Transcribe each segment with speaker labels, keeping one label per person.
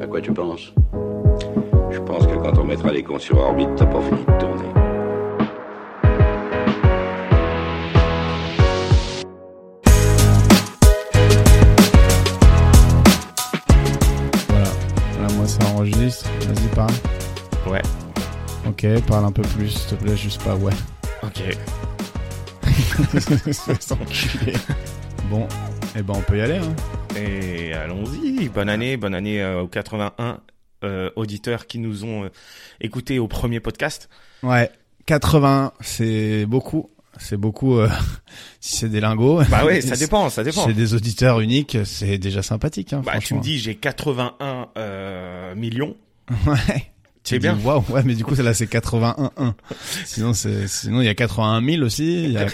Speaker 1: À quoi tu penses
Speaker 2: Je pense que quand on mettra les cons sur orbite, t'as pas fini de tourner.
Speaker 3: Voilà. Voilà, moi ça enregistre. Vas-y, parle.
Speaker 4: Ouais.
Speaker 3: Ok, parle un peu plus, s'il te plaît, juste pas ouais.
Speaker 4: Ok.
Speaker 3: Espèce d'enculé. Bon, eh ben on peut y aller. Hein.
Speaker 4: Et allons-y. Bonne année, bonne année euh, aux 81 euh, auditeurs qui nous ont euh, écoutés au premier podcast.
Speaker 3: Ouais, 80, c'est beaucoup. C'est beaucoup euh, si c'est des lingots.
Speaker 4: Bah ouais, ça dépend, ça
Speaker 3: Si
Speaker 4: dépend.
Speaker 3: c'est des auditeurs uniques, c'est déjà sympathique. Hein,
Speaker 4: Bah tu me
Speaker 3: franchement.
Speaker 4: dis, j'ai 81 euh, millions.
Speaker 3: Ouais.
Speaker 4: C'est
Speaker 3: Tu
Speaker 4: bien.
Speaker 3: dis, Waouh, ouais, mais du coup, là, c'est 81 1. Sinon, c'est, sinon, il y a 81 000 aussi, il y a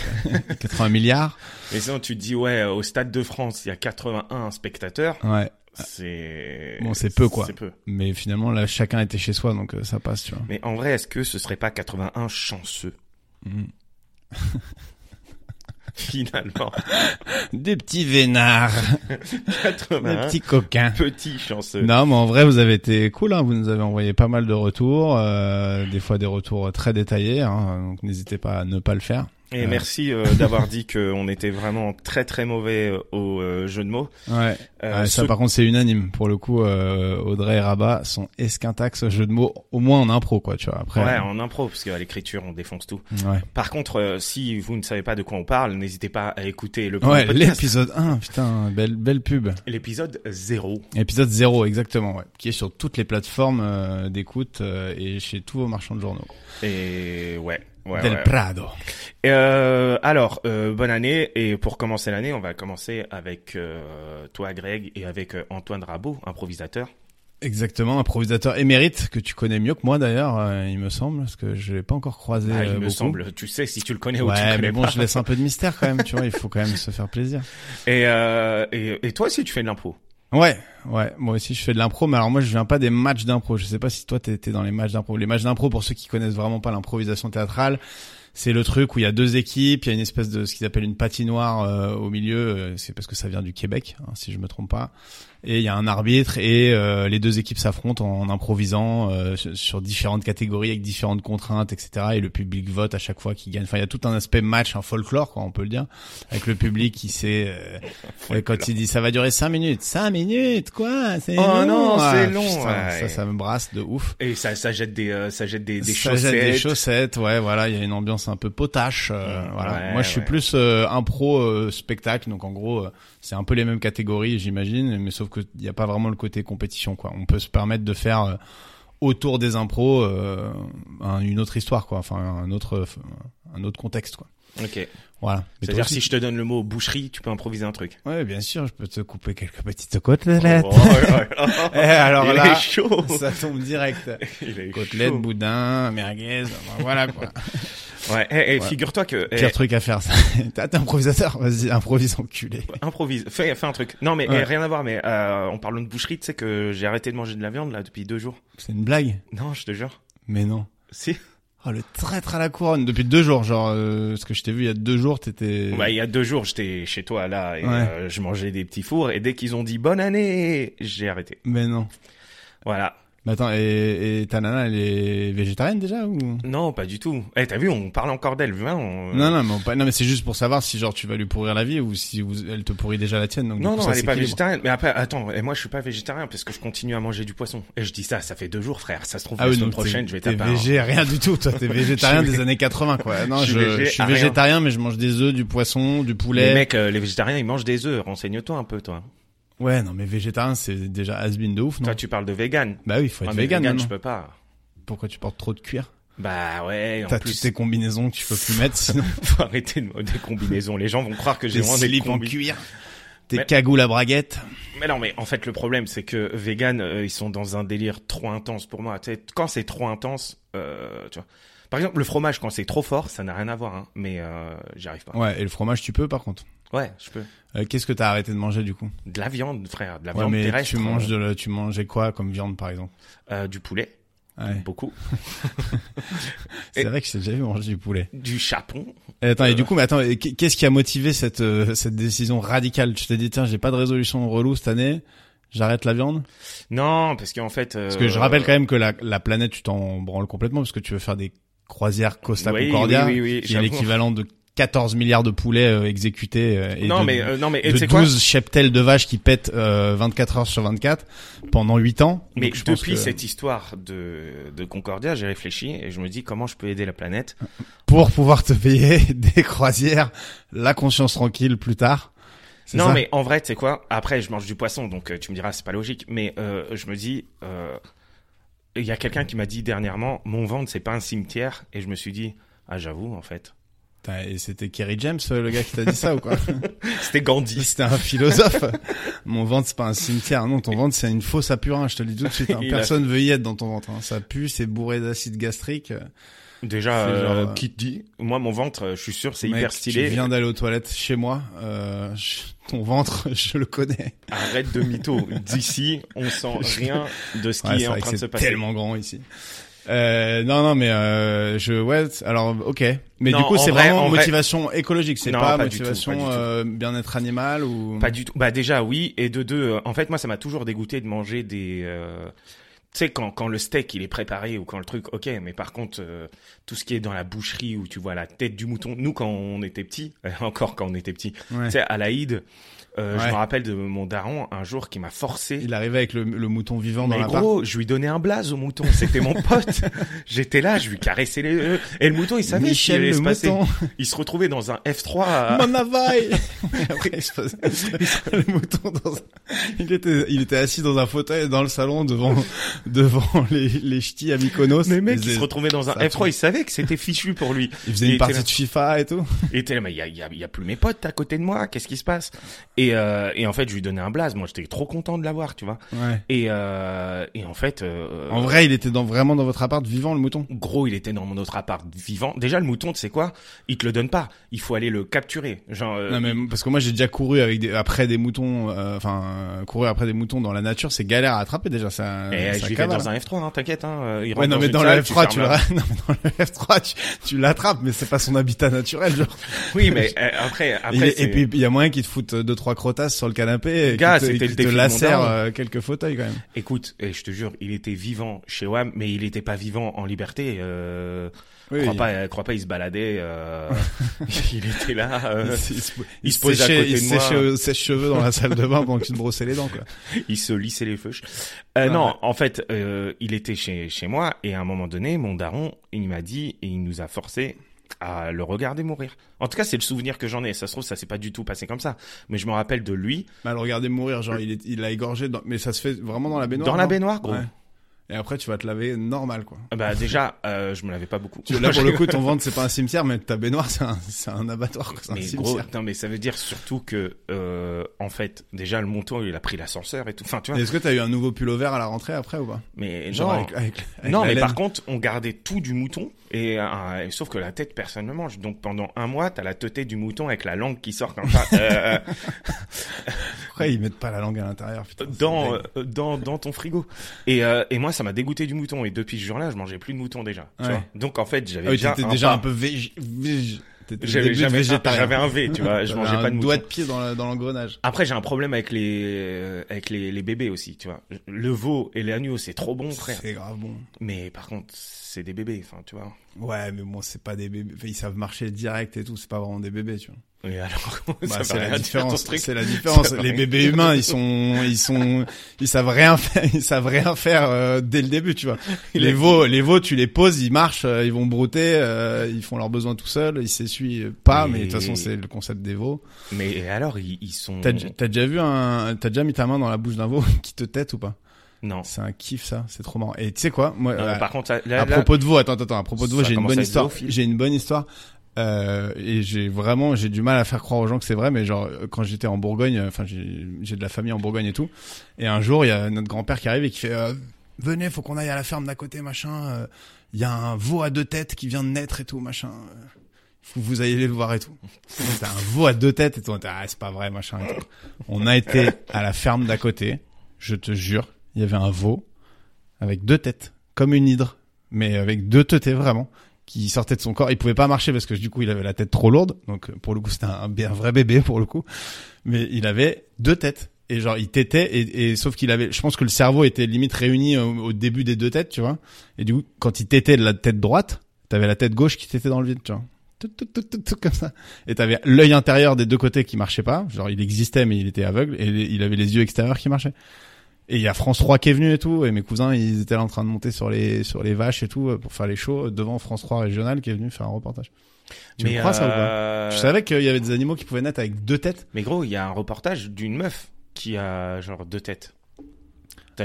Speaker 3: 80 milliards.
Speaker 4: Et sinon, tu te dis, ouais, au Stade de France, il y a 81 spectateurs.
Speaker 3: Ouais.
Speaker 4: C'est...
Speaker 3: Ah. Bon, c'est peu, quoi.
Speaker 4: C'est peu.
Speaker 3: Mais finalement, là, chacun était chez soi, donc euh, ça passe, tu vois.
Speaker 4: Mais en vrai, est-ce que ce serait pas 81 chanceux
Speaker 3: Mm.
Speaker 4: Finalement,
Speaker 3: Des petits vénards,
Speaker 4: 81
Speaker 3: des petits coquins.
Speaker 4: petits chanceux.
Speaker 3: Non, mais en vrai, vous avez été cool. Hein. Vous nous avez envoyé pas mal de retours, euh, des fois des retours très détaillés. hein, Donc n'hésitez pas à ne pas le faire.
Speaker 4: Et
Speaker 3: Euh.
Speaker 4: merci euh, d'avoir dit qu'on était vraiment très très mauvais euh, au euh, jeu de mots.
Speaker 3: Ouais.
Speaker 4: Euh,
Speaker 3: Ouais, Ça,
Speaker 4: ceux-
Speaker 3: par contre, c'est unanime. Pour le coup, euh, Audrey et Rabat sont esquintax au jeu de mots, au moins en impro, quoi. Tu vois. Après.
Speaker 4: Ouais, en impro, parce qu'à l'écriture, on défonce tout.
Speaker 3: ouais.
Speaker 4: Par contre, euh, si vous ne savez pas de quoi on parle, n'hésitez pas à écouter le premier
Speaker 3: Ouais,
Speaker 4: podcast,
Speaker 3: l'épisode 1, putain, belle, belle pub.
Speaker 4: l'épisode 0.
Speaker 3: Épisode 0, exactement, ouais. Qui est sur toutes les plateformes euh, d'écoute euh, et chez tous vos marchands de journaux.
Speaker 4: Et ouais. ouais,
Speaker 3: Del
Speaker 4: ouais.
Speaker 3: Prado.
Speaker 4: Euh, alors, euh, bonne année. Et pour commencer l'année, on va commencer avec euh, toi, Greg, et avec euh, Antoine Rabot, improvisateur.
Speaker 3: Exactement, improvisateur émérite que tu connais mieux que moi d'ailleurs, euh, il me semble, parce que je l'ai pas encore croisé.
Speaker 4: Ah, il
Speaker 3: euh,
Speaker 4: me
Speaker 3: beaucoup.
Speaker 4: semble, tu sais si tu le connais ou tu le
Speaker 3: Ouais,
Speaker 4: connais
Speaker 3: mais bon,
Speaker 4: pas.
Speaker 3: je laisse un peu de mystère quand même, tu vois, il faut quand même se faire plaisir.
Speaker 4: Et, euh, et, et toi aussi, tu fais de l'impro.
Speaker 3: Ouais, ouais, moi aussi je fais de l'impro, mais alors moi je viens pas des matchs d'impro, je sais pas si toi t'étais dans les matchs d'impro. Les matchs d'impro, pour ceux qui connaissent vraiment pas l'improvisation théâtrale, c'est le truc où il y a deux équipes, il y a une espèce de ce qu'ils appellent une patinoire euh, au milieu, euh, c'est parce que ça vient du Québec, hein, si je me trompe pas, et il y a un arbitre et euh, les deux équipes s'affrontent en, en improvisant euh, sur- sur différentes catégories avec différentes contraintes, etc. Et le public vote à chaque fois qui gagne. Enfin, il y a tout un aspect match, un folklore, quoi, on peut le dire, avec le public qui sait euh, euh, quand il dit ça va durer cinq minutes, Cinq minutes, quoi, c'est
Speaker 4: Oh
Speaker 3: long,
Speaker 4: non,
Speaker 3: ah,
Speaker 4: c'est long,
Speaker 3: putain,
Speaker 4: ouais.
Speaker 3: ça, ça me brasse de ouf.
Speaker 4: Et ça, ça jette des, euh, ça jette des, des
Speaker 3: Ça
Speaker 4: chaussettes.
Speaker 3: jette des chaussettes, ouais, voilà, il y a une ambiance un peu potache, euh,
Speaker 4: Mm,
Speaker 3: voilà.
Speaker 4: ouais,
Speaker 3: Moi, je suis
Speaker 4: ouais.
Speaker 3: plus euh, impro euh, spectacle, donc en gros, euh, c'est un peu les mêmes catégories, j'imagine, mais sauf que il y a pas vraiment le côté compétition, quoi. On peut se permettre de faire euh, autour des impros euh, un- une autre histoire, quoi. Enfin, un autre, euh, un autre contexte, quoi.
Speaker 4: Ok.
Speaker 3: Voilà. Mais toi
Speaker 4: C'est-à-dire
Speaker 3: aussi,
Speaker 4: si je te donne le mot boucherie, tu peux improviser un truc.
Speaker 3: Ouais, bien sûr, je peux te couper quelques petites côtelettes.
Speaker 4: Oh, là, là.
Speaker 3: Eh, alors
Speaker 4: Il
Speaker 3: là,
Speaker 4: est chaud.
Speaker 3: ça tombe direct.
Speaker 4: Il est
Speaker 3: Côtelettes,
Speaker 4: chaud.
Speaker 3: boudin, merguez, enfin, voilà quoi.
Speaker 4: Ouais. Et,
Speaker 3: Ouais.
Speaker 4: figure-toi que eh,
Speaker 3: Pire truc à faire, ça. T'as- T'es improvisateur, vas-y, improvise enculé.
Speaker 4: improvise, fais, fais un truc. Non mais
Speaker 3: Ouais.
Speaker 4: eh, rien à voir. Mais euh, en parlant de boucherie, tu sais que j'ai arrêté de manger de la viande là depuis deux jours.
Speaker 3: C'est une blague
Speaker 4: Non, je te jure.
Speaker 3: Mais non.
Speaker 4: Si.
Speaker 3: Oh, le traître à la couronne. Depuis deux jours, genre, euh, ce que je t'ai vu il y a deux jours, t'étais...
Speaker 4: Bah, il y a deux jours, j'étais chez toi là et
Speaker 3: Euh. Ouais.
Speaker 4: euh, je mangeais des petits fours et dès qu'ils ont dit bonne année, j'ai arrêté.
Speaker 3: Mais non.
Speaker 4: Voilà.
Speaker 3: Mais attends, et, et ta nana, elle est végétarienne déjà ou...
Speaker 4: Non, pas du tout. Eh, t'as vu, on parle encore d'elle, hein, on-
Speaker 3: Non, non, mais, on pa- non, mais c'est juste pour savoir si genre tu vas lui pourrir la vie ou si vous- elle te pourrit déjà la tienne. Donc, du
Speaker 4: Non,
Speaker 3: coup,
Speaker 4: non,
Speaker 3: ça
Speaker 4: elle est pas
Speaker 3: s'équilibre.
Speaker 4: végétarienne. Mais après, attends, et moi je suis pas végétarien parce que je continue à manger du poisson. Et je dis ça, ça fait deux jours, frère. Ça se trouve
Speaker 3: Ah
Speaker 4: la
Speaker 3: oui,
Speaker 4: semaine
Speaker 3: donc t'es-
Speaker 4: prochaine, je vais
Speaker 3: t'es
Speaker 4: taper. un-
Speaker 3: végé, rien du tout. Toi, t'es végétarien
Speaker 4: Je suis
Speaker 3: des années 80, quoi. Non,
Speaker 4: je
Speaker 3: je,
Speaker 4: suis végé
Speaker 3: je suis
Speaker 4: à rien.
Speaker 3: végétarien, mais je mange des œufs, du poisson, du poulet.
Speaker 4: Mais mec, euh, les végétariens, ils mangent des œufs. Renseigne-toi un peu, toi.
Speaker 3: Ouais, non, mais végétarien, c'est déjà has de ouf, non
Speaker 4: Toi, tu parles de vegan.
Speaker 3: Bah oui, faut être
Speaker 4: Ah, mais
Speaker 3: vegan,
Speaker 4: vegan,
Speaker 3: maintenant.
Speaker 4: je peux pas.
Speaker 3: Pourquoi tu portes trop de cuir
Speaker 4: Bah ouais, en
Speaker 3: T'as toutes
Speaker 4: plus,
Speaker 3: tes combinaisons que tu peux plus mettre, sinon
Speaker 4: faut arrêter de des combinaisons. Les gens vont croire que
Speaker 3: tes
Speaker 4: j'ai vraiment des
Speaker 3: slips en
Speaker 4: combis.
Speaker 3: cuir, tes
Speaker 4: Mais-
Speaker 3: cagoules à braguette.
Speaker 4: Mais non, mais en fait, le problème, c'est que vegan, euh, ils sont dans un délire trop intense pour moi. Tu sais, quand c'est trop intense, euh, tu vois. Par exemple, le fromage, quand c'est trop fort, ça n'a rien à voir, hein, mais euh, j'y arrive pas.
Speaker 3: Ouais, et le fromage, tu peux par contre.
Speaker 4: Ouais, je peux.
Speaker 3: Euh, Qu'est-ce que t'as arrêté de manger du coup
Speaker 4: De la viande, frère, de la
Speaker 3: Ouais,
Speaker 4: Ah, viande
Speaker 3: mais
Speaker 4: terrestre. hein,
Speaker 3: tu manges de la- tu mangeais quoi comme viande par exemple
Speaker 4: euh, du poulet,
Speaker 3: Ouais.
Speaker 4: beaucoup.
Speaker 3: C'est
Speaker 4: Et-
Speaker 3: vrai que j'ai déjà vu manger du poulet.
Speaker 4: Du chapon.
Speaker 3: Et attends, et
Speaker 4: Euh.
Speaker 3: du coup, mais attends, et qu'est- qu'est-ce qui a motivé cette euh, cette décision radicale Tu t'es dit tiens, j'ai pas de résolution relou cette année. J'arrête la viande
Speaker 4: Non, parce qu'en fait. euh,
Speaker 3: Parce que je rappelle quand même que la, la planète, tu t'en branles complètement parce que tu veux faire des croisières Costa
Speaker 4: Oui,
Speaker 3: Concordia,
Speaker 4: oui, oui, oui,
Speaker 3: qui est
Speaker 4: j'avoue.
Speaker 3: l'équivalent de 14 milliards de poulets euh, exécutés euh, et
Speaker 4: Non,
Speaker 3: de,
Speaker 4: mais, euh, non, mais
Speaker 3: de
Speaker 4: tu sais
Speaker 3: 12
Speaker 4: quoi
Speaker 3: cheptels de vaches qui pètent euh, 24 heures sur 24 pendant 8 ans.
Speaker 4: Mais
Speaker 3: Donc, je pense
Speaker 4: depuis
Speaker 3: que
Speaker 4: cette histoire de, de Concordia, j'ai réfléchi et je me dis comment je peux aider la planète.
Speaker 3: Pour pouvoir te payer des croisières, la conscience tranquille plus tard. C'est
Speaker 4: Non,
Speaker 3: ça
Speaker 4: mais en vrai, tu sais quoi Après, je mange du poisson, donc euh, tu me diras, c'est pas logique. Mais euh, je me dis, euh, il y a quelqu'un qui m'a dit dernièrement, mon ventre, c'est pas un cimetière. Et je me suis dit, ah, j'avoue, en fait.
Speaker 3: Putain, Et c'était Kerry James, euh, le gars qui t'a dit ça ou quoi
Speaker 4: C'était Gandhi.
Speaker 3: C'était un philosophe. Mon ventre, c'est pas un cimetière. Non, ton ventre, c'est une fosse à purin. Je te le dis tout de suite. hein.
Speaker 4: Il a-
Speaker 3: Personne veut y être dans ton ventre. hein. Ça pue, c'est bourré d'acide gastrique.
Speaker 4: Déjà,
Speaker 3: C'est genre,
Speaker 4: euh,
Speaker 3: euh,
Speaker 4: qui te dit Moi, mon ventre, euh, je suis sûr, c'est
Speaker 3: Mec,
Speaker 4: hyper stylé.
Speaker 3: Tu viens d'aller aux toilettes chez moi. Euh, je- Ton ventre, je le connais.
Speaker 4: Arrête de mytho. D'ici, on sent rien de ce qui
Speaker 3: Ouais,
Speaker 4: est
Speaker 3: c'est
Speaker 4: en
Speaker 3: vrai que
Speaker 4: train de se
Speaker 3: c'est
Speaker 4: passer.
Speaker 3: tellement grand ici. Euh, non, non, mais euh, je ouais. c'est- Alors, ok. Mais
Speaker 4: Non,
Speaker 3: du coup,
Speaker 4: en
Speaker 3: c'est
Speaker 4: vrai-
Speaker 3: vraiment
Speaker 4: en vrai-
Speaker 3: motivation écologique. C'est
Speaker 4: Non,
Speaker 3: pas,
Speaker 4: pas du tout,
Speaker 3: motivation
Speaker 4: pas du tout.
Speaker 3: euh, bien-être animal ou.
Speaker 4: Pas du tout. Bah déjà oui, et de deux, euh, en fait moi ça m'a toujours dégoûté de manger des... euh, Tu sais, quand, quand le steak il est préparé ou quand le truc, ok, mais par contre, euh, tout ce qui est dans la boucherie où tu vois la tête du mouton, nous quand on était petit, encore quand on était petit,
Speaker 3: Ouais.
Speaker 4: tu sais, à l'Aïd, euh, je
Speaker 3: Ouais.
Speaker 4: me rappelle de mon daron un jour qui m'a forcé.
Speaker 3: Il arrivait avec le, le mouton vivant dans
Speaker 4: Mais
Speaker 3: la
Speaker 4: gros, je lui donnais un blaze au mouton, c'était mon pote. J'étais là, je lui caressais les... euh, Et le mouton, il Ah. savait ce qui
Speaker 3: Michel
Speaker 4: allait
Speaker 3: le
Speaker 4: se passer.
Speaker 3: mouton.
Speaker 4: Il se retrouvait dans un F3 à-
Speaker 3: Mon navaille Après, il se faisait- le mouton dans un- il était il était assis dans un fauteuil dans le salon devant devant les les ch'tis à Mykonos.
Speaker 4: Mais mec,
Speaker 3: il,
Speaker 4: il se
Speaker 3: faisait,
Speaker 4: retrouvait dans un
Speaker 3: ça
Speaker 4: F3, il savait que c'était fichu pour lui.
Speaker 3: il faisait
Speaker 4: il
Speaker 3: une
Speaker 4: était
Speaker 3: partie
Speaker 4: là.
Speaker 3: de FIFA et tout.
Speaker 4: Et était là, mais il y a, il y a- il y a plus mes potes à côté de moi, qu'est-ce qui se passe et, euh, et en fait, je lui donnais un blaze, moi j'étais trop content de l'avoir, tu vois.
Speaker 3: Ouais.
Speaker 4: Et, euh, et en fait, euh,
Speaker 3: En vrai, il était dans vraiment dans votre appart vivant le mouton.
Speaker 4: gros, il était dans mon autre appart vivant. Déjà, le mouton, tu sais quoi Il te le donne pas, il faut aller le capturer. Genre, euh,
Speaker 3: Non mais parce que moi j'ai déjà couru avec des, après des moutons euh, enfin euh, courir après des moutons dans la nature, c'est galère à attraper déjà ça.
Speaker 4: eh,
Speaker 3: Ah, ça
Speaker 4: je vivais
Speaker 3: cavale.
Speaker 4: dans un F3, hein, t'inquiète. Hein, euh, il
Speaker 3: Ouais
Speaker 4: rentre
Speaker 3: non mais
Speaker 4: une
Speaker 3: dans
Speaker 4: salle,
Speaker 3: le F3 tu,
Speaker 4: fermes la-
Speaker 3: l'as- non, mais dans le F3 tu, tu l'attrapes mais c'est pas son habitat naturel genre.
Speaker 4: Oui, mais euh, après,
Speaker 3: Il
Speaker 4: après,
Speaker 3: est-
Speaker 4: c'est-
Speaker 3: et puis il y a moyen qu'ils te foutent deux trois crottasses sur le canapé et
Speaker 4: Gars,
Speaker 3: qu'ils te,
Speaker 4: c'était
Speaker 3: qu'ils
Speaker 4: le
Speaker 3: te
Speaker 4: défi de
Speaker 3: lacèrent
Speaker 4: mon
Speaker 3: euh, quelques fauteuils quand même.
Speaker 4: écoute, et je te jure, il était vivant chez WAM, mais il était pas vivant en liberté. Euh...
Speaker 3: Oui,
Speaker 4: crois
Speaker 3: il-
Speaker 4: pas, euh, crois pas, il se baladait. euh, il était là. euh,
Speaker 3: il, se-
Speaker 4: il
Speaker 3: il
Speaker 4: se posait à
Speaker 3: séchait-
Speaker 4: côté
Speaker 3: il
Speaker 4: de moi.
Speaker 3: séchait au sèche-cheveux dans la salle de bain pendant que tu te brossais les dents quoi.
Speaker 4: il se lissait les feuches. Euh,
Speaker 3: Ouais,
Speaker 4: non,
Speaker 3: ouais.
Speaker 4: en fait, euh, il était chez chez moi et à un moment donné, mon daron, il m'a dit et il nous a forcé à le regarder mourir. En tout cas, c'est le souvenir que j'en ai. Ça se trouve, ça s'est pas du tout passé comme ça. Mais je me rappelle de lui
Speaker 3: Mal regardé mourir genre il est- il l'a égorgé dans- mais ça se fait vraiment dans la baignoire.
Speaker 4: dans la
Speaker 3: non
Speaker 4: baignoire, gros.
Speaker 3: Ouais. Et après tu vas te laver normal quoi.
Speaker 4: Ah Bah déjà, euh, je me l'avais pas beaucoup.
Speaker 3: Tu- Là pour le coup ton ventre c'est pas un cimetière mais ta baignoire c'est un, c'est un abattoir quoi, Ah, c'est un
Speaker 4: Mais
Speaker 3: cimetière.
Speaker 4: gros, non, mais ça veut dire surtout que, euh, en fait, déjà le montant, il a pris l'ascenseur et tout. Enfin, tu vois.
Speaker 3: Et Est-ce que t'as eu un nouveau pull vert à la rentrée après ou pas
Speaker 4: Mais
Speaker 3: Genre
Speaker 4: non.
Speaker 3: avec, avec- avec
Speaker 4: non,
Speaker 3: la
Speaker 4: mais
Speaker 3: laine.
Speaker 4: par contre, on gardait tout du mouton, et, euh, et sauf que la tête, personne ne mange. Donc pendant un mois, t'as la teuté du mouton avec la langue qui sort comme ça. euh,
Speaker 3: après ils mettent pas la langue à l'intérieur putain. c'est
Speaker 4: dans,
Speaker 3: dingue.
Speaker 4: euh, dans, dans ton frigo. Et, euh, et moi, ça m'a dégoûté du mouton, et depuis ce jour-là, je mangeais plus de mouton déjà. tu
Speaker 3: Ouais.
Speaker 4: vois. Donc en fait, j'avais
Speaker 3: Ah oui,
Speaker 4: déjà,
Speaker 3: t'étais
Speaker 4: un
Speaker 3: déjà
Speaker 4: pain.
Speaker 3: un peu vég... vég... t'étais
Speaker 4: J'avais
Speaker 3: début
Speaker 4: j'avais-
Speaker 3: végétarien.
Speaker 4: j'avais un V, tu vois, je
Speaker 3: T'avais
Speaker 4: mangeais
Speaker 3: un
Speaker 4: pas de mouton.
Speaker 3: doigt de pied dans la- dans l'engrenage.
Speaker 4: Après, j'ai un problème avec les, euh, avec les, les bébés aussi, tu vois. Le veau et l'agneau, c'est trop bon, frère.
Speaker 3: C'est grave bon.
Speaker 4: Mais par contre, c'est des bébés, enfin, tu vois.
Speaker 3: Ouais, mais bon, c'est pas des bébés. Enfin, ils savent marcher direct et tout. C'est pas vraiment des bébés, tu vois.
Speaker 4: Et alors,
Speaker 3: Bah,
Speaker 4: ça
Speaker 3: c'est
Speaker 4: veut
Speaker 3: la
Speaker 4: rien dire, ton
Speaker 3: différence.
Speaker 4: truc.
Speaker 3: C'est la différence.
Speaker 4: Ça veut
Speaker 3: Les
Speaker 4: rien
Speaker 3: bébés humains, ils sont, ils sont, ils savent rien faire. Ils savent rien faire euh, dès le début, tu vois.
Speaker 4: Il
Speaker 3: Les
Speaker 4: est-
Speaker 3: veaux, les veaux, tu les poses, ils marchent, euh, ils vont brouter, euh, ils font leurs besoins tout seuls, ils s'essuient euh, pas. Mais de toute façon,
Speaker 4: Et-
Speaker 3: c'est le concept des veaux.
Speaker 4: Mais alors, ils, ils sont.
Speaker 3: T'as t'as déjà vu un, t'as déjà mis ta main dans la bouche d'un veau qui te tète ou pas
Speaker 4: Non.
Speaker 3: C'est un kiff ça, c'est trop marrant. Et tu sais quoi Moi,
Speaker 4: Non,
Speaker 3: euh,
Speaker 4: Par contre, là, là,
Speaker 3: à propos de vous, attends, attends, attends, à propos de vous,
Speaker 4: Ça
Speaker 3: j'ai une
Speaker 4: commence à
Speaker 3: bonne
Speaker 4: être
Speaker 3: histoire.
Speaker 4: zoophile.
Speaker 3: J'ai une bonne histoire. Euh, et j'ai vraiment, j'ai du mal à faire croire aux gens que c'est vrai, mais genre euh, quand j'étais en Bourgogne, euh, enfin j'ai j'ai de la famille en Bourgogne et tout. Et un jour, il y a notre grand-père qui arrive et qui fait euh, "Venez, faut qu'on aille à la ferme d'à côté, machin. euh, Il y a un veau à deux têtes qui vient de naître et tout, machin. euh, Faut que vous ayez le voir et tout." T'as un veau à deux têtes et tout. on était, Ah, c'est pas vrai, machin. et tout. On a été à la ferme d'à côté. Je te jure, il y avait un veau avec deux têtes, comme une hydre, mais avec deux teutés vraiment, qui sortait de son corps. Il pouvait pas marcher parce que du coup, il avait la tête trop lourde. Donc, euh, pour le coup, c'était un, un vrai bébé pour le coup. Mais il avait deux têtes. et genre il t'était et, et sauf qu'il avait je pense que le cerveau était limite réuni au, au début des deux têtes tu vois et du coup quand il t'était de la tête droite t'avais la tête gauche qui t'était dans le vide tu vois tout, tout, tout, tout, tout, comme ça et t'avais l'œil intérieur des deux côtés qui marchait pas genre il existait mais il était aveugle et il avait les yeux extérieurs qui marchaient et il y a France 3 qui est venu et tout et mes cousins ils étaient là en train de monter sur les sur les vaches et tout euh, pour faire les shows devant France 3 régional qui est venu faire un reportage tu
Speaker 4: Mais
Speaker 3: me crois ça ou pas
Speaker 4: euh,
Speaker 3: je savais qu'il y avait des animaux qui pouvaient naître avec deux têtes
Speaker 4: Mais gros, il y a un reportage d'une meuf qui a genre deux têtes. T'as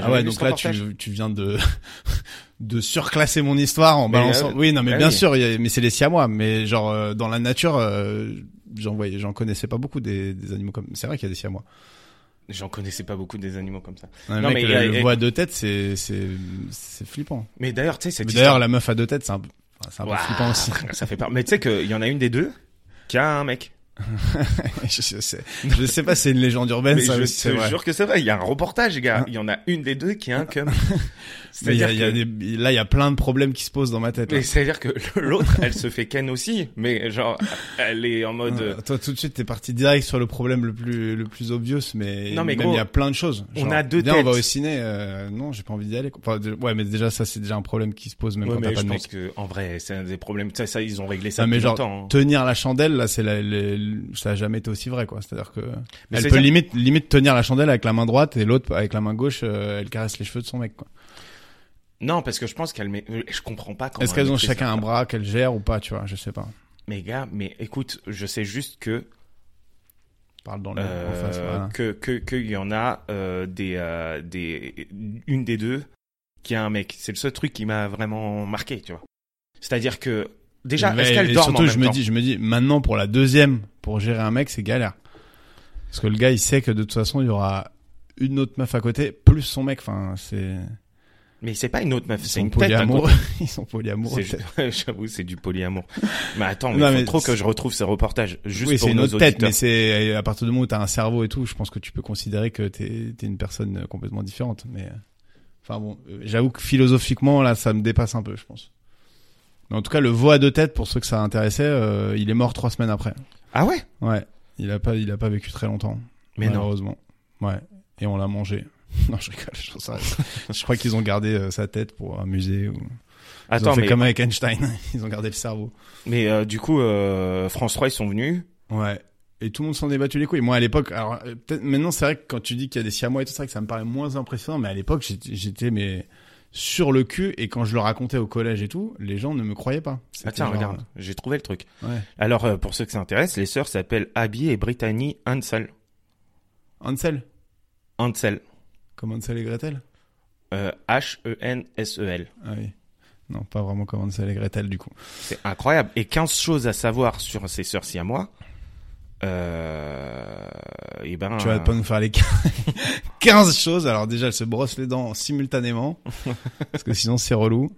Speaker 3: Ah
Speaker 4: jamais
Speaker 3: ouais,
Speaker 4: vu
Speaker 3: donc
Speaker 4: ce
Speaker 3: là
Speaker 4: reportage
Speaker 3: tu, tu viens de de surclasser mon histoire en
Speaker 4: Mais,
Speaker 3: balançant.
Speaker 4: euh,
Speaker 3: oui, non, mais
Speaker 4: bah
Speaker 3: bien
Speaker 4: oui.
Speaker 3: sûr, il y a- mais c'est les siamois. Mais genre euh, dans la nature, euh, j'en voyais, j'en connaissais pas beaucoup des, des animaux comme. C'est vrai qu'il y a des siamois.
Speaker 4: J'en connaissais pas beaucoup des animaux comme ça.
Speaker 3: Un
Speaker 4: Non,
Speaker 3: mec,
Speaker 4: mais il y
Speaker 3: le,
Speaker 4: a-
Speaker 3: le
Speaker 4: et-
Speaker 3: voit à deux têtes, c'est c'est c'est flippant.
Speaker 4: Mais d'ailleurs, tu sais, cette
Speaker 3: Mais D'ailleurs,
Speaker 4: histoire-
Speaker 3: la meuf à deux têtes, c'est un peu, enfin, c'est un peu
Speaker 4: Ouah,
Speaker 3: flippant aussi.
Speaker 4: ça fait peur. Mais tu sais qu'il y en a une des deux qui a un mec.
Speaker 3: je, je sais, je sais pas, c'est une légende urbaine.
Speaker 4: Mais
Speaker 3: ça,
Speaker 4: je
Speaker 3: aussi, c'est
Speaker 4: te
Speaker 3: vrai. Hein
Speaker 4: jure que c'est vrai. Il y a un reportage, gars. Il y en a une des deux qui a un cum.
Speaker 3: Mais il y a-
Speaker 4: C'est-à-dire
Speaker 3: il y a
Speaker 4: que-
Speaker 3: des- là, il y a plein de problèmes qui se posent dans ma tête. hein. là.
Speaker 4: mais c'est-à-dire que l'autre, elle se fait ken aussi, mais genre, elle est en mode. euh,
Speaker 3: Ah, Toi, tout de suite, t'es parti direct sur le problème le plus le plus obvious, mais,
Speaker 4: Non, mais
Speaker 3: même
Speaker 4: gros,
Speaker 3: il y a plein de choses.
Speaker 4: on a deux
Speaker 3: viens, on va
Speaker 4: têtes.
Speaker 3: au ciné. euh, non, j'ai pas envie d'y aller. quoi. Enfin, de- ouais, mais déjà ça, c'est déjà un problème qui se pose même
Speaker 4: ouais,
Speaker 3: quand
Speaker 4: mais
Speaker 3: t'as pas
Speaker 4: je
Speaker 3: de
Speaker 4: pense
Speaker 3: mec.
Speaker 4: que en vrai, c'est un des problèmes. Ça, ça, ils ont réglé ça
Speaker 3: Non, mais
Speaker 4: depuis
Speaker 3: genre,
Speaker 4: longtemps. hein.
Speaker 3: Tenir la chandelle, là, c'est la, le- ça a jamais été aussi vrai, quoi. C'est-à-dire que elle peut
Speaker 4: c'est-à-dire-
Speaker 3: limite limite tenir la chandelle avec la main droite et l'autre avec la main gauche, euh, elle caresse les cheveux de son mec, quoi.
Speaker 4: Non, parce que je pense qu'elle met. Je comprends pas comment.
Speaker 3: Est-ce qu'elles
Speaker 4: elle
Speaker 3: ont
Speaker 4: fait
Speaker 3: chacun
Speaker 4: ça.
Speaker 3: un bras qu'elles gèrent ou pas, tu vois Je sais pas.
Speaker 4: Mais gars, mais écoute, je sais juste que
Speaker 3: Je Parle dans le en
Speaker 4: euh,
Speaker 3: face. Voilà.
Speaker 4: que que qu'il y en a euh, des euh, des une des deux qui a un mec. C'est le seul truc qui m'a vraiment marqué, tu vois. C'est-à-dire que déjà,
Speaker 3: Mais-
Speaker 4: est-ce qu'elle
Speaker 3: et
Speaker 4: dort
Speaker 3: surtout,
Speaker 4: en même
Speaker 3: je me
Speaker 4: temps
Speaker 3: dis, je me dis, maintenant pour la deuxième, pour gérer un mec, c'est galère. Parce que le gars, il sait que de toute façon, il y aura une autre meuf à côté, plus son mec. Enfin, c'est.
Speaker 4: Mais c'est pas une autre meuf,
Speaker 3: Ils
Speaker 4: c'est
Speaker 3: sont
Speaker 4: une tête. d'un
Speaker 3: polyamoureux.
Speaker 4: coup.
Speaker 3: Ils sont polyamoureux.
Speaker 4: C'est ju- J'avoue, c'est du polyamour. Mais attends,
Speaker 3: Non,
Speaker 4: mais faut
Speaker 3: mais
Speaker 4: trop
Speaker 3: c'est-
Speaker 4: que je retrouve ces reportages juste
Speaker 3: oui,
Speaker 4: pour
Speaker 3: c'est une
Speaker 4: nos
Speaker 3: autre tête,
Speaker 4: auditeurs.
Speaker 3: mais c'est à partir du moment où t'as un cerveau et tout, je pense que tu peux considérer que t'es t'es une personne complètement différente. Mais euh, enfin bon, euh, j'avoue que philosophiquement là, ça me dépasse un peu, je pense. Mais en tout cas, le veau à deux têtes, pour ceux que ça intéressait, euh, il est mort trois semaines après.
Speaker 4: Ah ouais
Speaker 3: Ouais, il a pas, il a pas vécu très longtemps.
Speaker 4: Mais non.
Speaker 3: malheureusement. Ouais, et on l'a mangé. Non, je rigole, je trouve ça- je crois qu'ils ont gardé euh, sa tête pour un musée. Ou... Ils ont
Speaker 4: Attends,
Speaker 3: fait
Speaker 4: mais,
Speaker 3: comme avec Einstein, ils ont gardé le cerveau.
Speaker 4: mais euh, du coup, euh, France 3, ils sont venus. Ah,
Speaker 3: Ouais. Et tout le monde s'en est battu les couilles. Moi, à l'époque, alors euh, peut-être maintenant, c'est vrai que quand tu dis qu'il y a des siamois et tout ça, que ça me paraît moins impressionnant. Mais à l'époque, j'étais- j'étais mais sur le cul. Et quand je le racontais au collège et tout, les gens ne me croyaient pas. C'était
Speaker 4: Attends,
Speaker 3: genre,
Speaker 4: Ah, regarde, j'ai trouvé le truc.
Speaker 3: euh, Ouais.
Speaker 4: Alors, euh, pour ceux que ça intéresse, les sœurs s'appellent Abby et Brittany Hansel.
Speaker 3: euh, Hansel,
Speaker 4: Hansel.
Speaker 3: comme Hansel et Gretel.
Speaker 4: Euh, H-E-N-S-E-L.
Speaker 3: Ah oui. Non, pas vraiment comme Hansel et Gretel du coup.
Speaker 4: C'est incroyable. Et 15 choses à savoir sur ces sœurs siamois. Euh, et ben.
Speaker 3: Tu vas pas nous faire les 15 choses. Alors déjà, elle se brosse les dents simultanément. parce que sinon, c'est relou.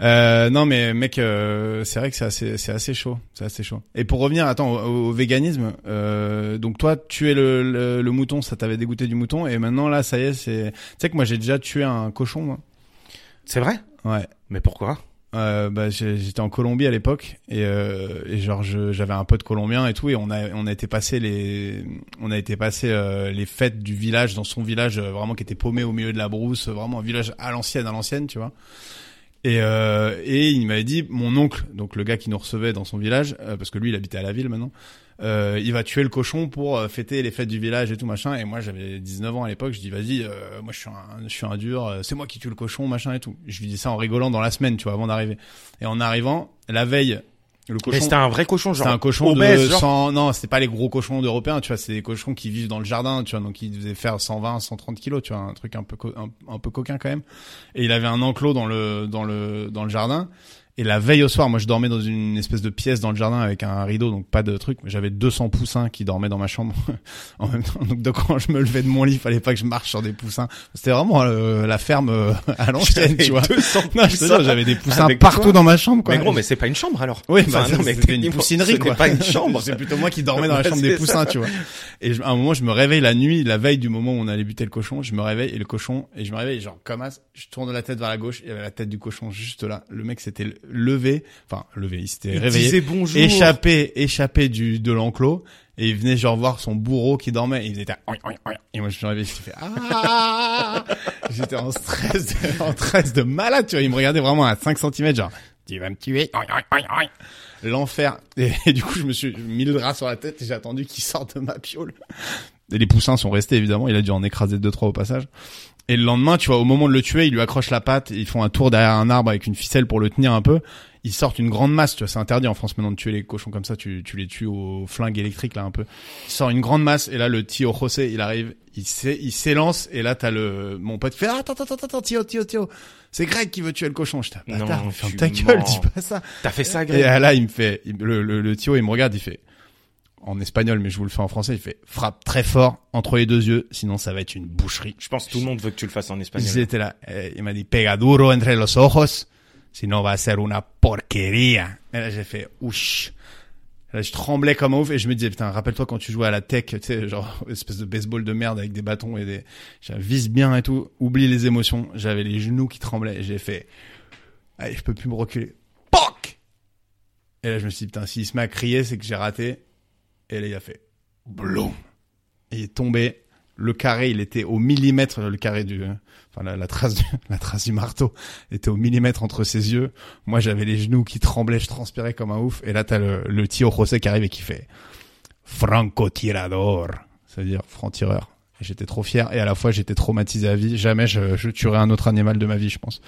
Speaker 3: Euh, non, mais mec, euh, c'est vrai que c'est assez, c'est assez chaud. C'est assez chaud. Et pour revenir, attends, au, au véganisme. Euh, donc toi, tuer le, le, le mouton, ça t'avait dégoûté du mouton. Et maintenant, là, ça y est, c'est... Tu sais que moi, j'ai déjà tué un cochon, moi.
Speaker 4: C'est vrai?
Speaker 3: Ouais.
Speaker 4: Mais pourquoi?
Speaker 3: Euh, bah, j'ai- j'étais en Colombie à l'époque et, euh, et genre je- j'avais un pote colombien et tout et on a on a été passé les on a été passé euh, les fêtes du village dans son village euh, vraiment qui était paumé au milieu de la brousse euh, vraiment un village à l'ancienne à l'ancienne tu vois et euh, et il m'avait dit mon oncle donc le gars qui nous recevait dans son village euh, parce que lui il habitait à la ville maintenant euh, il va tuer le cochon pour euh, fêter les fêtes du village et tout machin et moi j'avais 19 ans à l'époque je dis vas-y euh, moi je suis un je suis un dur euh, c'est moi qui tue le cochon machin et tout je lui dis ça en rigolant dans la semaine tu vois avant d'arriver et en arrivant la veille le
Speaker 4: Mais
Speaker 3: cochon
Speaker 4: c'était un vrai cochon, genre.
Speaker 3: c'était un cochon
Speaker 4: obèse,
Speaker 3: de
Speaker 4: genre.
Speaker 3: 100 non c'était pas les gros cochons européens tu vois c'est des cochons qui vivent dans le jardin tu vois donc ils faisaient faire 120 130 kilos tu vois un truc un peu co- un, un peu coquin quand même et il avait un enclos dans le dans le dans le jardin et la veille au soir moi je dormais dans une espèce de pièce dans le jardin avec un rideau donc pas de truc mais j'avais 200 poussins qui dormaient dans ma chambre en même temps donc de quand je me levais de mon lit fallait pas que je marche sur des poussins c'était vraiment euh, la ferme euh, à l'ancienne tu vois
Speaker 4: 200
Speaker 3: non je te
Speaker 4: poussins.
Speaker 3: jure, j'avais des poussins
Speaker 4: Avec
Speaker 3: partout
Speaker 4: toi.
Speaker 3: dans ma chambre quoi
Speaker 4: Mais gros, mais c'est pas une chambre alors.
Speaker 3: oui,
Speaker 4: Enfin,
Speaker 3: bah,
Speaker 4: non, mais
Speaker 3: mais c'était une
Speaker 4: techniquement,
Speaker 3: poussinerie,
Speaker 4: ce
Speaker 3: quoi.
Speaker 4: n'est pas une chambre.
Speaker 3: c'est plutôt moi qui dormais dans la
Speaker 4: Bah,
Speaker 3: chambre des
Speaker 4: c'est
Speaker 3: poussins,
Speaker 4: ça.
Speaker 3: tu vois. Et je- à un moment, je me réveille la nuit, la veille du moment où on allait buter le cochon, je me réveille et le cochon, et je me réveille, genre, comme as, je tourne la tête vers la gauche, il y avait la tête du cochon juste là. Le mec s'était levé, enfin, levé, il s'était
Speaker 4: Il
Speaker 3: réveillé,
Speaker 4: disait bonjour.
Speaker 3: échappé, échappé du, de l'enclos, Et il venait genre voir son bourreau qui dormait. Et il faisait ta- Oing, oing, oing. Et moi, je suis arrivé, je fais ah. J'étais en stress, de, en stress de malade. Tu vois, il me regardait vraiment à 5 cm genre tu vas me tuer. Oing, oing, oing, oing. L'enfer. Et, et du coup, je me suis mis le drap sur la tête et j'ai attendu qu'il sorte de ma piole. Et les poussins sont restés évidemment. Il a dû en écraser deux trois au passage. Et le lendemain, tu vois, au moment de le tuer, ils lui accrochent la patte, ils font un tour derrière un arbre avec une ficelle pour le tenir un peu. Ils sortent une grande masse, tu vois, c'est interdit en France maintenant de tuer les cochons comme ça, tu, tu les tues au flingue électrique là un peu. Il sort une grande masse et là le Tio José, il arrive, il s'é- il s'élance et là t'as le mon pote qui fait Ah, attends attends attends Tio Tio Tio, c'est Greg qui veut tuer le cochon, je
Speaker 4: Non,
Speaker 3: bâtard, mais ferme
Speaker 4: tu
Speaker 3: ta gueule,
Speaker 4: mens.
Speaker 3: dis pas ça.
Speaker 4: T'as fait ça,
Speaker 3: Et euh,
Speaker 4: Greg
Speaker 3: là, il me fait, il- le, le, le Thio, il me regarde, il fait, en espagnol, mais je vous le fais en français, il fait, frappe très fort entre les deux yeux, sinon ça va être une boucherie.
Speaker 4: Je pense que tout le monde veut que tu le fasses en espagnol.
Speaker 3: J'étais là, euh, il m'a dit, pega duro entre los ojos, sinon va ser una porquería. Et là, j'ai fait, ouch. Là, je tremblais comme un ouf et je me disais, putain, rappelle-toi quand tu jouais à la tech, tu sais, genre, espèce de baseball de merde avec des bâtons et des, j'ai un vise bien et tout, oublie les émotions, j'avais les genoux qui tremblaient, j'ai fait, allez, je peux plus me reculer. POC! Et là, je me suis dit, putain, s'il se met à crier, c'est que j'ai raté. Et là, il a fait, bloum! Et il est tombé. Le carré, il était au millimètre, le carré du, enfin, la, la trace du, la trace du marteau était au millimètre entre ses yeux. Moi, j'avais les genoux qui tremblaient, je transpirais comme un ouf. Et là, t'as le, le tio José qui arrive et qui fait, franco tirador. C'est-à-dire, franc-tireur. Et J'étais trop fier et à la fois j'étais traumatisé à vie. Jamais je, je tuerai un autre animal de ma vie, je pense.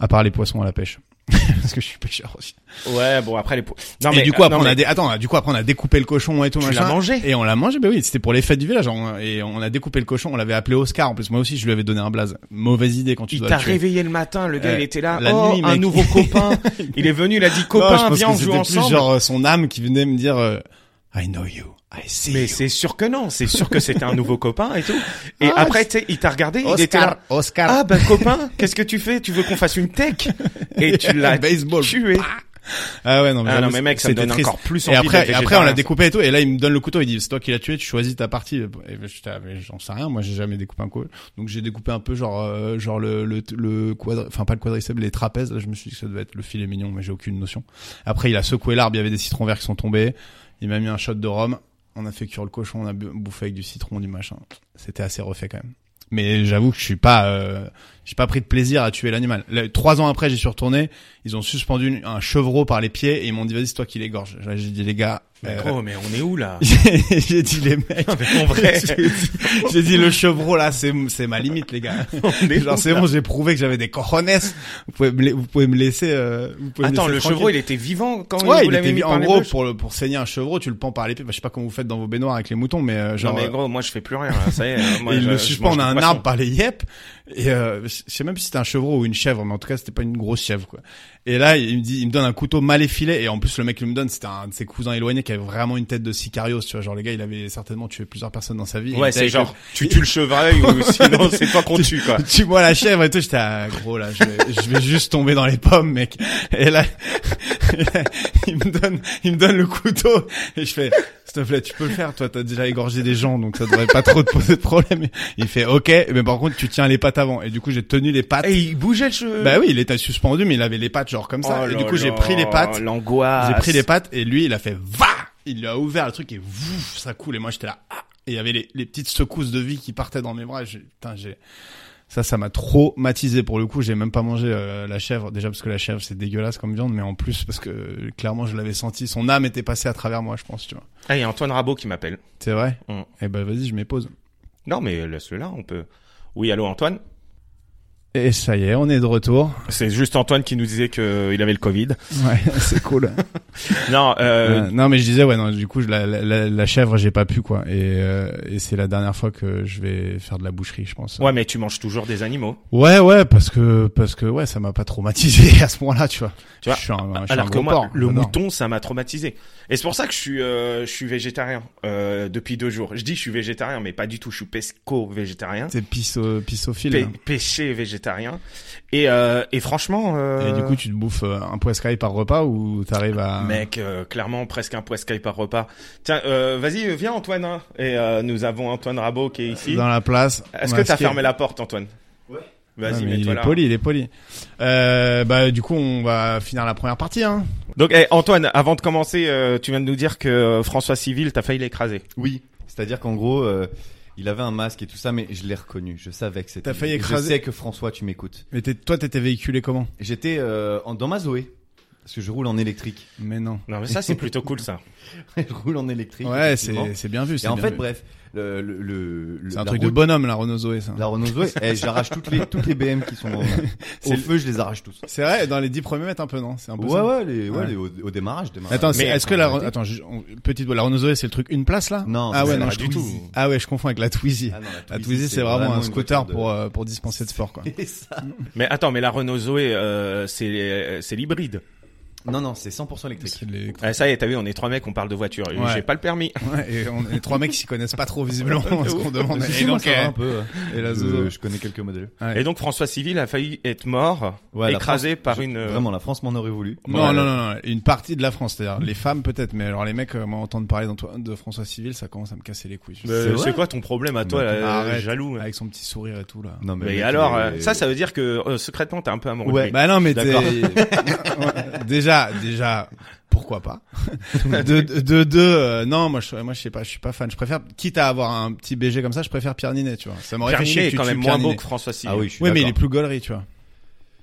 Speaker 3: À part les poissons à la pêche. Parce que je suis pêcheur aussi.
Speaker 4: Ouais, bon, après les. po- Non,
Speaker 3: et du coup,
Speaker 4: euh,
Speaker 3: après,
Speaker 4: non,
Speaker 3: on a
Speaker 4: mais
Speaker 3: dé- attends, du coup, après, on a découpé le cochon et tout,
Speaker 4: Tu
Speaker 3: machin.
Speaker 4: l'as mangé
Speaker 3: Et on l'a mangé, ben oui, c'était pour les fêtes du village. on- et on a découpé le cochon, on l'avait appelé Oscar. En plus, moi aussi, je lui avais donné un blaze. Mauvaise idée quand Bah, tu
Speaker 4: Il
Speaker 3: dois
Speaker 4: t'a
Speaker 3: le tuer.
Speaker 4: réveillé le matin, le gars
Speaker 3: Euh,
Speaker 4: il était là,
Speaker 3: la
Speaker 4: oh,
Speaker 3: nuit,
Speaker 4: un
Speaker 3: mec.
Speaker 4: nouveau copain, il est venu, il a dit
Speaker 3: Non, je
Speaker 4: copain,
Speaker 3: pense
Speaker 4: viens
Speaker 3: que
Speaker 4: on joue
Speaker 3: c'était plus
Speaker 4: ensemble.
Speaker 3: genre euh, son âme qui venait me dire euh, I know you, I see
Speaker 4: Mais
Speaker 3: you.
Speaker 4: c'est sûr que non, c'est sûr que c'était un nouveau copain et tout. Et
Speaker 3: Ah,
Speaker 4: après, tu sais, il t'a regardé, il était
Speaker 3: Oscar,
Speaker 4: là.
Speaker 3: Oscar.
Speaker 4: Ah ben copain, qu'est-ce que tu fais Tu veux qu'on fasse une tech Et tu l'as
Speaker 3: baseball.
Speaker 4: tué.
Speaker 3: Ah ouais, non, mais,
Speaker 4: Ah non
Speaker 3: j'avoue,
Speaker 4: mais mec, ça me
Speaker 3: c'était
Speaker 4: donne
Speaker 3: triste.
Speaker 4: encore plus
Speaker 3: Et
Speaker 4: envie
Speaker 3: après,
Speaker 4: d'être
Speaker 3: et après, on l'a
Speaker 4: végétarien.
Speaker 3: découpé et tout. Et là, il me donne le couteau. Il dit, c'est toi qui l'as tué. Tu choisis ta partie. Et j'étais, ah, mais j'en sais rien. Moi, j'ai jamais découpé un couteau. Donc, j'ai découpé un peu, genre, euh, genre le, le, le quadri, enfin, pas le quadriceps, les trapèzes. Là, je me suis dit que ça devait être le filet mignon, mais j'ai aucune notion. Après, il a secoué l'arbre. Il y avait des citrons verts qui sont tombés. Il m'a mis un shot de rhum. On a fait cuire le cochon. On a bu- bouffé avec du citron, du machin. C'était assez refait quand même. Mais j'avoue que je suis pas, euh, j'ai pas pris de plaisir à tuer l'animal. Là, Trois ans après, j'y suis retourné. Ils ont suspendu une- un chevreau par les pieds et ils m'ont dit vas-y c'est toi qui l'égorge. Là, J'ai dit les gars.
Speaker 4: Mais
Speaker 3: euh,
Speaker 4: gros, mais on est où là
Speaker 3: j'ai dit les mecs.
Speaker 4: Mais En vrai,
Speaker 3: j'ai dit- j'ai dit le chevreau là c'est c'est ma limite les gars.
Speaker 4: on est où,
Speaker 3: Genre c'est
Speaker 4: là
Speaker 3: bon j'ai prouvé que j'avais des cojones. Vous pouvez me la- vous pouvez me laisser. euh, vous pouvez me
Speaker 4: Attends,
Speaker 3: laisser
Speaker 4: le
Speaker 3: tranquille.
Speaker 4: chevreau, il était vivant quand
Speaker 3: Ouais,
Speaker 4: vous
Speaker 3: il
Speaker 4: l'avez
Speaker 3: était
Speaker 4: mis
Speaker 3: vi-
Speaker 4: par
Speaker 3: en
Speaker 4: les
Speaker 3: gros
Speaker 4: bouches
Speaker 3: pour le pour saigner un chevreau, tu le pends par l'épée. Bah, je sais pas comment vous faites dans vos baignoires avec les moutons, mais euh, genre
Speaker 4: Non mais
Speaker 3: euh,
Speaker 4: gros, moi je fais plus rien. là, Ça y est, euh, moi,
Speaker 3: et il
Speaker 4: je-
Speaker 3: le
Speaker 4: je
Speaker 3: suspend
Speaker 4: mange
Speaker 3: à
Speaker 4: du
Speaker 3: un
Speaker 4: poisson.
Speaker 3: arbre par les yep. Et euh, je sais même si c'était un chevreau ou une chèvre, mais en tout cas c'était pas une grosse chèvre quoi. Et là il me dit, il me donne un couteau mal effilé et en plus le mec qu'il me donne c'était un de ses cousins éloignés qui avait vraiment une tête de sicarios, tu vois. Genre le gars il avait certainement tué plusieurs personnes dans sa vie. Il
Speaker 4: Ouais,
Speaker 3: était
Speaker 4: c'est
Speaker 3: avec
Speaker 4: genre tu tues le chevreuil ou sinon c'est toi qu'on tue quoi.
Speaker 3: le- Tu vois la chèvre et tout, j'étais ah, gros là, je vais, je vais juste tomber dans les pommes, mec. Et là, il me donne, il me donne le couteau et je fais, s'il te plaît, tu peux le faire, toi, t'as déjà égorgé des gens, donc ça devrait pas trop te poser de problème. Il fait, ok, mais par contre, tu tiens les pattes avant. Et du coup, j'ai tenu les pattes.
Speaker 4: Et il bougeait le cheveu.
Speaker 3: Bah oui, il était suspendu, mais il avait les pattes genre comme ça.
Speaker 4: Oh
Speaker 3: et
Speaker 4: là
Speaker 3: du coup, j'ai
Speaker 4: là,
Speaker 3: pris les pattes,
Speaker 4: L'angoisse.
Speaker 3: j'ai pris les pattes et lui, il a fait, va! Il lui a ouvert le truc et vouf, ça coule et moi j'étais là. ah Et il y avait les, les petites secousses de vie qui partaient dans mes bras. et j'ai- Putain, j'ai ça, ça m'a traumatisé pour le coup. J'ai même pas mangé euh, la chèvre déjà parce que la chèvre c'est dégueulasse comme viande, mais en plus parce que euh, clairement je l'avais senti. Son âme était passée à travers moi, je pense. Tu vois.
Speaker 4: Ah, il y a Antoine Rabot qui m'appelle.
Speaker 3: C'est vrai.
Speaker 4: Mm.
Speaker 3: Eh ben vas-y, je m'épose.
Speaker 4: Non, mais laisse-le là, on peut. Oui, allô Antoine
Speaker 3: Et ça y est, on est de retour.
Speaker 4: C'est juste Antoine qui nous disait qu'il avait le Covid.
Speaker 3: Ouais, c'est cool.
Speaker 4: Non, euh,
Speaker 3: Euh, non, mais je disais ouais, non, du coup je- la, la- la, la chèvre j'ai pas pu quoi. Et, euh, et c'est la dernière fois que je vais faire de la boucherie, je pense.
Speaker 4: ouais, mais tu manges toujours des animaux.
Speaker 3: Ouais, ouais, parce que parce que ouais, ça m'a pas traumatisé à ce point-là, tu vois.
Speaker 4: Tu vois,
Speaker 3: je suis un, je suis un
Speaker 4: Bah, Alors que
Speaker 3: gros
Speaker 4: moi,
Speaker 3: porc,
Speaker 4: le
Speaker 3: j'adore.
Speaker 4: mouton, ça m'a traumatisé. Et c'est pour ça que je suis, euh, je suis végétarien euh, depuis deux jours. Je dis je suis végétarien, mais pas du tout. Je suis pesco-végétarien,
Speaker 3: C'est pisso, pissophile.
Speaker 4: pé-
Speaker 3: hein.
Speaker 4: pêché-végétarien. Et, euh, et franchement... euh,
Speaker 3: Et du coup, tu te bouffes euh, un poiscaille par repas ou t'arrives à...
Speaker 4: Mec, euh, clairement presque un poiscaille par repas. Tiens, euh, vas-y, euh, viens Antoine. hein. Et euh, nous avons Antoine Rabot qui est ici.
Speaker 3: Dans la place.
Speaker 4: Est-ce que t'as
Speaker 3: masqué.
Speaker 4: fermé la porte, Antoine
Speaker 3: Ouais,
Speaker 4: Vas-y,
Speaker 3: mais il
Speaker 4: mets-toi
Speaker 3: est
Speaker 4: là.
Speaker 3: poli, il est poli. Euh, bah du coup, on va finir la première partie. Hein.
Speaker 4: Donc, eh, Antoine, avant de commencer, euh, tu viens de nous dire que euh, François Civil, t'as failli l'écraser.
Speaker 1: Oui, c'est-à-dire qu'en gros, euh, il avait un masque et tout ça, mais je l'ai reconnu. Je savais que c'était.
Speaker 3: T'as failli
Speaker 1: lui.
Speaker 3: écraser-
Speaker 1: Je sais que François, tu m'écoutes.
Speaker 3: Mais t'es- toi, t'étais véhiculé comment
Speaker 1: J'étais euh, en- dans ma Zoé parce que je roule en électrique.
Speaker 3: Mais non.
Speaker 4: Non, mais ça, c'est plutôt cool, ça.
Speaker 1: je roule en électrique.
Speaker 3: Ouais,
Speaker 1: effectivement.
Speaker 3: c'est c'est bien vu.
Speaker 1: Et
Speaker 3: c'est
Speaker 1: en
Speaker 3: bien
Speaker 1: fait,
Speaker 3: vu.
Speaker 1: bref, le, le, le-
Speaker 3: c'est
Speaker 1: la
Speaker 3: un truc de hein.
Speaker 1: route-
Speaker 3: bonhomme la Renault Zoé, ça.
Speaker 1: La Renault Zoé, eh, j'arrache toutes les toutes les BM qui sont au-
Speaker 3: C'est
Speaker 1: au
Speaker 3: le-
Speaker 1: feu, je les arrache tous.
Speaker 3: C'est vrai, dans les dix premiers mètres un peu, non C'est un peu
Speaker 1: Ouais,
Speaker 3: ça
Speaker 1: ouais, les, ouais,
Speaker 3: Ouais.
Speaker 1: les- au, au démarrage, démarrage.
Speaker 3: Attends, c'est-
Speaker 4: Mais-
Speaker 3: est-ce que la
Speaker 1: Arrêtez.
Speaker 3: attends je- on- petite la Renault Zoé c'est le truc une place là
Speaker 1: Non,
Speaker 3: ah
Speaker 1: ça,
Speaker 3: ouais
Speaker 1: c'est
Speaker 3: non
Speaker 1: la
Speaker 3: je
Speaker 4: du
Speaker 1: Twizy.
Speaker 4: tout.
Speaker 3: ah ouais je confonds avec la Twizy.
Speaker 1: Ah non,
Speaker 3: la Twizy c'est vraiment un scooter pour euh, pour dispenser de sport quoi.
Speaker 1: Et ça-
Speaker 4: Mais attends, mais la Renault Zoé, euh, c'est euh, c'est l'hybride.
Speaker 1: Non, non, c'est 100% électrique.
Speaker 3: C'est les-
Speaker 4: Ah, ça y est, t'as vu, on est trois mecs, on parle de voiture.
Speaker 3: Ouais.
Speaker 4: J'ai pas le permis.
Speaker 3: Ouais, et on les trois mecs qui s'y connaissent pas trop visiblement ce qu'on demande.
Speaker 1: Si,
Speaker 3: Et
Speaker 1: si, moi,
Speaker 3: donc,
Speaker 1: ça va
Speaker 3: euh,
Speaker 1: un peu. hein.
Speaker 3: et la
Speaker 1: Je-
Speaker 3: Zozo.
Speaker 1: je connais quelques modèles.
Speaker 3: Ouais.
Speaker 4: Et donc, François Civil a failli être mort,
Speaker 1: Ouais, la
Speaker 4: écrasé
Speaker 1: France-
Speaker 4: par
Speaker 1: je-
Speaker 4: une... euh,
Speaker 1: Vraiment, la France m'en aurait voulu.
Speaker 3: Non,
Speaker 4: Ouais.
Speaker 3: non, non, non, une partie de la France, c'est-à-dire les femmes peut-être, mais alors les mecs, euh, moi, entendre parler d'Antoine- de François Civil, ça commence à me casser les couilles.
Speaker 4: euh,
Speaker 1: C'est vrai
Speaker 4: c'est quoi ton problème à toi, là,
Speaker 3: Arrête.
Speaker 4: jaloux
Speaker 3: Avec son petit sourire et tout, là.
Speaker 1: Non,
Speaker 4: Mais,
Speaker 1: mec,
Speaker 4: alors,
Speaker 1: il
Speaker 4: euh,
Speaker 1: est-
Speaker 4: ça, ça veut dire que euh, secrètement, t'es un peu amoureux. de
Speaker 1: Ouais,
Speaker 4: lui.
Speaker 3: Bah non, mais
Speaker 1: D'accord.
Speaker 3: t'es- Ouais, déjà, déjà, pourquoi pas De de de, de, euh, non, moi je moi je sais pas, je suis pas fan. Je préfère, quitte à avoir un petit BG comme ça, je préfère Pierre Ninet, tu vois. Ça m'aurait
Speaker 4: Pierre
Speaker 3: fait chier
Speaker 4: Ninet
Speaker 3: que
Speaker 4: est
Speaker 3: tu
Speaker 4: quand
Speaker 3: tues
Speaker 4: même
Speaker 3: Pierre
Speaker 4: moins beau
Speaker 3: Ninet.
Speaker 4: que François Civil.
Speaker 1: Ah oui, je suis
Speaker 3: Ouais, mais il est
Speaker 1: d'accord.
Speaker 3: plus gaulerie, tu vois.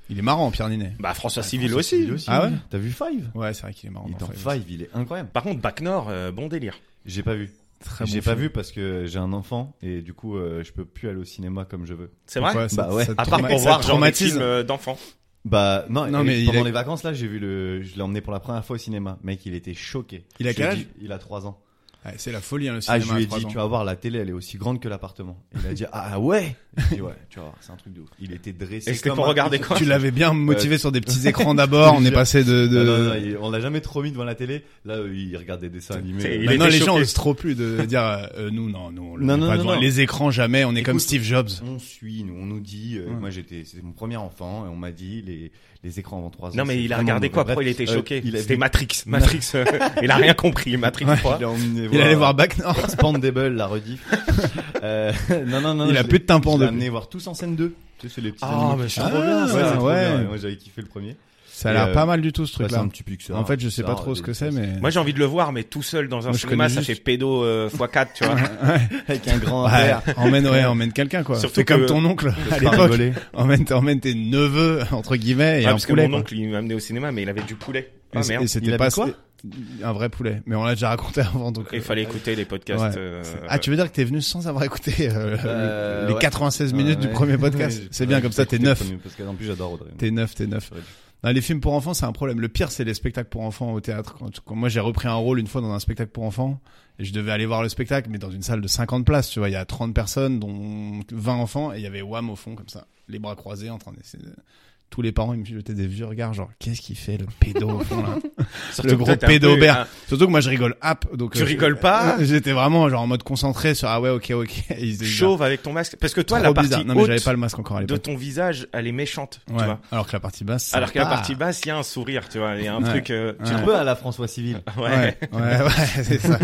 Speaker 3: Il est marrant, Pierre Ninet.
Speaker 4: Bah, François
Speaker 1: Ah, Oh,
Speaker 4: Civil
Speaker 1: François
Speaker 4: aussi.
Speaker 3: Ah ouais
Speaker 1: T'as vu Five
Speaker 3: Ouais, c'est vrai qu'il est marrant.
Speaker 1: Il est
Speaker 3: dans
Speaker 1: dans
Speaker 3: Five.
Speaker 1: Five, il est incroyable.
Speaker 4: Par contre, Bac Nord, euh, bon délire.
Speaker 1: J'ai pas vu.
Speaker 3: Très bon
Speaker 1: j'ai pas
Speaker 3: film.
Speaker 1: vu parce que j'ai un enfant et du coup, euh, je peux plus aller au cinéma comme je veux.
Speaker 4: C'est vrai
Speaker 3: Pourquoi ça-
Speaker 1: Bah ouais.
Speaker 3: ça te
Speaker 4: À part
Speaker 3: trauma-
Speaker 4: pour
Speaker 3: ça
Speaker 4: voir
Speaker 3: te
Speaker 4: genre des
Speaker 3: traumatise.
Speaker 4: films euh, d'enfants.
Speaker 1: Bah non,
Speaker 3: Non,
Speaker 1: et
Speaker 3: mais il
Speaker 1: pendant
Speaker 3: a-
Speaker 1: les vacances là, j'ai vu le, je l'ai emmené pour la première fois au cinéma. Mec, il était choqué.
Speaker 3: Il a
Speaker 1: Je
Speaker 3: quel
Speaker 1: lui ai
Speaker 3: âge
Speaker 1: dit, Il a 3 ans.
Speaker 3: Ouais, c'est la folie hein, le
Speaker 1: Ah,
Speaker 3: cinéma.
Speaker 1: je lui
Speaker 3: à
Speaker 1: ai
Speaker 3: trois
Speaker 1: dit,
Speaker 3: ans.
Speaker 1: tu vas voir, la télé, elle est aussi grande que l'appartement. Il a dit, ah ouais. J'ai dit, ouais, tu vas voir, c'est un truc de ouf. Il était dressé.
Speaker 4: Et c'était
Speaker 1: comme
Speaker 4: pour
Speaker 1: un-
Speaker 4: regarder quoi
Speaker 3: Tu l'avais bien motivé sur des petits écrans d'abord. On est passé de. de...
Speaker 1: Ah, Non, non, non, il- on l'a jamais trop mis devant la télé. Là, euh, il regardait des dessins animés.
Speaker 4: C'est-
Speaker 1: Euh,
Speaker 4: il
Speaker 3: Maintenant,
Speaker 4: était
Speaker 3: les
Speaker 4: choqué.
Speaker 3: gens osent trop plus de dire euh, euh, nous non nous on le
Speaker 1: Non,
Speaker 3: met
Speaker 1: non,
Speaker 3: pas
Speaker 1: non,
Speaker 3: devant
Speaker 1: non.
Speaker 3: les écrans jamais on est comme
Speaker 1: Écoute,
Speaker 3: Steve Jobs
Speaker 1: On suit, nous, on nous dit. euh,
Speaker 3: Ouais.
Speaker 1: Moi, j'étais, c'était mon premier enfant, et on m'a dit les les écrans avant 3 ans.
Speaker 4: Non mais
Speaker 1: c'est
Speaker 4: il a
Speaker 1: vraiment
Speaker 4: regardé
Speaker 1: mauvais.
Speaker 4: quoi
Speaker 1: Bref,
Speaker 4: Pourquoi il était
Speaker 1: euh,
Speaker 4: choqué
Speaker 1: il a
Speaker 4: C'était
Speaker 1: vu-
Speaker 4: Matrix. Matrix. euh, il a rien compris. Matrix 3.
Speaker 1: Il a emmené euh,
Speaker 3: il allait voir Bac Nord
Speaker 1: Spandable, la rediff. euh, non, non, non.
Speaker 3: Il a
Speaker 1: je
Speaker 3: plus
Speaker 1: l'ai-
Speaker 3: de tympan
Speaker 1: Je l'ai
Speaker 3: depuis.
Speaker 1: amené voir tous en scène 2. Tu sais, c'est les petits.
Speaker 4: Ah,
Speaker 1: animaux
Speaker 4: mais
Speaker 1: qui
Speaker 4: c'est
Speaker 1: chantent.
Speaker 4: trop bien,
Speaker 1: Ouais,
Speaker 4: ça.
Speaker 1: c'est trop
Speaker 3: Ouais.
Speaker 1: bien. Moi, j'avais kiffé le premier.
Speaker 3: ça a l'air
Speaker 1: Et, euh,
Speaker 3: pas mal du tout ce
Speaker 1: Bah,
Speaker 3: truc
Speaker 1: c'est
Speaker 3: là
Speaker 1: un petit Pixar.
Speaker 3: en fait je sais pas
Speaker 1: Pixar,
Speaker 3: trop ce
Speaker 1: des-
Speaker 3: que c'est mais
Speaker 4: Moi j'ai envie de le voir mais tout seul dans un
Speaker 3: Moi, je
Speaker 4: cinéma
Speaker 3: connais
Speaker 4: ça
Speaker 3: juste-
Speaker 4: fait pédo euh, x4 tu vois.
Speaker 1: Avec un grand
Speaker 3: Ouais,
Speaker 1: verre.
Speaker 3: emmène ouais emmène quelqu'un quoi
Speaker 4: Surtout
Speaker 3: fais comme
Speaker 4: que-
Speaker 3: ton oncle à
Speaker 1: Pas
Speaker 3: l'époque
Speaker 1: rigoler.
Speaker 3: emmène emmène tes neveux entre guillemets et
Speaker 4: Ah,
Speaker 3: un
Speaker 4: parce
Speaker 3: poulet
Speaker 4: que mon
Speaker 3: quoi.
Speaker 4: oncle il m'a amené au cinéma mais il avait du poulet. Ah
Speaker 3: Et c-
Speaker 4: merde.
Speaker 3: et
Speaker 1: Il
Speaker 3: c'était
Speaker 1: a
Speaker 3: pas
Speaker 1: dit quoi
Speaker 3: un vrai poulet mais on l'a déjà raconté avant donc
Speaker 4: Il
Speaker 3: euh,
Speaker 4: fallait écouter les podcasts.
Speaker 3: ouais.
Speaker 4: euh,
Speaker 3: ah tu veux dire que t'es venu sans avoir écouté euh,
Speaker 1: Euh,
Speaker 3: le- les
Speaker 1: ouais.
Speaker 3: 96 minutes du
Speaker 1: Ouais.
Speaker 3: premier podcast
Speaker 1: Ouais,
Speaker 3: c'est
Speaker 1: j'ai-
Speaker 3: bien comme ça
Speaker 1: j'ai
Speaker 3: t'es
Speaker 1: écouté le
Speaker 3: neuf
Speaker 1: premier, Parce qu'en plus, j'adore Audrey.
Speaker 3: T'es neuf, t'es neuf.
Speaker 1: Ouais.
Speaker 3: Non, Bah, les films pour enfants, c'est un problème. Le pire, c'est les spectacles pour enfants au théâtre. Quand, quand moi, j'ai repris un rôle une fois dans un spectacle pour enfants, et je devais aller voir le spectacle, mais dans une salle de 50 places, tu vois, il y a 30 personnes, dont 20 enfants, et il y avait Wham au fond, comme ça, les bras croisés, en train d'essayer de... Tous les parents, ils me jetaient des vieux regards, genre, qu'est-ce qu'il fait, le pédo au fond, là
Speaker 4: surtout
Speaker 3: le
Speaker 4: que
Speaker 3: gros
Speaker 4: toi, t'es un peu-
Speaker 3: pédobert.
Speaker 4: ah,
Speaker 3: Surtout que moi, je rigole, hop, donc...
Speaker 4: Tu
Speaker 3: euh,
Speaker 4: rigoles
Speaker 3: je-
Speaker 4: pas
Speaker 3: J'étais vraiment, genre, en mode concentré sur, ah ouais, ok, ok. Et ils étaient
Speaker 4: Chauve avec ton masque parce que
Speaker 3: genre,
Speaker 4: toi la
Speaker 3: trop
Speaker 4: partie
Speaker 3: bizarre. Non, mais j'avais
Speaker 4: haute
Speaker 3: pas le masque encore à
Speaker 4: de
Speaker 3: l'époque.
Speaker 4: ton visage elle est méchante tu
Speaker 3: Ouais.
Speaker 4: vois.
Speaker 3: Alors que la partie basse,
Speaker 4: Alors que la
Speaker 3: sympa.
Speaker 4: partie basse il y a un sourire tu vois il y a un
Speaker 3: Ouais.
Speaker 4: truc. euh,
Speaker 1: C'est un
Speaker 3: Ouais.
Speaker 1: peu à la François Civil.
Speaker 4: Ouais.
Speaker 3: Ouais, ouais, ouais, c'est ça.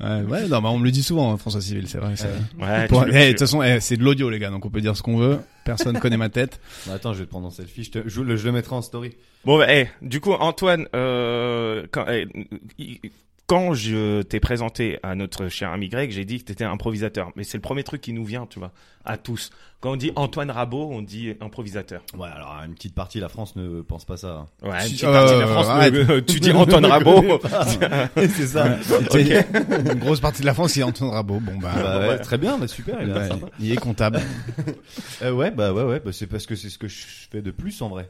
Speaker 3: Ouais, ouais, non, bah, on me le dit souvent, hein, François Civil, c'est vrai. c'est vrai.
Speaker 4: Ouais.
Speaker 3: Pour-
Speaker 4: tu
Speaker 3: eh,
Speaker 4: le-
Speaker 3: De
Speaker 4: tu-
Speaker 3: toute façon, eh, c'est de l'audio, les gars, donc on peut dire ce qu'on veut. Personne connaît ma tête.
Speaker 1: Bon, Attends, je vais te prendre en selfie. Je, te- je le, je le mettrai en story.
Speaker 4: Bon, bah, eh, du coup, Antoine, euh, quand, eh, il- quand je t'ai présenté à notre cher ami Greg, j'ai dit que t'étais improvisateur. Mais c'est le premier truc qui nous vient, tu vois, à tous. Quand on dit Antoine Rabot, on dit improvisateur.
Speaker 1: Ouais, alors une petite partie, la France ne pense pas ça. hein.
Speaker 4: Ouais,
Speaker 3: Si-
Speaker 4: une petite partie de la
Speaker 3: euh,
Speaker 4: France,
Speaker 3: arrête.
Speaker 4: euh, tu dis Antoine
Speaker 3: Oh.
Speaker 4: Rabot.
Speaker 1: C'est ça.
Speaker 3: Tu sais, Une grosse partie de la France, il entendra beau. Bon, bah,
Speaker 1: Bah ouais, très bien, bah super, il est
Speaker 3: ouais,
Speaker 1: sympa.
Speaker 3: il est comptable.
Speaker 1: Euh, ouais, bah ouais, ouais, bah c'est parce que c'est ce que je fais de plus en vrai.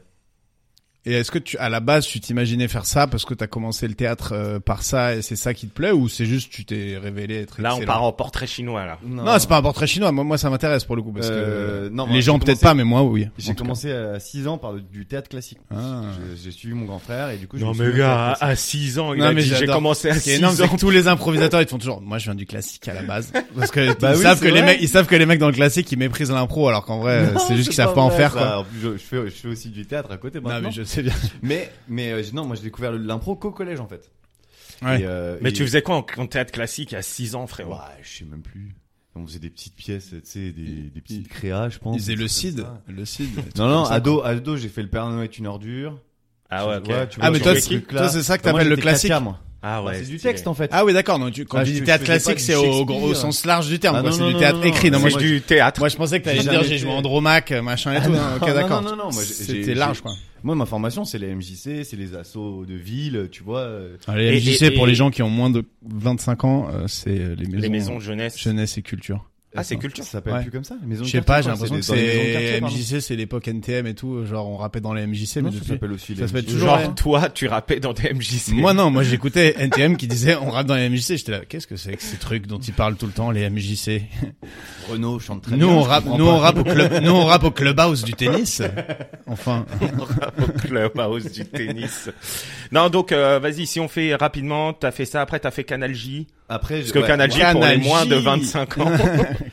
Speaker 3: Et est-ce que tu, à la base, tu t'imaginais faire ça parce que t'as commencé le théâtre euh, par ça et c'est ça qui te plaît ou c'est juste tu t'es révélé être
Speaker 4: Là, on
Speaker 3: excellent
Speaker 4: part en portrait chinois, là.
Speaker 3: Non, c'est pas un portrait chinois. Moi, moi ça m'intéresse pour le coup parce
Speaker 1: Euh,
Speaker 3: que
Speaker 1: non, moi,
Speaker 3: les gens
Speaker 1: j'ai
Speaker 3: peut-être
Speaker 1: commencé-
Speaker 3: pas, mais moi, oui. En
Speaker 1: J'ai
Speaker 3: tout
Speaker 1: commencé à 6 ans par le- du théâtre classique.
Speaker 3: cas. Ah.
Speaker 1: Je- J'ai suivi mon grand frère et du coup, je
Speaker 4: Non,
Speaker 1: me suis
Speaker 4: mais
Speaker 1: mis au théâtre
Speaker 4: gars,
Speaker 1: classique.
Speaker 4: à 6 ans, il
Speaker 3: Non,
Speaker 4: a
Speaker 3: mais
Speaker 4: dit, j'ai
Speaker 3: j'adore.
Speaker 4: commencé à
Speaker 3: Ce qui est
Speaker 4: 6
Speaker 3: énorme, c'est
Speaker 4: ans.
Speaker 3: que tous les improvisateurs, ils font toujours, moi, je viens du classique à la base. Parce que
Speaker 1: Bah
Speaker 3: ils
Speaker 1: oui,
Speaker 3: savent
Speaker 1: c'est
Speaker 3: que les
Speaker 1: vrai.
Speaker 3: mecs, ils savent que les mecs dans le classique, ils méprisent l'impro, alors qu'en vrai,
Speaker 1: Non,
Speaker 3: ah, c'est juste qu'ils savent pas en
Speaker 1: vrai,
Speaker 3: faire,
Speaker 1: ça.
Speaker 3: quoi.
Speaker 1: En plus, je, je fais, je fais aussi du théâtre à côté
Speaker 3: Non,
Speaker 1: maintenant.
Speaker 3: mais je sais bien.
Speaker 1: mais, mais, euh, non, moi j'ai découvert le- l'impro qu'au collège en fait.
Speaker 3: Ouais.
Speaker 1: Et, euh,
Speaker 4: Mais
Speaker 1: et-
Speaker 4: tu faisais quoi en, en théâtre classique à 6 ans,
Speaker 3: Bah,
Speaker 1: Ouais,
Speaker 4: frérot?
Speaker 1: Bah, je sais même plus. On faisait des petites pièces, tu sais, des, des petites créas, je pense.
Speaker 3: Ils faisaient
Speaker 1: des
Speaker 3: le
Speaker 1: trucs
Speaker 3: CID.
Speaker 1: comme ça.
Speaker 3: Le CID. des trucs
Speaker 1: Non, non,
Speaker 3: comme ça,
Speaker 1: ado, ado, j'ai fait le Père Noël est une ordure.
Speaker 4: Ah ouais,
Speaker 1: Tu vois,
Speaker 4: ok.
Speaker 1: tu
Speaker 3: Ah,
Speaker 1: vois,
Speaker 3: mais
Speaker 1: genre
Speaker 3: toi,
Speaker 1: les
Speaker 3: c'est-
Speaker 1: trucs
Speaker 3: toi,
Speaker 1: là.
Speaker 3: c'est ça que
Speaker 1: Bah, moi,
Speaker 3: t'appelles le
Speaker 1: j'étais 4K,
Speaker 3: classique.
Speaker 1: moi.
Speaker 4: Ah ouais.
Speaker 1: Bah, c'est du
Speaker 4: stylé.
Speaker 1: texte en fait.
Speaker 3: Ah oui, d'accord. Donc, tu- quand
Speaker 1: Ah,
Speaker 3: tu
Speaker 1: je-
Speaker 3: dis
Speaker 1: je
Speaker 3: théâtre
Speaker 1: faisais pas
Speaker 3: classique,
Speaker 1: du
Speaker 3: c'est au, gros- au
Speaker 1: Shakespeare.
Speaker 3: sens large du terme.
Speaker 1: Ah,
Speaker 3: quoi.
Speaker 1: non,
Speaker 3: C'est
Speaker 1: non,
Speaker 3: du
Speaker 1: non,
Speaker 3: théâtre
Speaker 1: non,
Speaker 3: écrit. Non,
Speaker 1: non, Ah,
Speaker 3: moi,
Speaker 4: C'est
Speaker 3: je,
Speaker 4: du théâtre.
Speaker 3: moi, je pensais que t'allais
Speaker 1: J'ai
Speaker 3: dire
Speaker 1: jamais
Speaker 3: j'ai joué
Speaker 1: fait.
Speaker 3: Andromaque, euh, machin et
Speaker 1: Ah,
Speaker 3: tout.
Speaker 1: non,
Speaker 3: hein, ok,
Speaker 1: non,
Speaker 3: d'accord.
Speaker 1: non, non, non, moi, j'ai-
Speaker 3: C'était
Speaker 1: j'ai-
Speaker 3: large,
Speaker 1: j'ai-
Speaker 3: quoi.
Speaker 1: Moi, ma formation, c'est les MJC, c'est les assos de ville, tu vois. euh,
Speaker 3: Allez,
Speaker 4: Et-
Speaker 3: MJC,
Speaker 4: et-
Speaker 3: pour
Speaker 4: et-
Speaker 3: les gens qui ont moins de 25 ans, euh, c'est euh, les maisons, euh,
Speaker 4: Les maisons de jeunesse.
Speaker 3: jeunesse et culture.
Speaker 4: Ah, c'est
Speaker 3: Attends.
Speaker 4: culture.
Speaker 1: Ça s'appelle
Speaker 3: Ouais.
Speaker 1: plus comme ça les maisons
Speaker 3: Je
Speaker 1: de
Speaker 3: sais
Speaker 1: quartier,
Speaker 3: pas, j'ai
Speaker 1: quoi,
Speaker 3: l'impression que
Speaker 1: des- dans les maisons de
Speaker 3: c'est
Speaker 1: quartier, pardon.
Speaker 3: MJC, c'est l'époque NTM et tout. Genre, on rappelle dans les MJC, mais
Speaker 1: Non, ça
Speaker 3: depuis-
Speaker 1: s'appelle aussi
Speaker 3: ça
Speaker 1: les
Speaker 3: s'appelle
Speaker 1: MJC.
Speaker 3: toujours,
Speaker 4: Genre,
Speaker 3: ouais.
Speaker 4: toi, tu rappais dans des MJC.
Speaker 3: Moi non, moi j'écoutais NTM qui disait on rappe dans les MJC. J'étais là, qu'est-ce que c'est que ces trucs dont ils parlent tout le temps les MJC
Speaker 1: Renault chante très
Speaker 3: Nous
Speaker 1: bien.
Speaker 3: on
Speaker 1: je
Speaker 3: rappe,
Speaker 1: comprends
Speaker 3: nous
Speaker 1: pas.
Speaker 3: on rappe au club, nous on rappe au clubhouse du tennis. Enfin,
Speaker 4: au clubhouse du tennis. Non, donc, euh, vas-y, si on fait rapidement, t'as fait ça, après t'as fait Canal J.
Speaker 1: Après,
Speaker 4: Parce que Canal J, pour les
Speaker 3: Canal J.
Speaker 4: moins de 25 ans.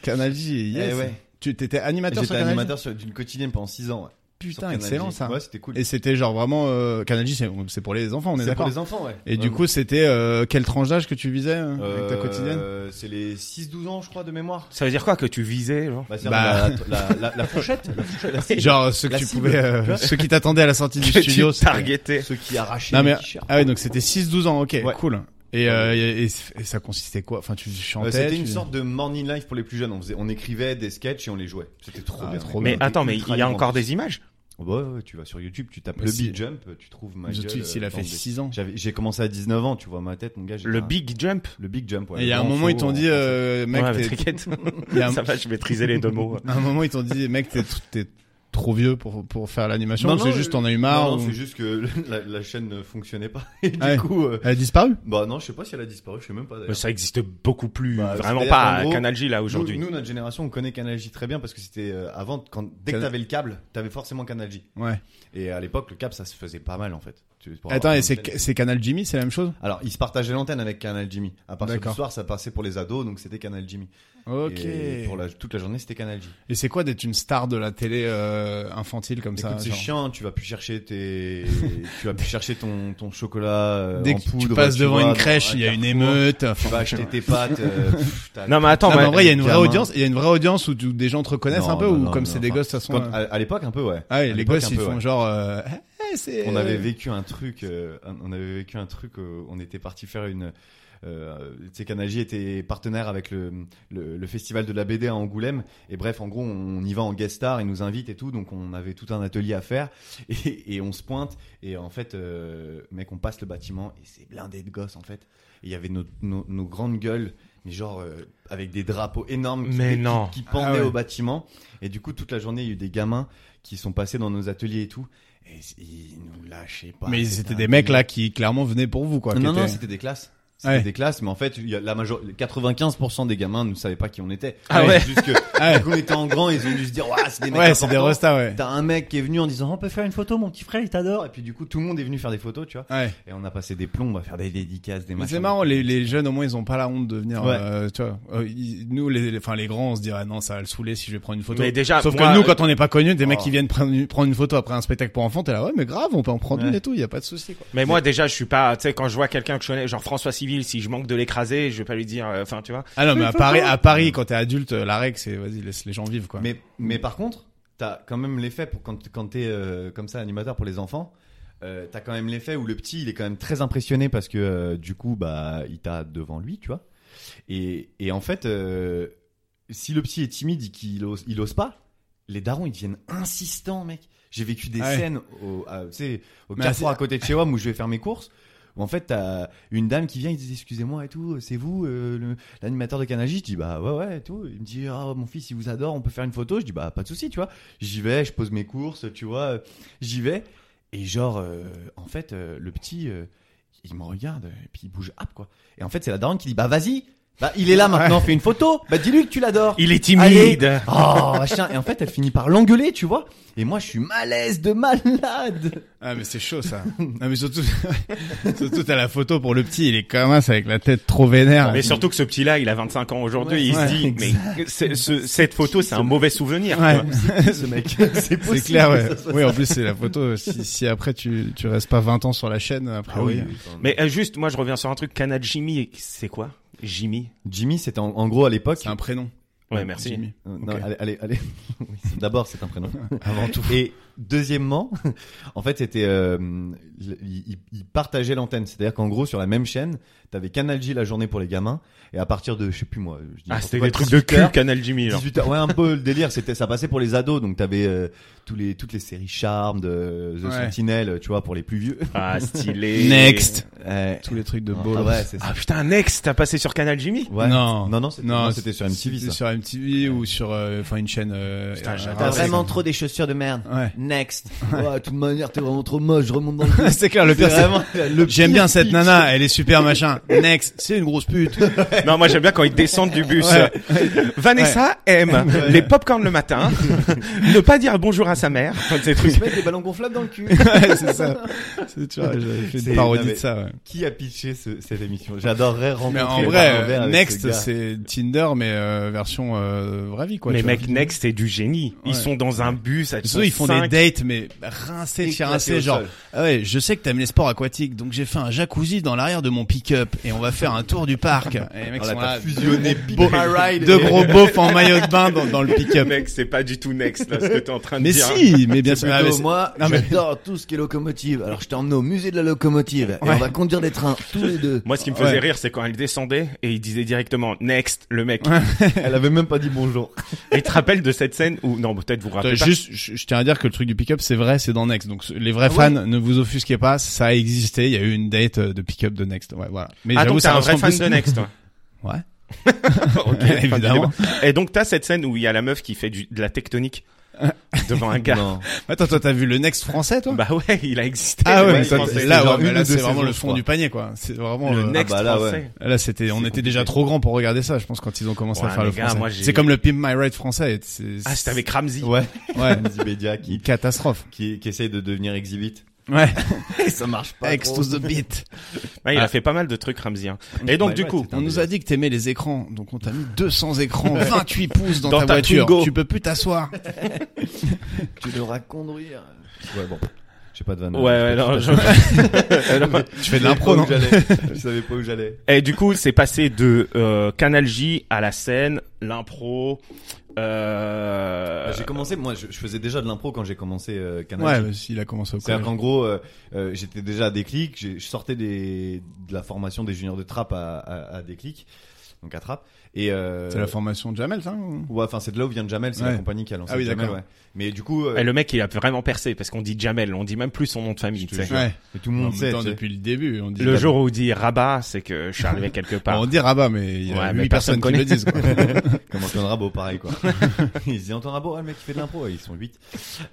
Speaker 3: Canal J, yes.
Speaker 1: Eh ouais.
Speaker 3: Tu t'étais animateur sur
Speaker 1: J'étais
Speaker 3: Canal J
Speaker 1: animateur sur- d'une quotidienne pendant 6 ans. ouais. Sur
Speaker 3: Putain,
Speaker 1: Canal J.
Speaker 3: excellent ça.
Speaker 1: Ouais, c'était cool.
Speaker 3: Et c'était genre vraiment euh, Canal J, c'est- c'est pour les enfants, on est
Speaker 1: C'est pour
Speaker 3: d'accord.
Speaker 1: les enfants, ouais.
Speaker 3: Et du coup, c'était euh, quelle tranche d'âge que tu visais euh, avec ta
Speaker 1: Euh,
Speaker 3: quotidienne
Speaker 1: C'est les 6-12 ans, je crois, de mémoire.
Speaker 4: Ça veut dire quoi que tu visais, genre?
Speaker 1: Bah, c'est
Speaker 3: Bah.
Speaker 1: la, la, la, la fourchette, la fourchette, la cible.
Speaker 3: Genre ceux que
Speaker 1: la
Speaker 3: tu
Speaker 1: cible,
Speaker 3: pouvais, euh,
Speaker 1: tu vois.
Speaker 3: ceux qui t'attendaient à la sortie du
Speaker 4: Que
Speaker 3: studio,
Speaker 4: tu
Speaker 3: c'était-
Speaker 4: targetais.
Speaker 1: ceux qui arrachaient
Speaker 3: Non mais
Speaker 1: les t-shirts.
Speaker 3: ah ouais donc c'était 6 12 ans OK
Speaker 1: Ouais.
Speaker 3: cool. Et, euh, et, et ça consistait quoi Enfin tu chantais
Speaker 1: Euh, C'était
Speaker 3: tu-
Speaker 1: une sorte de morning life pour les plus jeunes. On, faisait, on écrivait des sketchs et on les jouait. C'était trop
Speaker 3: Ah,
Speaker 1: bien.
Speaker 3: trop
Speaker 1: mec.
Speaker 4: Mais
Speaker 1: C'était
Speaker 4: attends, mais
Speaker 1: ultra
Speaker 4: il y a
Speaker 1: libre, en
Speaker 4: encore
Speaker 1: plus.
Speaker 4: des images?
Speaker 1: Oh, bah ouais, ouais, tu vas sur YouTube, tu tapes
Speaker 3: Mais
Speaker 1: le
Speaker 3: si.
Speaker 1: beat jump, tu trouves ma
Speaker 3: Je
Speaker 1: gueule,
Speaker 3: tweet, il
Speaker 1: euh,
Speaker 3: a fait
Speaker 1: dans des-
Speaker 3: 6 ans.
Speaker 1: J'avais- J'ai commencé à 19 ans, tu vois, ma tête, mon gars. j'étais
Speaker 4: Le
Speaker 1: un-
Speaker 4: big jump?
Speaker 1: Le big jump, ouais.
Speaker 3: Et il y a
Speaker 1: Le
Speaker 3: un
Speaker 1: grand
Speaker 3: moment ils
Speaker 1: saut
Speaker 3: t'ont
Speaker 1: en
Speaker 3: dit
Speaker 1: français.
Speaker 3: euh, mec
Speaker 4: ouais, mais
Speaker 3: t'es-
Speaker 4: t'inquiète.
Speaker 3: il y a un-
Speaker 4: Ça va, je maîtrisais les deux mots.
Speaker 3: à un moment ils t'ont dit mec t'es t'es trop vieux pour pour faire l'animation
Speaker 1: Non,
Speaker 3: ou c'est
Speaker 1: non,
Speaker 3: juste
Speaker 1: euh,
Speaker 3: t'en as eu marre
Speaker 1: Non, non,
Speaker 3: ou-
Speaker 1: c'est juste que la, la chaîne ne fonctionnait pas. Et du
Speaker 3: ah, Ouais.
Speaker 1: coup, euh,
Speaker 3: Elle a disparu
Speaker 1: bah non, je sais pas si elle a disparu, je sais même pas
Speaker 4: Mais
Speaker 1: d'ailleurs.
Speaker 4: ça existe beaucoup plus,
Speaker 1: Bah,
Speaker 4: vraiment
Speaker 1: c'est-à-dire
Speaker 4: pas
Speaker 1: qu'en
Speaker 4: à
Speaker 1: gros,
Speaker 4: Canal J, là, aujourd'hui.
Speaker 1: Nous, nous, notre génération, on connaît Canal J très bien parce que c'était euh, avant, quand, dès que
Speaker 3: Canal-
Speaker 1: t'avais le câble, t'avais forcément Canal J.
Speaker 3: Ouais.
Speaker 1: Et à l'époque, le câble, ça se faisait pas mal en fait. Tu- pour
Speaker 3: Attends
Speaker 1: avoir
Speaker 3: et
Speaker 1: une
Speaker 3: c'est
Speaker 1: telle-
Speaker 3: c'est Canal Jimmy, c'est la même chose
Speaker 1: Alors, ils se partageaient l'antenne avec Canal Jimmy. À partir du
Speaker 3: D'accord.
Speaker 1: soir, ça passait pour les ados, donc c'était Canal Jimmy.
Speaker 3: OK.
Speaker 1: Et
Speaker 3: Et,
Speaker 1: pour la, toute la journée, c'était Canal J.
Speaker 3: c'est quoi d'être une star de la télé euh, infantile comme ça
Speaker 1: Écoute, c'est
Speaker 3: genre
Speaker 1: chiant, tu vas plus chercher tes, tu vas plus chercher ton, ton chocolat euh,
Speaker 3: Dès
Speaker 1: en
Speaker 3: que
Speaker 1: poudre.
Speaker 3: tu passes devant
Speaker 1: vois,
Speaker 3: une
Speaker 1: dans
Speaker 3: crèche,
Speaker 1: un
Speaker 3: il y a une
Speaker 1: carrefour.
Speaker 3: émeute.
Speaker 1: Tu vas acheter tes pâtes. euh, pff, t'as-
Speaker 4: Non, mais attends,
Speaker 3: Non, mais
Speaker 4: mais-
Speaker 3: en vrai, il y a une vraie
Speaker 1: gamin.
Speaker 3: audience, il y a une vraie audience où, tu- où des gens te reconnaissent
Speaker 1: Non,
Speaker 3: un peu,
Speaker 1: non,
Speaker 3: ou
Speaker 1: non,
Speaker 3: comme
Speaker 1: non,
Speaker 3: c'est des
Speaker 1: enfin,
Speaker 3: gosses, de toute façon.
Speaker 1: Quand-
Speaker 4: hein.
Speaker 3: euh,
Speaker 1: à, à l'époque, un peu, ouais.
Speaker 3: Ah ouais,
Speaker 1: À
Speaker 3: les
Speaker 1: l'époque,
Speaker 3: gosses,
Speaker 1: un
Speaker 3: ils
Speaker 1: peu,
Speaker 3: font
Speaker 1: ouais.
Speaker 3: genre, euh, Eh, c'est.
Speaker 1: On avait vécu un truc. euh, un- on avait vécu un truc. euh, on était parti faire une. Euh, tu sais, Canal J était partenaire avec le, le, le festival de la BD à Angoulême. Et bref, en gros, on y va en guest star, ils nous invitent et tout. Donc, on avait tout un atelier à faire. Et, et on se pointe. Et en fait, euh, mec, on passe le bâtiment et c'est blindé de gosses en fait. Et il y avait nos, nos, nos grandes gueules, mais genre euh, avec des drapeaux énormes qui,
Speaker 4: Mais
Speaker 1: qui-
Speaker 4: non.
Speaker 1: qui pendaient
Speaker 3: Ah ouais.
Speaker 1: au bâtiment. Et du coup, toute la journée, il y a eu des gamins qui sont passés dans nos ateliers et tout. Et c- ils nous lâchaient bah, pas.
Speaker 3: Mais
Speaker 1: C'était
Speaker 3: c'était
Speaker 1: un
Speaker 3: des
Speaker 1: délire.
Speaker 3: mecs là qui clairement venaient pour vous, quoi. qui
Speaker 1: Non, non,
Speaker 3: étaient-
Speaker 1: c'était des classes. C'était
Speaker 3: Ouais.
Speaker 1: des classes, mais en fait, il y a la major... 95% des gamins ne savaient pas qui on était.
Speaker 4: Ah
Speaker 1: C'est
Speaker 4: ouais.
Speaker 1: Juste que,
Speaker 3: Ouais.
Speaker 1: du coup, on était en grand, ils ont dû se dire, ouais, c'est des mecs
Speaker 3: Ouais, c'est des
Speaker 1: importants.
Speaker 3: restas, ouais.
Speaker 1: T'as un mec qui est venu en disant, on peut faire une photo, mon petit frère, il t'adore. Et puis, du coup, tout le monde est venu faire des photos, tu vois.
Speaker 3: Ouais.
Speaker 1: Et on a passé des plombs à faire des dédicaces, des
Speaker 3: Mais
Speaker 1: machins.
Speaker 3: c'est marrant, les, les jeunes au moins ils ont pas la honte de venir.
Speaker 1: Ouais.
Speaker 3: euh, tu vois, Euh, ils- nous, les, les- enfin les grands, on se dirait ah non, ça va le saouler si je vais prendre une photo.
Speaker 4: Mais déjà,
Speaker 3: Sauf
Speaker 4: moi,
Speaker 3: que nous,
Speaker 4: euh,
Speaker 3: quand on n'est pas connu, des mecs
Speaker 1: Oh.
Speaker 3: qui viennent prendre une, prendre une photo après un spectacle pour enfants, t'es là ouais, mais grave, on peut en prendre une
Speaker 1: Ouais.
Speaker 3: et tout, y a pas de souci. quoi.
Speaker 4: Mais moi déjà je suis pas, tu sais quand je vois quelqu'un que je connais, genre François Civil, si je manque de l'écraser, je vais pas lui dire, euh, enfin tu vois.
Speaker 3: Ah non, mais à Paris, à Paris, quand t'es adulte,
Speaker 1: euh,
Speaker 3: la règle c'est vas-y laisse les gens vivre, quoi. Mm.
Speaker 1: Mais, mais par contre, t'as quand même l'effet pour quand, quand t'es euh, comme ça animateur pour les enfants. Euh, t'as quand même l'effet où le petit il est quand même très impressionné parce que euh, du coup bah il t'a devant lui tu vois et, et en fait euh, si le petit est timide et qu'il ose, il ose pas les darons ils deviennent insistants mec j'ai vécu des
Speaker 3: Ah Ouais.
Speaker 1: scènes au, à- tu sais, au
Speaker 3: Mais
Speaker 1: carrefour
Speaker 3: assez-
Speaker 1: à côté de chez moi où je vais faire mes courses où en fait t'as une dame qui vient il dit excusez-moi et tout c'est vous euh, le, l'animateur de Canal J, je dis bah ouais ouais et tout. Il me dit ah mon fils il vous adore, on peut faire une photo. Je dis bah pas de souci, tu vois. J'y vais, je pose mes courses, tu vois, euh, j'y vais. Et genre euh, en fait euh, le petit euh, il me regarde et puis il bouge hop quoi. Et en fait c'est la daronne qui dit bah vas-y, bah il est là maintenant, fais une photo. Bah dis-lui que tu l'adores.
Speaker 4: Il est
Speaker 1: timide.
Speaker 4: timide.
Speaker 1: Oh machin. Et en fait elle finit par l'engueuler, tu vois. Et moi je suis malaise de malade.
Speaker 3: Ah mais c'est chaud ça. ah mais surtout, surtout t'as la photo pour le petit, il est comme ça avec la tête trop vénère.
Speaker 4: Ah, Mais surtout que ce petit-là, il a 25 ans aujourd'hui, il
Speaker 3: ouais,
Speaker 4: se dit, mais c'est- ce- cette photo, c'est un mauvais
Speaker 1: Ah,
Speaker 4: souvenir.
Speaker 3: Ouais.
Speaker 4: quoi.
Speaker 1: Ce mec, c'est possible.
Speaker 3: C'est clair,
Speaker 1: que
Speaker 3: ouais.
Speaker 1: ça soit
Speaker 3: Oui,
Speaker 1: ça.
Speaker 3: en plus c'est la photo. Si, si après tu tu restes pas 20 ans sur la chaîne, après
Speaker 1: Ah oui.
Speaker 3: oui.
Speaker 4: Mais euh, juste, moi, je reviens sur un truc, Canal Jimmy, c'est quoi Jimmy
Speaker 1: Jimmy, c'était en, en gros à l'époque.
Speaker 3: C'est un prénom.
Speaker 4: Ouais, merci.
Speaker 3: Jimmy.
Speaker 1: Euh, non,
Speaker 3: Ok.
Speaker 1: allez, allez, allez. Oui, c'est- D'abord, c'est un prénom.
Speaker 3: Avant tout.
Speaker 1: Et deuxièmement, en fait, c'était euh, le- ils ils partageaient l'antenne, c'est-à-dire qu'en gros sur la même chaîne, t'avais Canal J la journée pour les gamins, et à partir de, je sais plus moi, je dis
Speaker 4: Ah,
Speaker 1: n'importe
Speaker 4: c'était
Speaker 1: quoi,
Speaker 4: des trucs de
Speaker 1: 18 heures,
Speaker 4: cul, Canal Jimmy, genre.
Speaker 1: 18 heures, ouais, un peu le délire, c'était, ça passait pour les ados, donc t'avais euh, tous les, toutes les séries Charme, de The
Speaker 3: Ouais.
Speaker 1: Sentinel, tu vois, pour les plus vieux.
Speaker 4: Ah, stylé.
Speaker 3: Next.
Speaker 1: Euh,
Speaker 3: Tous les trucs de
Speaker 1: ah
Speaker 3: bol.
Speaker 1: ouais, c'est ça.
Speaker 4: Ah putain, Next, t'as passé sur Canal Jimmy
Speaker 1: Ouais.
Speaker 3: Non.
Speaker 1: non, non, c'était, non, c'était sur MTV.
Speaker 3: C'était
Speaker 1: Ça.
Speaker 3: sur MTV ou sur, euh, enfin, une chaîne. euh,
Speaker 4: Putain,
Speaker 3: euh,
Speaker 4: j'adore.
Speaker 3: race.
Speaker 4: T'as vraiment
Speaker 1: trop des chaussures de merde.
Speaker 3: Ouais.
Speaker 1: Next. Ouais, de toute manière, t'es vraiment trop moche, je remonte dans le
Speaker 3: c'est clair, le pire, c'est
Speaker 1: vraiment le
Speaker 3: J'aime bien cette
Speaker 1: pitch.
Speaker 3: nana, elle est super machin. Next, c'est une grosse pute.
Speaker 4: Non, moi j'aime bien quand ils descendent du bus.
Speaker 3: Ouais.
Speaker 4: Vanessa aime les popcorn le matin, ne pas dire bonjour à sa mère, enfin, ces trucs.
Speaker 1: se mettre des ballons gonflables dans le cul.
Speaker 3: Ouais, c'est ça. C'est tu vois, j'avais fait
Speaker 1: C'est-
Speaker 3: une parodie
Speaker 1: non, mais-
Speaker 3: de ça. Ouais.
Speaker 1: Qui a pitché ce- cette émission J'adorerais rencontrer.
Speaker 3: Mais en
Speaker 1: Bernard
Speaker 3: vrai,
Speaker 1: Werber
Speaker 3: euh,
Speaker 1: avec
Speaker 3: Next,
Speaker 1: ce gars.
Speaker 3: c'est Tinder mais euh, version euh, vraie vie quoi.
Speaker 4: mais
Speaker 3: tu vois.
Speaker 4: mec, Next, c'est du génie. Ils
Speaker 3: Ouais.
Speaker 4: sont dans un bus, elles sont
Speaker 3: Ceux, ils font
Speaker 4: cinq.
Speaker 3: des dates mais rincés de chez
Speaker 1: Éclaté
Speaker 3: rincés
Speaker 1: au
Speaker 3: genre
Speaker 1: sol.
Speaker 3: ah ouais je sais que t'aimes les sports aquatiques donc j'ai fait un jacuzzi dans l'arrière de mon pick-up et on va faire un tour du parc et les mecs
Speaker 1: Alors
Speaker 3: sont
Speaker 1: là,
Speaker 3: là
Speaker 1: t'as fusionné
Speaker 3: beau-
Speaker 1: Pimp My Ride
Speaker 3: deux
Speaker 1: et-
Speaker 3: gros beaufs en maillot de bain dans, dans le pick-up
Speaker 4: Mec, c'est pas du tout Next, là, ce que t'es en train de
Speaker 3: mais
Speaker 4: dire.
Speaker 3: si mais bien sûr Ah, mais-
Speaker 1: Plutôt, moi,
Speaker 3: non, mais-
Speaker 1: j'adore tout ce qui est locomotive. Alors, je t'ai emmené au musée de la locomotive et
Speaker 3: Ouais.
Speaker 1: on va conduire des trains tous les deux.
Speaker 4: Moi, ce qui me
Speaker 3: Ouais.
Speaker 4: faisait rire, c'est quand elle descendait et il disait directement Next, le mec.
Speaker 1: Elle avait même pas dit bonjour.
Speaker 4: Et tu te rappelles de cette scène où, non, peut-être vous vous
Speaker 3: T'as
Speaker 4: rappelez pas.
Speaker 3: Juste, je, je tiens à dire que le truc du pick-up, c'est vrai, c'est dans Next. Donc les vrais fans, ne vous offusquez pas, ça a existé. Il y a eu une date euh, de pick-up de Next. Ouais, voilà. Mais
Speaker 4: Ah,
Speaker 3: j'avoue,
Speaker 4: donc t'es
Speaker 3: ça
Speaker 4: un vrai
Speaker 3: ressemble
Speaker 4: fan
Speaker 3: plus-
Speaker 4: de Next, toi.
Speaker 3: Ouais.
Speaker 4: Ok,
Speaker 3: Évidemment.
Speaker 4: fin du débat. Et donc t'as cette scène où il y a la meuf qui fait du- de la tectonique devant un gars.
Speaker 1: Non.
Speaker 3: Attends, toi, t'as vu le Next français, toi
Speaker 4: Bah ouais, il a existé.
Speaker 3: Ah
Speaker 4: le
Speaker 3: ouais, mais
Speaker 4: Next
Speaker 3: toi,
Speaker 4: français.
Speaker 3: là,
Speaker 1: C'est genre
Speaker 3: ouais, mais
Speaker 1: une
Speaker 3: là,
Speaker 1: ou
Speaker 3: c'est
Speaker 1: deux
Speaker 3: vraiment le fond
Speaker 1: saisons, je crois.
Speaker 3: du panier, quoi. C'est vraiment
Speaker 4: le
Speaker 3: euh,
Speaker 4: Next
Speaker 1: bah là, ouais.
Speaker 4: français.
Speaker 3: Là, c'était, on
Speaker 1: C'est
Speaker 3: était déjà
Speaker 1: compliqué.
Speaker 3: trop grand pour regarder ça. Je pense quand ils ont commencé
Speaker 4: Ouais,
Speaker 3: à faire
Speaker 4: les
Speaker 3: le
Speaker 4: gars,
Speaker 3: français.
Speaker 4: moi, j'ai-
Speaker 3: c'est comme le Pimp My Ride français. c'est-
Speaker 4: Ah, c'était avec Ramsey.
Speaker 1: Ouais.
Speaker 3: Ouais.
Speaker 1: Andy Bedia qui,
Speaker 3: Une catastrophe.
Speaker 1: qui, qui essaye de devenir exhibit.
Speaker 3: Ouais.
Speaker 1: ça marche
Speaker 3: Ex to the beat.
Speaker 4: Ouais, il a
Speaker 3: Ah.
Speaker 4: fait pas mal de trucs Ramsey. hein. Et donc
Speaker 1: Ouais,
Speaker 4: du
Speaker 1: ouais,
Speaker 4: coup,
Speaker 1: c'est un
Speaker 3: On nous a dit que t'aimais les écrans, donc on t'a mis 200 écrans, 28 pouces dans,
Speaker 4: Dans
Speaker 3: ta
Speaker 4: ta
Speaker 3: voiture.
Speaker 4: Twingo.
Speaker 3: Tu peux plus t'asseoir.
Speaker 1: Tu devras conduire. Ouais, bon. Je sais pas de vanne.
Speaker 4: ouais, ouais, non, je- Alors,
Speaker 3: Tu fais de l'impro, non
Speaker 1: Je savais pas où j'allais.
Speaker 4: Et du coup, c'est passé de euh, Canal J à la scène, l'impro. Euh...
Speaker 1: Bah, J'ai commencé, moi, je, je faisais déjà de l'impro quand j'ai commencé euh, Canal
Speaker 3: Ouais,
Speaker 1: J.
Speaker 3: bah, s'il a commencé au collège.
Speaker 1: C'est-à-dire qu'en gros, euh, euh, j'étais déjà à Déclic, j'ai- je sortais des, de la formation des juniors de Trappe à, à, à Déclic, donc à Trappe. Et euh,
Speaker 3: C'est la formation de Jamel, ça ou-
Speaker 1: ouais, enfin c'est de là où vient Jamel, c'est
Speaker 3: Ouais.
Speaker 1: la compagnie qui a lancé
Speaker 3: Ah oui,
Speaker 1: Jamel.
Speaker 3: d'accord.
Speaker 1: Ouais. Mais du coup, euh,
Speaker 4: Et le mec, il a vraiment percé parce qu'on dit Jamel, on dit même plus son nom de famille.
Speaker 1: Je te
Speaker 4: tu sais.
Speaker 1: jure. mais tout le
Speaker 3: En
Speaker 1: monde
Speaker 3: même
Speaker 1: sait.
Speaker 3: temps,
Speaker 1: tu sais.
Speaker 3: depuis le début, on dit.
Speaker 4: Le jour où on dit Rabat, c'est que je suis arrivé quelque
Speaker 3: Bon,
Speaker 4: part.
Speaker 3: on dit Rabat, ah bah, mais il y a
Speaker 4: Ouais,
Speaker 3: huit
Speaker 4: mais
Speaker 3: personnes
Speaker 4: personne
Speaker 3: qui le disent. Quoi.
Speaker 1: Comme Antoine Rabot, pareil quoi. ils se disent Antoine Rabot, ah, le mec qui fait de l'impro, Ouais, ils sont 8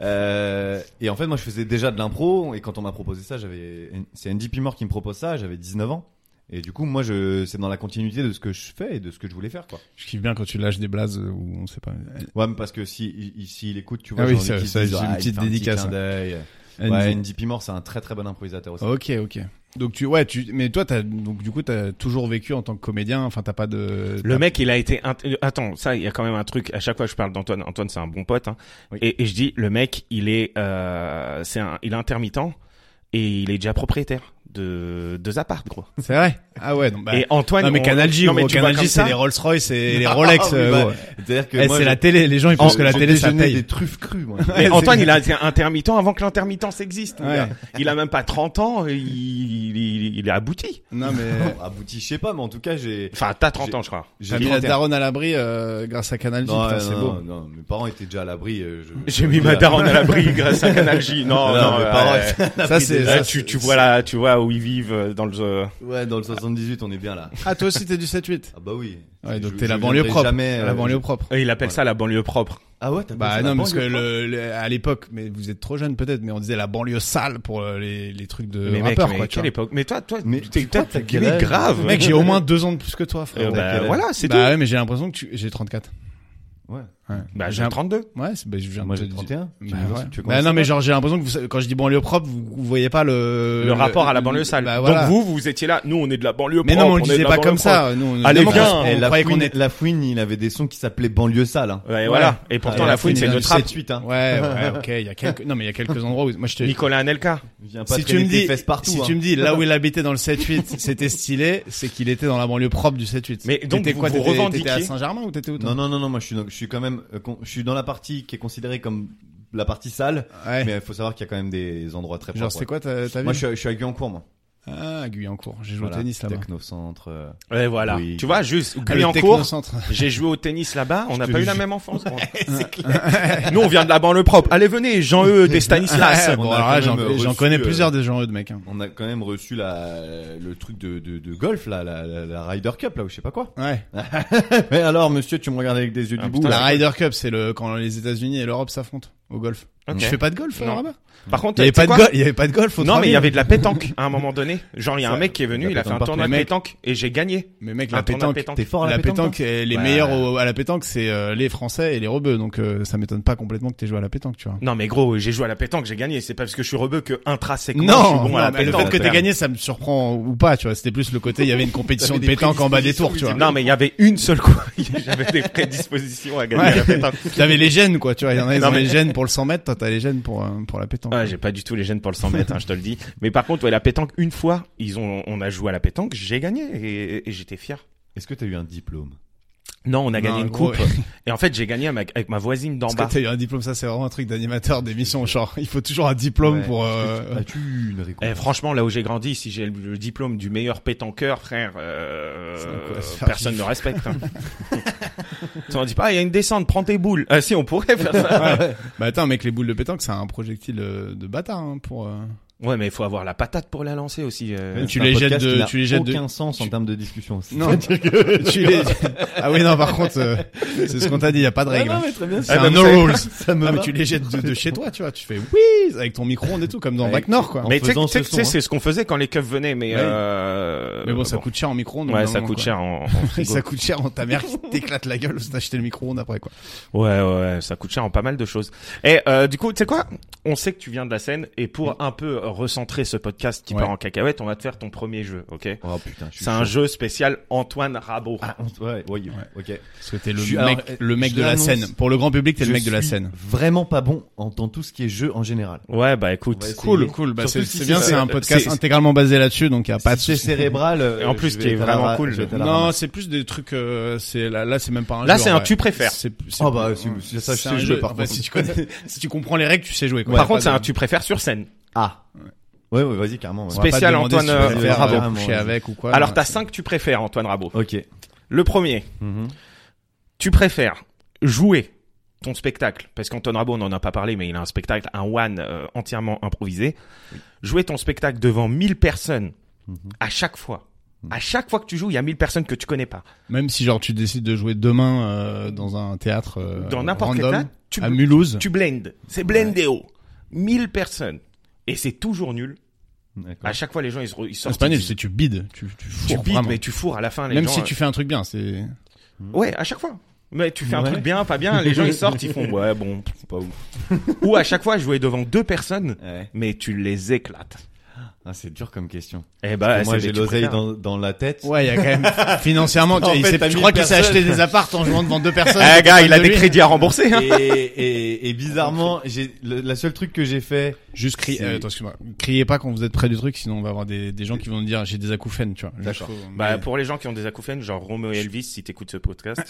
Speaker 1: Euh, et en fait, moi je faisais déjà de l'impro, et quand on m'a proposé ça, j'avais, c'est Andy Pimor qui me propose ça, j'avais 19 ans. Et du coup, moi, je, c'est dans la continuité de ce que je fais et de ce que je voulais faire, quoi.
Speaker 3: je kiffe bien quand tu lâches des blazes où on sait pas.
Speaker 1: Ouais, mais parce que si il, il- s'il écoute, tu vois,
Speaker 3: Ah oui,
Speaker 1: j'ai envie
Speaker 3: ça-
Speaker 1: qu'il se
Speaker 3: ça,
Speaker 1: dise,
Speaker 3: c'est une
Speaker 1: il
Speaker 3: petite
Speaker 1: fait un petit
Speaker 3: dédicace, hein.
Speaker 1: clin
Speaker 3: ouais.
Speaker 1: d'œil. Ouais,
Speaker 3: Andy-
Speaker 1: Andy Pimor, c'est un très très bon improvisateur aussi.
Speaker 3: Ok, ok. Donc tu, ouais, tu, mais toi, t'as, donc du coup, t'as toujours vécu en tant que comédien. Enfin, t'as pas de.
Speaker 4: Le
Speaker 3: t'as-
Speaker 4: mec, il a été. int- euh, Attends, ça, il y a quand même un truc. À chaque fois, je parle d'Antoine. Antoine, c'est un bon pote. hein.
Speaker 1: Oui.
Speaker 4: Et, et je dis, le mec, il est, euh, c'est un, il est intermittent et il est déjà propriétaire de deux apparts, gros.
Speaker 3: C'est vrai. Ah ouais. Donc, bah,
Speaker 4: et Antoine,
Speaker 3: non mais
Speaker 4: on-
Speaker 3: Canal J,
Speaker 4: non, mais
Speaker 3: gros,
Speaker 4: tu vois
Speaker 3: Canal
Speaker 4: comme
Speaker 3: J,
Speaker 4: ça,
Speaker 3: c'est les Rolls Royce et les Rolex.
Speaker 1: Ah oui,
Speaker 3: euh,
Speaker 1: bah,
Speaker 3: gros.
Speaker 1: C'est-à-dire que
Speaker 3: Eh,
Speaker 1: moi,
Speaker 3: c'est
Speaker 1: je-
Speaker 3: la télé. Les gens, ils
Speaker 1: en-
Speaker 3: pensent que la
Speaker 1: je
Speaker 3: télé, ça
Speaker 1: déjeunais
Speaker 3: paye.
Speaker 1: des truffes crues. Moi.
Speaker 4: Mais
Speaker 3: Ouais,
Speaker 4: Antoine,
Speaker 3: c'est-
Speaker 4: il a été intermittent avant que l'intermittence existe. mon
Speaker 3: Ouais.
Speaker 4: gars. Il a même pas 30 ans, il, il, il est abouti.
Speaker 3: Non mais.
Speaker 1: Bon, abouti, je sais pas, mais en tout cas, j'ai.
Speaker 4: Enfin, t'as 30
Speaker 1: J'ai-
Speaker 4: ans, je crois.
Speaker 1: j'ai
Speaker 3: T'as mis la
Speaker 1: 31.
Speaker 3: daronne à l'abri euh, grâce à Canal J.
Speaker 1: Non,
Speaker 3: putain,
Speaker 1: ouais,
Speaker 3: C'est
Speaker 1: non,
Speaker 3: beau.
Speaker 1: non, non, mes parents étaient déjà à l'abri. euh, je-
Speaker 4: J'ai mis ma daronne à l'abri grâce à Canal J. Non,
Speaker 1: Non,
Speaker 4: non,
Speaker 1: mais
Speaker 4: euh,
Speaker 1: pas
Speaker 4: euh,
Speaker 3: Ça c'est.
Speaker 4: là,
Speaker 3: ça,
Speaker 4: tu,
Speaker 3: c'est-
Speaker 4: tu vois là, tu vois où ils vivent euh, dans le. euh,
Speaker 1: Ouais, dans le 78, on est bien là.
Speaker 3: Ah toi aussi, t'es du 7-8.
Speaker 1: Ah bah oui.
Speaker 3: Ouais, donc
Speaker 1: Je-
Speaker 3: t'es
Speaker 1: je
Speaker 3: la banlieue
Speaker 1: viendrai
Speaker 3: propre.
Speaker 1: Jamais.
Speaker 3: La
Speaker 1: euh,
Speaker 3: banlieue propre.
Speaker 4: Il appelle
Speaker 1: Voilà.
Speaker 4: ça la banlieue propre.
Speaker 1: Ah ouais, t'as
Speaker 3: Bah
Speaker 1: pensé à
Speaker 3: non,
Speaker 1: la
Speaker 3: parce que
Speaker 1: banlieue propre
Speaker 3: le, le- à l'époque, mais vous êtes trop jeune peut-être, mais on disait la banlieue sale pour euh, les, les trucs de
Speaker 4: mais mec,
Speaker 3: rappeurs
Speaker 4: mais
Speaker 3: quoi. tu
Speaker 4: quelle
Speaker 3: vois.
Speaker 4: époque Mais toi, toi,
Speaker 1: Mais
Speaker 4: t'es
Speaker 1: tu crois
Speaker 4: peut-être
Speaker 1: que t'as quel âge
Speaker 4: grave.
Speaker 3: Mec, j'ai au moins deux ans de plus que toi,
Speaker 4: Euh,
Speaker 3: frère.
Speaker 1: t'as
Speaker 4: bah,
Speaker 1: quel âge
Speaker 4: voilà, c'est
Speaker 3: bah ouais, mais j'ai l'impression que tu... j'ai 34.
Speaker 1: Ouais.
Speaker 3: Ouais.
Speaker 4: Bah,
Speaker 3: j'ai
Speaker 4: j'ai
Speaker 3: un-
Speaker 4: 32.
Speaker 3: Ouais, c'est- bah, je viens
Speaker 1: Moi
Speaker 3: de te
Speaker 1: j'ai
Speaker 3: dire-
Speaker 1: 31. Tu
Speaker 3: Bah,
Speaker 1: me-
Speaker 3: ouais.
Speaker 1: tu veux
Speaker 3: Bah, non
Speaker 1: commencer
Speaker 3: mais genre j'ai l'impression que vous, quand je dis banlieue propre, vous, vous voyez pas le
Speaker 4: Le, rapport à la banlieue sale.
Speaker 3: Euh, Bah, voilà.
Speaker 4: Donc vous, vous étiez là. Nous, on est de la banlieue
Speaker 3: mais non, mais
Speaker 4: propre,
Speaker 3: on le
Speaker 4: est de
Speaker 3: disait
Speaker 4: la
Speaker 3: pas
Speaker 4: banlieue
Speaker 3: comme
Speaker 4: propre.
Speaker 3: ça. Nous, on
Speaker 4: Allez,
Speaker 1: Eh
Speaker 3: on
Speaker 1: bien,
Speaker 4: viens,
Speaker 3: croyait-
Speaker 1: eh,
Speaker 3: on
Speaker 1: la,
Speaker 3: croyait
Speaker 1: fouine,
Speaker 3: qu'on était.
Speaker 1: la Fouine, il avait des sons qui s'appelaient Banlieue Sale. hein.
Speaker 4: Ouais, voilà. Et pourtant,
Speaker 1: Ah,
Speaker 4: la fouine,
Speaker 1: Fouine,
Speaker 4: c'est
Speaker 1: il
Speaker 4: de
Speaker 1: a
Speaker 4: la
Speaker 1: du
Speaker 4: trappe.
Speaker 1: 7-8, hein.
Speaker 3: Ouais, ouais, ok. Il y a quelques, non mais il y a quelques endroits où moi je te.
Speaker 4: Nicolas Anelka.
Speaker 1: Viens pas
Speaker 3: Si tu
Speaker 1: traîner
Speaker 3: me
Speaker 1: tes
Speaker 3: dis,
Speaker 1: fesses partout.
Speaker 3: si
Speaker 1: hein.
Speaker 3: tu me dis là où il habitait dans le 7-8, c'était stylé, c'est qu'il était dans la banlieue propre du 7-8.
Speaker 4: Mais donc,
Speaker 3: T'étais
Speaker 4: vous-
Speaker 3: quoi,
Speaker 4: vous
Speaker 3: t'étais- t'étais
Speaker 4: revendiquez-
Speaker 3: à Saint-Germain ou t'étais où toi
Speaker 1: Non, non, non, non, moi je suis, je suis quand même, euh, con- je suis dans la partie qui est considérée comme la partie sale,
Speaker 3: Ouais.
Speaker 1: mais il faut savoir qu'il y a quand même des endroits très
Speaker 3: Genre
Speaker 1: propres.
Speaker 3: c'était quoi ta, ta
Speaker 1: ouais.
Speaker 3: ville
Speaker 1: Moi je suis, à- je suis à Guyancourt, moi.
Speaker 3: Ah, Guyancourt. J'ai joué
Speaker 1: Voilà,
Speaker 3: au tennis là-bas.
Speaker 1: Technocentre. euh,
Speaker 4: Ouais, voilà.
Speaker 1: Oui.
Speaker 4: Tu vois, juste,
Speaker 3: Ah,
Speaker 4: en
Speaker 3: le
Speaker 4: cours.
Speaker 3: technocentre.
Speaker 4: J'ai joué au tennis là-bas, on n'a
Speaker 3: te
Speaker 4: pas eu
Speaker 3: jure.
Speaker 4: la même enfance. gros. Nous, on vient de la banlieue propre. Allez, venez, Jean-E, des Stanislas.
Speaker 3: Ouais,
Speaker 1: on
Speaker 3: Ah, bon,
Speaker 1: a
Speaker 3: alors
Speaker 1: quand
Speaker 3: là, j'en-
Speaker 1: même
Speaker 3: j'en
Speaker 1: reçu,
Speaker 3: connais
Speaker 1: euh,
Speaker 3: plusieurs des gens eux de mec. hein.
Speaker 1: On a quand même reçu la, le truc de, de, de golf, là, la, la, la Ryder Cup, là, ou je sais pas quoi.
Speaker 3: Ouais.
Speaker 1: Mais alors, monsieur, tu me regardes avec des yeux
Speaker 4: Ah,
Speaker 1: du bout.
Speaker 4: putain,
Speaker 1: là.
Speaker 3: La Ryder Cup, c'est le quand les États-Unis et l'Europe s'affrontent au golf.
Speaker 4: Ok.
Speaker 3: Je fais pas de golf
Speaker 4: Non.
Speaker 3: alors, là-bas.
Speaker 4: Par
Speaker 3: Il
Speaker 4: contre,
Speaker 3: y avait
Speaker 4: tu
Speaker 3: pas
Speaker 4: sais
Speaker 3: de
Speaker 4: quoi
Speaker 3: golf. Il y avait pas de golf. au
Speaker 4: Non, mais il y
Speaker 3: 3000.
Speaker 4: avait de la pétanque à un moment donné. Genre, il y a un
Speaker 1: Ça,
Speaker 4: mec qui est venu,
Speaker 1: la
Speaker 4: il a fait un
Speaker 1: pétanque
Speaker 4: tournoi de
Speaker 3: partout.
Speaker 4: pétanque et j'ai gagné.
Speaker 3: Mais mec,
Speaker 4: Un
Speaker 3: la
Speaker 4: tournoi de
Speaker 3: pétanque.
Speaker 4: pétanque. hein.
Speaker 1: T'es fort à la, pétanque, toi
Speaker 3: eh, les
Speaker 4: Ouais.
Speaker 3: meilleurs au- à la pétanque, c'est euh, les Français et les rebeux. Donc euh, ça m'étonne pas complètement que t'aies joué à la pétanque, tu vois.
Speaker 4: Non, mais gros, j'ai joué à la pétanque, j'ai gagné. C'est pas parce que je suis rebeu que intrinsèquement, je suis
Speaker 3: Non,
Speaker 4: bon à la
Speaker 3: mais le
Speaker 4: pétanque.
Speaker 3: fait que t'aies
Speaker 4: Merde.
Speaker 3: gagné, ça me surprend ou pas, tu vois. C'était plus le côté, il y avait une compétition de pétanque en bas des tours, tu vois.
Speaker 4: Non, mais il y avait une seule quoi. J'avais des prédispositions à gagner
Speaker 3: Ouais.
Speaker 4: à la pétanque.
Speaker 3: T'avais les gènes, quoi, tu vois. Il y en a, ils
Speaker 4: Non,
Speaker 3: ont
Speaker 4: mais-
Speaker 3: les gènes pour le 100 mètres, toi, t'as les gènes pour, euh, pour la pétanque.
Speaker 4: Ouais, Ah, j'ai pas du tout les gènes pour le 100 mètres, hein, je te le dis. Mais par contre, ouais, la pétanque, une fois, ils ont, on a joué à la pétanque, j'ai gagné et, et j'étais fier.
Speaker 1: Est-ce que t'as eu un diplôme
Speaker 4: Non, on a gagné
Speaker 3: Non,
Speaker 4: une
Speaker 3: gros,
Speaker 4: coupe. Et en fait, j'ai gagné avec avec ma voisine d'en
Speaker 3: Parce que
Speaker 4: bas.
Speaker 3: t'as eu un diplôme, ça c'est vraiment un truc d'animateur d'émission, genre il faut toujours un diplôme
Speaker 1: Ouais.
Speaker 3: pour.
Speaker 1: Est-ce que
Speaker 3: Euh...
Speaker 1: As-tu une
Speaker 4: Eh,
Speaker 1: récompense
Speaker 4: franchement, là où j'ai grandi, si j'ai le- le diplôme du meilleur pétanqueur, frère, euh,
Speaker 3: C'est un quoi, ça
Speaker 4: personne ne respecte. hein. Tu m'en dis pas, il y a une descente, prends tes boules. Ah si, on pourrait faire ça.
Speaker 3: Bah attends, mec, les boules de pétanque, c'est un projectile euh, de bâtard hein, pour. euh,
Speaker 4: Ouais, mais il faut avoir la patate pour la lancer aussi. euh.
Speaker 3: Eh, tu
Speaker 1: C'est un
Speaker 3: les jettes
Speaker 1: podcast
Speaker 3: de-
Speaker 1: qui n'a
Speaker 3: tu les jettes de-
Speaker 1: aucun sens en termes de discussion.
Speaker 3: Non, Ah, tu les. Ah oui, non, par contre, euh, c'est ce qu'on t'a dit, il y a pas de règle. hein.
Speaker 1: très bien.
Speaker 3: C'est un no rules.
Speaker 1: Ça me
Speaker 3: Ah, mais
Speaker 1: va.
Speaker 3: tu les jettes de, de chez toi, tu vois. Tu fais oui avec ton micro-ondes et tout, comme dans
Speaker 1: Ouais.
Speaker 3: Bac Nord, quoi.
Speaker 1: en
Speaker 4: mais tu sais,
Speaker 1: faisant
Speaker 4: tu sais-
Speaker 1: ce
Speaker 4: tu sais,
Speaker 1: son,
Speaker 4: c'est ce qu'on faisait quand les keufs venaient, mais.
Speaker 3: Ouais.
Speaker 4: euh,
Speaker 3: Mais bon, ça
Speaker 4: bon.
Speaker 3: coûte cher en micro-ondes. au bout
Speaker 4: Ouais,
Speaker 3: d'un
Speaker 4: ça
Speaker 3: moment,
Speaker 4: coûte
Speaker 3: quoi.
Speaker 4: cher en, en
Speaker 3: Et
Speaker 4: frigo.
Speaker 3: ça coûte cher en ta mère qui t'éclate la gueule c'est d'acheter le micro-ondes après, quoi.
Speaker 4: Ouais, ouais, ça coûte cher en pas mal de choses. Et euh, du coup, tu sais quoi On sait que tu viens de la scène, et pour un peu recentrer ce podcast qui
Speaker 3: Ouais.
Speaker 4: part en cacahuète, on va te faire ton premier jeu, ok
Speaker 1: Oh putain, je suis
Speaker 4: C'est un
Speaker 1: chaud.
Speaker 4: jeu spécial Antoine Rabot.
Speaker 1: Ah, on- ouais, ouais, ok.
Speaker 3: Parce que t'es le
Speaker 1: Je suis-
Speaker 3: mec,
Speaker 1: alors, euh,
Speaker 3: le mec
Speaker 1: je
Speaker 3: de la
Speaker 1: l'annonce.
Speaker 3: scène. Pour le grand public, t'es le
Speaker 1: Je
Speaker 3: mec de la
Speaker 1: suis
Speaker 3: scène.
Speaker 1: Vraiment pas bon en dans tout ce qui est jeu en général.
Speaker 4: Ouais, bah écoute.
Speaker 1: On va essayer.
Speaker 3: Cool, cool. Bah, c'est
Speaker 1: Surtout si
Speaker 3: c'est bien,
Speaker 1: c'est-
Speaker 3: c'est un podcast
Speaker 4: c'est-
Speaker 3: intégralement basé là-dessus, donc y a pas de
Speaker 1: si c'est
Speaker 3: souci.
Speaker 1: cérébral. euh,
Speaker 4: Et en plus,
Speaker 1: je vais
Speaker 4: qui est
Speaker 1: être à la
Speaker 4: vraiment
Speaker 1: ra-
Speaker 4: cool.
Speaker 1: je vais être à la
Speaker 3: Non,
Speaker 1: ramasse.
Speaker 3: c'est plus des trucs. euh, c'est là, là, c'est même pas un.
Speaker 4: Là,
Speaker 3: jeu,
Speaker 4: c'est
Speaker 3: en
Speaker 4: un
Speaker 3: vrai.
Speaker 4: tu préfères.
Speaker 3: C'est- c'est-
Speaker 1: Ah bah, c'est- c'est- ça,
Speaker 3: c'est
Speaker 1: je sais
Speaker 3: un
Speaker 1: jouer,
Speaker 3: jeu.
Speaker 1: par
Speaker 3: En fait,
Speaker 1: contre.
Speaker 3: si tu connais, si tu comprends les règles, tu sais jouer. Quoi.
Speaker 4: Par
Speaker 3: Pas
Speaker 4: contre, c'est
Speaker 3: de-
Speaker 4: un tu préfères sur scène.
Speaker 1: Ah. Ouais, ouais, vas-y, carrément. ouais.
Speaker 3: on va pas te
Speaker 4: spécial
Speaker 3: demander
Speaker 4: Antoine,
Speaker 3: si tu
Speaker 4: euh,
Speaker 3: préfères,
Speaker 4: Bravo.
Speaker 3: euh,
Speaker 1: Ah,
Speaker 3: coucher avec ou quoi.
Speaker 4: Alors,
Speaker 3: non.
Speaker 4: t'as cinq tu préfères, Antoine Rabot.
Speaker 1: Ok.
Speaker 4: Le premier,
Speaker 1: Mhm.
Speaker 4: tu préfères jouer ton spectacle, parce qu'Antoine Rabot, on n'en a pas parlé, mais il a un spectacle, un one euh, entièrement improvisé. Jouer ton spectacle devant 1000 personnes
Speaker 3: Mhm.
Speaker 4: à chaque fois. À chaque fois que tu joues, il y a 1000 personnes que tu connais pas.
Speaker 3: Même si genre tu décides de jouer demain euh, dans un théâtre euh,
Speaker 4: Dans n'importe quel
Speaker 3: random,
Speaker 4: théâtre, tu-
Speaker 3: à Mulhouse.
Speaker 4: Tu blendes. C'est blendéo. 1000 personnes. Et c'est toujours nul.
Speaker 1: D'accord.
Speaker 4: À chaque fois, les gens, ils, se re- ils
Speaker 3: Ah,
Speaker 4: sortent.
Speaker 3: C'est pas
Speaker 4: ils
Speaker 3: nul,
Speaker 4: disent,
Speaker 3: c'est tu bides, tu tu
Speaker 4: tu
Speaker 3: fourres
Speaker 4: bides,
Speaker 3: vraiment.
Speaker 4: mais tu fourres à la fin. Les
Speaker 3: Même
Speaker 4: gens, euh.
Speaker 3: si tu fais un truc bien, c'est.
Speaker 4: Ouais, à chaque fois. Mais tu fais un
Speaker 1: Ouais.
Speaker 4: truc bien, pas bien, les gens ils sortent, ils font ouais bon.
Speaker 1: C'est pas ouf.
Speaker 4: Ou à chaque fois jouer devant deux personnes,
Speaker 1: Ouais.
Speaker 4: mais tu les éclates.
Speaker 1: Ah, c'est dur comme question.
Speaker 4: Eh
Speaker 3: Ah,
Speaker 4: ben,
Speaker 1: moi,
Speaker 4: c'est
Speaker 1: j'ai
Speaker 4: des- tu
Speaker 1: l'oseille
Speaker 4: préfères.
Speaker 1: dans, dans la tête.
Speaker 3: Ouais, il y a quand même financièrement. tu
Speaker 1: En
Speaker 3: il
Speaker 1: fait,
Speaker 3: s'est-
Speaker 1: t'as
Speaker 3: je
Speaker 1: mis
Speaker 3: crois
Speaker 1: une
Speaker 3: qu'il s'est
Speaker 1: personne.
Speaker 3: acheté des apparts en jouant devant deux personnes.
Speaker 4: Eh gars, il a
Speaker 3: De
Speaker 4: des
Speaker 3: lui.
Speaker 4: crédits à rembourser. Hein.
Speaker 1: Et, et, et bizarrement, j'ai le la seule truc que j'ai fait.
Speaker 3: Juste crier.
Speaker 1: C'est-
Speaker 3: euh, attends, excuse-moi. Criez pas quand vous êtes près du truc, sinon on va avoir des, des gens qui vont dire j'ai des acouphènes, tu vois. Juste
Speaker 1: D'accord.
Speaker 3: faut-
Speaker 4: Bah
Speaker 3: mais-
Speaker 4: pour les gens qui ont des acouphènes, genre Romeo et Elvis, si t'écoutes ce podcast.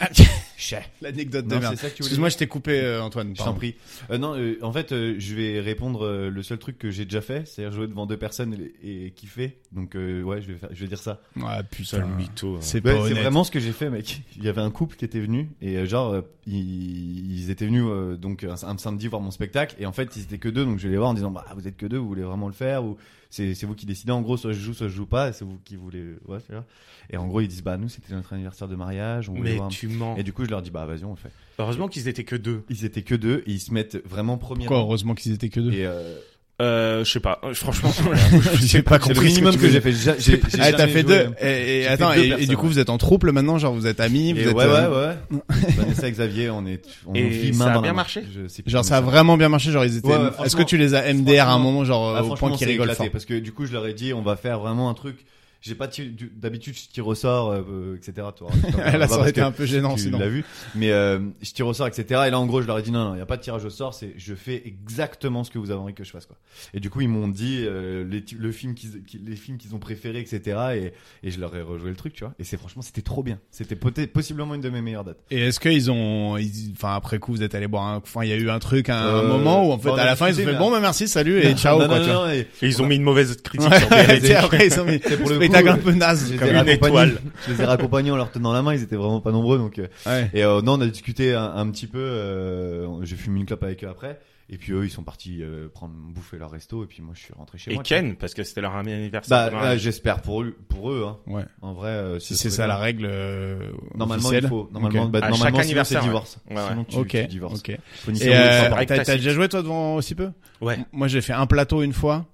Speaker 3: L'anecdote de
Speaker 1: Non,
Speaker 3: merde.
Speaker 1: c'est ça que tu voulais
Speaker 3: Excuse-moi, je t'ai coupé, euh, Antoine.
Speaker 1: Je t'en prie. Euh, non, euh, en fait, euh, je vais répondre euh, le seul truc que j'ai déjà fait, c'est-à-dire jouer devant deux personnes et, et kiffer. Donc, euh, ouais, je vais, faire, je vais dire ça.
Speaker 3: prie. Ah putain.
Speaker 4: mytho. hein.
Speaker 3: C'est
Speaker 1: Ouais,
Speaker 3: pas
Speaker 1: c'est
Speaker 3: honnête.
Speaker 1: vraiment ce que j'ai fait, mec. Il y avait un couple qui était venu et euh, genre euh, ils, ils étaient venus euh, donc un, un samedi voir mon spectacle et en fait ils étaient que deux donc je vais les voir en disant bah vous êtes que deux, vous voulez vraiment le faire ou c'est c'est vous qui décidez en gros soit je joue soit je joue pas et c'est vous qui voulez euh, ouais c'est ça. Et en gros ils disent bah nous c'était notre anniversaire de mariage, on voulait
Speaker 4: Mais
Speaker 1: voir. un-
Speaker 4: tu mens.
Speaker 1: Et du coup je leur dis bah vas-y on le fait.
Speaker 4: Heureusement qu'ils étaient que deux.
Speaker 1: Ils étaient que deux et ils se mettent vraiment premier.
Speaker 3: Pourquoi
Speaker 1: rang.
Speaker 3: heureusement qu'ils étaient que deux
Speaker 1: Et euh,
Speaker 4: Euh, je sais pas. Euh, Franchement,
Speaker 3: J'ai pas
Speaker 1: C'est le
Speaker 3: compris ce
Speaker 1: minimum
Speaker 3: tu
Speaker 1: que, j'ai
Speaker 3: voulais.
Speaker 1: fait. J'ai- j'ai- j'ai
Speaker 3: Ah, t'as
Speaker 1: jamais
Speaker 3: fait
Speaker 1: joué. hein.
Speaker 3: deux. Et, et
Speaker 1: J'ai
Speaker 3: attends,
Speaker 1: fait deux
Speaker 3: et- et,
Speaker 1: personnes,
Speaker 3: du coup,
Speaker 1: ouais.
Speaker 3: vous êtes en trouble maintenant, genre vous êtes amis, vous
Speaker 1: Et
Speaker 3: êtes.
Speaker 1: ouais,
Speaker 3: euh,
Speaker 1: ouais, ouais. Vanessa et Xavier, on est, on
Speaker 4: Et
Speaker 1: vit
Speaker 4: ça
Speaker 1: main
Speaker 4: a
Speaker 1: dans la
Speaker 4: bien
Speaker 1: main.
Speaker 4: marché
Speaker 1: Je sais plus
Speaker 3: Genre ça a
Speaker 1: comment
Speaker 3: vraiment bien marché, genre ils étaient.
Speaker 1: euh, Ouais, ouais,
Speaker 3: Est-ce que
Speaker 1: franchement,
Speaker 3: tu les as MDR à un
Speaker 1: franchement,
Speaker 3: moment, genre
Speaker 1: Ah,
Speaker 3: euh, au
Speaker 1: franchement,
Speaker 3: point qu'ils
Speaker 1: c'est
Speaker 3: rigolent
Speaker 1: éclaté,
Speaker 3: fort
Speaker 1: Parce que du coup, je leur ai dit, on va faire vraiment un truc. J'ai pas ti- du- d'habitude ce qui ressort, euh, etc. Toi,
Speaker 3: Là, ça aurait été un peu gênant
Speaker 1: tu
Speaker 3: sinon.
Speaker 1: l'as vu. Mais euh, je tire au sort, etc. Et là, en gros, je leur ai dit non, non, il n'y a pas de tirage au sort. C'est je fais exactement ce que vous avez envie que je fasse, quoi. Et du coup, ils m'ont dit euh, les, ti- le film qu'ils, qui- les films qu'ils ont préférés, etc. Et, et je leur ai rejoué le truc, tu vois. Et c'est franchement, c'était trop bien. C'était poté- possiblement une de mes meilleures dates.
Speaker 3: Et est-ce qu'ils ont, ils- enfin après coup, vous êtes allé boire un, enfin il y a eu un truc, un,
Speaker 1: Euh,
Speaker 3: moment où en fait
Speaker 1: bah, on
Speaker 3: à
Speaker 1: a
Speaker 3: la fin ils ont
Speaker 1: discuté,
Speaker 3: fait
Speaker 1: mais-
Speaker 3: bon bah merci, salut et ciao
Speaker 1: Non,
Speaker 3: quoi.
Speaker 1: non,
Speaker 3: tu vois.
Speaker 1: non, et-
Speaker 4: ils ont mis une mauvaise critique sur
Speaker 3: Ouais,
Speaker 4: BRD.
Speaker 3: tu sais, après ils ont mis
Speaker 1: C'est pour le coup,
Speaker 3: spectacle un
Speaker 1: euh,
Speaker 3: peu naze.
Speaker 1: je les ai
Speaker 3: comme-
Speaker 4: une
Speaker 1: raccompagnés-
Speaker 4: étoile.
Speaker 1: Je les ai raccompagnés en leur tenant la main. Ils étaient vraiment pas nombreux, donc. euh,
Speaker 3: Ouais.
Speaker 1: Et euh, non, on a discuté un, un petit peu. euh, J'ai fumé une clope avec eux après. Et puis eux, ils sont partis euh, prendre bouffer leur resto. Et puis moi, je suis rentré chez
Speaker 4: Et
Speaker 1: moi.
Speaker 4: Ken, parce que c'était leur anniversaire.
Speaker 1: Bah,
Speaker 4: de
Speaker 1: euh,
Speaker 4: mariage.
Speaker 1: j'espère pour eux, pour eux. Hein.
Speaker 3: Ouais.
Speaker 1: En vrai, euh,
Speaker 3: Si
Speaker 1: se
Speaker 3: c'est ça
Speaker 1: trouver
Speaker 3: la
Speaker 1: bien.
Speaker 3: règle euh,
Speaker 1: Normalement,
Speaker 3: officielle.
Speaker 1: il faut. Normalement,
Speaker 3: Ok.
Speaker 1: bah,
Speaker 4: À chaque
Speaker 1: normalement, sinon, c'est
Speaker 4: anniversaire, ouais.
Speaker 1: divorce.
Speaker 4: Ouais, ouais.
Speaker 1: Sinon, tu,
Speaker 3: Ok.
Speaker 1: tu divorces.
Speaker 3: ok.
Speaker 1: Faut niquer
Speaker 3: Et
Speaker 1: au moins
Speaker 3: euh,
Speaker 1: trois par an.
Speaker 4: règle
Speaker 3: t'as t'as
Speaker 4: classique.
Speaker 3: déjà joué toi devant aussi peu
Speaker 4: Ouais.
Speaker 3: Moi j'ai fait un plateau une fois,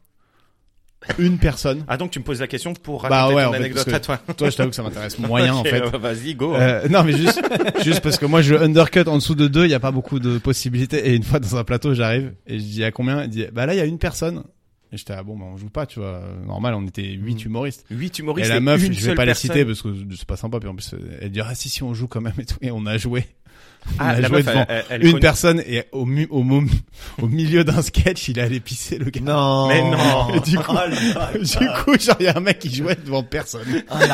Speaker 3: une personne.
Speaker 4: Ah donc tu me poses la question pour
Speaker 3: Bah
Speaker 4: raconter
Speaker 3: ouais, en
Speaker 4: ton
Speaker 3: fait,
Speaker 4: anecdote
Speaker 3: parce
Speaker 4: à toi.
Speaker 3: Toi je t'avoue que ça m'intéresse moyen en
Speaker 4: Ok,
Speaker 3: fait.
Speaker 4: bah, Vas-y, go.
Speaker 3: Euh, non mais juste juste parce que moi je undercut en dessous de deux il y a pas beaucoup de possibilités et une fois dans un plateau j'arrive et je dis à combien il dit bah là il y a une personne et j'étais ah bon bah on joue pas tu vois normal on était huit
Speaker 4: Mm.
Speaker 3: humoristes
Speaker 4: Huit
Speaker 3: et
Speaker 4: humoristes.
Speaker 3: la meuf
Speaker 4: une
Speaker 3: je vais
Speaker 4: seule
Speaker 3: pas
Speaker 4: personne.
Speaker 3: les citer parce que c'est pas sympa puis en plus elle dit ah si si on joue quand même et tout et on a joué on
Speaker 4: Ah,
Speaker 3: a
Speaker 4: la
Speaker 3: joué
Speaker 4: meuf,
Speaker 3: devant
Speaker 4: elle, elle- elle est
Speaker 3: une
Speaker 4: connue.
Speaker 3: personne et au, mu- au, mom- au milieu d'un sketch il est allé pisser le gars
Speaker 1: Non.
Speaker 4: Mais non.
Speaker 1: Et du coup, ah, la
Speaker 3: du coup genre il y a un mec qui jouait devant personne Il était
Speaker 1: Oh vache.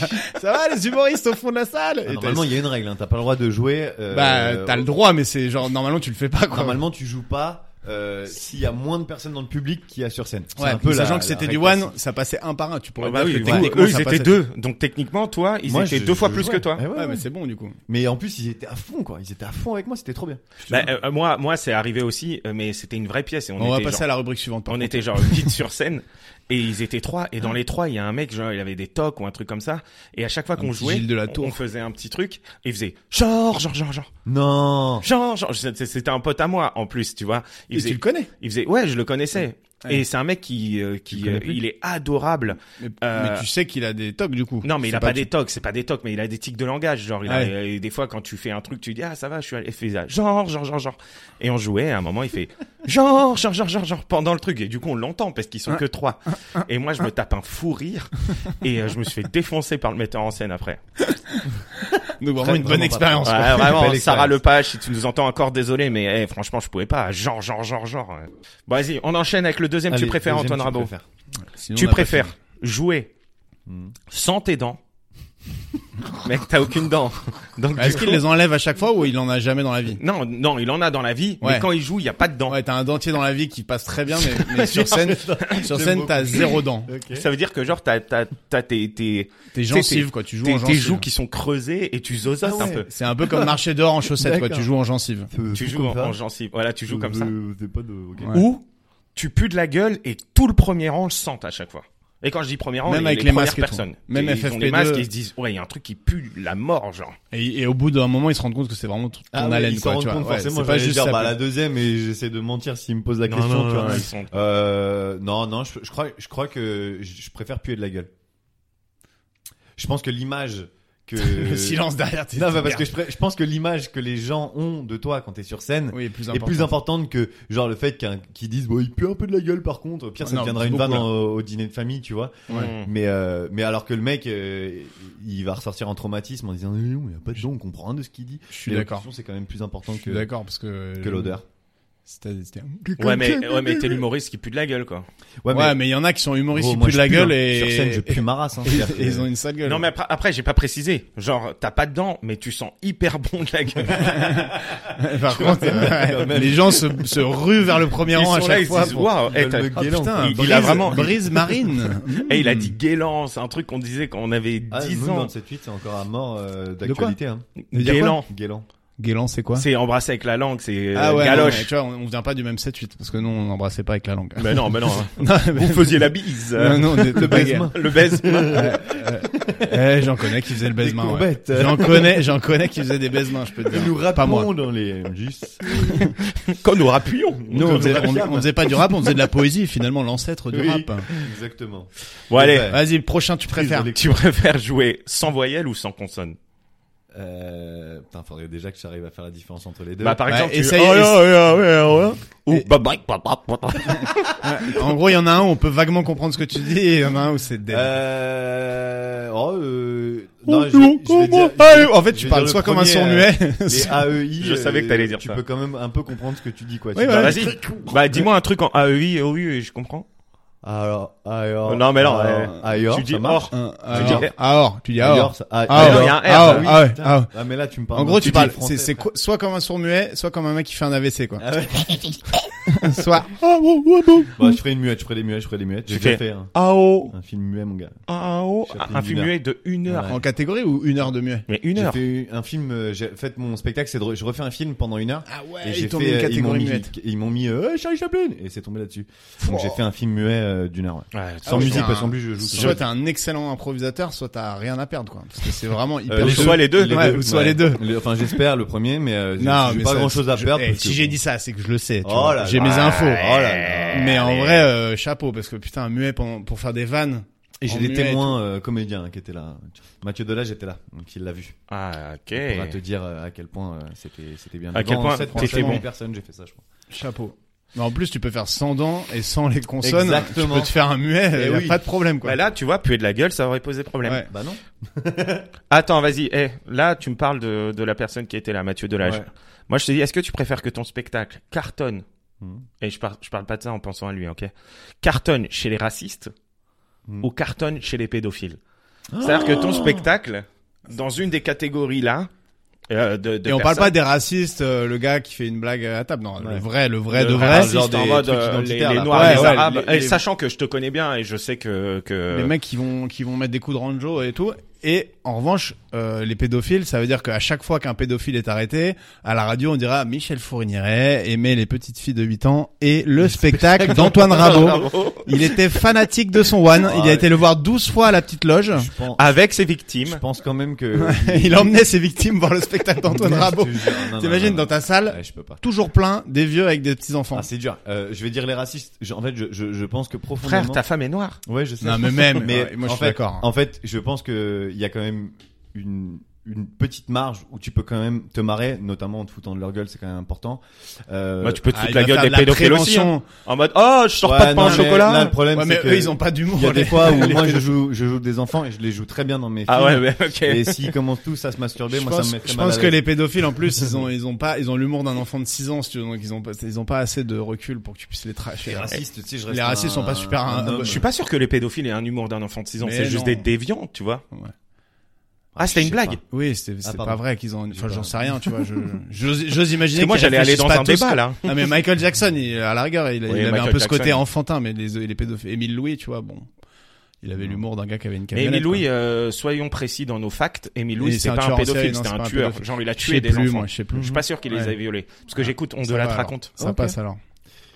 Speaker 3: là, ça va les humoristes au fond de la
Speaker 4: Ah,
Speaker 3: salle Et t'as-
Speaker 1: Normalement, il y a une règle. Hein. T'as pas le droit de jouer. euh,
Speaker 3: Bah, t'as le droit, mais c'est genre normalement tu le fais pas quoi.
Speaker 1: Normalement, tu joues pas euh, s'il y a moins de personnes dans le public qu'il y a sur scène. C'est
Speaker 3: Ouais,
Speaker 1: un peu la-
Speaker 3: sachant
Speaker 1: la
Speaker 3: que c'était
Speaker 1: règle
Speaker 3: du
Speaker 1: classique.
Speaker 3: one, ça passait un par un. Tu pourrais
Speaker 4: Ah bah
Speaker 3: dire
Speaker 4: oui,
Speaker 3: que
Speaker 4: ouais.
Speaker 3: techniquement
Speaker 4: eux
Speaker 3: ça
Speaker 4: ils étaient
Speaker 3: passait-
Speaker 4: deux, Ah donc techniquement toi ils
Speaker 1: Moi,
Speaker 4: étaient
Speaker 1: je-
Speaker 4: deux fois
Speaker 1: je
Speaker 4: plus
Speaker 1: jouais.
Speaker 4: que toi.
Speaker 1: Eh ouais,
Speaker 3: Ouais,
Speaker 1: ouais.
Speaker 3: mais c'est bon du coup.
Speaker 1: Mais en plus, ils étaient à fond, quoi. Ils étaient à fond avec moi, c'était trop bien.
Speaker 4: Bah, euh, moi moi c'est arrivé aussi, euh, mais c'était une vraie pièce et on,
Speaker 3: On, va
Speaker 4: était
Speaker 3: passer
Speaker 4: genre,
Speaker 3: à la rubrique suivante. par
Speaker 4: on
Speaker 3: contre.
Speaker 4: était genre huit sur scène et ils étaient trois et dans les trois il y a un mec genre il avait des tocs ou un truc comme ça et à chaque fois
Speaker 3: Un
Speaker 4: qu'on
Speaker 3: petit
Speaker 4: jouait
Speaker 3: Gilles de la
Speaker 4: on-
Speaker 3: Tour.
Speaker 4: on faisait un petit truc et il faisait genre genre genre genre
Speaker 1: Non.
Speaker 4: genre genre C'était- c'était un pote à moi en plus tu vois il
Speaker 3: Et tu
Speaker 4: faisait
Speaker 3: le connais.
Speaker 4: il faisait ouais je le connaissais
Speaker 3: Ouais.
Speaker 4: et c'est un mec qui euh,
Speaker 1: Tu
Speaker 4: qui
Speaker 1: le connais
Speaker 4: euh,
Speaker 1: plus
Speaker 4: il est adorable
Speaker 3: Mais,
Speaker 4: Euh,
Speaker 3: mais tu sais qu'il a des tocs du coup.
Speaker 4: Non, mais il
Speaker 3: C'est
Speaker 4: a pas,
Speaker 3: du-
Speaker 4: des tocs, c'est pas des tocs, mais il a des tics de langage. Genre, il a-
Speaker 3: Ouais.
Speaker 4: euh, des fois, quand tu fais un truc, tu dis, ah, ça va, je suis allé, il fait ça, genre, genre, genre, genre. Et on jouait, à un moment, il fait, genre, genre, genre, genre, genre, pendant le truc. Et du coup, on l'entend parce qu'ils sont que trois. Et moi, je me tape un fou rire. Et euh, je me suis fait défoncer par le metteur en scène après.
Speaker 3: Donc vraiment une
Speaker 1: Vraiment
Speaker 3: bonne
Speaker 1: pas.
Speaker 3: expérience.
Speaker 4: Ouais,
Speaker 3: quoi.
Speaker 4: vraiment,
Speaker 1: Belle
Speaker 4: Sarah
Speaker 1: expérience.
Speaker 4: Lepage, si tu nous entends encore, désolé, mais eh, franchement, je pouvais pas. Genre, genre, genre, genre. ouais. Bon, vas-y, on enchaîne avec le deuxième.
Speaker 1: Allez, euh,
Speaker 4: tu préfères,
Speaker 1: deuxième,
Speaker 4: Antoine
Speaker 1: tu
Speaker 4: Rabot
Speaker 1: préfères.
Speaker 3: Sinon,
Speaker 4: Tu
Speaker 3: on a pas
Speaker 4: préfères
Speaker 3: fini.
Speaker 4: jouer
Speaker 1: Hmm.
Speaker 4: sans tes dents. Mec, t'as aucune dent. Donc,
Speaker 3: Bah, Est-ce
Speaker 4: du
Speaker 3: qu'il
Speaker 4: coup-
Speaker 3: les enlève à chaque fois ou il en a jamais dans la vie
Speaker 4: Non, non, il en a dans la vie,
Speaker 3: Ouais.
Speaker 4: mais quand il joue, il y a pas de dents.
Speaker 3: Ouais, t'as un dentier dans la vie qui passe très bien, mais, mais sur scène, sur scène t'as zéro dent.
Speaker 4: Ça veut dire que genre t'as t'as t'as tes tes
Speaker 3: Tes
Speaker 4: sais,
Speaker 3: gencives quoi, tu joues
Speaker 4: tes,
Speaker 3: en
Speaker 4: tes
Speaker 3: gencives.
Speaker 4: joues qui sont creusées et tu zozotes
Speaker 1: Ah
Speaker 4: un
Speaker 1: ouais.
Speaker 4: peu.
Speaker 3: C'est un peu comme marcher dehors en chaussettes quoi,
Speaker 1: D'accord.
Speaker 3: tu joues en gencives.
Speaker 4: Tu joues en,
Speaker 3: hein.
Speaker 4: en gencive. Voilà, tu joues comme ça.
Speaker 1: pas de. ok.
Speaker 3: Ouais.
Speaker 4: Ou tu pues de la gueule et tout le premier rang le sent à chaque fois. Et quand je dis premier rang,
Speaker 3: Même
Speaker 4: les,
Speaker 3: avec
Speaker 4: les
Speaker 3: les
Speaker 4: premières
Speaker 3: masques et tout.
Speaker 4: personnes.
Speaker 3: Même
Speaker 4: Et Ils ont
Speaker 3: FFP2.
Speaker 4: des masques et ils se disent ouais, il y a un truc qui pue la mort genre.
Speaker 3: Et, et au bout d'un moment, ils se rendent compte que c'est vraiment ton
Speaker 1: Ah
Speaker 3: ton
Speaker 1: ouais,
Speaker 3: haleine,
Speaker 1: ils s'en
Speaker 3: quoi.
Speaker 1: rendent
Speaker 3: Tu vois.
Speaker 1: compte
Speaker 3: Ouais,
Speaker 1: forcément.
Speaker 3: c'est pas
Speaker 1: j'allais
Speaker 3: juste
Speaker 1: dire,
Speaker 3: ça.
Speaker 1: bah,
Speaker 3: peut-
Speaker 1: la deuxième et j'essaie de mentir s'il me pose la
Speaker 4: Non,
Speaker 1: question.
Speaker 4: non,
Speaker 1: tu vois.
Speaker 4: non, ils sont-
Speaker 1: Euh, non, non, je, je crois, je crois que je je préfère puer de la gueule. Je pense que l'image que
Speaker 3: Le silence derrière. t'es-
Speaker 1: Non,
Speaker 3: t'es
Speaker 1: bah, parce que
Speaker 3: merde.
Speaker 1: je, pré- je pense que l'image que les gens ont de toi quand t'es sur scène
Speaker 3: Oui, plus
Speaker 1: est
Speaker 3: important.
Speaker 1: plus importante que genre le fait qu'un qu'ils disent bon il pue un peu de la gueule par contre. Au pire, ça
Speaker 3: Ah Non,
Speaker 1: deviendra
Speaker 3: c'est
Speaker 1: une vanne
Speaker 3: beaucoup, Mmh. là.
Speaker 1: au, au dîner de famille, tu vois.
Speaker 3: Ouais.
Speaker 4: Mm.
Speaker 1: Mais euh, mais alors que le mec, euh, il va ressortir en traumatisme en disant Eh, non, non, il y a pas de gens, on comprend rien de ce qu'il dit.
Speaker 3: Je suis
Speaker 1: Mais
Speaker 3: d'accord.
Speaker 1: l'option, C'est quand même plus
Speaker 3: Je
Speaker 1: important
Speaker 3: suis
Speaker 1: que
Speaker 3: d'accord parce que
Speaker 1: que l'odeur.
Speaker 3: C'était- c'était-
Speaker 4: Ouais, mais ouais, mais t'es l'humoriste qui pue de la gueule quoi.
Speaker 3: Ouais, mais il y en a qui sont humoristes,
Speaker 1: gros,
Speaker 3: ils
Speaker 1: moi,
Speaker 3: puent de
Speaker 1: je
Speaker 3: la
Speaker 1: pue,
Speaker 3: gueule
Speaker 1: hein.
Speaker 3: et
Speaker 1: sur scène je pue ma race. Hein,
Speaker 3: et-
Speaker 1: C'est-à-dire
Speaker 3: et ils
Speaker 1: que-
Speaker 3: ont une sale gueule.
Speaker 4: Non mais après, après j'ai pas précisé. Genre t'as pas de dents, mais tu sens hyper bon de la gueule.
Speaker 3: par contre, ouais, les gens se, se ruent vers le premier
Speaker 4: Ils
Speaker 3: rang à
Speaker 4: sont là,
Speaker 3: chaque
Speaker 4: ils se
Speaker 3: fois.
Speaker 4: disent
Speaker 3: pour-
Speaker 4: waouh, eh, t'as-
Speaker 1: le
Speaker 3: Ah,
Speaker 1: Guélan,
Speaker 3: putain,
Speaker 1: quoi.
Speaker 4: il-
Speaker 3: brise,
Speaker 4: il a vraiment-
Speaker 3: brise marine.
Speaker 4: Et il a dit Guélan, c'est un truc qu'on disait quand on avait
Speaker 1: Ah,
Speaker 4: 10
Speaker 1: Moon
Speaker 4: ans.
Speaker 1: 27 c'est encore à mort euh, d'actualité. Hein.
Speaker 3: veut dire
Speaker 4: Guélan,
Speaker 1: Guélan.
Speaker 3: Guélan, c'est quoi
Speaker 4: c'est embrasser avec la langue, c'est euh,
Speaker 3: Ah ouais, non, mais
Speaker 4: galoche.
Speaker 3: tu vois, on, on vient pas du même 7-8 parce que nous on n'embrassait pas avec la langue.
Speaker 4: Mais non, hein. mais non.
Speaker 3: Non, mais-
Speaker 4: Vous faisiez la bise. euh,
Speaker 3: Non, non, on était-
Speaker 4: le baise.
Speaker 3: Euh, euh, Eh, j'en connais qui faisaient le
Speaker 1: Des
Speaker 3: baisement. Ouais.
Speaker 1: courbettes.
Speaker 3: J'en connais, j'en connais qui faisaient des baisements, je peux te dire.
Speaker 1: Nous
Speaker 3: Pas moi.
Speaker 1: rappons dans les MJs.
Speaker 4: Quand nous rappuyons.
Speaker 3: Nous, on faisait, on-
Speaker 1: rapions.
Speaker 3: on faisait pas du rap, on faisait de la poésie, finalement, l'ancêtre du
Speaker 1: Oui,
Speaker 3: rap.
Speaker 1: Exactement.
Speaker 4: Bon, allez,
Speaker 1: Ouais.
Speaker 3: Vas-y, prochain, tu préfères.
Speaker 1: Désolé.
Speaker 4: tu préfères jouer sans voyelle ou sans consonne
Speaker 1: Euh, putain, faudrait déjà que j'arrive à faire la différence entre les deux.
Speaker 4: Bah, par
Speaker 3: Ouais,
Speaker 4: exemple, tu-
Speaker 3: essaye,
Speaker 4: Oh,
Speaker 3: essaye.
Speaker 4: là, là, là, là.
Speaker 3: Et-
Speaker 4: Ou bah, bah, bah, bah, bah, bah.
Speaker 3: En gros, il y en a un où on peut vaguement comprendre ce que tu dis, et il y en a un où c'est dead.
Speaker 1: Euh, oh, euh,
Speaker 3: Oh,
Speaker 1: non, je,
Speaker 3: non,
Speaker 1: je vais dire-
Speaker 3: comment Ah, euh, en fait,
Speaker 1: je
Speaker 3: tu
Speaker 1: vais
Speaker 3: parles
Speaker 1: dire
Speaker 3: soit
Speaker 1: le
Speaker 3: comme un
Speaker 1: premier,
Speaker 3: sourd
Speaker 1: euh,
Speaker 3: muet.
Speaker 1: Les AEI.
Speaker 4: Je savais que t'allais dire
Speaker 1: euh, tu
Speaker 4: ça.
Speaker 1: peux quand même un peu comprendre ce que tu dis, quoi.
Speaker 3: Oui,
Speaker 1: Tu-
Speaker 3: ouais.
Speaker 4: Bah, vas-y. Bah, dis-moi un truc en AEI, oui, oui, je comprends.
Speaker 1: Alors, alors.
Speaker 4: Non, mais non,
Speaker 1: alors,
Speaker 4: euh,
Speaker 1: ailleurs,
Speaker 4: tu dis
Speaker 1: ça marche.
Speaker 4: or.
Speaker 3: Alors,
Speaker 4: dis-
Speaker 3: alors, tu dis alors.
Speaker 1: Ailleurs, ça- ah,
Speaker 3: Ah,
Speaker 1: ailleurs.
Speaker 4: il y a un R,
Speaker 1: Ah,
Speaker 3: ah,
Speaker 1: oui,
Speaker 3: ah, ouais,
Speaker 1: putain.
Speaker 3: ah, ouais.
Speaker 1: Ah, mais là, tu me parles.
Speaker 3: En gros, tu
Speaker 1: dis
Speaker 3: parles, c'est,
Speaker 1: français,
Speaker 3: c'est
Speaker 1: frère.
Speaker 3: quoi- soit comme un sourd muet, soit comme un mec qui fait un AVC, quoi.
Speaker 1: Ah ouais.
Speaker 3: Soit.
Speaker 1: Bah, je ferai une muette, je ferai des muettes, je ferai des muettes. J'ai
Speaker 4: Tu
Speaker 1: déjà
Speaker 4: fais-
Speaker 1: fait un,
Speaker 4: Ah oh,
Speaker 1: un film muet, mon gars.
Speaker 4: ah oh,
Speaker 1: Chapeau
Speaker 4: un un film
Speaker 1: d'une
Speaker 4: muet de une heure.
Speaker 1: Ouais.
Speaker 3: En catégorie ou une heure de muet?
Speaker 4: Mais une
Speaker 1: J'ai
Speaker 4: heure.
Speaker 1: fait un film, euh, j'ai fait mon spectacle, c'est de re- je refais un film pendant une heure.
Speaker 3: Ah
Speaker 1: Et
Speaker 3: ouais,
Speaker 1: j'ai
Speaker 3: ils t'ont
Speaker 1: fait,
Speaker 3: mis une
Speaker 1: euh, ils m'ont
Speaker 3: catégorie
Speaker 1: mis,
Speaker 3: muette.
Speaker 1: ils m'ont mis euh, Hey, Charlie Chaplin et c'est tombé là-dessus. Donc
Speaker 3: Pouah.
Speaker 1: j'ai fait un film muet euh, d'une heure, ouais.
Speaker 4: Ouais,
Speaker 1: sans
Speaker 3: Ah ouais,
Speaker 1: musique
Speaker 3: putain.
Speaker 1: parce qu'en plus je joue. sans-
Speaker 3: Soit t'es un excellent improvisateur, soit t'as rien à perdre, quoi. Parce que c'est vraiment hyper
Speaker 1: Euh,
Speaker 4: Ou
Speaker 1: les
Speaker 3: chaud.
Speaker 4: soit
Speaker 1: deux.
Speaker 4: les deux.
Speaker 3: Les Ouais, ou soit les deux.
Speaker 1: Le- Enfin j'espère le premier, mais euh, j'ai j'ai pas
Speaker 3: ça,
Speaker 1: grand-chose à
Speaker 3: je-
Speaker 1: perdre.
Speaker 3: eh,
Speaker 1: parce
Speaker 3: si
Speaker 1: que-
Speaker 3: j'ai dit ça, c'est que je le sais. tu
Speaker 1: Oh
Speaker 3: vois.
Speaker 1: là
Speaker 3: J'ai
Speaker 1: là.
Speaker 3: mes infos.
Speaker 1: Oh là là.
Speaker 3: Mais en vrai, euh, chapeau, parce que putain, un muet pour, pour faire des vannes.
Speaker 1: Et j'ai
Speaker 3: en
Speaker 1: des
Speaker 3: muet
Speaker 1: témoins euh, comédiens hein, qui étaient là. Mathieu Delage était là, donc il l'a vu.
Speaker 4: Ah, ok.
Speaker 3: Eh.
Speaker 1: Il pourra te dire euh, à quel point euh, c'était c'était bien.
Speaker 4: À quel
Speaker 1: Devant
Speaker 4: point
Speaker 1: sept
Speaker 4: t'étais
Speaker 1: Français,
Speaker 4: bon.
Speaker 1: huit personnes, j'ai fait ça, je crois.
Speaker 3: et tout. Chapeau. Mais en plus, tu peux faire sans dents et sans les consonnes.
Speaker 1: Exactement.
Speaker 3: Tu peux te faire un muet,
Speaker 1: Eh
Speaker 3: y a
Speaker 1: oui.
Speaker 3: pas de problème, quoi.
Speaker 4: Bah là, tu vois, puer de la gueule, ça aurait posé problème.
Speaker 3: Ouais.
Speaker 1: Bah non.
Speaker 4: Attends, vas-y. Eh, là, tu me parles de, de la personne qui était là, Mathieu Delage.
Speaker 1: Ouais.
Speaker 4: Moi, je te dis, est-ce que tu préfères que ton spectacle cartonne
Speaker 1: Mhm.
Speaker 4: Et je, par- je parle pas de ça en pensant à lui, ok Cartonne chez les racistes
Speaker 1: Mhm.
Speaker 4: ou cartonne chez les pédophiles. C'est-à-dire que ton spectacle, dans une des catégories là, euh, de, de
Speaker 3: et on parle
Speaker 4: personnes-
Speaker 3: pas des racistes, euh, le gars qui fait une blague à table. Non,
Speaker 1: Ouais.
Speaker 3: le vrai, le vrai,
Speaker 1: Le
Speaker 3: de
Speaker 1: vrai
Speaker 3: vrai.
Speaker 1: raciste. genre
Speaker 4: en
Speaker 1: des
Speaker 4: mode
Speaker 1: trucs
Speaker 4: euh, les,
Speaker 1: identitaires,
Speaker 4: les
Speaker 1: là.
Speaker 4: Noirs,
Speaker 3: Ouais,
Speaker 4: les
Speaker 3: ouais,
Speaker 4: Arabes.
Speaker 1: les-
Speaker 4: et
Speaker 1: les-
Speaker 4: sachant que je te connais bien et je sais que,
Speaker 1: Euh.
Speaker 4: que...
Speaker 3: Les mecs qui vont, qui vont mettre des coups de ranjo et tout. Et en revanche, euh, les pédophiles, ça veut dire qu'à chaque fois qu'un pédophile est arrêté, à la radio, on dira Michel Fourniret aimait les petites filles de 8 ans et le, spectacle, d'Antoine Rabot. Il était fanatique de son One. Il a
Speaker 1: Ouais.
Speaker 3: été le voir 12 fois à la petite loge.
Speaker 1: Je pense,
Speaker 4: avec ses
Speaker 1: je
Speaker 4: victimes.
Speaker 1: pense quand même que.
Speaker 3: Il emmenait ses victimes voir le spectacle d'Antoine
Speaker 1: Je te
Speaker 3: Rabot.
Speaker 1: jure, non, non,
Speaker 3: T'imagines
Speaker 1: non,
Speaker 3: dans ta
Speaker 1: non.
Speaker 3: salle,
Speaker 1: Ouais, Je peux pas.
Speaker 3: toujours plein des vieux avec des petits enfants.
Speaker 1: Ah, c'est dur. Euh, je vais dire les racistes. Je- en fait, je, je, je pense que profondément.
Speaker 4: Frère, ta femme est noire.
Speaker 1: Ouais, je sais.
Speaker 3: Non, mais même, ouais, moi, je
Speaker 1: en
Speaker 3: suis
Speaker 1: fait-
Speaker 3: d'accord. hein. Ah,
Speaker 1: En fait, je pense que il y a quand même une une petite marge où tu peux quand même te marrer, notamment en te foutant de leur gueule, c'est quand même important. Euh,
Speaker 4: Moi, tu peux te
Speaker 3: Ah,
Speaker 4: foutre
Speaker 3: il
Speaker 4: la
Speaker 3: va
Speaker 4: gueule
Speaker 3: faire
Speaker 4: des
Speaker 3: de la
Speaker 4: pédophiles aussi.
Speaker 3: prévention.
Speaker 4: hein. En mode, oh, je sors
Speaker 1: ouais,
Speaker 4: pas de pain
Speaker 1: non,
Speaker 4: au
Speaker 1: mais Là,
Speaker 4: chocolat.
Speaker 1: le problème,
Speaker 3: hein. Ouais,
Speaker 1: c'est
Speaker 3: mais
Speaker 1: que
Speaker 3: eux, ils ont pas d'humour.
Speaker 1: il y a des
Speaker 3: les-
Speaker 1: fois où
Speaker 3: les
Speaker 1: moi je
Speaker 3: pédophiles.
Speaker 1: joue, je joue des enfants et je les joue très bien dans mes films.
Speaker 4: Ah ouais, mais ok.
Speaker 1: Et s'ils commencent tous à se masturber,
Speaker 3: je
Speaker 1: moi
Speaker 3: pense,
Speaker 1: ça me mettrait
Speaker 3: je
Speaker 1: mal
Speaker 3: pense
Speaker 1: à
Speaker 3: que
Speaker 1: l'aise.
Speaker 3: les pédophiles en plus ils ont ils ont pas ils ont l'humour d'un enfant de 6 ans si tu veux, donc ils ont pas ils ont pas assez de recul pour que tu puisses les tracher.
Speaker 1: les racistes, tu sais, je
Speaker 3: Les
Speaker 1: reste
Speaker 3: racistes
Speaker 1: un-
Speaker 3: sont pas super hein.
Speaker 1: un
Speaker 3: un-
Speaker 1: homme.
Speaker 4: Je suis pas sûr que les pédophiles aient un humour d'un enfant de 6 ans.
Speaker 3: Mais
Speaker 4: C'est juste
Speaker 3: non.
Speaker 4: des déviants, tu vois.
Speaker 3: Ouais.
Speaker 4: Ah, c'était
Speaker 1: Je
Speaker 4: une
Speaker 1: sais
Speaker 4: blague.
Speaker 3: Oui, c'est
Speaker 4: Ah,
Speaker 3: c'est
Speaker 1: pardon.
Speaker 3: pas vrai qu'ils ont enfin
Speaker 1: pas-
Speaker 3: j'en sais rien, tu vois, je j'ose j'ose
Speaker 4: Parce
Speaker 3: imaginer
Speaker 4: que moi,
Speaker 3: qu'ils
Speaker 4: j'allais aller
Speaker 3: réfléchissent
Speaker 4: dans
Speaker 3: pas
Speaker 4: un
Speaker 3: tous,
Speaker 4: débat,
Speaker 3: quoi.
Speaker 4: là.
Speaker 3: Ah mais Michael Jackson, il, à la rigueur, il, il
Speaker 4: Oui,
Speaker 3: avait un
Speaker 4: Michael
Speaker 3: peu ce côté
Speaker 4: Jackson.
Speaker 3: enfantin, mais les, les pédophiles. Émile Louis, tu vois, bon, il avait l'humour d'un gars qui avait une
Speaker 4: Mais
Speaker 3: camionnette.
Speaker 4: Émile Louis,
Speaker 3: quoi.
Speaker 4: euh, soyons précis dans nos facts. Émile
Speaker 3: Oui,
Speaker 4: Louis,
Speaker 3: c'est
Speaker 4: c'était
Speaker 3: un
Speaker 4: pas un
Speaker 3: tueur en série,
Speaker 4: pédophile,
Speaker 3: non,
Speaker 4: c'était
Speaker 3: c'est
Speaker 4: un
Speaker 3: pas un
Speaker 4: tueur.
Speaker 3: pédophile.
Speaker 4: Genre, il a
Speaker 3: je sais
Speaker 4: tué des
Speaker 3: plus,
Speaker 4: enfants.
Speaker 3: moi, je sais plus.
Speaker 4: Je suis pas sûr qu'il les
Speaker 3: Ouais.
Speaker 4: ait violés. Parce que
Speaker 3: Ah,
Speaker 4: j'écoute, on
Speaker 3: Ça
Speaker 4: de la
Speaker 3: va,
Speaker 4: te
Speaker 3: alors.
Speaker 4: raconte.
Speaker 3: Ça
Speaker 1: Ok.
Speaker 3: passe alors.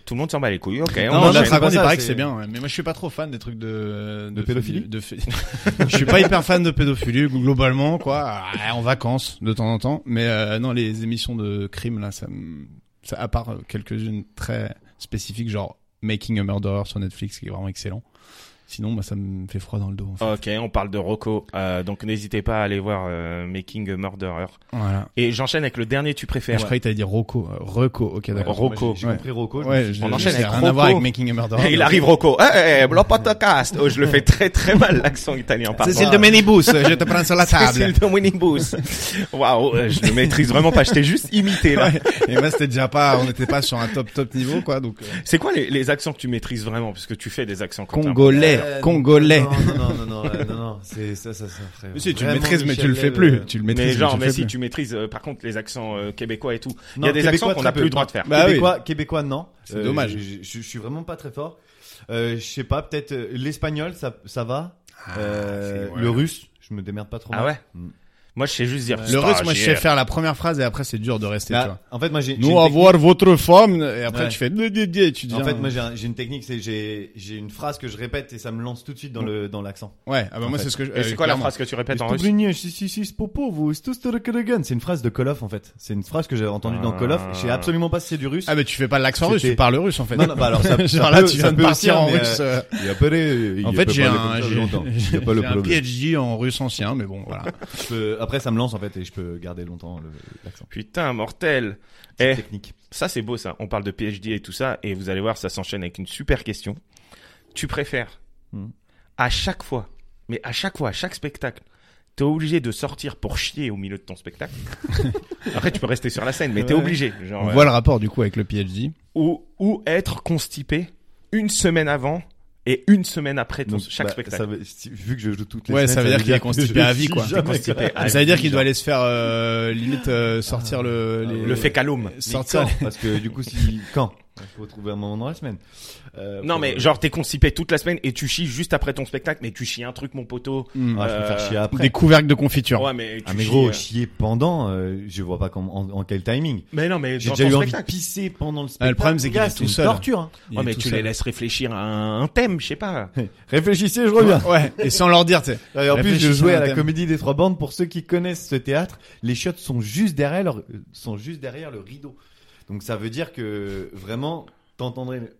Speaker 4: Tout le monde s'en bat les couilles. Ok, on
Speaker 3: Non, on
Speaker 1: moi,
Speaker 3: l'a
Speaker 1: j'aime
Speaker 4: enchaîne.
Speaker 1: pas
Speaker 3: raconte, il
Speaker 1: ça,
Speaker 3: paraît que
Speaker 1: c'est-
Speaker 3: c'est bien, ouais. mais moi je suis pas trop fan des trucs de
Speaker 1: De pédophilie
Speaker 3: de fé- Je suis pas hyper fan de pédophilie globalement quoi, Ah, en vacances de temps en temps, mais euh, non les émissions de crime là ça, me- ça à part euh, quelques-unes très spécifiques genre Making a Murderer sur Netflix qui est vraiment excellent. Sinon bah ça me fait froid dans le dos en fait.
Speaker 4: Ok, on parle de Rocco. Euh, donc n'hésitez pas à aller voir euh, Making a Murderer.
Speaker 3: Voilà.
Speaker 4: Et j'enchaîne avec le dernier tu
Speaker 3: Et
Speaker 4: préfères.
Speaker 3: Je croyais que t'allais dire Rocco, euh, Rocco, OK d'accord.
Speaker 4: Rocco.
Speaker 1: Moi, j'ai- J'ai
Speaker 3: Ouais.
Speaker 1: compris Rocco. je me suis
Speaker 3: Ouais,
Speaker 1: dit,
Speaker 3: je-
Speaker 4: On
Speaker 3: je-
Speaker 4: enchaîne
Speaker 3: ça a
Speaker 4: avec
Speaker 3: rien à voir
Speaker 4: Rocco.
Speaker 3: avec Making a Murderer.
Speaker 4: Et il arrive Rocco. Eh, eh, le podcast. Oh, je le fais très très mal l'accent italien. pardon.
Speaker 3: Cécile de Ménibus, je te prends sur la table.
Speaker 4: Cécile de Winnibus. Waouh, euh, je le maîtrise vraiment pas. Je t'ai juste imité là.
Speaker 3: Ouais. Et moi, c'était déjà pas, on n'était pas sur un top top niveau, quoi. Donc euh,
Speaker 4: C'est quoi les, les accents que tu maîtrises vraiment Parce que tu fais des accents Quentin.
Speaker 3: congolais,
Speaker 1: Euh,
Speaker 3: congolais.
Speaker 1: Non, non, non, non, non, euh, non, non, c'est ça, ça, ça ferait.
Speaker 3: Mais si, tu le
Speaker 1: vraiment
Speaker 3: maîtrises, mais
Speaker 1: Michel
Speaker 3: tu le fais
Speaker 1: Leb,
Speaker 3: plus.
Speaker 1: euh,
Speaker 3: Tu le
Speaker 4: Mais
Speaker 3: maîtrises.
Speaker 4: genre, mais
Speaker 3: le
Speaker 4: si
Speaker 3: fais
Speaker 4: tu maîtrises euh, par contre les accents euh, québécois et tout. Il y
Speaker 1: non,
Speaker 4: a des
Speaker 1: québécois,
Speaker 4: accents qu'on n'a plus
Speaker 1: très
Speaker 4: le
Speaker 1: peu.
Speaker 4: droit de faire.
Speaker 3: Bah oui.
Speaker 1: québécois, québécois, non. Euh,
Speaker 3: C'est dommage.
Speaker 1: Je, je- je suis vraiment pas très fort. Euh, je sais pas, peut-être euh, l'espagnol, ça, ça va.
Speaker 3: plus.
Speaker 1: Euh,
Speaker 3: Ah, c'est- ouais.
Speaker 1: Le russe, je me démerde pas trop.
Speaker 4: Ah
Speaker 1: mal.
Speaker 4: ouais
Speaker 1: Mm.
Speaker 4: Moi, je sais juste dire.
Speaker 3: Le reste, moi, je sais
Speaker 4: stagiaire.
Speaker 3: faire la première phrase et après, c'est dur de rester, tu
Speaker 1: Bah,
Speaker 3: vois.
Speaker 1: en fait, moi, j'ai. j'ai
Speaker 3: Nous
Speaker 1: une
Speaker 3: avoir votre femme et après
Speaker 1: Ouais.
Speaker 3: tu fais blé, blé, blé, et tu dis
Speaker 1: technique- En fait, moi, j'ai un- j'ai une technique, c'est j'ai j'ai une phrase que je répète et ça me lance tout de suite dans le dans l'accent.
Speaker 3: ouais ah bah
Speaker 1: en
Speaker 3: moi
Speaker 1: fait.
Speaker 3: c'est ce que je-
Speaker 4: Et c'est
Speaker 3: euh,
Speaker 4: quoi la
Speaker 3: clairement.
Speaker 4: phrase que tu répètes en russe
Speaker 1: C'est une phrase de Call of en fait. C'est une phrase que j'avais entendue dans Call of. Je sais absolument pas si c'est du russe.
Speaker 3: ah mais tu fais pas l'accent russe tu
Speaker 1: C'était-
Speaker 3: parles russe en fait
Speaker 1: Non, non, bah alors ça, ça
Speaker 3: genre là
Speaker 1: peut-
Speaker 3: tu
Speaker 1: ça
Speaker 3: viens de
Speaker 1: peut aussi,
Speaker 3: partir en
Speaker 1: mais, euh,
Speaker 3: russe euh,
Speaker 1: il y a pas les- il
Speaker 3: en
Speaker 1: y a
Speaker 3: fait
Speaker 1: pas
Speaker 3: j'ai
Speaker 1: parlé
Speaker 3: un
Speaker 1: comme ça
Speaker 3: j'ai
Speaker 1: longtemps. Il y a pas le
Speaker 3: j'ai un
Speaker 1: problème.
Speaker 3: PhD en russe ancien mais bon voilà
Speaker 1: Je peux- Après, ça me lance en fait et je peux garder longtemps le- l'accent.
Speaker 4: Putain, mortel. Eh,
Speaker 1: C'est Technique.
Speaker 4: ça c'est beau ça. On parle de PhD et tout ça, et vous allez voir, ça s'enchaîne avec une super question. Tu préfères,
Speaker 1: Hmm.
Speaker 4: à chaque fois, mais à chaque fois, à chaque spectacle, t'es obligé de sortir pour chier au milieu de ton spectacle. Après, tu peux rester sur la scène, mais t'es
Speaker 1: Ouais.
Speaker 4: obligé. Genre,
Speaker 3: on
Speaker 4: euh,
Speaker 3: voit le rapport du coup avec le PhD
Speaker 4: ou, ou être constipé une semaine avant et une semaine après ton,
Speaker 1: Donc,
Speaker 4: chaque
Speaker 1: bah,
Speaker 4: spectacle.
Speaker 1: ça veut- si- vu que je joue toutes les
Speaker 3: Ouais,
Speaker 1: semaines,
Speaker 3: ça veut dire qu'il est
Speaker 1: que
Speaker 3: constipé
Speaker 1: je
Speaker 3: à vie,
Speaker 1: suis
Speaker 3: quoi.
Speaker 1: jamais
Speaker 4: Constipé
Speaker 1: capable.
Speaker 4: à
Speaker 3: ça veut dire qu'il doit aller se faire euh, limite euh, sortir
Speaker 1: Ah,
Speaker 3: le les-
Speaker 4: Le fécalome.
Speaker 3: sortir
Speaker 1: Mais quand parce que du coup, si quand il faut trouver un moment dans la semaine. Euh,
Speaker 4: Non
Speaker 1: faut-
Speaker 4: mais genre t'es constipé toute la semaine et tu chies juste après ton spectacle mais tu chies un truc mon poteau.
Speaker 3: Hmm.
Speaker 1: Ah, je peux me faire
Speaker 4: euh,
Speaker 1: chier après.
Speaker 3: des couvercles de confiture
Speaker 4: Ouais mais tu
Speaker 1: Ah mais
Speaker 4: chies,
Speaker 1: gros,
Speaker 4: euh,
Speaker 1: chier pendant, euh, je vois pas comment- en, en quel timing.
Speaker 4: Mais non mais
Speaker 1: J'ai
Speaker 4: dans
Speaker 1: déjà
Speaker 4: ton
Speaker 1: eu envie de
Speaker 4: spectacle.
Speaker 1: pisser pendant le
Speaker 3: Ah,
Speaker 1: spectacle.
Speaker 3: le problème, c'est qu'il
Speaker 1: gars,
Speaker 3: est tout
Speaker 1: une
Speaker 3: seul.
Speaker 1: torture. hein.
Speaker 3: Il
Speaker 4: Ouais
Speaker 3: est
Speaker 4: mais
Speaker 3: tout
Speaker 4: tu
Speaker 3: seul.
Speaker 4: les laisses réfléchir à un, un thème, je sais pas.
Speaker 1: Réfléchissez, je reviens.
Speaker 3: ouais et sans leur dire tu sais.
Speaker 1: Et en plus,
Speaker 3: Réfléchissez
Speaker 1: je jouais
Speaker 3: à un
Speaker 1: à la
Speaker 3: thème.
Speaker 1: comédie des trois bandes. Pour ceux qui connaissent ce théâtre, les shots sont juste derrière, leur- sont juste derrière le rideau. Donc ça veut dire que vraiment, t'entendrais. le-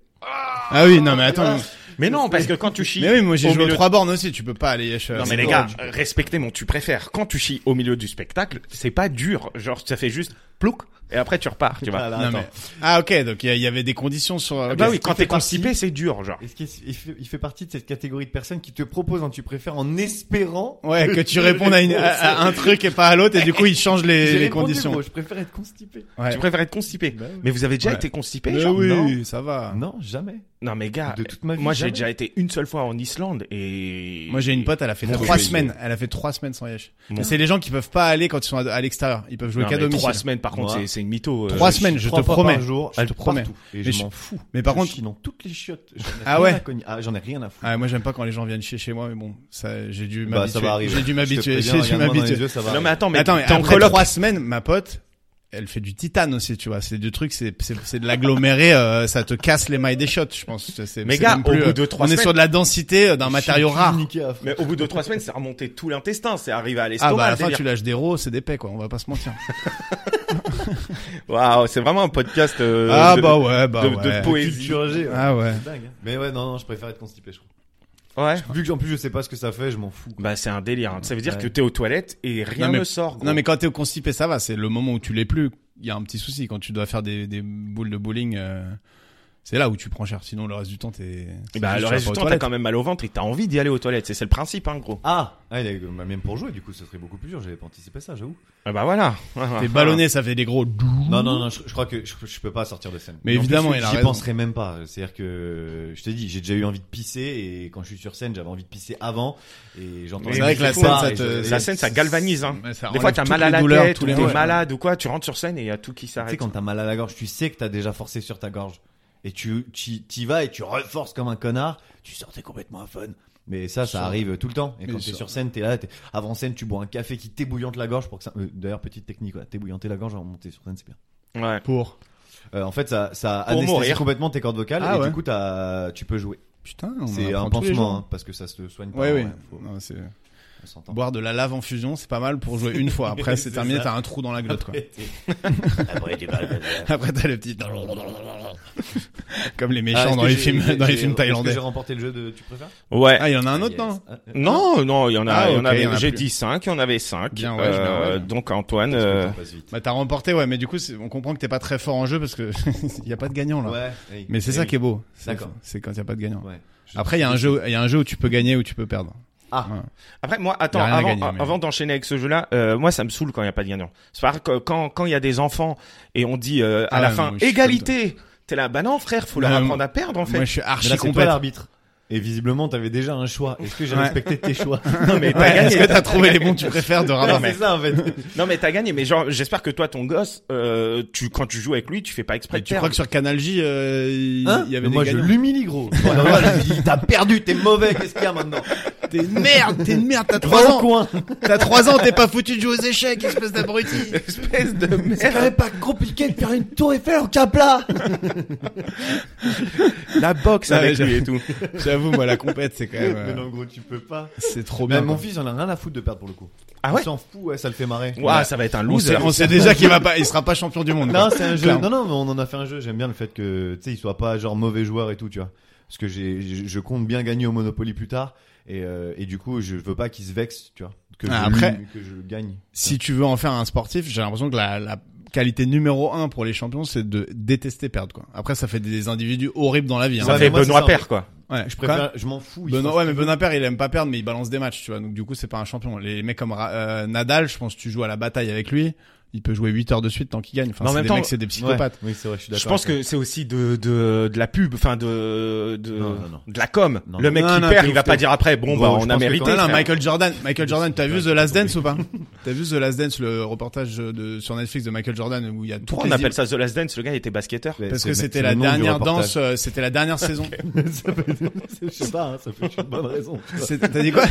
Speaker 3: ah oui non mais attends
Speaker 4: Mais non parce que quand tu chies
Speaker 3: mais oui moi j'ai
Speaker 4: au
Speaker 3: joué aux
Speaker 4: milieu-
Speaker 3: trois bornes aussi tu peux pas aller euh,
Speaker 4: Non mais
Speaker 3: c'est
Speaker 4: les
Speaker 3: bon.
Speaker 4: gars, respectez mon tu préfères. Quand tu chies au milieu du spectacle, c'est pas dur, genre ça fait juste plouc et après tu repars, tu
Speaker 1: Ah
Speaker 4: vois.
Speaker 1: là,
Speaker 3: Non,
Speaker 1: attends.
Speaker 3: mais- ah ok donc il y a- il y avait des conditions sur
Speaker 4: Bah
Speaker 3: Ok.
Speaker 4: oui, quand
Speaker 1: fait
Speaker 4: t'es constipé, c'est dur genre.
Speaker 1: Est-ce qu'il il fait, il fait partie de cette catégorie de personnes qui te proposent un tu préfères en espérant
Speaker 3: Ouais, que tu répondes à, une- à- à un truc et pas à l'autre, et du coup, ils changent les,
Speaker 1: J'ai
Speaker 3: les
Speaker 1: répondu,
Speaker 3: conditions.
Speaker 1: gros, je préfère être constipé.
Speaker 3: Ouais.
Speaker 4: Tu préfères être constipé.
Speaker 1: Bah oui.
Speaker 4: Mais vous avez déjà
Speaker 3: Ouais.
Speaker 4: été constipé
Speaker 3: Mais
Speaker 4: genre non
Speaker 3: ça va.
Speaker 1: Non, jamais.
Speaker 4: Non mais gars,
Speaker 1: De toute ma vie,
Speaker 4: moi j'ai
Speaker 1: jamais.
Speaker 4: déjà été une seule fois en Islande et
Speaker 3: Moi, j'ai une pote, elle a fait
Speaker 4: Mon
Speaker 3: trois
Speaker 4: Dieu.
Speaker 3: semaines. Elle a fait trois semaines sans Yesh.
Speaker 4: Mon-
Speaker 3: Et C'est les gens qui peuvent pas aller quand ils sont à, à l'extérieur. Ils peuvent jouer
Speaker 4: Non,
Speaker 3: qu'à
Speaker 4: mais
Speaker 3: domicile.
Speaker 4: trois semaines par contre,
Speaker 1: Moi.
Speaker 4: c'est- c'est une mytho. euh,
Speaker 3: Trois
Speaker 4: je-
Speaker 3: semaines, je
Speaker 1: Trois
Speaker 3: te
Speaker 1: fois
Speaker 3: promets.
Speaker 1: par jour,
Speaker 3: Je te promets.
Speaker 1: partout. Et
Speaker 3: Mais
Speaker 1: je,
Speaker 3: je-
Speaker 1: m'en fous.
Speaker 3: Mais par
Speaker 1: Je
Speaker 3: contre-
Speaker 1: chie dans toutes les chiottes. J'en ai
Speaker 3: Ah
Speaker 1: rien
Speaker 3: ouais.
Speaker 1: à cogner. Ah, j'en ai rien à foutre.
Speaker 3: Ouais, moi, j'aime pas quand les gens viennent chez chez moi, mais bon, ça, j'ai dû
Speaker 1: Bah, ça
Speaker 3: m'habituer.
Speaker 1: va arriver.
Speaker 3: j'ai dû
Speaker 1: Je te
Speaker 3: m'habituer.
Speaker 1: préviens,
Speaker 3: J'ai dû
Speaker 1: regarde-moi dans les
Speaker 3: m'habituer.
Speaker 1: yeux, ça va
Speaker 4: Non mais
Speaker 1: arriver.
Speaker 4: attends, mais
Speaker 3: Attends, mais
Speaker 4: t'es en
Speaker 3: après
Speaker 4: coloc.
Speaker 3: trois semaines, ma pote, elle fait du titane aussi, tu vois. C'est du truc, c'est, c'est, c'est de l'aggloméré, euh, ça te casse les mailles des shots, je pense. C'est- C'est,
Speaker 4: Mais
Speaker 3: c'est
Speaker 4: gars,
Speaker 3: même plus,
Speaker 4: au bout
Speaker 3: euh,
Speaker 4: de trois
Speaker 3: on est sur
Speaker 4: semaines-
Speaker 3: de la densité euh, d'un matériau
Speaker 1: Je suis
Speaker 3: rare.
Speaker 1: niqué à fond.
Speaker 4: Mais au bout de trois semaines, ça a remonté tout l'intestin, c'est arrivé à l'estomac.
Speaker 3: Ah bah à la
Speaker 4: le
Speaker 3: fin
Speaker 4: délire.
Speaker 3: tu lâches des rots, c'est des paix quoi, on va pas se mentir.
Speaker 4: Waouh, c'est vraiment un podcast. euh,
Speaker 3: ah
Speaker 4: de-
Speaker 3: bah ouais, bah
Speaker 4: de- de
Speaker 3: ouais.
Speaker 4: poésie.
Speaker 1: Culture G, ouais.
Speaker 3: Ah ouais.
Speaker 1: C'est dingue, hein. Mais ouais, non, non, je préfère être constipé, je crois.
Speaker 4: Ouais.
Speaker 1: Vu que en plus je sais pas ce que ça fait, je m'en fous.
Speaker 4: Bah c'est un délire. hein. Ça veut dire
Speaker 1: Ouais.
Speaker 4: que t'es aux toilettes et rien
Speaker 3: Non, mais-
Speaker 4: ne sort. gros.
Speaker 3: Non mais quand t'es constipé ça va, c'est le moment où tu l'es plus, il y a un petit souci quand tu dois faire des, des boules de bowling euh, c'est là où tu prends cher, sinon le reste du temps t'es
Speaker 4: Et bah, le reste du temps, t'as quand même mal au ventre et t'as envie d'y aller aux toilettes. C'est c'est le principe, hein, gros.
Speaker 1: Ah, ah, il est- bah, même pour jouer, du coup, ce serait beaucoup plus dur. J'avais pas anticipé ça, j'avoue.
Speaker 4: Ah bah voilà.
Speaker 3: T'es ballonné, ça fait des gros doux.
Speaker 1: Non, non, non, je, je crois que je, je peux pas sortir de scène.
Speaker 3: Mmh. Mais
Speaker 1: Et en plus,
Speaker 3: évidemment, il a
Speaker 1: j'y
Speaker 3: raison.
Speaker 1: penserai même pas. C'est-à-dire que je t'ai dit, j'ai déjà eu envie de pisser et quand je suis sur scène, j'avais envie de pisser avant et j'entends.
Speaker 4: C'est vrai que la
Speaker 3: scène, ça te-
Speaker 4: La scène, ça galvanise. Hein. Des fois, t'as mal à la tête, ou t'es malade ou quoi. Tu rentres sur scène et y a tout qui
Speaker 1: Tu sais
Speaker 4: s'arrête.
Speaker 1: quand t'as mal à la gorge, tu sais que t'as déjà forcé sur ta gorge et tu t'y t'y vas et tu reforces comme un connard. Tu sors, t'es complètement un fun. Mais ça, ça
Speaker 3: Ça-
Speaker 1: arrive tout le temps. Et
Speaker 3: Mais
Speaker 1: quand
Speaker 3: ça-
Speaker 1: t'es sur scène, t'es là, t'es- avant scène, tu bois un café qui t'ébouillante la gorge pour que ça. euh, D'ailleurs, petite technique, ouais, t'ébouillanter la gorge avant de monter sur scène, c'est bien.
Speaker 4: Ouais.
Speaker 3: Pour.
Speaker 1: Euh, en fait, ça, ça
Speaker 4: Pour
Speaker 1: anesthésie
Speaker 4: mourir.
Speaker 1: complètement tes cordes vocales
Speaker 3: Ah
Speaker 1: et
Speaker 3: ouais.
Speaker 1: du coup, t'as- tu peux jouer.
Speaker 3: Putain, on
Speaker 1: C'est
Speaker 3: apprend
Speaker 1: un
Speaker 3: tous les jours.
Speaker 1: pansement, hein, parce que ça se soigne pas.
Speaker 3: Ouais,
Speaker 1: ouais,
Speaker 3: ouais.
Speaker 1: faut-
Speaker 3: Non, c'est-
Speaker 1: on s'entend.
Speaker 3: Boire de la lave en fusion, c'est pas mal pour jouer une fois. Après, c'est
Speaker 1: C'est
Speaker 3: terminé,
Speaker 1: ça.
Speaker 3: t'as un trou dans la glotte, quoi.
Speaker 1: Après, t'es- Après, t'es pas-
Speaker 3: Après, t'as le petit. Comme les
Speaker 1: Ah,
Speaker 3: méchants
Speaker 1: est-ce
Speaker 3: dans
Speaker 1: que
Speaker 3: les
Speaker 1: j'ai-
Speaker 3: films,
Speaker 1: j'ai-
Speaker 3: dans les
Speaker 1: j'ai-
Speaker 3: films
Speaker 1: est-ce que
Speaker 3: thaïlandais.
Speaker 1: J'ai remporté le jeu de. Tu préfères
Speaker 4: Ouais.
Speaker 3: Ah, il y en a un
Speaker 1: Ah,
Speaker 3: autre,
Speaker 1: yes.
Speaker 3: non
Speaker 1: Ah, euh,
Speaker 4: Non, non, il y en a,
Speaker 3: Ah,
Speaker 4: il y en
Speaker 3: ok,
Speaker 4: avait-
Speaker 3: il y en a
Speaker 4: j'ai
Speaker 3: plus.
Speaker 4: dit 5, il y en avait 5.
Speaker 3: Bien, ouais, je l'ai, ouais.
Speaker 4: donc Antoine,
Speaker 1: parce que le
Speaker 4: euh,
Speaker 1: temps passe vite.
Speaker 3: Bah, t'as remporté, ouais, mais du coup, c'est- on comprend que t'es pas très fort en jeu parce que il y a pas de gagnant là.
Speaker 1: Ouais, oui.
Speaker 3: Mais c'est
Speaker 1: Eh
Speaker 3: ça
Speaker 1: oui.
Speaker 3: qui est beau. C'est-
Speaker 1: D'accord.
Speaker 3: C'est quand il y a pas de gagnant.
Speaker 1: Ouais. Je-
Speaker 3: Après, il y a un jeu, il y a un jeu où tu peux gagner ou tu peux perdre.
Speaker 1: Ah.
Speaker 3: Ouais.
Speaker 4: Après, moi, attends,
Speaker 3: Y a rien à
Speaker 4: avant,
Speaker 3: gagner, mais-
Speaker 4: avant d'enchaîner avec ce jeu-là, euh, moi, ça me saoule quand il n'y a pas de gagnant. C'est à dire que quand quand il y a des enfants et on dit euh, à
Speaker 3: Ah
Speaker 4: la
Speaker 3: ouais,
Speaker 4: fin
Speaker 3: moi, je suis
Speaker 4: égalité, t'es là, bah non, frère, faut leur
Speaker 3: Non,
Speaker 4: apprendre à perdre en fait.
Speaker 3: Moi, je suis
Speaker 1: Mais
Speaker 3: archi
Speaker 1: là, c'est toi
Speaker 3: compétent.
Speaker 1: l'arbitre. Et visiblement, t'avais déjà un choix. Est-ce que j'ai
Speaker 3: Ouais.
Speaker 1: respecté tes choix
Speaker 4: Non mais t'as
Speaker 3: Ouais,
Speaker 4: gagné.
Speaker 3: Est-ce que t'as trouvé les bons tu préfères de
Speaker 1: Ah,
Speaker 3: Rabat
Speaker 1: C'est ça en fait.
Speaker 4: Non mais t'as gagné. Mais genre, j'espère que toi, ton gosse, euh, tu quand tu joues avec lui, tu fais pas exprès.
Speaker 3: Et
Speaker 4: de
Speaker 3: Tu
Speaker 4: perdre.
Speaker 3: crois que sur Canal J, euh, il il
Speaker 1: Hein
Speaker 3: y avait
Speaker 1: Mais moi
Speaker 3: des
Speaker 1: je
Speaker 3: gagnants
Speaker 1: l'humilie gros. Moi, je lui dis, T'as perdu, t'es mauvais, qu'est-ce qu'il y a maintenant
Speaker 3: T'es une merde, t'es une merde, t'as
Speaker 1: Trois
Speaker 3: 3 ans.
Speaker 1: coin.
Speaker 3: T'as 3 ans, t'es pas foutu de jouer aux échecs, espèce d'abruti.
Speaker 4: Espèce de
Speaker 5: C'est quand
Speaker 4: merde.
Speaker 5: même pas compliqué de faire une tour Eiffel en capla
Speaker 4: La boxe
Speaker 3: Non,
Speaker 4: avec
Speaker 3: mais
Speaker 4: lui et tout.
Speaker 3: J'avoue, moi, la compète, c'est quand même,
Speaker 1: Mais
Speaker 3: euh,
Speaker 1: non, gros, tu peux pas.
Speaker 3: c'est trop
Speaker 1: Mais
Speaker 3: bien.
Speaker 1: mon
Speaker 3: quoi.
Speaker 1: fils, on a rien à foutre de perdre pour le coup.
Speaker 4: Ah ouais
Speaker 1: Il s'en fout, ouais, ça le fait marrer.
Speaker 4: Ouah, ça va être un
Speaker 3: On
Speaker 4: loser.
Speaker 3: sait, on sait déjà qu'il va pas, il sera pas champion du monde.
Speaker 1: Non,
Speaker 3: quoi.
Speaker 1: c'est un jeu.
Speaker 3: Clairement.
Speaker 1: Non, non, mais on en a fait un jeu. J'aime bien le fait que, tu sais, il soit pas genre mauvais joueur et tout, tu vois. Parce que j'ai, je je compte bien gagner au Monopoly plus tard. Et, euh, et du coup, je veux pas qu'il se vexe, tu vois. Que,
Speaker 3: Ah,
Speaker 1: je,
Speaker 3: après-
Speaker 1: lui- que je gagne.
Speaker 3: Si tu veux en faire un sportif, j'ai l'impression que la, la qualité numéro un pour les champions, c'est de détester perdre, quoi. Après, ça fait des individus horribles dans la vie. hein.
Speaker 4: Ça
Speaker 1: Ouais,
Speaker 4: fait
Speaker 1: mais moi, c'est
Speaker 4: Benoît
Speaker 1: ça,
Speaker 4: Père, quoi.
Speaker 3: Ouais,
Speaker 1: Je préfère, je m'en fous. il
Speaker 3: Benoît,
Speaker 1: faut-
Speaker 3: ouais, mais Benoît Père, il aime pas perdre, mais il balance des matchs, tu vois. Donc, du coup, c'est pas un champion. Les mecs comme Ra- euh, Nadal, je pense que tu joues à la bataille avec lui. Il peut jouer 8 heures de suite tant qu'il gagne. Enfin,
Speaker 4: Mais en
Speaker 3: c'est
Speaker 4: même
Speaker 3: des
Speaker 4: temps-
Speaker 3: mecs, c'est des psychopathes.
Speaker 1: Ouais. Oui, c'est vrai, je suis d'accord.
Speaker 4: Je pense
Speaker 1: avec
Speaker 4: que c'est aussi de, de, de la pub, enfin de, de,
Speaker 1: Non, non, non.
Speaker 4: de la com.
Speaker 1: Non,
Speaker 4: le
Speaker 1: non.
Speaker 4: mec
Speaker 3: Non,
Speaker 4: qui
Speaker 3: non,
Speaker 4: perd,
Speaker 3: t'es
Speaker 4: il va
Speaker 3: ouf,
Speaker 4: pas
Speaker 3: t'es
Speaker 4: dire après, bon,
Speaker 1: Bon,
Speaker 4: bah,
Speaker 1: je
Speaker 4: on
Speaker 1: pense
Speaker 4: a
Speaker 1: que
Speaker 4: mérité.
Speaker 1: quand
Speaker 3: Non, non,
Speaker 4: frère.
Speaker 3: Michael Jordan, Michael Jordan, t'as vu The Last Dance
Speaker 1: Oui.
Speaker 3: ou pas T'as vu The Last Dance, le reportage de, sur Netflix de Michael Jordan où il y a toutes
Speaker 4: Pourquoi on
Speaker 3: les
Speaker 4: appelle ça The Last Dance? Le gars, il était basketteur.
Speaker 1: toi.
Speaker 3: Parce
Speaker 1: C'est-
Speaker 3: que
Speaker 1: c'est-
Speaker 3: c'était
Speaker 1: c'est
Speaker 3: la
Speaker 1: le nom du
Speaker 3: dernière
Speaker 1: reportage.
Speaker 3: danse, euh, c'était la dernière saison.
Speaker 1: Ça peut être- je sais pas, hein, ça peut être une bonne raison. tu vois.
Speaker 3: C'est- T'as dit quoi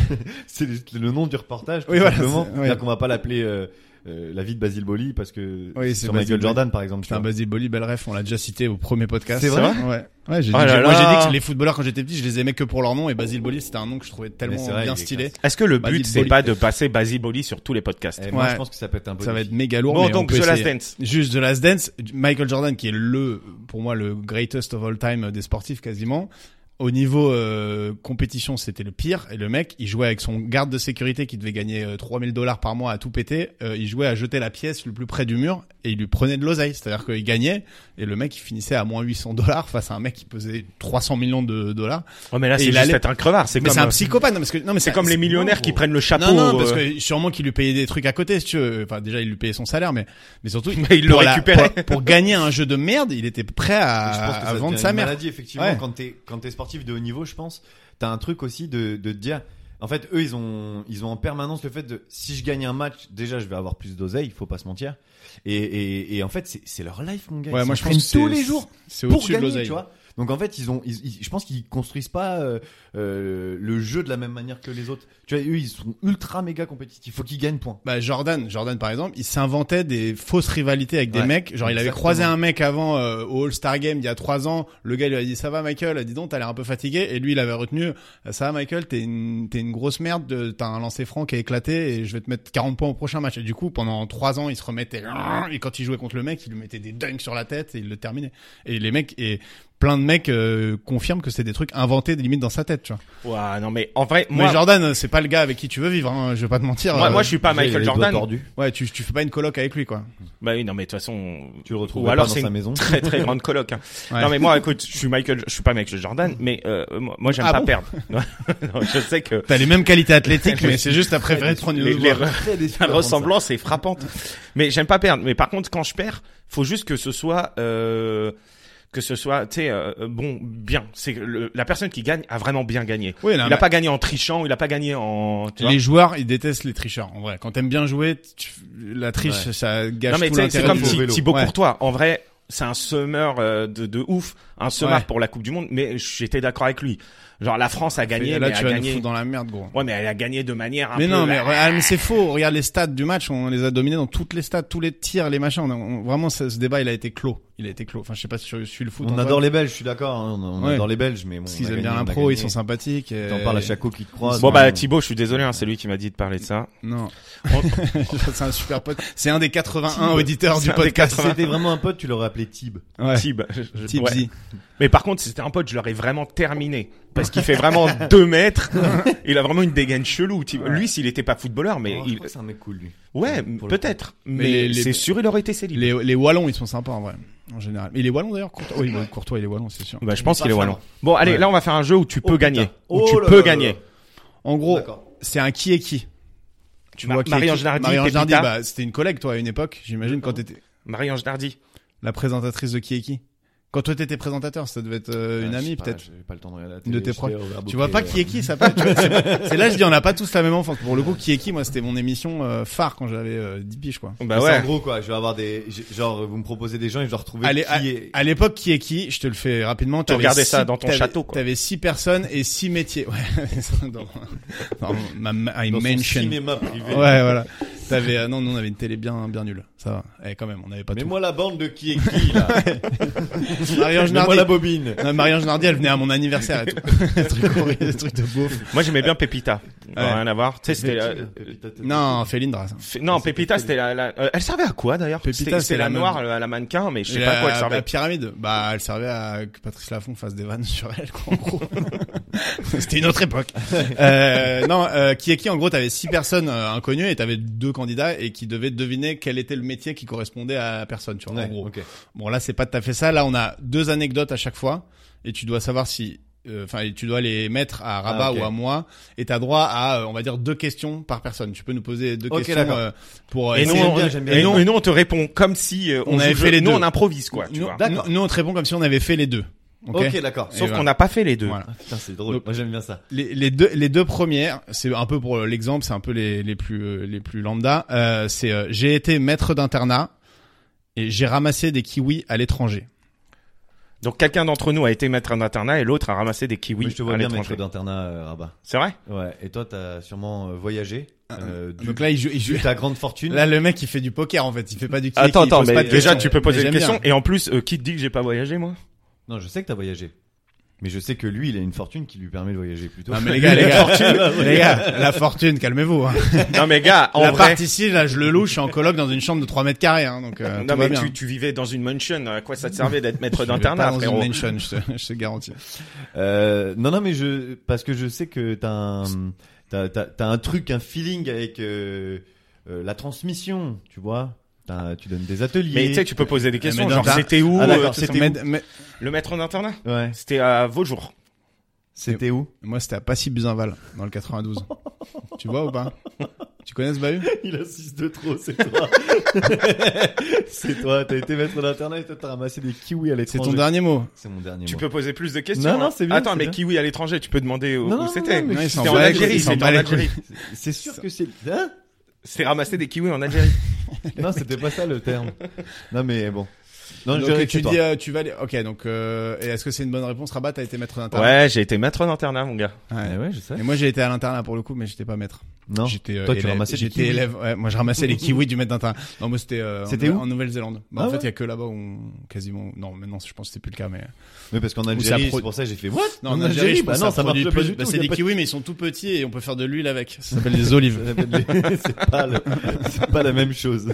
Speaker 1: C'est le- le nom du reportage. Tout
Speaker 3: Oui, voilà,
Speaker 1: simplement.
Speaker 3: c'est- ouais.
Speaker 1: C'est-à-dire qu'on va pas l'appeler euh, euh, la vie de Basile Boli parce que
Speaker 3: Oui, c'est
Speaker 1: sur
Speaker 3: Basile
Speaker 1: Michael
Speaker 3: Boli.
Speaker 1: Jordan, par exemple. tu
Speaker 3: Putain,
Speaker 1: vois.
Speaker 3: Basile Boli, belle ref, on l'a déjà cité au premier podcast.
Speaker 1: C'est vrai
Speaker 3: Ouais. Ouais, j'ai
Speaker 4: Oh
Speaker 3: dit,
Speaker 4: là
Speaker 3: j'ai- moi, j'ai
Speaker 4: là.
Speaker 3: dit que les footballeurs, quand j'étais petit, je les aimais que pour leur nom, et Basile Boli, c'était un nom que je trouvais
Speaker 1: Mais
Speaker 3: tellement
Speaker 1: c'est vrai,
Speaker 3: bien
Speaker 1: il est
Speaker 3: stylé.
Speaker 4: Est-ce que le but,
Speaker 3: Basile
Speaker 4: c'est
Speaker 3: Boli.
Speaker 4: pas de passer Basile Boli sur tous les podcasts?
Speaker 1: Et Moi,
Speaker 3: Ouais.
Speaker 1: je pense que ça peut être un bon
Speaker 3: Ça va
Speaker 1: défi.
Speaker 3: être méga lourd.
Speaker 4: Bon,
Speaker 3: mais on
Speaker 4: donc,
Speaker 3: peut
Speaker 4: The Last
Speaker 3: essayer.
Speaker 4: Dance.
Speaker 3: Juste The Last Dance, Michael Jordan qui est le, pour moi, le greatest of all time des sportifs quasiment. Au niveau euh, compétition, c'était le pire. Et le mec, il jouait avec son garde de sécurité qui devait gagner 3000 dollars par mois à tout péter. Euh, il jouait à jeter la pièce le plus près du mur et il lui prenait de l'oseille. C'est-à-dire qu'il gagnait et le mec, il finissait à moins 800 dollars face à un mec qui pesait 300 millions de dollars.
Speaker 4: Oh, mais là,
Speaker 3: Et
Speaker 4: c'est
Speaker 3: il
Speaker 4: juste
Speaker 3: allait-
Speaker 4: être un crevard. C'est
Speaker 3: Mais
Speaker 4: comme,
Speaker 3: c'est un
Speaker 4: euh,
Speaker 3: psychopathe. Non, parce que, non, mais
Speaker 4: c'est comme les millionnaires qui prennent le chapeau.
Speaker 3: Non, non, parce
Speaker 4: euh,
Speaker 3: que sûrement qu'il lui payait des trucs à côté, si tu veux. Enfin, déjà, il lui payait son salaire, mais, mais surtout,
Speaker 4: Mais il le
Speaker 3: pour la-
Speaker 4: récupérait.
Speaker 3: pour, pour gagner un jeu de merde, il était prêt
Speaker 1: Et je pense
Speaker 3: à, à
Speaker 1: que ça
Speaker 3: vendre
Speaker 1: devient
Speaker 3: sa
Speaker 1: une
Speaker 3: mère.
Speaker 1: maladie effectivement
Speaker 3: Ouais.
Speaker 1: quand t'es quand t'es sportif de haut niveau, je pense, t'as un truc aussi de de te dire. En fait, eux, ils ont ils ont en permanence le fait de si je gagne un match, déjà je vais avoir plus d'oseille, il faut pas se mentir. Et et, et en fait, c'est c'est leur life, mon gars.
Speaker 3: Ouais,
Speaker 1: Ils
Speaker 3: moi, je pense
Speaker 1: s'entraînent
Speaker 3: que c'est-
Speaker 1: tous les jours
Speaker 3: c'est
Speaker 1: pour
Speaker 3: au-dessus de
Speaker 1: gagner,
Speaker 3: l'oseille.
Speaker 1: tu vois. Donc en fait, ils ont, ils- ils- je pense qu'ils construisent pas euh, euh, le jeu de la même manière que les autres. Tu vois, eux, ils sont ultra méga compétitifs. Il faut qu'ils gagnent point.
Speaker 3: Bah, Jordan, Jordan, par exemple, il s'inventait des fausses rivalités avec des
Speaker 1: Ouais,
Speaker 3: mecs. Genre, il avait
Speaker 1: exactement.
Speaker 3: croisé un mec avant, euh, au All-Star Game, il y a trois ans. Le gars, il lui a dit, ça va, Michael? Dis donc, t'as l'air un peu fatigué. Et lui, il avait retenu, euh, ça va, Michael, t'es une, t'es une grosse merde, de- t'as un lancer franc qui a éclaté et je vais te mettre 40 points au prochain match. Et du coup, pendant trois ans, il se remettait, et quand il jouait contre le mec, il lui mettait des dunks sur la tête et il le terminait. Et les mecs, et plein de mecs, euh, confirment que c'est des trucs inventés, limite dans sa tête, tu vois.
Speaker 4: Ouah, non, mais en vrai, moi,
Speaker 3: Mais Jordan, euh, c'est pas le gars avec qui tu veux vivre, hein, je vais pas te mentir.
Speaker 4: moi,
Speaker 3: Euh,
Speaker 4: moi, je suis pas Michael Jordan.
Speaker 3: Ouais, tu, tu fais pas une coloc avec lui, quoi.
Speaker 4: Bah oui, non, mais de toute façon.
Speaker 1: Tu le retrouves
Speaker 4: Ou alors,
Speaker 1: pas dans
Speaker 4: c'est
Speaker 1: sa
Speaker 4: une
Speaker 1: maison.
Speaker 4: Très, très grande coloc, hein.
Speaker 3: Ouais.
Speaker 4: Non mais moi écoute, je suis Michael, je suis pas Michael Jordan, mais euh, moi moi, j'aime
Speaker 3: Ah
Speaker 4: pas
Speaker 3: bon
Speaker 4: perdre. Non, je sais que
Speaker 3: T'as les mêmes qualités athlétiques, mais c'est juste t'as préféré te prendre une
Speaker 4: les,
Speaker 3: autre
Speaker 4: les
Speaker 3: voie.
Speaker 4: re-
Speaker 1: Très déçu
Speaker 4: la
Speaker 1: d'apprendre ça.
Speaker 4: ressemblance est frappante, mais j'aime pas perdre. Mais par contre quand je perds, faut juste que ce soit euh, que ce soit tu sais euh, bon bien. C'est que le- la personne qui gagne a vraiment bien gagné.
Speaker 3: Oui, non,
Speaker 4: Il
Speaker 3: mais
Speaker 4: a pas gagné en trichant, il a pas gagné en tu vois.
Speaker 3: les joueurs, ils détestent les tricheurs, en vrai. Quand t'aimes bien jouer, tu- la triche, ça gâche
Speaker 4: Non mais
Speaker 3: tout
Speaker 4: tu sais, c'est
Speaker 3: l'intérêt
Speaker 4: comme
Speaker 3: du
Speaker 1: Thi-
Speaker 3: jeu.
Speaker 4: Thi-
Speaker 1: vélo.
Speaker 4: Thibaut
Speaker 3: Ouais.
Speaker 4: Courtois. En vrai, c'est un semeur euh, de, de ouf, un semeur
Speaker 3: Ouais.
Speaker 4: pour la Coupe du Monde. Mais j'étais d'accord avec lui. Genre la France a gagné,
Speaker 3: Et là,
Speaker 4: mais
Speaker 3: tu
Speaker 4: a
Speaker 3: vas nous
Speaker 4: gagné.
Speaker 3: foutre dans la merde, gros.
Speaker 4: Ouais, mais elle a gagné de manière un
Speaker 3: mais
Speaker 4: peu. bah,
Speaker 3: non, mais, ah, mais c'est faux. Regarde les stats du match, on les a dominés dans toutes les stats, tous les tirs, les machins. On a- on- vraiment, ce, ce débat, il a été clos. Il a été clos. Enfin, je sais pas si je suis le foot.
Speaker 1: On
Speaker 3: en
Speaker 1: adore
Speaker 3: vrai,
Speaker 1: les Belges, je suis d'accord. hein, on on
Speaker 3: Ouais.
Speaker 1: adore les Belges, mais bon.
Speaker 3: Parce
Speaker 1: on
Speaker 3: qu'ils
Speaker 1: a
Speaker 3: aiment
Speaker 1: gagné,
Speaker 3: bien
Speaker 1: on a
Speaker 3: l'impro, ils
Speaker 1: gagné.
Speaker 3: sont sympathiques. et-
Speaker 1: T'en parles à Chaco qui te croise.
Speaker 4: Bon
Speaker 1: hein.
Speaker 4: bah Thibaut, je suis désolé, hein, c'est lui qui m'a dit de parler de ça.
Speaker 3: Non.
Speaker 4: On-
Speaker 3: c'est un super pote. C'est un des 81 auditeurs
Speaker 4: C'est
Speaker 3: du
Speaker 4: un des
Speaker 3: podcast.
Speaker 1: Si c'était vraiment un pote, tu l'aurais appelé Tib.
Speaker 3: Ouais.
Speaker 4: Tib, je- je- ouais.
Speaker 3: Tibzy.
Speaker 4: Mais par contre, si c'était un pote, je l'aurais vraiment terminé parce qu'il fait vraiment deux mètres. Il a vraiment une dégaine chelou. Tib. Lui, s'il était pas footballeur, mais
Speaker 1: Oh, je
Speaker 4: il,
Speaker 1: crois que c'est un mec cool lui.
Speaker 4: ouais,
Speaker 1: Pour le
Speaker 4: peut-être.
Speaker 3: Mais
Speaker 4: Mais,
Speaker 3: les- les-
Speaker 4: c'est sûr, il aurait été célib.
Speaker 3: Les, les Wallons, ils sont sympas en vrai, en général. Et les Wallons d'ailleurs, Courtois, oui, bah, Courtois et les Wallons, c'est sûr.
Speaker 4: Bah, je pense
Speaker 1: Pas
Speaker 4: qu'il est
Speaker 1: vraiment.
Speaker 4: wallon. Bon, allez,
Speaker 3: Ouais.
Speaker 4: là, on va faire un jeu où tu
Speaker 1: Oh,
Speaker 4: peux gagner,
Speaker 1: putain.
Speaker 4: où
Speaker 1: Oh
Speaker 4: tu
Speaker 1: là
Speaker 4: peux
Speaker 1: là
Speaker 4: gagner.
Speaker 1: là
Speaker 3: En gros,
Speaker 1: D'accord.
Speaker 3: c'est un qui est qui. Tu
Speaker 4: Ma-
Speaker 3: vois qui est
Speaker 4: Marie-Ange
Speaker 3: qui.
Speaker 4: Nardi,
Speaker 3: Marie-Ange Nardi,
Speaker 4: Pépita.
Speaker 3: bah, c'était une collègue toi à une époque, j'imagine quand t'étais
Speaker 4: Marie-Ange Nardi.
Speaker 3: la présentatrice de qui est qui. Quand toi t'étais présentateur, ça devait être euh, une
Speaker 1: Ah, je
Speaker 3: amie
Speaker 1: sais pas,
Speaker 3: peut-être.
Speaker 1: J'ai pas le temps de regarder la
Speaker 3: Une
Speaker 1: télé.
Speaker 3: de tes
Speaker 1: je
Speaker 3: proches.
Speaker 1: vais overbooker,
Speaker 3: Tu vois pas qui est qui, ça peut être- tu vois, c'est- C'est là je dis on n'a pas tous la même enfance. Pour le coup, qui est qui Moi, c'était mon émission euh, phare quand j'avais euh, 10 piges quoi.
Speaker 4: Bah
Speaker 1: C'est
Speaker 4: ouais.
Speaker 1: En gros, quoi, je vais avoir des. j'ai- Genre, vous me proposez des gens et je dois retrouver
Speaker 3: Allez,
Speaker 1: qui est.
Speaker 3: À l'époque, qui est qui Je te le fais rapidement. T'avais
Speaker 4: regardais
Speaker 3: six-
Speaker 4: ça dans ton
Speaker 3: t'avais-
Speaker 4: château, quoi.
Speaker 3: T'avais six personnes et six métiers. Ouais. dans, dans ma, ma- I
Speaker 1: Dans son
Speaker 3: mention. Ouais,
Speaker 1: cinéma privé.
Speaker 3: voilà. T'avais euh, non, nous on avait une télé bien, bien nulle. Ça va. Eh, quand même, on n'avait pas
Speaker 1: Mais
Speaker 3: tout.
Speaker 1: moi la bande de qui est qui là
Speaker 3: Marie-Ange
Speaker 1: Mets-moi
Speaker 3: Nardi.
Speaker 1: la bobine.
Speaker 3: Non, Marie-Ange Nardi, elle venait à mon anniversaire et tout. truc horrible, truc de beauf.
Speaker 4: Moi j'aimais bien Pépita. Rien à voir. Tu sais,
Speaker 1: euh,
Speaker 4: c'était la-
Speaker 3: Non, Félindra. ça.
Speaker 4: F- Non, Pépita, c'était la, la- euh, Elle servait à quoi d'ailleurs
Speaker 3: Pépita,
Speaker 4: C'était-
Speaker 3: c'est
Speaker 4: c'était la,
Speaker 3: la meuf.
Speaker 4: noire, euh, la, la mannequin, mais je sais
Speaker 3: Et
Speaker 4: pas
Speaker 3: la-
Speaker 4: à quoi elle
Speaker 3: La
Speaker 4: servait.
Speaker 3: pyramide, bah, elle servait à que Patrice Laffont fasse des vannes sur elle, quoi, en gros. C'était une autre époque. Euh, non, euh, qui est qui En gros, t'avais six personnes euh, inconnues et t'avais deux candidats et qui devaient deviner quel était le métier qui correspondait à la personne, tu vois, en
Speaker 1: Ouais,
Speaker 3: gros.
Speaker 1: ok.
Speaker 3: Bon, là, c'est pas tout à fait ça. Là, on a deux anecdotes à chaque fois et tu dois savoir si. euh, Enfin, tu dois les mettre à Rabat
Speaker 1: Ah, ok.
Speaker 3: ou à moi, et t'as droit à, euh, on va dire, deux questions par personne. Tu peux nous poser deux
Speaker 1: Ok,
Speaker 3: questions
Speaker 1: d'accord.
Speaker 3: euh, pour.
Speaker 4: Et
Speaker 3: essayer
Speaker 4: nous,
Speaker 1: J'aime
Speaker 4: on,
Speaker 1: bien, j'aime bien.
Speaker 4: et, nous, et nous, on te répond comme si euh,
Speaker 3: On
Speaker 4: on,
Speaker 3: avait
Speaker 4: avait
Speaker 3: fait les
Speaker 4: nous
Speaker 3: deux.
Speaker 4: on improvise quoi, tu
Speaker 3: nous,
Speaker 4: vois.
Speaker 1: D'accord.
Speaker 3: nous, nous, on te répond comme si on avait fait les deux. Ok.
Speaker 1: Ok, d'accord.
Speaker 3: Et
Speaker 4: Sauf
Speaker 3: voilà.
Speaker 4: qu'on n'a pas fait les deux.
Speaker 3: Voilà.
Speaker 1: Ah, putain, c'est drôle.
Speaker 3: Donc-
Speaker 1: Moi j'aime bien ça.
Speaker 3: Les, les deux, les deux premières, c'est un peu pour l'exemple, c'est un peu les, les plus euh, les plus lambda. Euh, c'est euh, j'ai été maître d'internat et j'ai ramassé des kiwis à l'étranger.
Speaker 4: Donc quelqu'un d'entre nous a été maître d'internat et l'autre a ramassé des kiwis
Speaker 1: Moi, je te
Speaker 4: à
Speaker 1: vois bien maître
Speaker 4: l'étranger.
Speaker 1: d'internat euh, Rabat.
Speaker 4: C'est vrai
Speaker 1: Ouais. Et toi t'as sûrement euh, voyagé. euh, dû-
Speaker 3: Donc là, il joue, il joue-
Speaker 1: dû ta grande fortune.
Speaker 3: là le mec il fait du poker en fait, il fait pas du kiwi.
Speaker 6: Attends,
Speaker 3: il pose
Speaker 6: attends, mais
Speaker 3: pas de
Speaker 4: Déjà,
Speaker 3: questions.
Speaker 4: tu peux poser
Speaker 3: Mais
Speaker 4: une
Speaker 3: j'aime
Speaker 4: question.
Speaker 3: bien.
Speaker 4: Et en plus, euh, qui te dit que j'ai pas voyagé moi
Speaker 1: Non, je sais que t'as voyagé. Mais je sais que lui, il a une fortune qui lui permet de voyager plutôt.
Speaker 3: Non mais les gars, les gars, les gars, la fortune, calmez-vous. hein.
Speaker 4: Non mais gars, en
Speaker 3: la
Speaker 4: vrai.
Speaker 3: part ici, là, je le loue, je suis en coloc dans une chambre de 3 mètres carrés, hein, donc euh,
Speaker 4: Non
Speaker 3: tout va
Speaker 4: mais
Speaker 3: bien.
Speaker 4: tu, tu vivais dans une mansion, à quoi ça te servait d'être
Speaker 3: Je
Speaker 4: maître
Speaker 3: vais
Speaker 4: d'internat
Speaker 3: pas dans une
Speaker 4: frérot Ah,
Speaker 3: mansion, je te, je te garantis.
Speaker 1: Euh, non, non, mais je parce que je sais que t'as un t'as t'as- t'as un truc, un feeling avec euh, euh, la transmission, tu vois. T'as- Tu donnes des ateliers.
Speaker 4: Mais tu sais, tu peux poser des questions
Speaker 3: mais
Speaker 4: genre
Speaker 3: d'internat-
Speaker 4: c'était où
Speaker 1: Ah,
Speaker 4: euh,
Speaker 1: d'accord,
Speaker 4: tout
Speaker 1: c'était
Speaker 4: ça.
Speaker 3: Mais-
Speaker 1: où
Speaker 3: mais-
Speaker 4: le maître d'internat
Speaker 1: Ouais.
Speaker 4: C'était à Vaujour.
Speaker 1: C'était où
Speaker 3: Moi, c'était à Passy-Buzinval, dans le 92. tu vois ou pas Tu connais ce bahut
Speaker 1: Il insiste de trop, c'est toi. c'est toi. T'as été maître d'internet, toi, t'as ramassé des kiwis à
Speaker 3: C'est
Speaker 1: l'étranger.
Speaker 3: ton dernier mot.
Speaker 1: C'est mon dernier.
Speaker 4: Tu
Speaker 1: mot.
Speaker 4: peux poser plus de questions.
Speaker 1: Non, non,
Speaker 4: hein.
Speaker 1: c'est bien,
Speaker 4: Attends,
Speaker 1: c'est
Speaker 4: mais
Speaker 1: bien.
Speaker 4: kiwi à l'étranger, tu peux demander où,
Speaker 1: Non,
Speaker 4: où
Speaker 1: non,
Speaker 4: c'était.
Speaker 1: non, mais
Speaker 3: Ouais, il s'en
Speaker 4: C'était en
Speaker 3: bat les
Speaker 4: Algérie,
Speaker 3: couilles, il s'en
Speaker 4: c'était
Speaker 3: bat
Speaker 4: en
Speaker 3: les
Speaker 4: Algérie.
Speaker 1: C'est sûr que c'est. Hein
Speaker 4: C'était ramasser des kiwis en Algérie.
Speaker 1: non, c'était pas ça le terme. Non, mais bon. Non,
Speaker 3: Donc,
Speaker 1: je dirais que
Speaker 3: tu
Speaker 1: toi.
Speaker 3: dis, euh, tu vas aller. Ok, donc, euh, et est-ce que c'est une bonne réponse Rabat, t'as été maître d'internat.
Speaker 4: Ouais, j'ai été maître d'internat, mon gars.
Speaker 1: Eh ouais, je sais.
Speaker 3: Et moi, j'ai été à l'internat pour le coup, mais j'étais pas maître.
Speaker 1: Non.
Speaker 3: J'étais euh,
Speaker 1: Toi, tu
Speaker 3: élève.
Speaker 1: ramassais des
Speaker 3: J'étais
Speaker 1: kiwis.
Speaker 3: élève. Ouais, moi, je ramassais les kiwis du maître d'internat. Non, moi, c'était euh, en
Speaker 1: C'était
Speaker 3: Nouvelle-
Speaker 1: où
Speaker 3: en Nouvelle-Zélande. Bah,
Speaker 1: Ah
Speaker 3: en fait, il
Speaker 1: ouais
Speaker 3: y a que là-bas où on- quasiment. Non, maintenant, je pense que c'est plus le cas, mais.
Speaker 1: Mais parce qu'en
Speaker 3: ça
Speaker 1: Algérie,
Speaker 3: pro-
Speaker 1: c'est pour ça que j'ai fait what
Speaker 3: Non, en Algérie, je
Speaker 1: bah
Speaker 3: pense que
Speaker 1: non,
Speaker 3: ça
Speaker 1: ça marche
Speaker 3: produit
Speaker 1: pas
Speaker 3: plus.
Speaker 1: du
Speaker 3: Bah,
Speaker 1: tout.
Speaker 3: c'est
Speaker 1: y a
Speaker 3: des
Speaker 1: pas de-
Speaker 3: kiwis, mais ils sont tout petits et on peut faire de l'huile avec. Ça s'appelle des olives.
Speaker 1: c'est pas, le- c'est pas la même chose.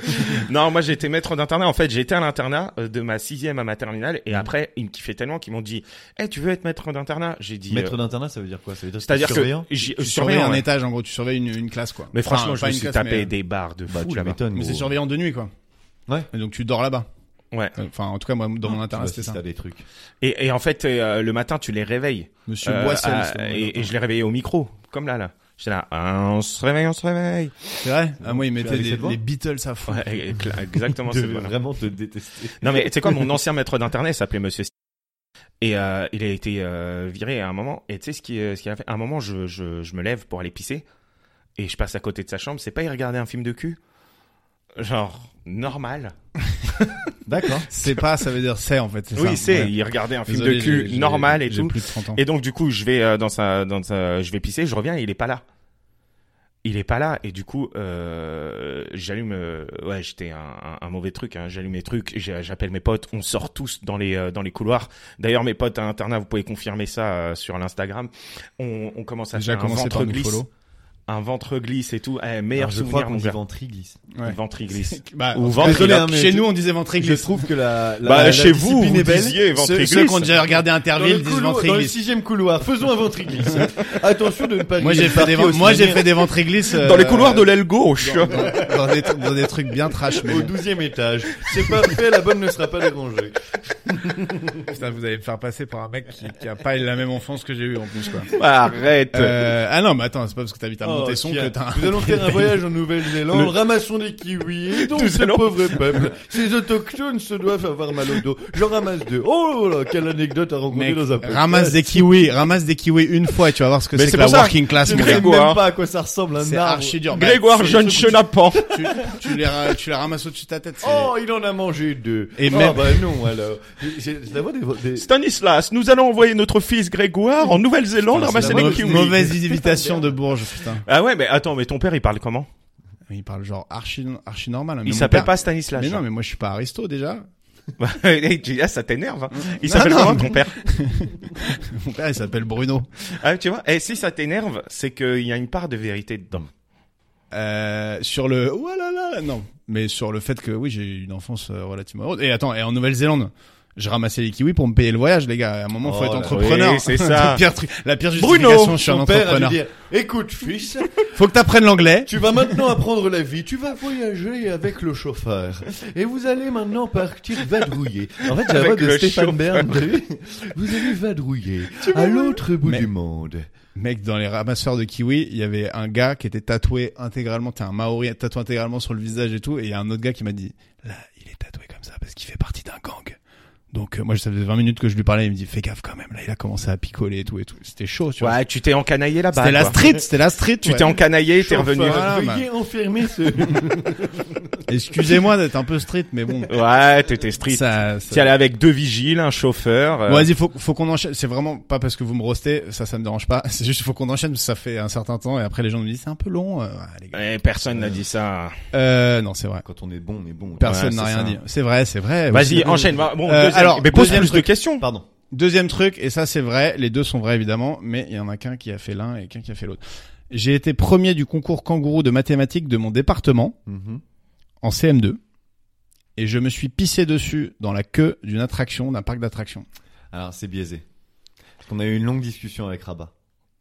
Speaker 4: Non, moi j'ai été maître d'internat. En fait, j'ai été à l'internat euh, de ma sixième à ma terminale. Et après, ils me kiffaient tellement qu'ils m'ont dit Eh, tu veux être maître d'internat J'ai dit.
Speaker 1: Maître
Speaker 4: euh,
Speaker 1: d'internat, ça veut dire quoi Ça veut dire
Speaker 4: C'est-à-dire
Speaker 1: surveillant
Speaker 4: que. j'ai- euh,
Speaker 3: Tu surveilles un
Speaker 4: ouais.
Speaker 3: étage, en gros, tu surveilles une, une classe, quoi.
Speaker 4: Mais
Speaker 3: Enfin,
Speaker 4: franchement, je
Speaker 3: pas
Speaker 4: me
Speaker 3: une
Speaker 4: suis
Speaker 3: classe,
Speaker 4: tapé
Speaker 3: mais- euh,
Speaker 4: des barres de
Speaker 1: Bah,
Speaker 4: fou
Speaker 1: tu
Speaker 4: là-bas.
Speaker 1: m'étonnes.
Speaker 3: Mais c'est
Speaker 1: gros.
Speaker 3: surveillant de nuit, quoi.
Speaker 1: Ouais.
Speaker 3: Et donc tu dors là-bas.
Speaker 4: Ouais.
Speaker 3: Enfin, en tout cas, moi, dans mon
Speaker 1: Tu vois,
Speaker 3: internat,
Speaker 1: si
Speaker 3: c'était ça.
Speaker 1: T'as des trucs.
Speaker 4: Et, et en fait, euh, le matin, tu les réveilles.
Speaker 3: Monsieur
Speaker 4: Euh,
Speaker 3: Boissel.
Speaker 4: à-
Speaker 3: c'est mon
Speaker 4: et,
Speaker 3: internat.
Speaker 4: et je les réveillais au micro, comme là, là. J'étais là, Ah, on se réveille, on se réveille.
Speaker 3: C'est vrai Ah, moi, il
Speaker 1: Tu
Speaker 3: mettait
Speaker 1: l'avais
Speaker 3: des,
Speaker 1: fait devant
Speaker 3: les Beatles à fond.
Speaker 4: Ouais, et- et- cla- exactement.
Speaker 1: De
Speaker 4: c'est- voilà.
Speaker 1: vraiment te détester.
Speaker 4: Non mais c'est comme mon ancien maître d'internat il s'appelait Monsieur Sti- et euh, il a été euh, viré à un moment et tu sais ce qui euh, ce qu'il a fait à un moment je, je je me lève pour aller pisser et je passe à côté de sa chambre c'est pas il regardait un film de cul genre normal
Speaker 1: D'accord.
Speaker 3: C'est pas, ça veut dire c'est, en fait.
Speaker 4: oui c'est
Speaker 3: un
Speaker 4: il regardait un film de cul normal et tout
Speaker 3: J'ai plus de 30 ans.
Speaker 4: et donc du coup je vais euh, dans sa dans sa je vais pisser je reviens et il est pas là il est pas là et du coup euh, j'allume euh, ouais j'étais un, un- un mauvais truc hein. j'allume mes trucs j'ai- j'appelle mes potes on sort tous dans les euh, dans les couloirs d'ailleurs mes potes à internat vous pouvez confirmer ça euh, sur l'Instagram on, on commence à
Speaker 3: Déjà
Speaker 4: faire un
Speaker 3: commencé
Speaker 4: ventre
Speaker 3: par nous
Speaker 4: glisse
Speaker 3: follow.
Speaker 4: un ventre glisse et tout eh, meilleur
Speaker 1: Alors, je crois
Speaker 4: souvenir
Speaker 1: qu'on
Speaker 4: mon
Speaker 1: dit
Speaker 4: gars
Speaker 1: ventre glisse.
Speaker 3: Ouais.
Speaker 4: ventre glisse
Speaker 3: Bah,
Speaker 4: Ou
Speaker 3: en-
Speaker 4: ventre-
Speaker 1: Désolé, hein, mais
Speaker 3: Chez
Speaker 1: tu-
Speaker 3: nous, on disait ventre
Speaker 1: Je
Speaker 3: glisse.
Speaker 1: trouve que la, la,
Speaker 4: Bah,
Speaker 1: la
Speaker 4: chez vous,
Speaker 1: discipline
Speaker 4: vous
Speaker 1: est belle.
Speaker 4: disiez ventre
Speaker 3: Ceux,
Speaker 4: glisse.
Speaker 3: ceux qui ont déjà regardé
Speaker 1: Dans le,
Speaker 3: Interville disent
Speaker 1: couloir-
Speaker 3: ventre
Speaker 1: dans le
Speaker 3: glisse.
Speaker 1: sixième couloir, faisons un ventre glisse. Attention de ne pas.
Speaker 3: Moi, j'ai fait des, ven- moi, j'ai fait des ventre glisses.
Speaker 4: dans les couloirs de l'aile gauche
Speaker 3: dans, dans des, dans des trucs bien trash, mais
Speaker 1: au
Speaker 3: bon.
Speaker 1: douzième étage. C'est pas fait, la bonne ne sera pas dérangée.
Speaker 3: Putain, vous allez me faire passer par un mec qui, qui a pas la même enfance que j'ai eu en plus, quoi.
Speaker 4: Arrête.
Speaker 3: Euh, ah non, mais attends, c'est pas parce que t'habites à
Speaker 1: Oh,
Speaker 3: Montesson
Speaker 1: tiens.
Speaker 3: que t'as un...
Speaker 1: Nous allons faire un voyage en Nouvelle-Zélande,
Speaker 3: Le-
Speaker 1: ramassons des kiwis, et donc
Speaker 4: Nous
Speaker 1: ces
Speaker 4: allons-
Speaker 1: pauvres peuples, ces autochtones se doivent avoir mal au dos. J'en ramasse deux. Oh là, quelle anecdote à rencontrer
Speaker 3: Mec,
Speaker 1: dans un podcast.
Speaker 3: ramasse des kiwis, ramasse des kiwis une fois, tu vas voir ce que
Speaker 4: Mais
Speaker 3: c'est
Speaker 4: c'est
Speaker 3: que la
Speaker 4: pour ça.
Speaker 3: working class,
Speaker 1: Je
Speaker 3: mon
Speaker 1: ne
Speaker 3: gars.
Speaker 1: sais
Speaker 4: Grégoire.
Speaker 1: même pas à quoi ça ressemble un
Speaker 3: C'est
Speaker 1: arbre.
Speaker 3: archi dur. Bah,
Speaker 4: Grégoire
Speaker 3: c'est-
Speaker 4: Jeune Chenapan.
Speaker 3: tu, tu les, ra- tu les ramasses au-dessus de ta tête. c'est-
Speaker 1: Oh, il en a mangé deux.
Speaker 3: Et
Speaker 1: Et
Speaker 3: même-
Speaker 1: bah non, alors. C'est c'est d'abord des, des...
Speaker 4: Stanislas, nous allons envoyer notre fils Grégoire en Nouvelle-Zélande
Speaker 3: Putain, c'est
Speaker 4: ramasser
Speaker 3: la
Speaker 4: des
Speaker 3: mau-
Speaker 4: kiwis.
Speaker 3: mauvaise invitation de Bourges, putain.
Speaker 4: Ah ouais, mais attends, mais ton père, il parle comment
Speaker 3: Il parle genre archi, archi normal. hein. Mais
Speaker 4: Il
Speaker 3: mon
Speaker 4: s'appelle
Speaker 3: père-
Speaker 4: pas Stanislas.
Speaker 3: Mais non, mais moi je suis pas aristo déjà.
Speaker 4: mais... ah, ça t'énerve. hein. Il
Speaker 3: Non,
Speaker 4: s'appelle
Speaker 3: non,
Speaker 4: comment
Speaker 3: mais-
Speaker 4: ton père
Speaker 3: Mon père il s'appelle Bruno.
Speaker 4: Ah, tu vois Et si ça t'énerve, c'est qu'il y a une part de vérité dedans.
Speaker 3: Euh, sur le oh là là non mais sur le fait que oui j'ai eu une enfance euh, relativement heureuse et attends et en Nouvelle-Zélande je ramassais les kiwis pour me payer le voyage les gars à un moment faut
Speaker 1: Oh
Speaker 3: être
Speaker 1: là,
Speaker 3: entrepreneur
Speaker 4: oui, c'est ça.
Speaker 3: Le pire truc- la pire
Speaker 4: Bruno,
Speaker 3: justification je suis un
Speaker 1: Ton père a dû
Speaker 3: entrepreneur
Speaker 1: dire, écoute fils,
Speaker 3: faut que t'apprennes l'anglais
Speaker 1: tu vas maintenant apprendre la vie, tu vas voyager avec le chauffeur. Et vous allez maintenant partir vadrouiller. En fait, j'ai la
Speaker 4: Avec
Speaker 1: voix de
Speaker 4: le
Speaker 1: Stéphane
Speaker 4: chauffeur.
Speaker 1: Bern. t'as vu Vous allez vadrouiller à l'autre bout
Speaker 3: Mais-
Speaker 1: du monde.
Speaker 3: Mec, dans les ramasseurs de kiwi, il y avait un gars qui était tatoué intégralement, t'es un maori tatoué intégralement sur le visage et tout, et il y a un autre gars qui m'a dit, là, il est tatoué comme ça parce qu'il fait partie d'un gang. Donc euh, moi, ça faisait 20 minutes que je lui parlais, il me dit, fais gaffe quand même, là, il a commencé à picoler et tout et tout. C'était chaud, tu vois.
Speaker 4: Ouais, tu t'es encanaillé là-bas.
Speaker 3: C'était la
Speaker 4: Bah, quoi.
Speaker 3: street, c'était la street.
Speaker 4: Tu
Speaker 3: ouais.
Speaker 4: t'es encanaillé, t'es revenu.
Speaker 1: Chauffeur,
Speaker 3: Voilà,
Speaker 1: veuillez enfermer ce...
Speaker 3: Excusez-moi d'être un peu street, mais bon.
Speaker 4: Ouais, t'étais street.
Speaker 3: ça,
Speaker 4: T'y
Speaker 3: ça...
Speaker 4: allais avec deux vigiles, un chauffeur. euh,
Speaker 3: Bon, vas-y, faut, faut qu'on enchaîne. C'est vraiment pas parce que vous me rostez, ça, ça me dérange pas. C'est juste, faut qu'on enchaîne, parce que ça fait un certain temps, et après les gens me disent, c'est un peu long. euh, ouais, les gars.
Speaker 4: eh, personne n'a dit ça.
Speaker 3: Euh, non, c'est vrai.
Speaker 1: Quand on est bon, on est bon.
Speaker 3: Personne
Speaker 4: Ouais,
Speaker 3: n'a
Speaker 4: c'est
Speaker 3: rien
Speaker 4: ça.
Speaker 3: dit. C'est vrai, c'est vrai.
Speaker 4: Vas-y,
Speaker 3: Aussi-
Speaker 4: enchaîne. va- Bon,
Speaker 3: Eh, Euh,
Speaker 4: deuxième-
Speaker 3: alors,
Speaker 4: mais pose
Speaker 3: deuxième
Speaker 4: plus de
Speaker 3: truc.
Speaker 4: questions.
Speaker 1: Pardon.
Speaker 3: Deuxième truc, et ça c'est vrai, les deux sont vrais évidemment, mais il y en a qu'un qui a fait l'un et qu'un qui a fait l'autre. J'ai été premier du concours kangourou de mathématiques de mon département
Speaker 1: Mhm.
Speaker 3: en CM2, et je me suis pissé dessus dans la queue d'une attraction, d'un parc d'attractions.
Speaker 1: Alors, c'est biaisé. Parce qu'on a eu une longue discussion avec Rabat.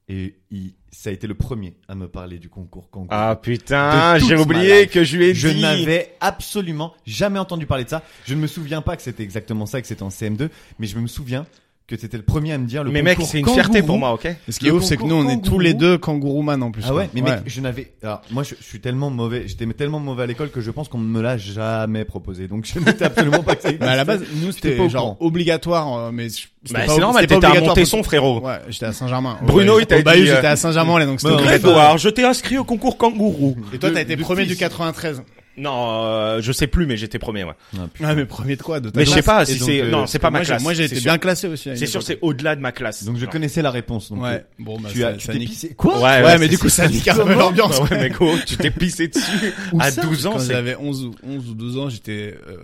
Speaker 1: Et il- ça a été le premier à me parler du concours kangourou.
Speaker 4: Ah putain,
Speaker 1: De toute
Speaker 4: j'ai
Speaker 1: ma
Speaker 4: oublié
Speaker 1: life.
Speaker 4: que je lui ai
Speaker 1: Je
Speaker 4: dit.
Speaker 1: n'avais absolument jamais entendu parler de ça. Je ne me souviens pas que c'était exactement ça, que c'était en CM2, mais je me souviens que c'était le premier à me dire le
Speaker 4: mais mec,
Speaker 1: concours
Speaker 4: c'est une
Speaker 1: kangourou.
Speaker 4: fierté pour moi, ok
Speaker 3: Et ce qui est
Speaker 1: Le
Speaker 3: ouf, c'est que nous
Speaker 1: concours
Speaker 3: on est tous
Speaker 1: kangourou.
Speaker 3: les deux kangourou-man en plus.
Speaker 1: Ah ouais,
Speaker 3: quoi.
Speaker 1: mais mec, je n'avais. Alors moi, je, je suis tellement mauvais, j'étais tellement mauvais à l'école que je pense qu'on ne me l'a jamais proposé. Donc je n'étais absolument pas. que ça
Speaker 3: Mais à la
Speaker 1: existait.
Speaker 3: base, nous
Speaker 1: pas
Speaker 3: c'était
Speaker 1: au
Speaker 3: genre obligatoire, euh, mais je- c'était
Speaker 4: Bah,
Speaker 3: pas-
Speaker 4: c'est normal,
Speaker 3: c'était
Speaker 4: t'étais
Speaker 3: pas
Speaker 4: à
Speaker 3: obligatoire
Speaker 4: Montesson, frérot.
Speaker 3: parce que- Ouais, j'étais à Saint-Germain.
Speaker 4: Bruno,
Speaker 3: Ouais,
Speaker 4: il t'a
Speaker 3: au Bayeux,
Speaker 4: dit, euh,
Speaker 3: j'étais à Saint-Germain, là, donc c'était
Speaker 1: Bon,
Speaker 3: obligatoire.
Speaker 4: Grégoire, je t'ai inscrit au concours kangourou.
Speaker 3: Et toi,
Speaker 1: de-
Speaker 3: t'as été
Speaker 1: de
Speaker 3: premier
Speaker 1: fils.
Speaker 3: du 93.
Speaker 4: Non, euh, je sais plus, mais j'étais premier, ouais.
Speaker 1: Ah,
Speaker 3: Ah,
Speaker 1: putain.
Speaker 3: mais premier de quoi de ta
Speaker 4: Mais je sais
Speaker 3: classe
Speaker 4: pas
Speaker 1: Et
Speaker 4: si
Speaker 1: donc,
Speaker 4: c'est.
Speaker 1: euh,
Speaker 4: non, c'est pas ma
Speaker 3: Moi, j'ai-
Speaker 4: classe.
Speaker 3: Moi, j'ai été
Speaker 4: c'est
Speaker 3: bien
Speaker 4: sûr.
Speaker 3: classé aussi. à une
Speaker 4: C'est sûr,
Speaker 3: époque.
Speaker 4: c'est au-delà de ma classe.
Speaker 1: Donc je
Speaker 4: Genre.
Speaker 1: connaissais la réponse. Donc, euh,
Speaker 3: Ouais. Bon, bah,
Speaker 1: Tu
Speaker 3: ça-
Speaker 1: as, tu
Speaker 3: ça
Speaker 1: t'es
Speaker 3: nique.
Speaker 1: pissé. Quoi
Speaker 4: Ouais,
Speaker 3: Ouais,
Speaker 4: ouais,
Speaker 3: mais
Speaker 4: c'est-
Speaker 3: du coup, ça nique un peu
Speaker 1: Comment
Speaker 3: l'ambiance.
Speaker 4: Bah ouais, mais gros, tu t'es pissé dessus
Speaker 1: Où
Speaker 4: à
Speaker 1: ça
Speaker 4: 12 ans.
Speaker 3: Quand
Speaker 4: c'est-
Speaker 3: j'avais 11 ou, 11 ou 12 ans, j'étais, euh,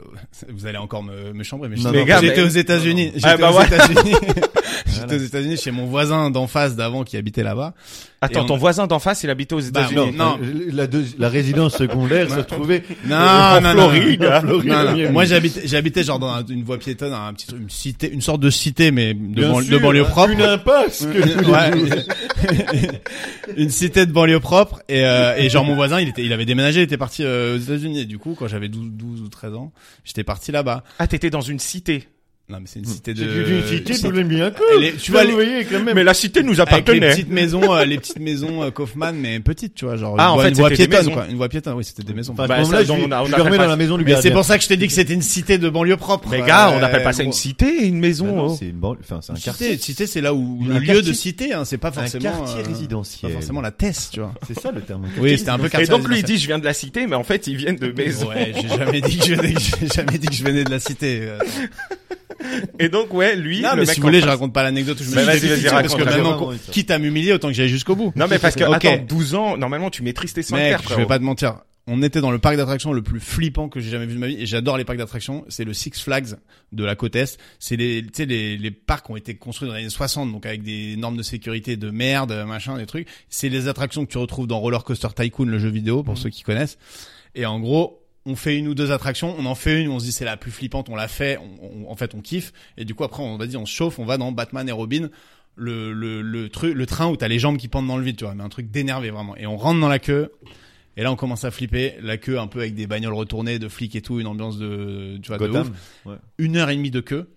Speaker 3: vous allez encore me, me chambrer, mais
Speaker 1: Non,
Speaker 3: j'étais-
Speaker 1: non, Les gars,
Speaker 3: j'étais
Speaker 4: mais-
Speaker 3: aux États-Unis.
Speaker 1: non,
Speaker 3: J'étais
Speaker 4: Ah, bah
Speaker 3: aux
Speaker 4: ouais.
Speaker 3: États-Unis. j'étais
Speaker 1: Voilà.
Speaker 3: aux États-Unis chez mon voisin d'en face d'avant qui habitait là-bas. Et
Speaker 4: Attends,
Speaker 3: on-
Speaker 4: ton voisin d'en face, il habitait aux
Speaker 3: Bah,
Speaker 4: États-Unis.
Speaker 3: non,
Speaker 1: Non, euh, la, deuxi- la résidence secondaire se trouvait
Speaker 3: Non, non, non,
Speaker 1: Floride,
Speaker 3: non, non,
Speaker 1: à Floride,
Speaker 3: non.
Speaker 1: à Miami.
Speaker 3: Moi, j'habitais, j'habitais genre dans un- une voie piétonne, un petit truc, une cité, une sorte de cité, mais de,
Speaker 1: bien
Speaker 3: ban-
Speaker 1: sûr,
Speaker 3: de banlieue propre.
Speaker 1: hein. Une impasse que
Speaker 3: Ouais. une cité de banlieue propre et, euh, et genre mon voisin il était il avait déménagé il était parti euh, aux États-Unis et du coup quand j'avais 12, 12 ou 13 ans j'étais parti là-bas
Speaker 4: Ah, t'étais dans une cité.
Speaker 3: non mais c'est une cité de
Speaker 1: C'est une cité de bien
Speaker 3: Elle est- tu vois, les-
Speaker 1: voyez quand même.
Speaker 4: Mais la cité nous
Speaker 3: avec les
Speaker 4: appartenait.
Speaker 3: petites maisons euh, les petites maons euh, Kaufman mais petites tu vois genre
Speaker 4: Ah,
Speaker 3: une,
Speaker 4: en
Speaker 3: voie-
Speaker 4: fait,
Speaker 3: une voie
Speaker 4: c'était des
Speaker 3: piétonne
Speaker 4: maisons.
Speaker 3: quoi une voie piétonne oui c'était des maisons
Speaker 1: Enfin, à
Speaker 4: Bah,
Speaker 1: ce
Speaker 4: ça,
Speaker 1: moment-là, je,
Speaker 4: on
Speaker 1: lui-
Speaker 4: a- on
Speaker 1: je
Speaker 4: a
Speaker 1: dormais
Speaker 4: préparé-
Speaker 1: dans la maison du
Speaker 3: mais c'est
Speaker 1: gardien.
Speaker 3: pour ça que je t'ai dit que c'était une cité de banlieue propre Euh,
Speaker 4: Mais gars, on
Speaker 3: appelle
Speaker 4: appelle pas ça une cité, une
Speaker 1: Bah non,
Speaker 4: maison. oh.
Speaker 1: c'est une banlieue, enfin c'est un quartier,
Speaker 3: cité cité c'est là où
Speaker 1: Un
Speaker 3: le lieu
Speaker 1: quartier.
Speaker 3: de cité hein, c'est pas
Speaker 1: un
Speaker 3: forcément
Speaker 1: quartier
Speaker 3: euh, pas
Speaker 1: résidentiel.
Speaker 3: forcément la thèse tu vois
Speaker 1: C'est ça le terme. un quartier
Speaker 3: oui c'était un peu
Speaker 4: Et
Speaker 3: quartier
Speaker 4: donc lui il
Speaker 3: résidentiel.
Speaker 4: dit je viens de la cité, mais en fait il vient de maison.
Speaker 3: Ouais, j'ai jamais dit que je venais, j'ai jamais dit que je venais de la cité. euh.
Speaker 4: Et donc ouais lui.
Speaker 3: Non,
Speaker 4: le
Speaker 3: mais
Speaker 4: mec
Speaker 3: si
Speaker 4: en
Speaker 3: vous voulez, je
Speaker 4: face-
Speaker 3: raconte pas l'anecdote. où Je me
Speaker 4: Bah,
Speaker 3: suis
Speaker 4: vas-y,
Speaker 3: fait
Speaker 4: vas-y,
Speaker 3: pitié, parce
Speaker 4: raconte,
Speaker 3: que maintenant,
Speaker 1: raconte.
Speaker 3: qu'on- quitte à m'humilier, autant que j'aille jusqu'au bout.
Speaker 4: Non mais parce que
Speaker 3: Ok.
Speaker 4: attends 12 ans normalement tu maîtrises tes 5
Speaker 3: Mec,
Speaker 4: frérot.
Speaker 3: je vais pas te mentir. On était dans le parc d'attractions le plus flippant que j'ai jamais vu de ma vie et j'adore les parcs d'attractions. C'est le Six Flags de la côte Est. C'est les, tu sais, les, les parcs ont été construits dans les années 60, donc avec des normes de sécurité de merde, machin, des trucs. C'est les attractions que tu retrouves dans Roller Coaster Tycoon, le jeu vidéo, pour ceux qui connaissent. Et en gros, on fait une ou deux attractions, on en fait une, on se dit c'est la plus flippante, on la fait, on, on- en fait on kiffe. Et du coup après on va dire on se chauffe, on va dans Batman et Robin, le le le truc, le train où t'as les jambes qui pendent dans le vide, tu vois, mais un truc d'énervé vraiment. Et on rentre dans la queue. Et là on commence à flipper, la queue un peu avec des bagnoles retournées, de flics et tout, une ambiance de tu vois de
Speaker 1: Gotham.
Speaker 3: ouf. Une heure et demie de queue.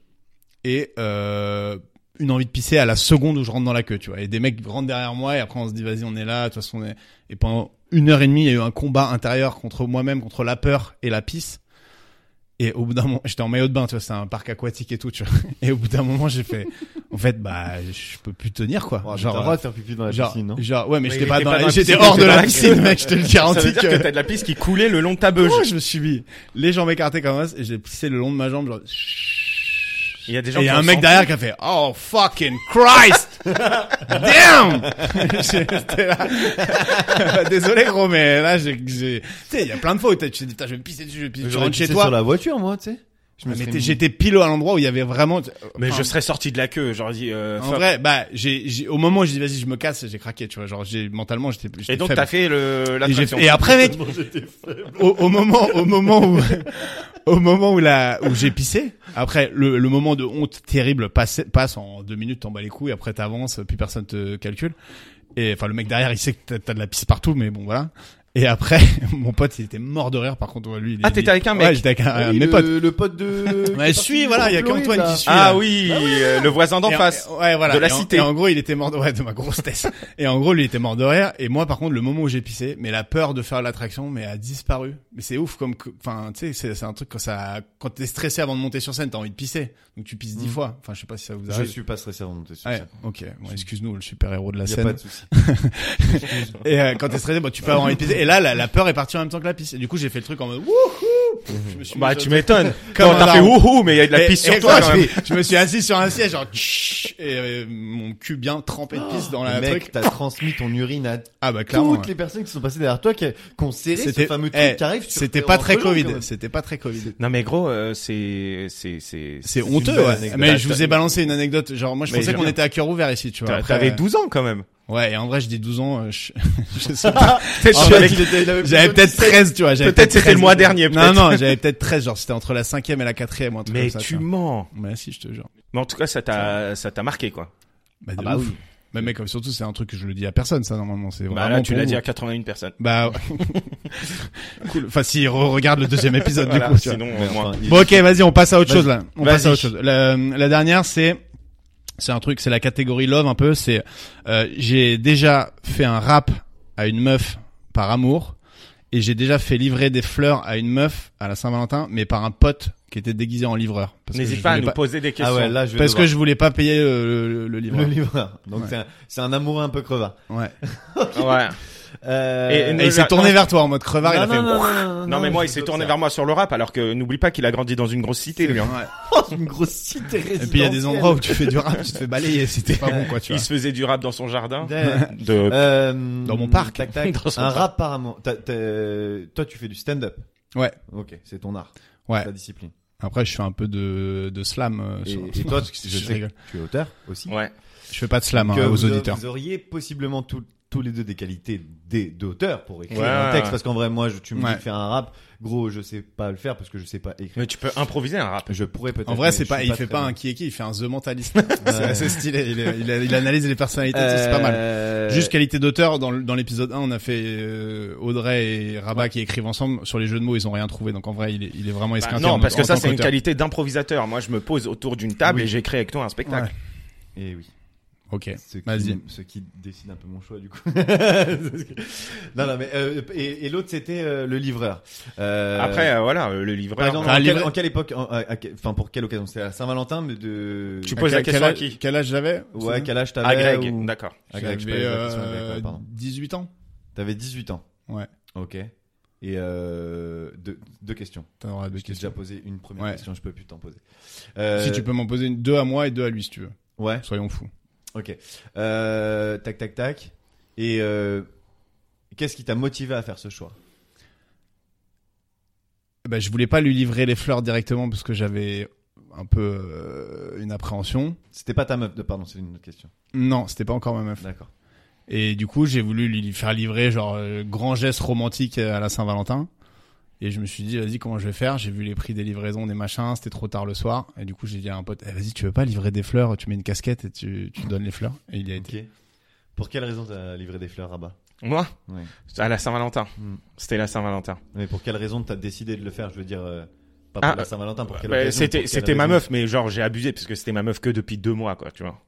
Speaker 3: et euh, une envie de pisser à la seconde où je rentre dans la queue, tu vois. Et des mecs rentrent derrière moi et après on se dit vas-y on est là, de toute façon on est... Et pendant une heure et demie il y a eu un combat intérieur contre moi-même, contre la peur et la pisse. Et au bout d'un moment, j'étais en maillot de bain, tu vois, c'est un parc aquatique et tout, tu vois. Et au bout d'un moment, j'ai fait, en fait, bah, je peux plus tenir, quoi.
Speaker 1: Genre, t'as le droit de faire pipi dans la
Speaker 3: genre,
Speaker 1: piscine, non
Speaker 3: genre, ouais, mais
Speaker 4: Mais
Speaker 3: j'étais
Speaker 4: il
Speaker 3: pas
Speaker 4: était
Speaker 3: dans
Speaker 4: pas dans
Speaker 3: la,
Speaker 4: la
Speaker 3: j'étais
Speaker 4: piscine,
Speaker 3: hors
Speaker 4: il
Speaker 3: de
Speaker 4: était
Speaker 3: la
Speaker 4: dans la
Speaker 3: piscine, mec, je te le
Speaker 4: Ça veut
Speaker 3: garantis
Speaker 4: dire
Speaker 3: que.
Speaker 4: que t'as de la pisse qui coulait le long de ta beuge.
Speaker 3: Oh, je me suis mis. Les jambes écartées comme ça, et j'ai pissé le long de ma jambe, genre.
Speaker 4: Il y a des gens
Speaker 3: Et il y
Speaker 4: qui
Speaker 3: a
Speaker 4: ont
Speaker 3: un mec
Speaker 4: senti-
Speaker 3: derrière qui a fait Oh fucking Christ Damn J'étais là. Désolé gros, mais là, j'ai. j'ai- Tu sais, il y a plein de fois où t'as- tu t'es dit Putain, je vais me pisser dessus, je vais me pisser. Tu
Speaker 1: J'aurais
Speaker 3: rentres chez
Speaker 1: pissé
Speaker 3: toi.
Speaker 1: sur la voiture, moi, tu sais. Je
Speaker 3: Mais
Speaker 1: serais
Speaker 3: t'es-
Speaker 1: mis-
Speaker 3: J'étais pile à l'endroit où il y avait vraiment.
Speaker 4: Mais
Speaker 3: Enfin,
Speaker 4: je serais sorti de la queue, j'aurais dit. euh,
Speaker 3: En
Speaker 4: fuck.
Speaker 3: vrai, bah, j'ai, j'ai- au moment où j'ai dit vas-y, je me casse, j'ai craqué, tu vois. Genre, j'ai, mentalement, j'étais plus.
Speaker 4: Et donc
Speaker 3: faible.
Speaker 4: t'as fait le
Speaker 3: Et, j'ai
Speaker 4: l'attraction.
Speaker 3: fait- et après, mec, au, au moment, au moment où, au moment où la, où j'ai pissé, après, le, le moment de honte terrible passe, passe en deux minutes, t'en bats les couilles, après t'avances, plus personne te calcule. Et, enfin, le mec derrière, il sait que t'as, t'as de la pisse partout, mais bon, voilà. Et après, mon pote, il était mort de rire, par contre, lui, il
Speaker 4: Ah,
Speaker 3: il-
Speaker 4: t'étais avec un mec
Speaker 3: Ouais, j'étais avec un, un
Speaker 1: Ah
Speaker 3: de
Speaker 1: oui,
Speaker 3: mes
Speaker 1: le-
Speaker 3: potes.
Speaker 1: Le pote de.
Speaker 3: Ouais, je suis, voilà, il y a qu'Antoine qui suit. là.
Speaker 4: Ah oui, euh, le voisin d'en
Speaker 3: Et en-
Speaker 4: face.
Speaker 3: ouais, voilà.
Speaker 4: De la
Speaker 3: Et en-
Speaker 4: cité.
Speaker 3: Et en gros, il était mort de, ouais, de ma grossesse. et en gros, lui, il était mort de rire. Et moi, par contre, le moment où j'ai pissé, mais la peur de faire l'attraction, mais a disparu. Mais c'est ouf, comme, que- enfin, tu sais, c'est, c'est un truc quand ça, quand t'es stressé avant de monter sur scène, t'as envie de pisser. Donc tu pisses dix
Speaker 1: Mm.
Speaker 3: fois. Enfin, je sais pas si ça vous
Speaker 1: Je
Speaker 3: arrive.
Speaker 1: suis pas stressé avant de monter sur
Speaker 3: Ouais,
Speaker 1: scène.
Speaker 3: ok. Bon, excuse-nous, le super héros de la
Speaker 1: Y a
Speaker 3: scène.
Speaker 1: pas de souci.
Speaker 3: Et euh, quand t'es stressé, bon, tu peux avoir envie de pisser. Et là, la, la peur est partie en même temps que la pisse. Et du coup, j'ai fait le truc en mode wouhou. Je me suis
Speaker 4: Bah
Speaker 3: mis
Speaker 4: tu
Speaker 3: sur-
Speaker 4: m'étonnes.
Speaker 3: Comme
Speaker 4: Quand
Speaker 3: un
Speaker 4: t'as fait
Speaker 3: daron.
Speaker 4: wouhou, mais il y a de la
Speaker 3: Et-
Speaker 4: pisse
Speaker 3: et
Speaker 4: sur toi
Speaker 3: je,
Speaker 4: quand même.
Speaker 3: me- je me suis assis sur un siège, genre, tch, et euh, mon cul bien trempé de pisse dans la
Speaker 1: Oh, Mec,
Speaker 3: truc.
Speaker 1: t'as transmis ton urine à
Speaker 3: Ah bah clairement.
Speaker 1: toutes
Speaker 3: ouais.
Speaker 1: les personnes qui sont passées derrière toi, qui ont serré ce fameux truc
Speaker 3: eh,
Speaker 1: qui arrive. sur
Speaker 3: C'était
Speaker 1: tes
Speaker 3: pas très
Speaker 1: entrejambes, quand
Speaker 3: Covid.
Speaker 1: même.
Speaker 3: C'était pas très Covid.
Speaker 4: Non mais gros, euh, c'est c'est c'est
Speaker 3: C'est
Speaker 1: une
Speaker 3: honteux.
Speaker 1: belle
Speaker 3: ouais.
Speaker 1: anecdote.
Speaker 3: Mais je vous ai balancé une anecdote. Genre moi je
Speaker 4: Mais
Speaker 3: pensais
Speaker 4: j'ai
Speaker 3: qu'on
Speaker 4: bien.
Speaker 3: était à cœur ouvert ici. Tu vois.
Speaker 4: T'a-
Speaker 3: Après,
Speaker 4: T'avais
Speaker 3: euh,
Speaker 4: 12 ans quand même.
Speaker 3: Ouais. Et en vrai je dis 12 ans. euh, je... je sais pas.
Speaker 4: Peut-être
Speaker 3: En
Speaker 4: tu
Speaker 3: fait,
Speaker 4: avais-
Speaker 1: Il était- il avait plus
Speaker 3: Ah, J'avais
Speaker 1: de
Speaker 3: peut-être 13. Tu vois. j'avais
Speaker 4: Peut-être c'était
Speaker 3: 13.
Speaker 4: le mois dernier,
Speaker 3: Non
Speaker 4: peut-être.
Speaker 3: non. J'avais peut-être 13. Genre c'était entre la cinquième et la quatrième. ou un truc
Speaker 4: Mais
Speaker 3: comme ça,
Speaker 4: tu
Speaker 3: vois.
Speaker 4: mens.
Speaker 3: Mais si je te jure.
Speaker 4: Mais en tout cas, ça t'a ça t'a marqué quoi.
Speaker 3: Bah, de
Speaker 1: Ah bah
Speaker 3: ouf.
Speaker 1: oui.
Speaker 3: Mais mec comme surtout c'est un truc que je le dis à personne ça normalement c'est
Speaker 4: Bah
Speaker 3: vraiment
Speaker 4: là, tu
Speaker 3: pour
Speaker 4: l'as
Speaker 3: vous.
Speaker 4: dit à 81 personnes.
Speaker 3: Bah cool. Enfin si regarde le deuxième épisode du
Speaker 4: Voilà,
Speaker 3: coup. tu vois.
Speaker 4: sinon au
Speaker 1: Mais
Speaker 4: moins.
Speaker 1: enfin, il-
Speaker 3: Bon, ok, vas-y, on passe à autre
Speaker 1: Vas-y.
Speaker 3: chose là. On
Speaker 4: Vas-y.
Speaker 3: passe à autre chose. La, la dernière, c'est c'est un truc, c'est la catégorie love un peu. C'est euh, j'ai déjà fait un rap à une meuf par amour et j'ai déjà fait livrer des fleurs à une meuf à la Saint-Valentin, mais par un pote qui était déguisé en livreur. Parce que je
Speaker 4: N'hésite pas à
Speaker 3: voulais
Speaker 4: nous poser des
Speaker 1: Ah
Speaker 4: questions.
Speaker 1: ouais, là, je vais
Speaker 3: parce que
Speaker 1: devoir-
Speaker 3: je voulais pas payer euh, le, le
Speaker 1: le
Speaker 3: livreur.
Speaker 1: livreur. Donc c'est un- c'est un amoureux un peu crevard.
Speaker 3: Ouais.
Speaker 4: Ouais.
Speaker 1: Euh,
Speaker 4: Et- et
Speaker 3: Et il s'est
Speaker 4: Non,
Speaker 3: tourné
Speaker 4: non.
Speaker 3: vers toi en mode crevard. il a fait.
Speaker 4: Non mais moi, il s'est tourné vers moi sur le rap alors que n'oublie pas qu'il a grandi dans une grosse cité lui. hein.
Speaker 3: Ouais.
Speaker 1: une grosse cité
Speaker 3: Et puis il y a des endroits où tu fais du rap, tu te fais balayer, c'était pas bon quoi, tu
Speaker 4: Il
Speaker 3: vois.
Speaker 4: se faisait du rap dans son jardin.
Speaker 1: Euh,
Speaker 4: De
Speaker 3: Dans mon parc.
Speaker 1: Tac, tac.
Speaker 4: Dans son
Speaker 1: un
Speaker 4: parc.
Speaker 1: rap par amour. T'as- t'as- Toi, tu fais du stand-up.
Speaker 3: Ouais.
Speaker 1: Ok, c'est ton art,
Speaker 3: Ouais.
Speaker 1: ta discipline.
Speaker 3: Après, je fais un peu de, de slam. euh,
Speaker 1: Et,
Speaker 3: sur-
Speaker 1: et toi, tu- je,
Speaker 3: je,
Speaker 1: sais
Speaker 3: rigole.
Speaker 1: que tu es auteur aussi.
Speaker 4: Ouais.
Speaker 3: Je fais pas de slam hein,
Speaker 1: Que
Speaker 3: aux
Speaker 1: vous,
Speaker 3: auditeurs.
Speaker 1: vous auriez possiblement tout- tous les deux des qualités d'é- d'auteur pour écrire
Speaker 4: Ouais.
Speaker 1: un texte. Parce qu'en vrai, moi, je, tu me
Speaker 3: Ouais.
Speaker 1: dis de faire un rap. Gros, je sais pas le faire parce que je sais pas écrire.
Speaker 4: Mais tu peux improviser un rap.
Speaker 1: Je pourrais peut-être.
Speaker 3: En vrai,
Speaker 1: mais
Speaker 3: c'est
Speaker 1: Eh, je
Speaker 3: pas,
Speaker 1: suis
Speaker 3: il fait
Speaker 1: très
Speaker 3: pas
Speaker 1: bon.
Speaker 3: un qui est qui, il fait un The Mentalist. c'est assez stylé. Il, est- il a- il analyse les personnalités, tout, c'est pas mal.
Speaker 1: Euh,
Speaker 3: Juste qualité d'auteur, dans, le- dans l'épisode 1, on a fait euh, Audrey et Rabat qui écrivent ensemble. Sur les jeux de mots, ils ont rien trouvé. Donc en vrai, il est, il est vraiment
Speaker 4: Bah,
Speaker 3: esquinté. en-
Speaker 4: non, parce
Speaker 3: en
Speaker 4: que ça,
Speaker 3: tant
Speaker 4: c'est une
Speaker 3: qu'auteur.
Speaker 4: qualité d'improvisateur. Moi, je me pose autour d'une table et j'écris avec toi un spectacle.
Speaker 1: Et Eh oui.
Speaker 3: Ok.
Speaker 1: Ce qui,
Speaker 3: Vas-y.
Speaker 1: ce qui décide un peu mon choix du coup. non, non, mais euh, et, et l'autre c'était euh, le livreur. Euh,
Speaker 4: Après, euh, voilà, euh, le
Speaker 1: par
Speaker 4: livreur.
Speaker 1: exemple,
Speaker 3: un
Speaker 1: en, quelle,
Speaker 3: livre-
Speaker 1: en quelle époque, en- à- à que- enfin pour quelle occasion, c'était à Saint-Valentin, mais de.
Speaker 4: Tu
Speaker 3: À
Speaker 4: poses la
Speaker 3: quel-
Speaker 4: question
Speaker 3: quel
Speaker 4: à
Speaker 3: âge-
Speaker 4: qui
Speaker 3: Quel âge j'avais
Speaker 1: Ouais, quel age t'avais
Speaker 4: à Greg,
Speaker 1: ou-
Speaker 4: d'accord.
Speaker 1: Ah, Greg, je
Speaker 3: J'avais
Speaker 1: posais la question à Greg,
Speaker 3: euh,
Speaker 1: ouais, pardon.
Speaker 3: 18 ans.
Speaker 1: T'avais 18 ans.
Speaker 3: Ouais.
Speaker 1: Ok. Et euh, deux, deux questions.
Speaker 3: T'en auras deux
Speaker 1: Je t'ai
Speaker 3: questions.
Speaker 1: déjà posé une première
Speaker 3: Ouais.
Speaker 1: question, je peux plus t'en poser. Euh,
Speaker 3: Si tu peux m'en poser une, deux à moi et deux à lui, si tu veux.
Speaker 1: Ouais.
Speaker 3: Soyons fous.
Speaker 1: Ok. Euh, tac, tac, tac. Et euh, qu'est-ce qui t'a motivé à faire ce choix
Speaker 3: bah, je voulais pas lui livrer les fleurs directement parce que j'avais un peu euh, une appréhension.
Speaker 1: C'était pas ta meuf, de pardon, c'est une autre question.
Speaker 3: Non, c'était pas encore ma meuf.
Speaker 1: D'accord.
Speaker 3: Et du coup, j'ai voulu lui faire livrer genre euh, grand geste romantique à la Saint-Valentin. Et je me suis dit, vas-y, comment je vais faire J'ai vu les prix des livraisons, des machins, c'était trop tard le soir. Et du coup, j'ai dit à un pote, eh, vas-y, tu veux pas livrer des fleurs Tu mets une casquette et tu, tu donnes les fleurs. Et il y a été.
Speaker 1: Ok. Pour quelle raison t'as livré des fleurs à bas
Speaker 4: Moi,
Speaker 1: Ouais.
Speaker 4: à la Saint-Valentin.
Speaker 1: Hmm.
Speaker 4: C'était la Saint-Valentin.
Speaker 1: Mais pour quelle raison t'as décidé de le faire Je veux dire, euh, Pas
Speaker 4: Ah,
Speaker 1: pour la Saint-Valentin, pour quelle
Speaker 4: Bah,
Speaker 1: occasion,
Speaker 4: c'était
Speaker 1: pour quelle
Speaker 4: c'était ma
Speaker 1: raison
Speaker 4: meuf, mais genre j'ai abusé parce que c'était ma meuf que depuis deux mois, quoi, tu vois.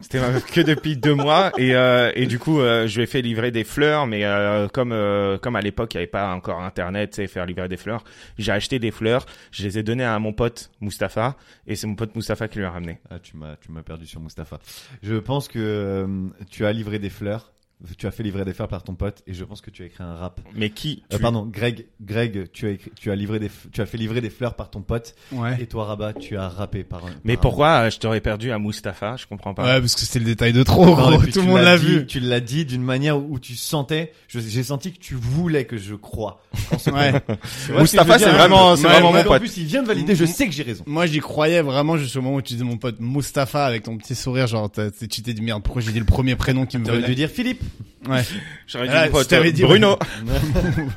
Speaker 4: C'était ma meuf que depuis deux mois et euh, et du coup euh, je lui ai fait livrer des fleurs, mais euh, comme euh, comme à l'époque il n'y avait pas encore internet, tu sais, faire livrer des fleurs, j'ai acheté des fleurs, je les ai données à mon pote Mustapha et c'est mon pote Mustapha qui lui a ramené.
Speaker 1: Ah, tu m'as, tu m'as perdu sur Mustapha. Je pense que euh, tu as livré des fleurs. Tu as fait livrer des fleurs par ton pote et je pense que tu as écrit un rap.
Speaker 4: Mais qui
Speaker 1: Euh,
Speaker 4: tu-
Speaker 1: pardon, Greg, Greg, tu as écrit, tu as livré des, f- tu as fait livrer des fleurs par ton pote
Speaker 3: Ouais.
Speaker 1: et toi Rabat, tu as rappé par. un-
Speaker 4: Mais
Speaker 1: par un-
Speaker 4: pourquoi euh, je t'aurais perdu à Mustapha Je comprends pas.
Speaker 3: Ouais, parce que c'était le détail de trop,
Speaker 1: Non,
Speaker 3: gros.
Speaker 1: et puis
Speaker 3: Tout le
Speaker 1: tu
Speaker 3: monde
Speaker 1: l'as
Speaker 3: l'a
Speaker 1: dit-
Speaker 3: vu.
Speaker 1: Tu l'as dit d'une manière où tu sentais, je- j'ai senti que tu voulais que je croie.
Speaker 3: Ouais.
Speaker 1: Tu vois ce que
Speaker 4: Mustapha,
Speaker 1: je veux
Speaker 4: c'est
Speaker 1: dire
Speaker 4: vraiment- c'est
Speaker 1: Ouais,
Speaker 4: vraiment
Speaker 1: ouais,
Speaker 4: mon
Speaker 1: en
Speaker 4: pote.
Speaker 1: plus, il vient de valider, je sais que j'ai raison.
Speaker 3: Moi, j'y croyais vraiment juste au moment où tu disais mon pote Mustapha avec ton petit sourire, genre, t'as- t'es- tu t'es dit merde, pourquoi j'ai dit le premier prénom qui me
Speaker 1: T'aurais dû
Speaker 3: venait
Speaker 1: dire Philippe.
Speaker 3: Ouais.
Speaker 4: J'aurais
Speaker 3: Ah,
Speaker 4: dit, mon
Speaker 3: si
Speaker 4: pote,
Speaker 3: t'avais
Speaker 4: euh,
Speaker 3: dit-
Speaker 4: Bruno.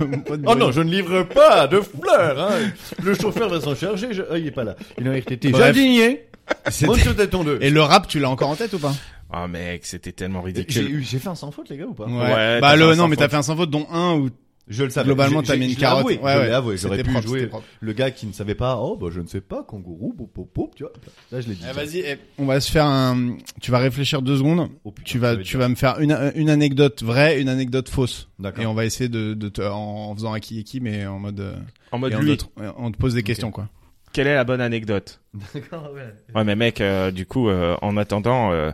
Speaker 3: Mon pote
Speaker 1: Oh
Speaker 3: Bruno.
Speaker 1: non, je ne livre pas de fleurs. hein. Le chauffeur va s'en charger. Je... Ah, il est pas là. Il est en RTT.
Speaker 3: Bref.
Speaker 1: Jardinier.
Speaker 3: C'était-
Speaker 1: Monte sur ta tondeuse.
Speaker 3: Et le rap, tu l'as encore en tête ou pas
Speaker 4: Ah mec, c'était tellement
Speaker 1: J'ai
Speaker 4: ridicule.
Speaker 1: eu- j'ai fait un sans faute les gars ou pas
Speaker 4: Ouais,
Speaker 3: bah
Speaker 4: t'as fait
Speaker 3: le
Speaker 4: un
Speaker 3: non,
Speaker 4: sans
Speaker 3: mais t'as
Speaker 4: faute.
Speaker 3: fait un sans faute dont un où
Speaker 1: Je le savais.
Speaker 3: globalement
Speaker 1: J'ai-
Speaker 3: t'as
Speaker 1: j'ai-
Speaker 3: mis une
Speaker 1: je l'ai
Speaker 3: carotte.
Speaker 1: avoué,
Speaker 3: ouais,
Speaker 1: je
Speaker 3: ouais.
Speaker 1: l'ai avoué, j'aurais
Speaker 3: C'était
Speaker 1: pu
Speaker 3: propre, c'était
Speaker 1: jouer
Speaker 3: propre.
Speaker 1: le gars qui ne savait pas. Oh bah je ne sais pas kangourou, pop, pop, pop, tu vois. Là je l'ai dit.
Speaker 3: Eh, Vas-y, eh, on va se faire un. Tu vas réfléchir deux secondes.
Speaker 1: Oh, putain,
Speaker 3: Tu
Speaker 1: ça
Speaker 3: vas,
Speaker 1: va être
Speaker 3: tu
Speaker 1: dur.
Speaker 3: vas me faire une, une anecdote vraie, une anecdote fausse.
Speaker 1: D'accord.
Speaker 3: Et on va essayer de, de te, en, en faisant à qui et qui, mais en mode. euh,
Speaker 4: En mode
Speaker 3: et en
Speaker 4: lui,
Speaker 3: autre- ouais, on te pose des questions quoi.
Speaker 4: quelle est la bonne anecdote
Speaker 1: D'accord, ouais.
Speaker 4: Ouais, mais mec, euh, du coup, euh, en attendant, euh,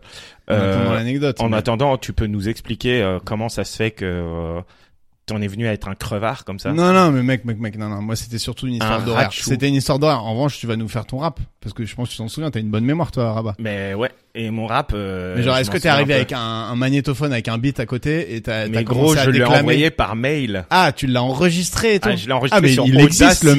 Speaker 3: En
Speaker 4: euh,
Speaker 3: attendant l'anecdote.
Speaker 4: en
Speaker 3: mais-
Speaker 4: attendant, tu peux nous expliquer euh, comment ça se fait que euh, t'en es venu à être un crevard comme ça
Speaker 3: Non, non, mais mec, mec, mec, non, non. Moi, c'était surtout une histoire
Speaker 4: Un
Speaker 3: d'horaire.
Speaker 4: ratchou.
Speaker 3: C'était une histoire d'horaire. En revanche, tu vas nous faire ton rap. Parce que je pense que tu t'en souviens, t'as une bonne mémoire, toi, Rabat.
Speaker 4: Mais ouais, et mon rap. euh,
Speaker 3: mais genre,
Speaker 4: je
Speaker 3: est-ce
Speaker 4: m'en
Speaker 3: que t'es
Speaker 4: souviens
Speaker 3: arrivé
Speaker 4: un peu.
Speaker 3: avec un, un magnétophone avec un beat à côté et t'as, t'as
Speaker 4: Mais gros,
Speaker 3: commencé à
Speaker 4: je l'ai
Speaker 3: déclamer
Speaker 4: envoyé par mail.
Speaker 3: Ah, tu l'as enregistré et tout.
Speaker 4: Ah, je l'ai enregistré
Speaker 3: Ah, mais
Speaker 4: sur
Speaker 3: il existe
Speaker 4: Audacity.
Speaker 3: le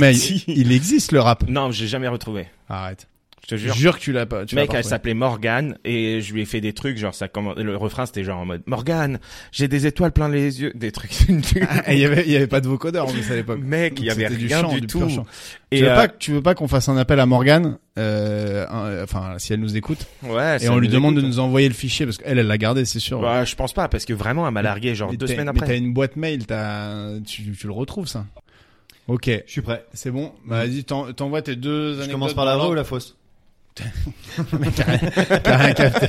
Speaker 3: mail. Il existe le rap.
Speaker 4: Non, j'ai jamais retrouvé.
Speaker 3: Arrête.
Speaker 4: Je te
Speaker 3: Jure,
Speaker 4: jure.
Speaker 3: que tu l'as pas. Tu l'as
Speaker 4: mec,
Speaker 3: pas
Speaker 4: elle
Speaker 3: retrouvé.
Speaker 4: s'appelait Morgane et je lui ai fait des trucs, genre ça commence, le refrain c'était genre en mode Morgane, j'ai des étoiles plein les yeux, des trucs.
Speaker 3: Ah, Il y avait, il y avait pas de vocodeur en plus à l'époque.
Speaker 4: Mec, il y avait
Speaker 3: C'était du
Speaker 4: rien
Speaker 3: chant,
Speaker 4: du,
Speaker 3: du pur
Speaker 4: tout.
Speaker 3: chant.
Speaker 4: Et
Speaker 3: tu, veux
Speaker 4: euh,
Speaker 3: pas, tu veux pas qu'on fasse un appel à Morgane, euh, un- enfin si elle nous écoute,
Speaker 4: ouais,
Speaker 3: et
Speaker 4: ça
Speaker 3: on lui
Speaker 4: nous
Speaker 3: demande
Speaker 4: écoute.
Speaker 3: de nous envoyer le fichier parce qu'elle, elle l'a gardé, c'est sûr.
Speaker 4: Bah, je pense pas parce que vraiment elle m'a largué genre
Speaker 3: Mais
Speaker 4: deux
Speaker 3: t'as-
Speaker 4: semaines
Speaker 3: Mais
Speaker 4: après.
Speaker 3: t'as une boîte mail, t'as, tu, tu le retrouves ça. Ok,
Speaker 1: Je suis prêt.
Speaker 3: c'est bon.
Speaker 4: Mm.
Speaker 3: Bah, vas-y, t'en- t'envoies tes deux anecdotes.
Speaker 1: Je commence par la vraie ou la fausse
Speaker 3: T'as rien capté.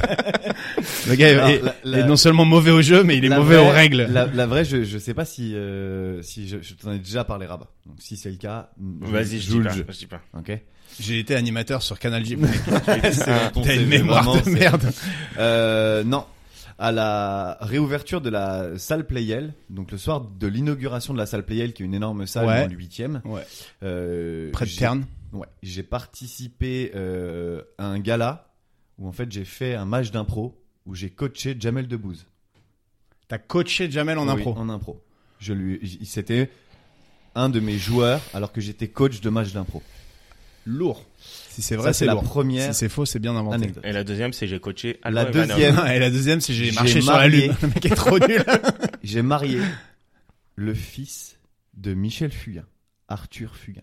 Speaker 3: Le gars
Speaker 1: Alors,
Speaker 3: est,
Speaker 1: la-
Speaker 3: est-
Speaker 1: la-
Speaker 3: est non seulement mauvais au jeu, mais il est
Speaker 1: La
Speaker 3: mauvais
Speaker 1: vraie-
Speaker 3: aux règles.
Speaker 1: La, la vraie, je, je sais pas si, euh, si je, je t'en ai déjà parlé, Rabat. Donc, si c'est le cas, je-
Speaker 4: Vas-y, je dis
Speaker 1: joue le
Speaker 4: pas.
Speaker 1: jeu.
Speaker 4: Je dis pas.
Speaker 1: Ok.
Speaker 3: J'ai été animateur sur Canal J.
Speaker 1: C'est dans Ah, ton
Speaker 3: Ah, T'as
Speaker 1: CV,
Speaker 3: une mémoire
Speaker 1: vraiment,
Speaker 3: de
Speaker 1: c'est-
Speaker 3: merde.
Speaker 1: Euh, non. À la réouverture de la salle Playel, donc le soir de l'inauguration de la salle Playel, qui est une énorme salle
Speaker 3: Ouais.
Speaker 1: dans le 8ème.
Speaker 3: Ouais.
Speaker 1: Euh,
Speaker 3: Près de
Speaker 1: j'ai-
Speaker 3: Terne.
Speaker 1: Ouais. J'ai participé euh, à un gala où en fait j'ai fait un match d'impro où j'ai coaché Jamel Debbouze.
Speaker 3: T'as coaché Jamel en
Speaker 1: Oui,
Speaker 3: impro.
Speaker 1: En impro. Je lui, j- c'était un de mes joueurs alors que j'étais coach de match d'impro.
Speaker 3: Lourd. Si c'est
Speaker 1: Ça,
Speaker 3: vrai,
Speaker 1: c'est
Speaker 3: c'est
Speaker 1: la
Speaker 3: lourd.
Speaker 1: première
Speaker 3: Si c'est faux, c'est bien inventé.
Speaker 1: anecdote.
Speaker 4: Et la deuxième, c'est j'ai coaché. Allo
Speaker 1: La
Speaker 4: Ivanov.
Speaker 1: deuxième.
Speaker 3: Et la deuxième, c'est j'ai
Speaker 1: J'ai
Speaker 3: marché sur la
Speaker 1: marié.
Speaker 3: lune. Le mec est trop nul.
Speaker 1: J'ai marié le fils de Michel Fugain, Arthur Fugain.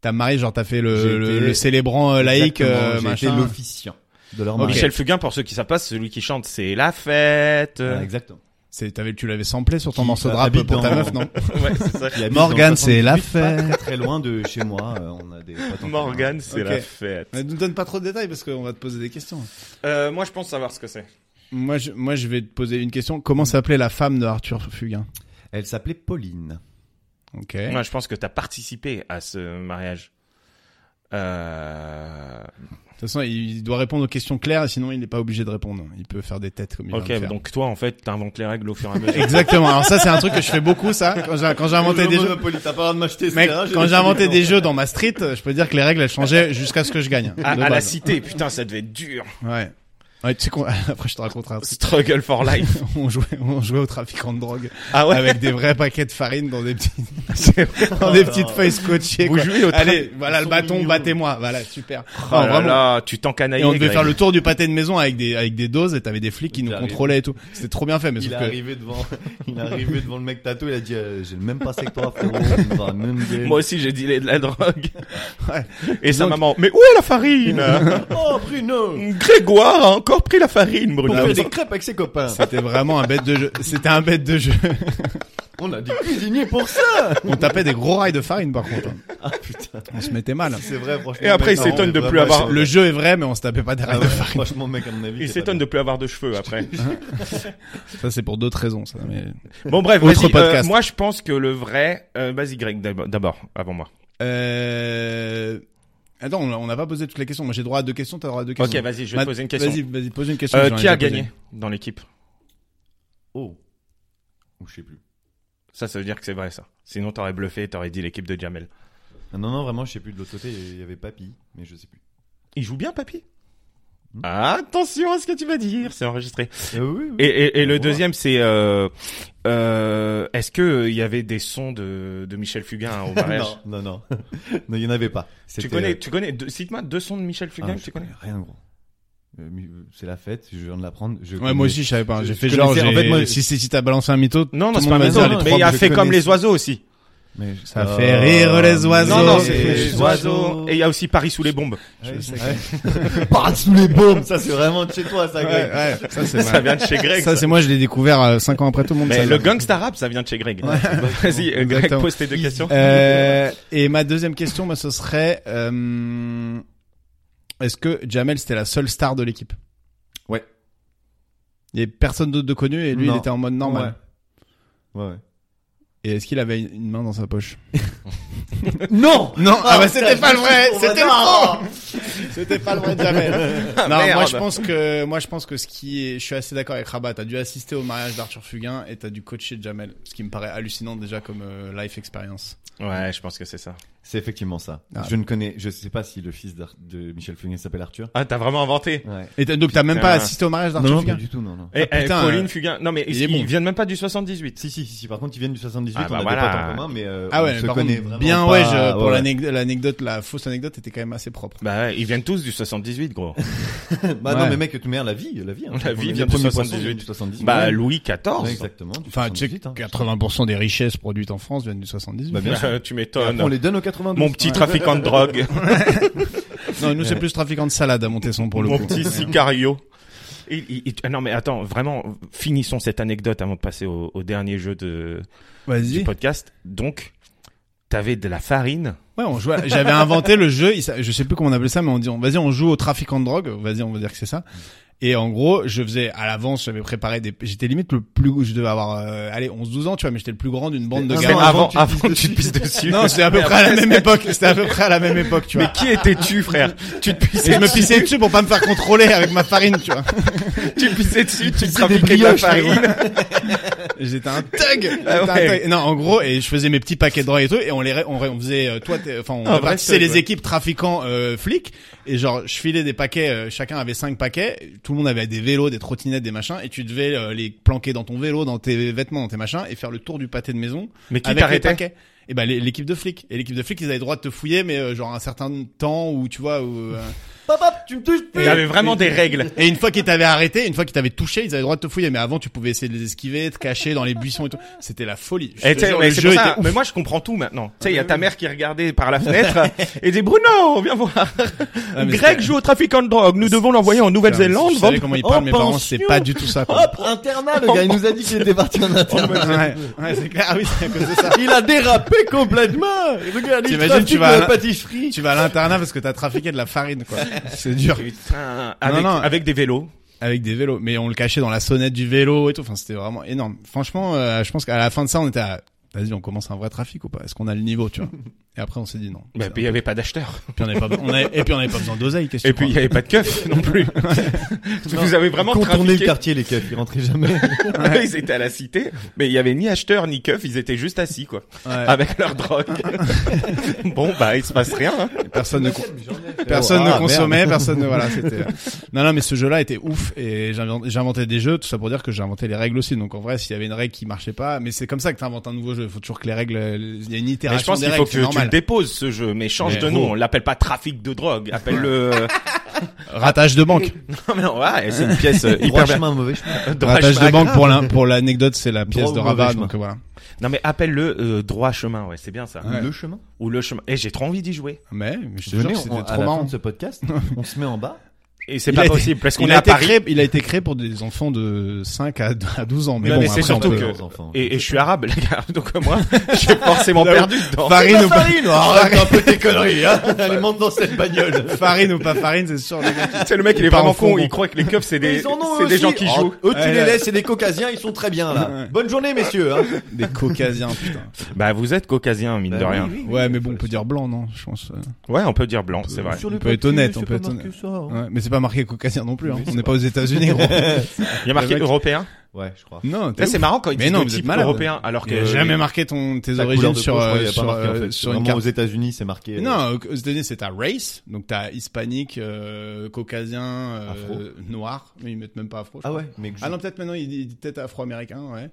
Speaker 3: T'as marié, genre t'as fait
Speaker 1: J'ai
Speaker 3: le, le,
Speaker 1: été-
Speaker 3: le célébrant euh, laïque, euh,
Speaker 1: Exactement, j'ai été
Speaker 3: machin.
Speaker 1: l'officiant de leur
Speaker 3: Ok.
Speaker 1: mariage.
Speaker 4: Michel Fugain, pour ceux qui savent pas, c'est celui qui chante C'est la fête.
Speaker 3: euh,
Speaker 1: Ah, exactement.
Speaker 3: C'est, t'avais, tu l'avais samplé sur ton
Speaker 1: Qui
Speaker 3: morceau de rap
Speaker 1: habite
Speaker 3: pour ta
Speaker 1: dans-
Speaker 3: meuf, non
Speaker 4: ouais, c'est ça.
Speaker 1: Il habite
Speaker 3: Morgane,
Speaker 1: dans le
Speaker 3: c'est la
Speaker 1: 78, pas
Speaker 3: fête.
Speaker 1: Très, très loin de chez moi, euh, on a des potes en commun.
Speaker 4: Morgane, c'est
Speaker 3: Ok.
Speaker 4: la fête.
Speaker 3: Ne nous donne pas trop de détails parce qu'on va te poser des questions.
Speaker 4: Euh, moi, je pense savoir ce que c'est.
Speaker 3: Moi, je, moi, je vais te poser une question. Comment s'appelait la femme de Arthur Fugain
Speaker 1: Elle s'appelait Pauline.
Speaker 3: Ok.
Speaker 4: Moi, je pense que t'as participé à ce mariage. Euh...
Speaker 3: De toute façon, il doit répondre aux questions claires, sinon il n'est pas obligé de répondre. Il peut faire des têtes comme il
Speaker 4: Ok,
Speaker 3: vient de faire.
Speaker 4: donc toi, en fait, t'inventes les règles au fur et à mesure.
Speaker 3: Exactement. Alors ça, c'est un truc que je fais beaucoup, ça. Quand j'ai, quand j'ai inventé des jeux,
Speaker 1: Pauline, t'as pas de m'acheter
Speaker 3: mec, quand j'ai inventé des jeux dans ma street, je peux dire que les règles elles changeaient jusqu'à ce que je gagne.
Speaker 4: à,
Speaker 3: De
Speaker 4: à la
Speaker 3: base.
Speaker 4: cité, putain, ça devait être dur.
Speaker 3: Ouais. Ouais, tu sais qu'on, après je te raconterai un truc.
Speaker 4: Struggle for life.
Speaker 3: On jouait, on jouait au trafiquant de drogue.
Speaker 4: Ah ouais.
Speaker 3: Avec des vrais paquets de farine dans des
Speaker 1: Oh
Speaker 3: petites, dans des petites feuilles scotchées.
Speaker 4: Vous
Speaker 3: quoi.
Speaker 4: jouez au train-
Speaker 3: Allez, voilà le
Speaker 1: sont
Speaker 3: bâton,
Speaker 1: mignons.
Speaker 3: battez-moi. Voilà, super.
Speaker 4: Oh
Speaker 3: Non,
Speaker 4: là
Speaker 3: vraiment.
Speaker 4: là, tu t'encanailles.
Speaker 3: Et on devait faire le tour du pâté de maison avec des, avec des doses et t'avais des flics qui nous
Speaker 1: J'arrive.
Speaker 3: contrôlaient et tout. C'était trop bien fait, mais
Speaker 1: Il est
Speaker 3: sauf que.
Speaker 1: arrivé devant, il est arrivé devant le mec tatoué, il a dit, euh, j'ai le même passé que toi, frérot, on va même game.
Speaker 4: Moi aussi, j'ai dealé de la drogue.
Speaker 3: Ouais.
Speaker 4: Et sa
Speaker 3: Donc-
Speaker 4: maman, mais où est la farine
Speaker 1: Oh, Bruno!
Speaker 4: Grégoire a encore pris la farine,
Speaker 1: Pour
Speaker 4: Bruno.
Speaker 1: faire des crêpes avec ses copains.
Speaker 3: C'était vraiment un bête de jeu. C'était un bête de jeu.
Speaker 1: On a des cuisiniers pour ça
Speaker 3: On tapait des gros rails de farine par contre. hein.
Speaker 1: Ah putain,
Speaker 3: On se mettait mal.
Speaker 1: c'est vrai, franchement.
Speaker 4: Et après, il
Speaker 1: maintenant,
Speaker 4: s'étonne
Speaker 1: on est
Speaker 4: de plus
Speaker 1: vraiment
Speaker 4: avoir
Speaker 1: sur-
Speaker 3: Le jeu est vrai, mais on se tapait pas des
Speaker 1: Ah
Speaker 3: rails
Speaker 1: ouais,
Speaker 3: de farine.
Speaker 1: Franchement, mec, à mon avis.
Speaker 4: Il
Speaker 1: c'est pas
Speaker 4: s'étonne de plus avoir de cheveux après.
Speaker 3: Ça c'est pour d'autres raisons. Ça. Mais...
Speaker 4: Bon bref,
Speaker 3: Autre
Speaker 4: vas-y, euh,
Speaker 3: podcast.
Speaker 4: moi je pense que le vrai, euh, vas-y Greg d'ab- d'abord, avant moi.
Speaker 3: Euh... Attends, on a- on n'a pas posé toutes les questions. Moi j'ai droit à deux questions, t'as droit à deux
Speaker 4: Ok,
Speaker 3: questions.
Speaker 4: vas-y, je vais
Speaker 3: Ma-
Speaker 4: te poser une question.
Speaker 3: Vas-y, vas-y, pose une question.
Speaker 4: Euh,
Speaker 3: j'en ai
Speaker 4: qui a
Speaker 3: déjà
Speaker 4: gagné
Speaker 3: posé.
Speaker 4: dans l'équipe
Speaker 1: Oh. Ou je sais plus.
Speaker 4: Ça, ça veut dire que c'est vrai ça. Sinon, t'aurais bluffé, t'aurais dit l'équipe de Jamel.
Speaker 1: Ah Non, non, vraiment, je sais plus. De l'autre côté, il y avait Papy, mais je sais plus.
Speaker 4: Il joue bien, papy.
Speaker 1: Hmm.
Speaker 4: Attention à ce que tu vas dire, c'est enregistré.
Speaker 3: Ah
Speaker 1: Euh, oui, oui.
Speaker 4: Et, et, et le
Speaker 1: Voilà.
Speaker 4: deuxième, c'est euh, euh, est-ce que euh, il y avait des sons de, de Michel Fugain au mariage
Speaker 1: Ah, non, non, non. non, il y en avait pas.
Speaker 4: Tu
Speaker 1: C'était-
Speaker 3: euh,
Speaker 1: euh,
Speaker 4: connais, tu connais, deux- cite-moi deux sons de Michel
Speaker 1: Ah,
Speaker 4: Fugain que
Speaker 1: je
Speaker 4: tu connais.
Speaker 1: Rien, gros. Euh, mais, euh, C'est la fête, je viens de l'apprendre. Je
Speaker 3: Ouais,
Speaker 1: connais-
Speaker 3: moi aussi je savais pas.
Speaker 1: Je-
Speaker 3: J'ai
Speaker 1: je
Speaker 3: fait genre.
Speaker 1: connaissais- en fait,
Speaker 3: j'ai-
Speaker 1: moi-
Speaker 3: Si si si t'as balancé un mytho.
Speaker 4: Non, non,
Speaker 3: tout
Speaker 4: c'est
Speaker 3: le
Speaker 4: pas
Speaker 3: monde va
Speaker 4: maison,
Speaker 3: dire les
Speaker 4: mais
Speaker 3: trois
Speaker 4: il a
Speaker 3: que je
Speaker 4: fait comme
Speaker 3: connais.
Speaker 4: les oiseaux aussi.
Speaker 1: Mais- Oh.
Speaker 3: Ça fait rire les oiseaux.
Speaker 4: Non, non, c'est
Speaker 3: Les
Speaker 4: les oiseaux. Et il y a aussi Paris sous les bombes.
Speaker 1: Ouais,
Speaker 3: Je
Speaker 1: c'est-
Speaker 3: sais
Speaker 5: Parade sous les bombes.
Speaker 1: Ça, c'est vraiment de chez toi, ça, Greg.
Speaker 3: Ouais, ouais, ça c'est
Speaker 4: Ça
Speaker 3: mal.
Speaker 4: vient de chez Greg.
Speaker 3: Ça c'est moi je l'ai découvert euh, cinq ans après tout le monde.
Speaker 4: Mais
Speaker 3: ça,
Speaker 4: le
Speaker 3: là.
Speaker 4: gangsta rap, ça vient de chez Greg. Vas-y, euh, Greg,
Speaker 3: exactement.
Speaker 4: pose tes deux questions.
Speaker 3: Euh, et ma deuxième question, moi, ce serait euh, est-ce que Jamel c'était la seule star de l'équipe
Speaker 1: Ouais.
Speaker 3: Il y avait personne d'autre de connu et lui
Speaker 1: Non.
Speaker 3: il était en mode normal.
Speaker 1: Ouais, ouais.
Speaker 3: Et est-ce qu'il avait une une main dans sa poche
Speaker 5: Non
Speaker 3: Non, ah, bah c'était
Speaker 1: putain,
Speaker 3: pas le vrai,
Speaker 1: au
Speaker 3: c'était le
Speaker 1: hasard.
Speaker 3: faux. C'était pas le vrai Jamel. non,
Speaker 4: Ah, merde.
Speaker 3: moi je pense que moi je pense que ce qui est je suis assez d'accord avec Rabat, t'as dû assister au mariage d'Arthur Fugain et t'as dû coacher Jamel, ce qui me paraît hallucinant déjà comme euh, life experience.
Speaker 4: Ouais, je pense que c'est ça.
Speaker 1: C'est effectivement ça.
Speaker 3: Ah.
Speaker 1: Je ne connais, je sais pas si le fils d'Ar- de Michel Fugain s'appelle Arthur.
Speaker 4: Ah, t'as vraiment inventé.
Speaker 1: Ouais.
Speaker 3: Et t'as- donc t'as même pas
Speaker 4: Putain.
Speaker 3: assisté au mariage
Speaker 1: Non,
Speaker 3: d'Arthur
Speaker 1: non,
Speaker 3: Fugain
Speaker 1: pas du tout, non, non.
Speaker 4: Et,
Speaker 3: Ah,
Speaker 4: eh,
Speaker 3: putain,
Speaker 4: Pauline
Speaker 3: euh,
Speaker 4: Fugain. Non, mais
Speaker 3: il
Speaker 4: ils,
Speaker 3: est bon.
Speaker 4: ils viennent même pas du 78.
Speaker 1: Si, si, si, si, par contre, ils viennent du 78,
Speaker 4: Ah, bah
Speaker 1: on a des
Speaker 4: voilà.
Speaker 1: potes en commun, mais euh,
Speaker 3: Ah ouais,
Speaker 1: on
Speaker 3: mais
Speaker 1: se
Speaker 3: par
Speaker 1: connaît
Speaker 3: contre,
Speaker 1: vraiment
Speaker 3: bien,
Speaker 1: pas,
Speaker 3: ouais, je- pour
Speaker 1: ouais.
Speaker 3: l'anecdote- l'anecdote, la fausse anecdote était quand même assez propre.
Speaker 4: Bah, ouais, ils viennent tous du 78, gros.
Speaker 1: Bah
Speaker 3: Ouais.
Speaker 1: non, mais mec, tu merde, la vie, la vie. hein.
Speaker 4: La vie
Speaker 1: Les
Speaker 4: vient de
Speaker 1: premiers
Speaker 4: 78.
Speaker 1: poissons viennent du 78.
Speaker 4: bah,
Speaker 1: Ouais.
Speaker 4: Louis
Speaker 1: Ouais,
Speaker 4: XIV.
Speaker 1: exactement. du
Speaker 3: Enfin, tu sais,
Speaker 1: 78, hein.
Speaker 3: 80% des richesses produites en France viennent du 78.
Speaker 1: Bah, bien sûr.
Speaker 4: Euh, tu
Speaker 1: Et après, on
Speaker 4: m'étonnes.
Speaker 1: les donne aux 92.
Speaker 4: Mon petit
Speaker 1: Ouais.
Speaker 4: trafiquant de drogue.
Speaker 3: Non, nous, c'est plus trafiquant de salade à Montesson pour le
Speaker 4: Mon
Speaker 3: coup.
Speaker 4: petit sicario. Il- il- il- non mais attends, vraiment, finissons cette anecdote avant de passer au, au dernier jeu de, du
Speaker 3: Vas-y.
Speaker 4: podcast. Donc, t'avais de la farine.
Speaker 3: Ouais, on jouait, j'avais inventé le jeu, il s'a- je sais plus comment on appelait ça, mais on dit, on- vas-y, on joue au trafiquant de drogue, vas-y, on va dire que c'est ça. Et en gros, je faisais, à l'avance, j'avais préparé des, j'étais limite le plus, je devais avoir, euh, allez, 11, 12 ans, tu vois, mais j'étais le plus grand d'une bande de
Speaker 1: Un an
Speaker 3: gamins.
Speaker 1: avant
Speaker 4: avant,
Speaker 1: que tu te
Speaker 4: avant que
Speaker 1: pisses
Speaker 4: tu te pisses dessus.
Speaker 3: Non, c'était à peu près à la même époque, c'était à peu près à la même époque, tu vois.
Speaker 4: mais qui étais-tu, frère Tu te
Speaker 3: Et
Speaker 4: pissais,
Speaker 3: je me pissais dessus pour pas me faire contrôler avec ma farine, tu vois.
Speaker 4: tu te pissais dessus, tu
Speaker 1: pissais des
Speaker 4: trafiquais de la
Speaker 1: brioches,
Speaker 4: farine.
Speaker 3: J'étais un thug.
Speaker 4: Ah
Speaker 3: J'étais un
Speaker 4: ouais.
Speaker 3: thug. Non, en gros, et je faisais mes petits paquets de drogue et tout, et on les, ré- on, ré- on faisait, euh, toi, t'es- enfin, on
Speaker 4: Ah,
Speaker 3: répartissait
Speaker 4: vrai thug,
Speaker 3: les
Speaker 4: ouais.
Speaker 3: équipes trafiquants, euh, flics, et genre, je filais des paquets, euh, chacun avait cinq paquets, tout le monde avait des vélos, des trottinettes, des machins, et tu devais euh, les planquer dans ton vélo, dans tes vêtements, dans tes machins, et faire le tour du pâté de maison
Speaker 4: Mais qui
Speaker 3: avec les
Speaker 4: t'arrêtait
Speaker 3: paquets. Et ben les- l'équipe de flics. Et l'équipe de flics, ils avaient le droit de te fouiller, mais euh, genre un certain temps où tu vois où. euh,
Speaker 5: Papa, tu me touches
Speaker 4: Il y
Speaker 5: plus
Speaker 4: avait vraiment des règles.
Speaker 3: Et une fois qu'ils t'avaient arrêté, une fois qu'ils t'avaient touché, ils avaient le droit de te fouiller. Mais avant, tu pouvais essayer de les esquiver, te cacher dans les buissons et tout. C'était la folie. Je te
Speaker 4: Et t'sais,
Speaker 3: jure,
Speaker 4: mais
Speaker 3: le
Speaker 4: c'est
Speaker 3: jeu
Speaker 4: pour ça,
Speaker 3: était ouf.
Speaker 4: mais moi je comprends tout maintenant. Tu sais, il y a ta mère qui regardait par la fenêtre et dit Bruno, viens voir.
Speaker 3: Ah, mais
Speaker 4: Greg
Speaker 3: c'était-
Speaker 4: joue au trafiquant de drogue. Nous devons l'envoyer en
Speaker 3: Je
Speaker 4: Nouvelle-Zélande.
Speaker 3: savais comment ils
Speaker 5: Oh,
Speaker 3: parlent, mes parents,
Speaker 5: pension.
Speaker 3: c'est pas du tout ça. Quoi.
Speaker 5: Hop, internat, le gars, il nous a dit qu'il était parti en internat.
Speaker 3: ouais, ouais, c'est clair. Ah oui, c'est à cause de
Speaker 4: Oh.
Speaker 3: ça.
Speaker 5: Il a dérapé complètement. Regarde, il
Speaker 3: T'imagines,
Speaker 5: trafique
Speaker 3: tu vas à
Speaker 5: de
Speaker 3: la-
Speaker 5: la pâtisserie.
Speaker 3: Tu vas à l'internat parce que t'as trafiqué de la farine, quoi. C'est dur.
Speaker 4: Putain, avec,
Speaker 3: non.
Speaker 4: avec des vélos.
Speaker 3: Avec des vélos. Mais on le cachait dans la sonnette du vélo et tout. Enfin, c'était vraiment énorme. Franchement, euh, je pense qu'à la fin de ça, on était à, vas-y, on commence un vrai trafic ou pas? Est-ce qu'on a le niveau, tu vois? Et après, on s'est dit non.
Speaker 4: Bah,
Speaker 3: C'est
Speaker 4: puis il y avait pas d'acheteurs.
Speaker 3: un- puis on avait pas, on avait- et puis on avait pas besoin d'oseille, qu'est-ce que
Speaker 4: Et
Speaker 3: tu
Speaker 4: puis il y
Speaker 3: crois
Speaker 4: avait pas de keuf non plus. Vous avez vraiment
Speaker 1: Contourner le
Speaker 4: trafiqué.
Speaker 1: quartier, les keufs, ils rentraient jamais.
Speaker 4: Ils étaient à la cité, mais il y avait ni acheteurs ni keufs. Ils étaient juste assis quoi,
Speaker 3: Ouais.
Speaker 4: avec leur drogue. bon bah il se passe rien. hein.
Speaker 3: Personne ne, Oh, Personne
Speaker 1: Ah,
Speaker 3: ne
Speaker 1: merde.
Speaker 3: consommait, personne ne voilà, c'était. euh. Non non, mais ce jeu-là était ouf et j'invent- j'inventais des jeux, tout ça pour dire que j'inventais les règles aussi. Donc en vrai, s'il y avait une règle qui marchait pas, mais c'est comme ça que t'inventes un nouveau jeu. Il faut toujours que les règles, euh, il y a une
Speaker 4: Mais je
Speaker 3: itération
Speaker 4: pense
Speaker 3: des
Speaker 4: qu'il faut
Speaker 3: règles.
Speaker 4: que
Speaker 3: C'est
Speaker 4: tu le
Speaker 3: normal.
Speaker 4: déposes ce jeu, mais change
Speaker 3: Mais
Speaker 4: de
Speaker 3: gros.
Speaker 4: nom. On l'appelle pas trafic de drogue, appelle-le.
Speaker 3: Ratage de banque.
Speaker 4: Non, mais non, ouais, c'est une pièce euh,
Speaker 1: Droit
Speaker 4: hyper bien.
Speaker 1: chemin, mauvais chemin.
Speaker 4: Droit
Speaker 3: Ratage de
Speaker 4: chemin.
Speaker 3: banque pour la pour l'anecdote, c'est la pièce
Speaker 1: Droit
Speaker 3: de
Speaker 1: ou mauvais
Speaker 3: Rabat.
Speaker 1: chemin.
Speaker 3: Donc voilà.
Speaker 4: Non, mais appelle-le euh, droit chemin, ouais, c'est bien ça.
Speaker 3: Ouais.
Speaker 1: Le chemin.
Speaker 4: Ou le chemin. Et Eh, j'ai trop envie d'y jouer.
Speaker 3: Mais mais je te jure,
Speaker 1: Venez,
Speaker 3: que
Speaker 1: on,
Speaker 3: c'était
Speaker 1: à
Speaker 3: trop
Speaker 1: la fin
Speaker 3: marrant.
Speaker 1: de ce podcast, on se met en bas
Speaker 4: Et c'est
Speaker 3: Il
Speaker 4: pas
Speaker 3: a été-
Speaker 4: possible parce qu'on
Speaker 3: il
Speaker 4: est
Speaker 3: a
Speaker 4: à
Speaker 3: été
Speaker 4: Paris.
Speaker 3: créé, il a été créé pour des enfants de 5 à à 12 ans. Mais
Speaker 4: Ouais,
Speaker 3: bon,
Speaker 4: mais c'est
Speaker 3: après, on
Speaker 4: surtout
Speaker 3: peut-
Speaker 4: que-
Speaker 1: enfants.
Speaker 4: Et, et je suis arabe, les gars, donc euh, moi, j'ai forcément
Speaker 3: Là où-
Speaker 4: perdu dedans.
Speaker 3: farine ou pas
Speaker 1: Arrête un peu tes conneries, hein Allez, monte dans cette bagnole
Speaker 3: farine ou pas farine, c'est sûr. les gars.
Speaker 4: C'est le mec, il est
Speaker 3: Pas
Speaker 4: vraiment
Speaker 3: en fond,
Speaker 4: con,
Speaker 3: bon.
Speaker 4: il croit que les keufs, c'est des,
Speaker 1: Ils en ont
Speaker 4: c'est des
Speaker 1: aussi.
Speaker 4: gens qui
Speaker 1: Oh,
Speaker 4: jouent.
Speaker 1: Eux, tu
Speaker 3: Ouais,
Speaker 1: les
Speaker 3: là.
Speaker 1: laisses, c'est des caucasiens, ils sont très bien là.
Speaker 3: Ouais.
Speaker 1: Bonne journée, messieurs. hein.
Speaker 3: Des caucasiens, putain.
Speaker 4: Bah, vous êtes caucasien, mine
Speaker 1: Bah
Speaker 4: de
Speaker 1: oui,
Speaker 4: rien.
Speaker 1: oui, oui.
Speaker 3: Ouais, mais bon, on peut dire blanc, non Je pense. euh.
Speaker 4: Ouais, on peut dire blanc, c'est vrai.
Speaker 1: Sur
Speaker 3: On
Speaker 1: le
Speaker 3: peut être
Speaker 1: papier,
Speaker 3: honnête,
Speaker 1: c'est
Speaker 3: on peut
Speaker 1: pas
Speaker 3: être
Speaker 1: marqué
Speaker 3: honnête.
Speaker 1: ça, hein.
Speaker 3: Ouais, mais c'est pas marqué caucasien non plus. hein.
Speaker 1: Oui,
Speaker 3: on
Speaker 1: c'est
Speaker 3: n'est pas aux États-Unis, gros.
Speaker 4: Il y a marqué
Speaker 3: Le mec-
Speaker 4: européen.
Speaker 1: Ouais, je crois.
Speaker 3: non,
Speaker 4: Là,
Speaker 3: t'es
Speaker 4: c'est
Speaker 3: ouf.
Speaker 4: marrant quand ils
Speaker 3: Mais
Speaker 4: disent
Speaker 3: non,
Speaker 4: le
Speaker 3: vous
Speaker 4: type
Speaker 3: êtes malade.
Speaker 4: européen, alors
Speaker 3: Il y a
Speaker 4: que.
Speaker 3: jamais marqué ton tes
Speaker 1: euh, La couleur
Speaker 3: origines
Speaker 1: de
Speaker 3: sur
Speaker 1: peau, je crois,
Speaker 3: euh,
Speaker 1: il y a pas
Speaker 3: sur
Speaker 1: marqué, en
Speaker 3: euh, sur
Speaker 1: fait. C'est
Speaker 3: une
Speaker 1: vraiment
Speaker 3: carte.
Speaker 1: aux États-Unis, c'est marqué. euh,
Speaker 3: Non, aux États-Unis, c'est ta race, donc t'as hispanique, euh, caucasien, euh,
Speaker 1: Afro.
Speaker 3: noir, mais ils mettent même pas afro. je
Speaker 1: Ah
Speaker 3: crois.
Speaker 1: ouais, mec.
Speaker 3: Ah non, peut-être maintenant ils disent peut-être afro-américain, ouais.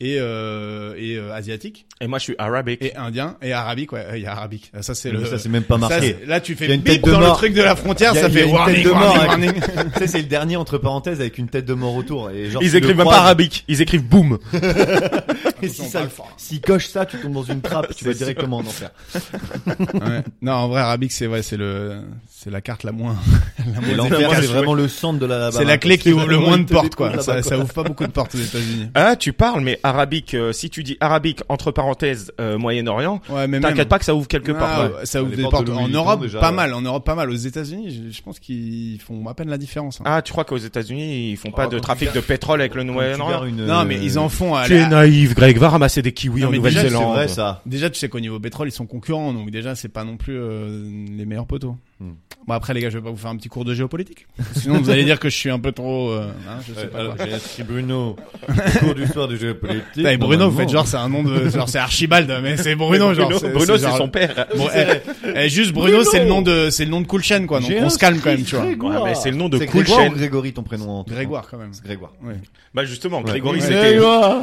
Speaker 3: Et euh, et euh, asiatique
Speaker 4: Et moi, je suis arabique.
Speaker 3: et indien et arabique, ouais, euh, il y a arabique. Ah, Ça c'est le
Speaker 1: Ça, c'est même pas
Speaker 3: ça,
Speaker 1: marqué.
Speaker 3: c'est- là tu
Speaker 1: Il y a
Speaker 3: fais
Speaker 1: une
Speaker 3: bip
Speaker 1: tête de
Speaker 3: dans le
Speaker 1: mort.
Speaker 3: truc de la frontière,
Speaker 1: Il y a-
Speaker 3: ça
Speaker 1: il y a
Speaker 3: fait
Speaker 1: une
Speaker 3: warning,
Speaker 1: tête de mort,
Speaker 3: warning,
Speaker 1: hein.
Speaker 3: warning.
Speaker 1: tu sais, c'est le dernier entre parenthèses avec une tête de mort autour. Et genre,
Speaker 4: Ils écrivent même pas arabique, ils écrivent boum.
Speaker 1: Et si ça, si coche ça, tu tombes dans une trappe, tu vas directement en enfer.
Speaker 3: Ouais. Non, en vrai arabique c'est ouais, c'est le c'est la carte la moins la
Speaker 1: Et
Speaker 3: moins
Speaker 1: l'enfer,
Speaker 3: efficace.
Speaker 1: c'est vraiment le centre de la.
Speaker 3: C'est la clé qui ouvre bah, le moins de portes quoi. Ça, ça ouvre pas beaucoup de portes aux États-Unis.
Speaker 4: Ah, tu parles, mais arabique, euh, si tu dis arabique, entre parenthèses, euh, Moyen-Orient,
Speaker 3: Ouais, mais même-
Speaker 4: t'inquiète pas que ça ouvre quelque part.
Speaker 3: Ah,
Speaker 4: ouais.
Speaker 3: Ça ouvre
Speaker 1: Les
Speaker 3: des
Speaker 1: portes
Speaker 3: portes.
Speaker 1: de Louis
Speaker 3: En
Speaker 1: Vuitton,
Speaker 3: Europe,
Speaker 1: déjà,
Speaker 3: pas
Speaker 1: ouais.
Speaker 3: mal. En Europe, pas mal. Aux États-Unis, je, je pense qu'ils font à peine la différence. hein.
Speaker 4: Ah, tu crois qu'aux États-Unis, ils font
Speaker 1: Oh,
Speaker 4: pas de
Speaker 1: quand tu
Speaker 4: trafic de pétrole avec le Moyen-Orient
Speaker 3: non, mais ils en font. À
Speaker 4: Tu
Speaker 3: la-
Speaker 4: es naïf, Greg, va ramasser des kiwis
Speaker 3: Non,
Speaker 4: en
Speaker 3: mais déjà, euh, c'est
Speaker 1: euh, C'est
Speaker 4: Nouvelle-Zélande.
Speaker 1: vrai ça.
Speaker 3: Déjà, tu sais qu'au niveau pétrole, ils sont concurrents, donc déjà, c'est pas non plus euh, les meilleurs poteaux.
Speaker 1: Hmm.
Speaker 3: Bon après les gars, je vais pas vous faire un petit cours de géopolitique. Sinon vous allez dire que je suis un peu trop. euh, hein, je sais pas. quoi.
Speaker 1: J'ai inscrit Bruno au cours du soir du jeu politique.
Speaker 3: Putain, et Bruno, vous faites genre c'est un nom de genre c'est Archibald, mais c'est Bruno, genre.
Speaker 4: Bruno, Bruno, c'est son père.
Speaker 3: Bon, eh, eh, juste Bruno, c'est le nom de c'est le nom de Kulchen quoi. Donc on se calme quand même, tu vois.
Speaker 4: Ouais, mais c'est le nom de
Speaker 1: C'est Grégoire ou
Speaker 4: Kulchen.
Speaker 1: Grégory ton prénom en-
Speaker 3: Grégoire quand même.
Speaker 1: C'est Grégoire.
Speaker 4: Bah justement,
Speaker 1: Ouais.
Speaker 4: Grégory,
Speaker 3: Ouais.
Speaker 4: c'était,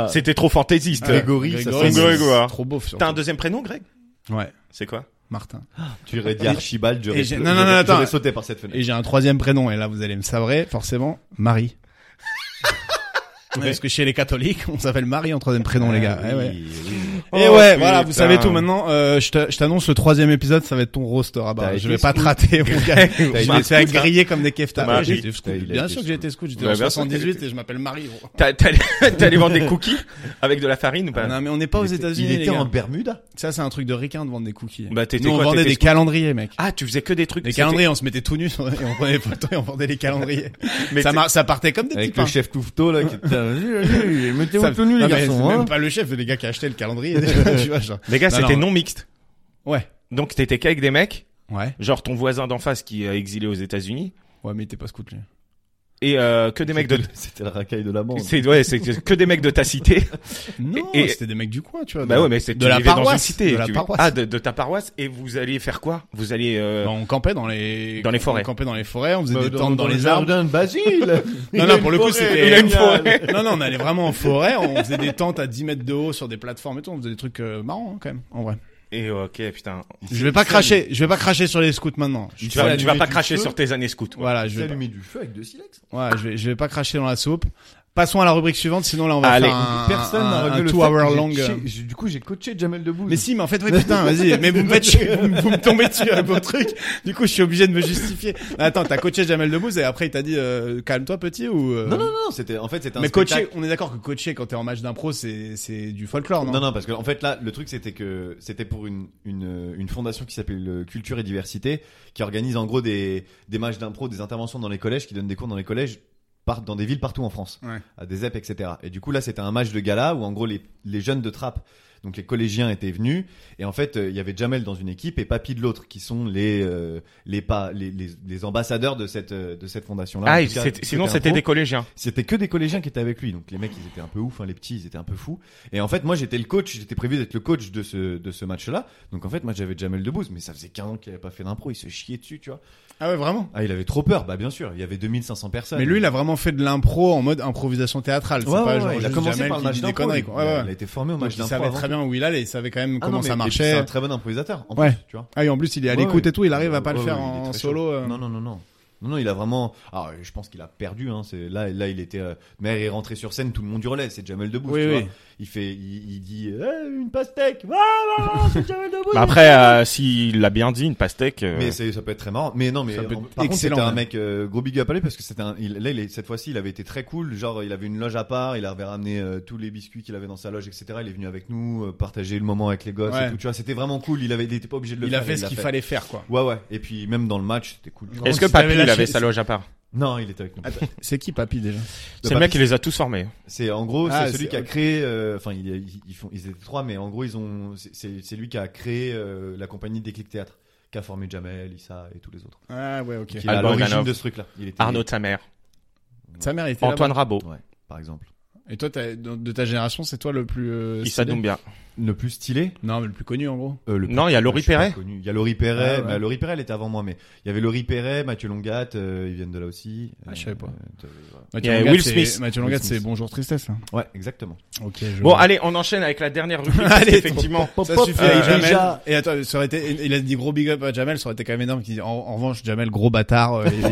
Speaker 4: c'était trop fantaisiste.
Speaker 3: Ouais.
Speaker 1: Grégory, ça
Speaker 3: Grégory,
Speaker 1: sonne-
Speaker 3: c'est-
Speaker 4: Grégoire.
Speaker 3: c'est Trop beau surtout.
Speaker 4: T'as un deuxième prénom, Greg
Speaker 3: Ouais,
Speaker 4: C'est quoi
Speaker 3: Martin.
Speaker 1: Tu aurais dit Archibald,
Speaker 3: et
Speaker 1: j'aurais
Speaker 3: j'ai- non, non, non, attends.
Speaker 1: j'aurais sauté par cette
Speaker 3: Et
Speaker 1: fenêtre.
Speaker 3: j'ai un troisième prénom, et là vous allez me sabrer, forcément, Marie. Ouais, Parce que chez les catholiques, on s'appelle Marie en troisième prénom, les
Speaker 4: Ah
Speaker 3: gars. Eh ouais.
Speaker 1: Oui, oui.
Speaker 3: Et
Speaker 4: Oh,
Speaker 3: ouais,
Speaker 4: putain.
Speaker 3: voilà, vous savez tout maintenant. Euh, je te- je t'annonce le troisième épisode, ça va être ton roast
Speaker 1: T'as
Speaker 3: rabat. Je
Speaker 1: été
Speaker 3: vais pas te
Speaker 1: scout.
Speaker 3: rater, mon gars. Je
Speaker 1: T'as été
Speaker 3: me fais
Speaker 4: scout, hein.
Speaker 3: griller comme des keftas.
Speaker 4: Marie.
Speaker 3: Ouais, j'ai été scout.
Speaker 1: T'as- il a
Speaker 3: Bien
Speaker 1: été
Speaker 3: sûr que j'ai été scout, j'étais
Speaker 4: Ouais,
Speaker 3: en
Speaker 4: bien sûr qu'il a
Speaker 3: 78 et je m'appelle Marie. gros.
Speaker 4: T'as- T'es allé t'es allé vendre des cookies avec de la farine ou pas
Speaker 3: Non, mais on n'est pas aux
Speaker 1: Il était-
Speaker 3: États-Unis,
Speaker 1: Il
Speaker 3: les
Speaker 1: était en
Speaker 3: gars.
Speaker 1: Bermuda.
Speaker 3: Ça, c'est un truc de ricain de vendre des cookies.
Speaker 4: Bah, t'étais
Speaker 3: Nous, on
Speaker 4: quoi,
Speaker 3: vendait
Speaker 4: t'étais
Speaker 3: des
Speaker 4: scout
Speaker 3: calendriers, mec.
Speaker 4: Ah, tu faisais que des trucs.
Speaker 3: Des
Speaker 4: c'était-
Speaker 3: calendriers, on se mettait tout nus, on prenait des photos et on vendait les calendriers.
Speaker 4: Mais
Speaker 3: ça,
Speaker 4: t'es-
Speaker 3: mar- ça partait comme des petits
Speaker 1: Avec
Speaker 3: pains.
Speaker 1: le chef Couveteau, là, qui était, allez, mettez-vous
Speaker 3: Ça-
Speaker 1: tout nu,
Speaker 3: non,
Speaker 1: les
Speaker 3: mais c'est
Speaker 1: garçons, hein.
Speaker 3: même pas le chef, c'est les gars qui achetaient le calendrier. tu vois, genre.
Speaker 4: Les gars,
Speaker 3: Non,
Speaker 4: c'était
Speaker 3: non.
Speaker 4: non mixte.
Speaker 3: Ouais.
Speaker 4: Donc t'étais qu'avec des mecs,
Speaker 3: Ouais.
Speaker 4: genre ton voisin d'en face qui est exilé aux États-Unis,
Speaker 3: Ouais, mais t'es pas scout, lui.
Speaker 4: et euh, que des mecs de.
Speaker 1: C'était la racaille de la bande.
Speaker 4: C'est ouais, c'est que des mecs de ta cité.
Speaker 3: Non,
Speaker 4: Et-
Speaker 3: c'était des mecs du coin, tu vois.
Speaker 4: Bah ouais, mais c'est
Speaker 3: de
Speaker 4: tu
Speaker 3: la
Speaker 4: vivais dans une
Speaker 3: paroisse,
Speaker 4: cité,
Speaker 3: de la
Speaker 4: tu-
Speaker 3: paroisse.
Speaker 4: Ah, de, de ta paroisse. Et vous alliez faire quoi Vous alliez. euh,
Speaker 3: Bah, on campait dans les,
Speaker 4: Dans les forêts.
Speaker 3: On campait dans les forêts, on faisait
Speaker 1: Bah,
Speaker 3: des tentes dans, les arbres.
Speaker 1: jardins de Basile.
Speaker 3: Non, non, pour le coup, c'était.
Speaker 4: Il a une forêt.
Speaker 3: Non, non, on allait vraiment en forêt, on faisait des tentes à 10 mètres de haut sur des plateformes et tout, on faisait des trucs euh, marrants, hein, quand même, en vrai.
Speaker 4: Et euh, ok, putain.
Speaker 3: Je vais pas cracher, je vais pas cracher sur les scouts maintenant. Je-
Speaker 4: Tu vas,
Speaker 1: vas
Speaker 4: tu vas
Speaker 1: allumer
Speaker 4: pas
Speaker 1: du
Speaker 4: cracher
Speaker 1: feu
Speaker 4: sur tes années scouts.
Speaker 3: Voilà, je
Speaker 1: J'ai
Speaker 3: vais, pas,
Speaker 1: allumé du feu avec deux silex.
Speaker 3: voilà, je vais, je vais pas cracher dans la soupe. Passons à la rubrique suivante, sinon là on va
Speaker 4: Allez.
Speaker 3: faire un,
Speaker 1: Personne n'a
Speaker 3: un,
Speaker 1: relevé le fait
Speaker 3: two hour
Speaker 1: que j'ai
Speaker 3: long. euh,
Speaker 1: coaché- j'ai- Du coup, j'ai coaché Jamel Debbouze.
Speaker 3: Mais si, mais en fait, oui, putain, vas-y, mais vous me faites chier, vous, me- vous me tombez dessus avec vos trucs. Du coup, je suis obligé de me justifier. Attends, t'as coaché Jamel Debbouze et après, il t'a dit, euh, calme-toi, petit, ou, euh,
Speaker 1: Non, non, non, c'était, en fait, c'était un
Speaker 3: mais coacher,
Speaker 1: spectacle.
Speaker 3: on est d'accord que coacher quand t'es en match d'impro, c'est, c'est du folklore, non?
Speaker 1: Non, non, parce que, en fait, là, le truc, c'était que, c'était pour une, une, une fondation qui s'appelle euh, Culture et Diversité, qui organise, en gros, des, des matchs d'impro, des interventions dans les collèges, qui donnent des cours dans les collèges, par- dans des villes partout en France.
Speaker 3: Ouais.
Speaker 1: À des EP, etc. Et du coup, là, c'était un match de gala où, en gros, les, les jeunes de trappe, donc les collégiens étaient venus, et en fait, euh, il y avait Jamel dans une équipe et Papy de l'autre, qui sont les, euh, les pas, les, les, les ambassadeurs de cette, euh, de cette fondation-là.
Speaker 4: Ah,
Speaker 1: En
Speaker 4: et
Speaker 1: tout cas,
Speaker 4: c'était- sinon
Speaker 1: Culture et
Speaker 4: c'était
Speaker 1: Impro.
Speaker 4: des collégiens.
Speaker 1: C'était que des collégiens qui étaient avec lui, donc les mecs ils étaient un peu ouf, hein, les petits ils étaient un peu fous. Et en fait moi j'étais le coach, j'étais prévu d'être le coach de ce de ce match-là. Donc en fait moi j'avais Jamel Debbouze, mais ça faisait 15 ans qu'il avait pas fait d'impro, il se chiait dessus, tu vois.
Speaker 3: Ah ouais, vraiment?
Speaker 1: Ah il avait trop peur, bah bien sûr, il y avait 2500 personnes.
Speaker 3: Mais lui, il a vraiment fait de l'impro en mode improvisation théâtrale. C'est
Speaker 1: Ouais,
Speaker 3: pas
Speaker 1: ouais,
Speaker 3: genre
Speaker 1: ouais, il a
Speaker 3: juste
Speaker 1: commencé
Speaker 3: Jamel
Speaker 1: par le
Speaker 3: qui
Speaker 1: match
Speaker 3: dit des
Speaker 1: d'impro.
Speaker 3: conneries,
Speaker 1: il-
Speaker 3: quoi. Ouais, ouais.
Speaker 1: Il a été formé au
Speaker 3: Donc,
Speaker 1: match
Speaker 3: il
Speaker 1: d'impro.
Speaker 3: savait
Speaker 1: avant
Speaker 3: très
Speaker 1: tout.
Speaker 3: bien où il allait, il savait quand même
Speaker 1: Ah,
Speaker 3: comment
Speaker 1: non, mais-
Speaker 3: ça
Speaker 1: et puis, C'est
Speaker 3: marchait.
Speaker 1: un très bon improvisateur. En
Speaker 3: Ouais.
Speaker 1: plus, tu vois.
Speaker 3: Ah, et en plus, il est à
Speaker 1: Ouais,
Speaker 3: l'écoute
Speaker 1: ouais.
Speaker 3: et tout, il arrive à
Speaker 1: Ouais,
Speaker 3: pas le
Speaker 1: ouais,
Speaker 3: faire
Speaker 1: ouais, Euh, il est
Speaker 3: en
Speaker 1: très
Speaker 3: solo.
Speaker 1: chaud.
Speaker 3: euh.
Speaker 1: Non non non non. Non, non, il a vraiment. Ah, je pense qu'il a perdu. Hein. C'est là, là, il était. euh, Mais il est rentré sur scène, tout le monde hurlait. C'est Jamel Debbouze.
Speaker 3: Oui,
Speaker 1: tu
Speaker 3: oui.
Speaker 1: vois. Il fait, il, il dit Eh, une pastèque. Voilà, c'est Jamel Debbouze.
Speaker 4: Bah après, euh, s'il l'a bien dit, une pastèque. euh,
Speaker 1: Mais c'est- ça peut être très marrant. Mais non, mais
Speaker 3: Ça peut
Speaker 1: en-
Speaker 3: être
Speaker 1: par contre,
Speaker 3: excellent,
Speaker 1: c'était un
Speaker 3: ouais.
Speaker 1: mec euh, gros big up à lui parce que c'était un. il- là, il est- cette fois-ci, il avait été très cool. Genre, il avait une loge à part. Il avait ramené euh, tous les biscuits qu'il avait dans sa loge, etc. Il est venu avec nous euh, partager le moment avec les gosses
Speaker 3: Ouais.
Speaker 1: et tout. Tu vois, c'était vraiment cool. Il avait, il était pas obligé de le
Speaker 3: Il
Speaker 1: faire.
Speaker 3: a fait ce qu'il fallait faire, quoi.
Speaker 1: Ouais, ouais. Et puis même dans le match, c'était cool.
Speaker 3: Non.
Speaker 4: Est-ce que
Speaker 3: si t'avais
Speaker 4: Papy, il
Speaker 3: lâché-
Speaker 4: avait sa loge à part
Speaker 1: Non, il était avec
Speaker 3: Ah,
Speaker 1: nous.
Speaker 3: C'est qui Papy déjà
Speaker 4: C'est le mec qui les a tous formés.
Speaker 1: C'est en gros,
Speaker 3: Ah,
Speaker 1: c'est celui
Speaker 3: c'est-
Speaker 1: qui a créé. euh, Enfin, il- il- ils, font, ils étaient trois, mais en gros, ils ont. c'est- C'est c'est lui qui a créé euh, la compagnie Déclic Théâtre, qui a formé Jamel, Issa et tous les autres.
Speaker 3: Ah ouais, ok.
Speaker 1: Qui est à
Speaker 4: Alban
Speaker 1: l'origine
Speaker 4: Ivanov.
Speaker 1: de ce truc-là. Il était-
Speaker 4: Arnaud, ta mère.
Speaker 3: Sa mère était
Speaker 4: Antoine
Speaker 3: là-bas.
Speaker 4: Rabot.
Speaker 1: Ouais, par exemple.
Speaker 3: Et toi, t'as- de de ta génération, c'est toi le plus. euh,
Speaker 4: Issa
Speaker 3: stylé
Speaker 4: Doumbia.
Speaker 1: Le plus stylé.
Speaker 3: Non, mais le plus connu en gros.
Speaker 1: euh, le plus-
Speaker 4: Non, il y a
Speaker 1: je
Speaker 4: Laurie
Speaker 1: suis pas
Speaker 4: Perret.
Speaker 1: connu. Il y a Laurie Perret.
Speaker 3: Ah, ouais.
Speaker 1: bah, Laurie Perret, elle était avant moi, mais il y avait Laurie Perret, Mathieu Longat, euh, ils viennent de là aussi.
Speaker 3: Ah, je savais pas.
Speaker 1: euh,
Speaker 3: Mathieu
Speaker 4: Il y a
Speaker 3: Longat,
Speaker 4: Will
Speaker 3: c'est-
Speaker 4: Smith.
Speaker 3: Mathieu
Speaker 1: Will
Speaker 3: Longat,
Speaker 1: Smith.
Speaker 3: c'est Bonjour Tristesse. hein.
Speaker 1: Ouais, exactement.
Speaker 3: Ok. Je
Speaker 4: Bon,
Speaker 3: vois.
Speaker 4: allez, on enchaîne avec la dernière rubrique. parce
Speaker 3: Allez,
Speaker 4: qu'effectivement.
Speaker 3: Ça
Speaker 5: Pop,
Speaker 3: suffit
Speaker 5: euh,
Speaker 3: avec Jamel.
Speaker 5: déjà-
Speaker 3: Et attends, ça aurait été, il a dit gros big up à Jamel, ça aurait été quand même énorme. qu'il dise, En, en revanche, Jamel, gros bâtard, euh, il,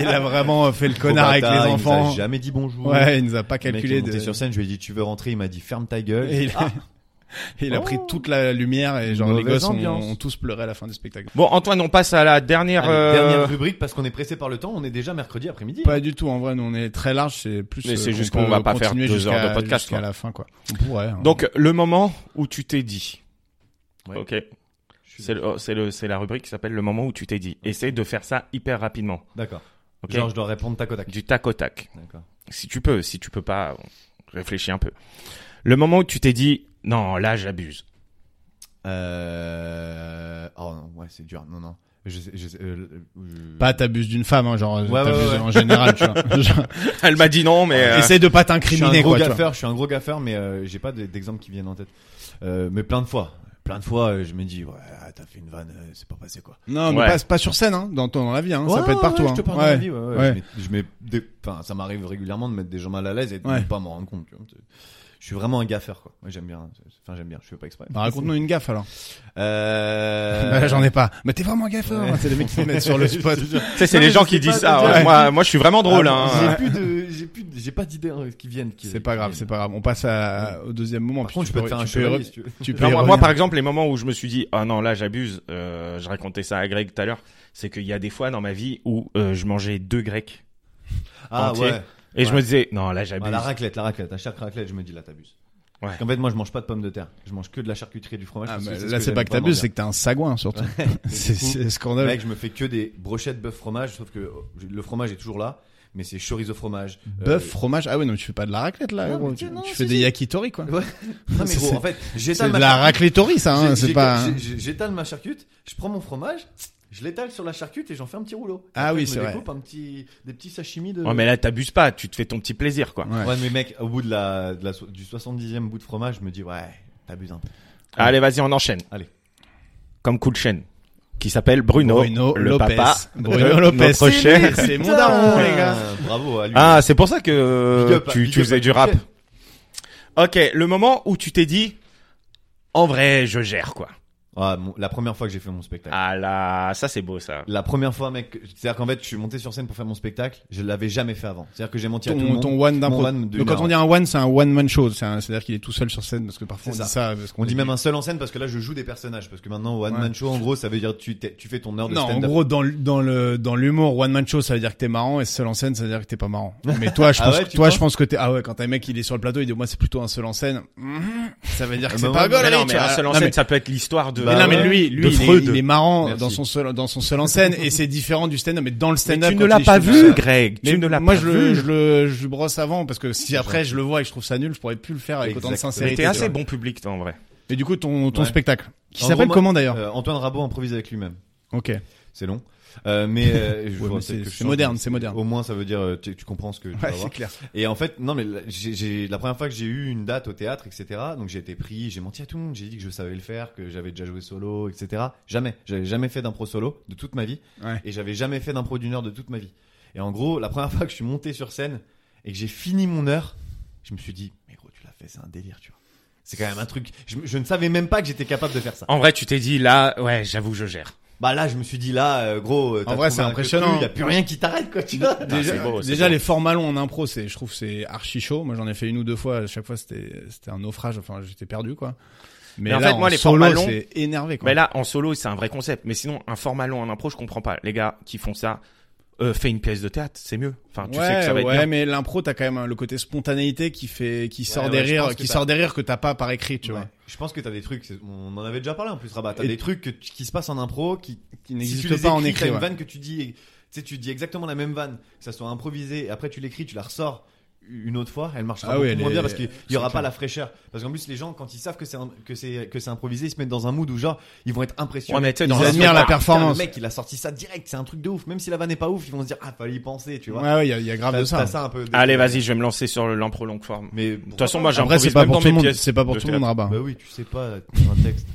Speaker 3: il a vraiment euh, fait le connard avec
Speaker 1: Gros bâtard,
Speaker 3: les
Speaker 1: Il nous
Speaker 3: enfants.
Speaker 1: a jamais dit bonjour.
Speaker 3: Ouais, il nous a pas
Speaker 1: Le mec est
Speaker 3: calculé.
Speaker 1: monté
Speaker 3: de-
Speaker 1: sur scène, je lui ai dit tu veux rentrer, il m'a dit ferme ta gueule.
Speaker 3: Et Euh, il a, il a pris toute la lumière et genre les
Speaker 1: Ah. Oh. Mauvaise
Speaker 3: gosses ont,
Speaker 1: ambiance.
Speaker 3: ont tous pleuré à la fin du spectacle.
Speaker 4: Bon, Antoine, on passe à la dernière.
Speaker 1: Allez,
Speaker 4: euh,
Speaker 1: Dernière rubrique parce qu'on est pressé par le temps, on est déjà mercredi après-midi.
Speaker 3: Pas du tout, en vrai, nous on est très large, c'est plus.
Speaker 4: Mais
Speaker 3: euh,
Speaker 4: c'est juste
Speaker 3: peut
Speaker 4: qu'on va pas faire
Speaker 3: continuer
Speaker 4: deux heures de
Speaker 3: jusqu'à-
Speaker 4: podcast,
Speaker 3: Jusqu'à
Speaker 4: quoi.
Speaker 3: la fin, quoi. On pourrait. hein.
Speaker 4: Donc, le moment où tu t'es dit.
Speaker 1: Ouais.
Speaker 4: Ok.
Speaker 1: Je suis-
Speaker 4: C'est le, oh, c'est le, c'est la rubrique qui s'appelle le moment où tu t'es dit. Essaye de faire ça hyper rapidement.
Speaker 1: D'accord.
Speaker 4: Ok.
Speaker 1: Genre, je dois répondre tac au tac.
Speaker 4: Du tac au tac.
Speaker 1: D'accord.
Speaker 4: Si tu peux, si tu peux pas, on réfléchis un peu. Le moment où tu t'es dit, non, là, j'abuse.
Speaker 1: Euh... Oh non, ouais, c'est dur. Non, non. Je sais- je sais- euh, euh,
Speaker 3: Pas t'abuses d'une femme, hein, genre
Speaker 1: ouais,
Speaker 3: t'abuses
Speaker 1: ouais.
Speaker 3: en général, tu vois. Genre,
Speaker 4: Elle m'a dit non, mais. euh,
Speaker 3: Essaye de pas
Speaker 1: Je suis un
Speaker 3: t'incriminer,
Speaker 1: gros
Speaker 3: quoi. tu vois.
Speaker 1: gaffeur, je suis un gros gaffeur, mais euh, j'ai pas d- d'exemple qui viennent en tête. Euh, mais plein de fois, plein de fois, euh, je me dis ouais, ah, t'as fait une vanne, euh, c'est pas passé quoi.
Speaker 3: Non, mais
Speaker 4: Ouais.
Speaker 3: pas, pas sur scène, hein, dans, ton- dans la vie, hein. ça
Speaker 1: Ouais,
Speaker 3: peut être partout.
Speaker 1: ouais,
Speaker 3: hein.
Speaker 1: Je te parle de
Speaker 3: Ouais.
Speaker 1: ma vie, ouais, ouais.
Speaker 3: Ouais.
Speaker 1: Je mets- Je mets, des- enfin, ça m'arrive régulièrement de mettre des gens mal à l'aise et de
Speaker 3: Ouais.
Speaker 1: ne pas m'en rendre compte. tu vois. Je suis vraiment un gaffeur quoi. Moi j'aime bien, enfin j'aime bien, je fais pas exprès.
Speaker 3: Bah, raconte-nous une gaffe alors.
Speaker 1: Euh...
Speaker 3: Bah, J'en ai pas. Mais t'es vraiment gaffeur.
Speaker 1: Ouais.
Speaker 3: hein, C'est les mecs qui se mettent sur le spot.
Speaker 4: Tu sais, c'est
Speaker 1: Non,
Speaker 4: les
Speaker 1: mais
Speaker 4: gens
Speaker 1: je
Speaker 4: qui
Speaker 1: sais
Speaker 4: disent ça.
Speaker 1: pas te
Speaker 4: ouais.
Speaker 1: dire.
Speaker 4: Moi, moi, je suis vraiment drôle.
Speaker 1: Ah,
Speaker 4: hein.
Speaker 1: J'ai plus de, j'ai plus, de- j'ai pas d'idée hein, qui viennent. qui-
Speaker 3: C'est pas grave,
Speaker 1: qui
Speaker 3: c'est
Speaker 1: viennent.
Speaker 3: pas grave. On passe à, au deuxième moment.
Speaker 1: Par
Speaker 3: puis
Speaker 1: contre, je peux te faire un
Speaker 3: tu peux y
Speaker 1: chevalier
Speaker 3: re-
Speaker 1: si tu veux.
Speaker 3: Tu peux
Speaker 4: Non,
Speaker 3: y
Speaker 4: moi, moi,
Speaker 3: revenir.
Speaker 4: par exemple, les moments où je me suis dit, ah non, là, j'abuse, euh, je racontais ça à Greg tout à l'heure, c'est qu'il y a des fois dans ma vie où euh, je mangeais deux grecs.
Speaker 1: Ah
Speaker 4: Entier.
Speaker 1: ouais.
Speaker 4: Et je me disais, non, là, j'abuse.
Speaker 1: Ah, la raclette, la raclette. À chaque raclette, je me dis là, t'abuses.
Speaker 4: Ouais.
Speaker 1: Parce qu'en fait, moi, je mange pas de pommes de terre. Je mange que de la charcuterie et du fromage.
Speaker 3: Ah,
Speaker 1: parce que
Speaker 3: mais
Speaker 1: ce
Speaker 3: là, c'est
Speaker 1: j'aime
Speaker 3: pas que t'abuses,
Speaker 1: manger.
Speaker 3: c'est que t'es un sagouin surtout. C'est- C'est scandaleux.
Speaker 1: Mec, je me fais que des brochettes bœuf fromage, sauf que oh, le fromage est toujours là, mais c'est chorizo fromage. euh,
Speaker 3: Bœuf, fromage. Ah ouais, non, tu fais pas de la raclette là.
Speaker 1: Non,
Speaker 3: gros.
Speaker 1: mais
Speaker 3: Tu,
Speaker 1: tiens, non,
Speaker 3: tu
Speaker 1: si,
Speaker 3: fais des
Speaker 1: si.
Speaker 3: yakitori quoi.
Speaker 1: Ouais, Non, mais gros,
Speaker 3: C'est-
Speaker 1: en fait,
Speaker 3: C'est
Speaker 1: j'étale
Speaker 3: de
Speaker 1: ma
Speaker 3: la
Speaker 1: charcuterie.
Speaker 3: raclétorie ça. Hein,
Speaker 1: J'ai-
Speaker 3: c'est
Speaker 1: j'ai-
Speaker 3: pas. un-
Speaker 1: j'ai- j'ai- J'étale ma charcute, je prends mon fromage, je l'étale sur la charcute et j'en fais un petit rouleau.
Speaker 3: Ah
Speaker 1: Après,
Speaker 3: oui,
Speaker 1: je
Speaker 3: c'est
Speaker 1: me
Speaker 3: vrai.
Speaker 1: découpe un petit, des petits sashimi de.
Speaker 4: Ouais, mais là, t'abuses pas, tu te fais ton petit plaisir, quoi.
Speaker 3: Ouais.
Speaker 1: Ouais, mais mec, au bout de la, de la so- du 70e bout de fromage, je me dis, ouais, t'abuses un peu.
Speaker 4: Allez, vas-y, on enchaîne.
Speaker 1: Allez.
Speaker 4: Comme cool chaîne, qui s'appelle Bruno,
Speaker 3: Bruno
Speaker 4: le
Speaker 3: Lopez.
Speaker 4: papa.
Speaker 3: Bruno
Speaker 4: de
Speaker 3: Lopez.
Speaker 4: Notre
Speaker 3: C'est
Speaker 4: cher.
Speaker 3: lui, C'est mon daron, les gars.
Speaker 1: Ah, Bravo à lui.
Speaker 4: Ah, c'est pour ça que
Speaker 1: Big
Speaker 4: euh,
Speaker 1: up,
Speaker 4: tu,
Speaker 1: big
Speaker 4: tu
Speaker 1: up,
Speaker 4: faisais du
Speaker 1: big
Speaker 4: rap.
Speaker 1: up.
Speaker 4: Ok, le moment où tu t'es dit, en vrai, je gère, quoi.
Speaker 1: Ah, mon- la première fois que j'ai fait mon spectacle.
Speaker 4: Ah là, ça, c'est beau, ça.
Speaker 1: La première fois, mec, c'est-à-dire qu'en fait, je suis monté sur scène pour faire mon spectacle, je l'avais jamais fait avant. C'est-à-dire que j'ai menti à tout le
Speaker 3: ton,
Speaker 1: monde.
Speaker 3: ton one d'impro.
Speaker 1: Mon one de
Speaker 3: Donc quand
Speaker 1: une
Speaker 3: on
Speaker 1: heure.
Speaker 3: dit un one, c'est un one man show. C'est un- C'est-à-dire qu'il est tout seul sur scène parce que parfois on
Speaker 1: C'est
Speaker 3: dit
Speaker 1: ça.
Speaker 3: ça. parce qu'on
Speaker 1: On dit
Speaker 3: est-
Speaker 1: même un seul en scène parce que là, je joue des personnages. Parce que maintenant, One
Speaker 3: Ouais.
Speaker 1: Man Show, en gros, ça veut dire tu, t'es- tu fais ton heure de
Speaker 3: Non, en
Speaker 1: stand-up.
Speaker 3: gros, dans, le- dans le dans l'humour, one man show, ça veut dire que t'es marrant, et seul en scène, ça veut dire que t'es pas marrant. Mais toi, je
Speaker 1: Ah
Speaker 3: pense,
Speaker 1: ouais,
Speaker 3: que-
Speaker 1: tu
Speaker 3: toi, je
Speaker 1: penses
Speaker 3: pense que t'es. Ah ouais, quand t'as un mec, il est sur le plateau, il dit moi c'est plutôt un seul en scène. Mhm. Ça veut dire que
Speaker 1: Ah
Speaker 3: c'est
Speaker 1: bah
Speaker 3: pas
Speaker 1: ouais,
Speaker 3: rigolo,
Speaker 4: mais non,
Speaker 3: allez,
Speaker 4: mais
Speaker 3: tu
Speaker 4: un
Speaker 3: vois.
Speaker 4: seul en
Speaker 3: Non,
Speaker 4: scène,
Speaker 3: mais-
Speaker 4: ça peut être l'histoire de.
Speaker 1: Bah
Speaker 3: mais non, mais
Speaker 1: ouais.
Speaker 3: lui, lui,
Speaker 1: De
Speaker 3: il, est,
Speaker 1: Freud.
Speaker 3: il est marrant
Speaker 1: Merci.
Speaker 3: dans son seul dans son seul en scène, et c'est différent du stand-up. Mais dans le
Speaker 4: Mais
Speaker 3: stand-up,
Speaker 4: tu
Speaker 3: quand
Speaker 4: ne l'as
Speaker 3: il est
Speaker 4: pas
Speaker 3: tout
Speaker 4: vu,
Speaker 3: seul-
Speaker 4: Greg.
Speaker 3: Mais
Speaker 4: tu ne l'as
Speaker 3: moi,
Speaker 4: pas
Speaker 3: je,
Speaker 4: vu.
Speaker 3: le, je le je le brosse avant parce que si après je le vois et que je trouve ça nul, je pourrais plus le faire avec autant de
Speaker 1: Exactement.
Speaker 4: Mais
Speaker 3: sincérité.
Speaker 4: t'es
Speaker 3: tu vois.
Speaker 4: assez bon public, toi, en vrai.
Speaker 3: Et du coup, ton, ton
Speaker 1: Ouais.
Speaker 3: spectacle. Qui
Speaker 1: En
Speaker 3: s'appelle
Speaker 1: gros, moi-
Speaker 3: comment d'ailleurs
Speaker 1: Euh, Antoine Rabot improvise avec lui-même.
Speaker 3: Ok.
Speaker 1: C'est long. Euh, mais euh, je
Speaker 3: Ouais,
Speaker 1: vois
Speaker 3: mais
Speaker 1: peut-être
Speaker 3: c'est-
Speaker 1: que je
Speaker 3: c'est
Speaker 1: change,
Speaker 3: moderne,
Speaker 1: mais
Speaker 3: c'est moderne.
Speaker 1: Au moins, ça veut dire euh, tu, tu comprends ce que tu vas
Speaker 3: Ouais,
Speaker 1: voir.
Speaker 3: c'est clair.
Speaker 1: Et en fait, non, mais la- j'ai- j'ai la première fois que j'ai eu une date au théâtre, etc. Donc j'ai été pris, j'ai menti à tout le monde, j'ai dit que je savais le faire, que j'avais déjà joué solo, etc. Jamais, j'avais jamais fait d'impro solo de toute ma vie,
Speaker 3: Ouais.
Speaker 1: et j'avais jamais fait d'impro d'une heure de toute ma vie. Et en gros, la première fois que je suis monté sur scène et que j'ai fini mon heure, je me suis dit, mais gros, tu l'as fait, c'est un délire, tu vois. C'est quand même un truc. Je, je ne savais même pas que j'étais capable de faire ça.
Speaker 4: En vrai, tu t'es dit, là, ouais, j'avoue, je gère.
Speaker 1: Bah là, je me suis dit là, euh, gros. euh, t'as
Speaker 3: En vrai,
Speaker 1: trouvé
Speaker 3: c'est
Speaker 1: un
Speaker 3: impressionnant.
Speaker 1: truc, Il y a plus rien qui t'arrête, quoi. Tu vois.
Speaker 3: Déjà,
Speaker 4: c'est beau, c'est
Speaker 3: déjà
Speaker 4: beau.
Speaker 3: les formats longs en impro, c'est, je trouve, c'est archi chaud. Moi, j'en ai fait une ou deux fois. À chaque fois, c'était, c'était un naufrage. Enfin, j'étais perdu, quoi. Mais,
Speaker 4: Mais en
Speaker 3: là,
Speaker 4: fait, moi, les
Speaker 3: solo,
Speaker 4: formats longs-
Speaker 3: c'est énervé, quoi.
Speaker 4: Mais là, en solo, c'est un vrai concept. Mais sinon, un format long en impro, je comprends pas. Les gars qui font ça, euh, fais une pièce de théâtre, c'est mieux. Enfin, tu
Speaker 3: ouais,
Speaker 4: sais que ça va être
Speaker 3: ouais,
Speaker 4: bien.
Speaker 3: mais l'impro, t'as quand même hein, le côté spontanéité qui fait, qui sort
Speaker 1: ouais,
Speaker 3: des
Speaker 1: je
Speaker 3: rires,
Speaker 1: pense que
Speaker 3: qui
Speaker 1: t'as-
Speaker 3: sort des rires que t'as pas par écrit, tu
Speaker 1: Ouais.
Speaker 3: vois.
Speaker 1: Je pense que t'as des trucs. c'est- On en avait déjà parlé en plus, Rabat. T'as
Speaker 3: Et-
Speaker 1: des trucs que tu- qui se passent en impro, qui
Speaker 3: Qui
Speaker 1: si
Speaker 3: n'existe
Speaker 1: tu les
Speaker 3: pas en
Speaker 1: écris,
Speaker 3: écrit.
Speaker 1: t'as une
Speaker 3: ouais.
Speaker 1: vanne que tu dis. et- Tu sais, tu dis exactement la même vanne, que ça soit improvisé. Et après, tu l'écris, tu la ressors une autre fois. Elle marchera
Speaker 3: Ah
Speaker 1: beaucoup
Speaker 3: oui, elle
Speaker 1: moins
Speaker 3: est-
Speaker 1: bien parce qu'il
Speaker 3: c'est
Speaker 1: y aura
Speaker 3: clair.
Speaker 1: pas la fraîcheur. Parce qu'en plus, les gens, quand ils savent que c'est un- que c'est que c'est improvisé, ils se mettent dans un mood où genre ils vont être impressionnés.
Speaker 4: Ouais, mais tu sais,
Speaker 3: Ils
Speaker 4: dans un
Speaker 3: admirent
Speaker 4: soir-
Speaker 3: la
Speaker 1: Putain,
Speaker 3: performance.
Speaker 1: Le mec, il a sorti ça direct. C'est un truc de ouf. Même si la vanne n'est pas ouf, ils vont se dire ah fallait y penser, tu vois.
Speaker 3: Ouais, ouais, il y, a- il y a grave
Speaker 1: T'as-
Speaker 3: de ça.
Speaker 1: t'as ça hein. un peu.
Speaker 4: Allez, vas-y, je vais me lancer sur le- l'impro longue forme.
Speaker 1: Mais
Speaker 4: De toute façon, moi,
Speaker 3: Après,
Speaker 4: j'improvise
Speaker 3: c'est pas
Speaker 4: même
Speaker 3: pour
Speaker 4: dans
Speaker 3: tout le
Speaker 4: mes
Speaker 3: monde.
Speaker 4: pièces.
Speaker 3: C'est pas pour
Speaker 4: de
Speaker 3: tout le monde, rabat.
Speaker 1: bah oui, tu sais pas faire un texte.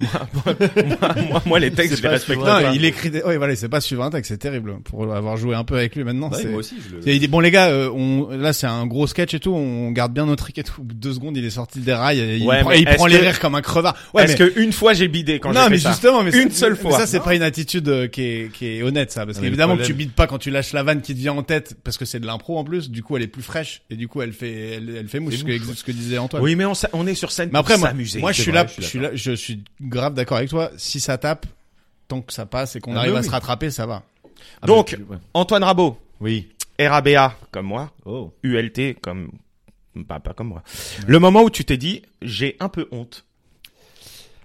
Speaker 4: moi, moi, les textes, je les
Speaker 1: pas
Speaker 4: respecte
Speaker 1: suivre
Speaker 4: pas.
Speaker 1: un
Speaker 3: Non, il écrit des... Ouais, voilà, c'est pas suivre un texte, c'est terrible. Pour avoir joué un peu avec lui maintenant,
Speaker 1: Bah oui,
Speaker 3: c'est...
Speaker 1: moi aussi, je le.
Speaker 3: Il dit bon les gars, euh, on, là c'est un gros sketch et tout, on garde bien notre truc et tout. Deux secondes, il est sorti des rails, et il
Speaker 4: Ouais,
Speaker 3: prend,
Speaker 4: mais
Speaker 3: et il
Speaker 4: est-ce
Speaker 3: prend les
Speaker 4: que-
Speaker 3: rires comme un crevard. Ouais, mais
Speaker 4: Est-ce que une fois j'ai bidé quand j'ai
Speaker 3: non
Speaker 4: fait
Speaker 3: mais
Speaker 4: ça
Speaker 3: justement, mais
Speaker 4: Une
Speaker 3: c'est-
Speaker 4: seule
Speaker 3: mais
Speaker 4: fois.
Speaker 3: ça c'est pas une attitude euh, qui est qui est honnête ça, parce
Speaker 1: Non, mais
Speaker 3: qu'évidemment
Speaker 1: le
Speaker 3: que tu
Speaker 1: problème-
Speaker 3: bides pas quand tu lâches la vanne qui te vient en tête, parce que c'est de l'impro en plus. Du coup elle est plus fraîche et du coup elle fait elle, elle fait mouche.
Speaker 1: C'est
Speaker 3: Ce que,
Speaker 1: mouche, ouais.
Speaker 3: ce que disait Antoine.
Speaker 4: Oui, mais on, s'a- on est sur scène
Speaker 3: Mais après
Speaker 4: pour
Speaker 3: moi,
Speaker 4: s'amuser.
Speaker 3: moi je
Speaker 1: C'est
Speaker 3: suis
Speaker 1: vrai,
Speaker 3: là, je suis là, je suis grave d'accord avec toi. Si ça tape, tant que ça passe et qu'on
Speaker 1: Ah,
Speaker 3: arrive
Speaker 1: mais
Speaker 3: à
Speaker 1: oui.
Speaker 3: se rattraper, ça va.
Speaker 1: Ah,
Speaker 4: Donc-
Speaker 1: bah, tu-
Speaker 4: Antoine Rabot,
Speaker 1: oui.
Speaker 4: RABA comme moi,
Speaker 1: Oh.
Speaker 4: ULT comme pas pas comme moi. Le moment où tu t'es dit j'ai un peu honte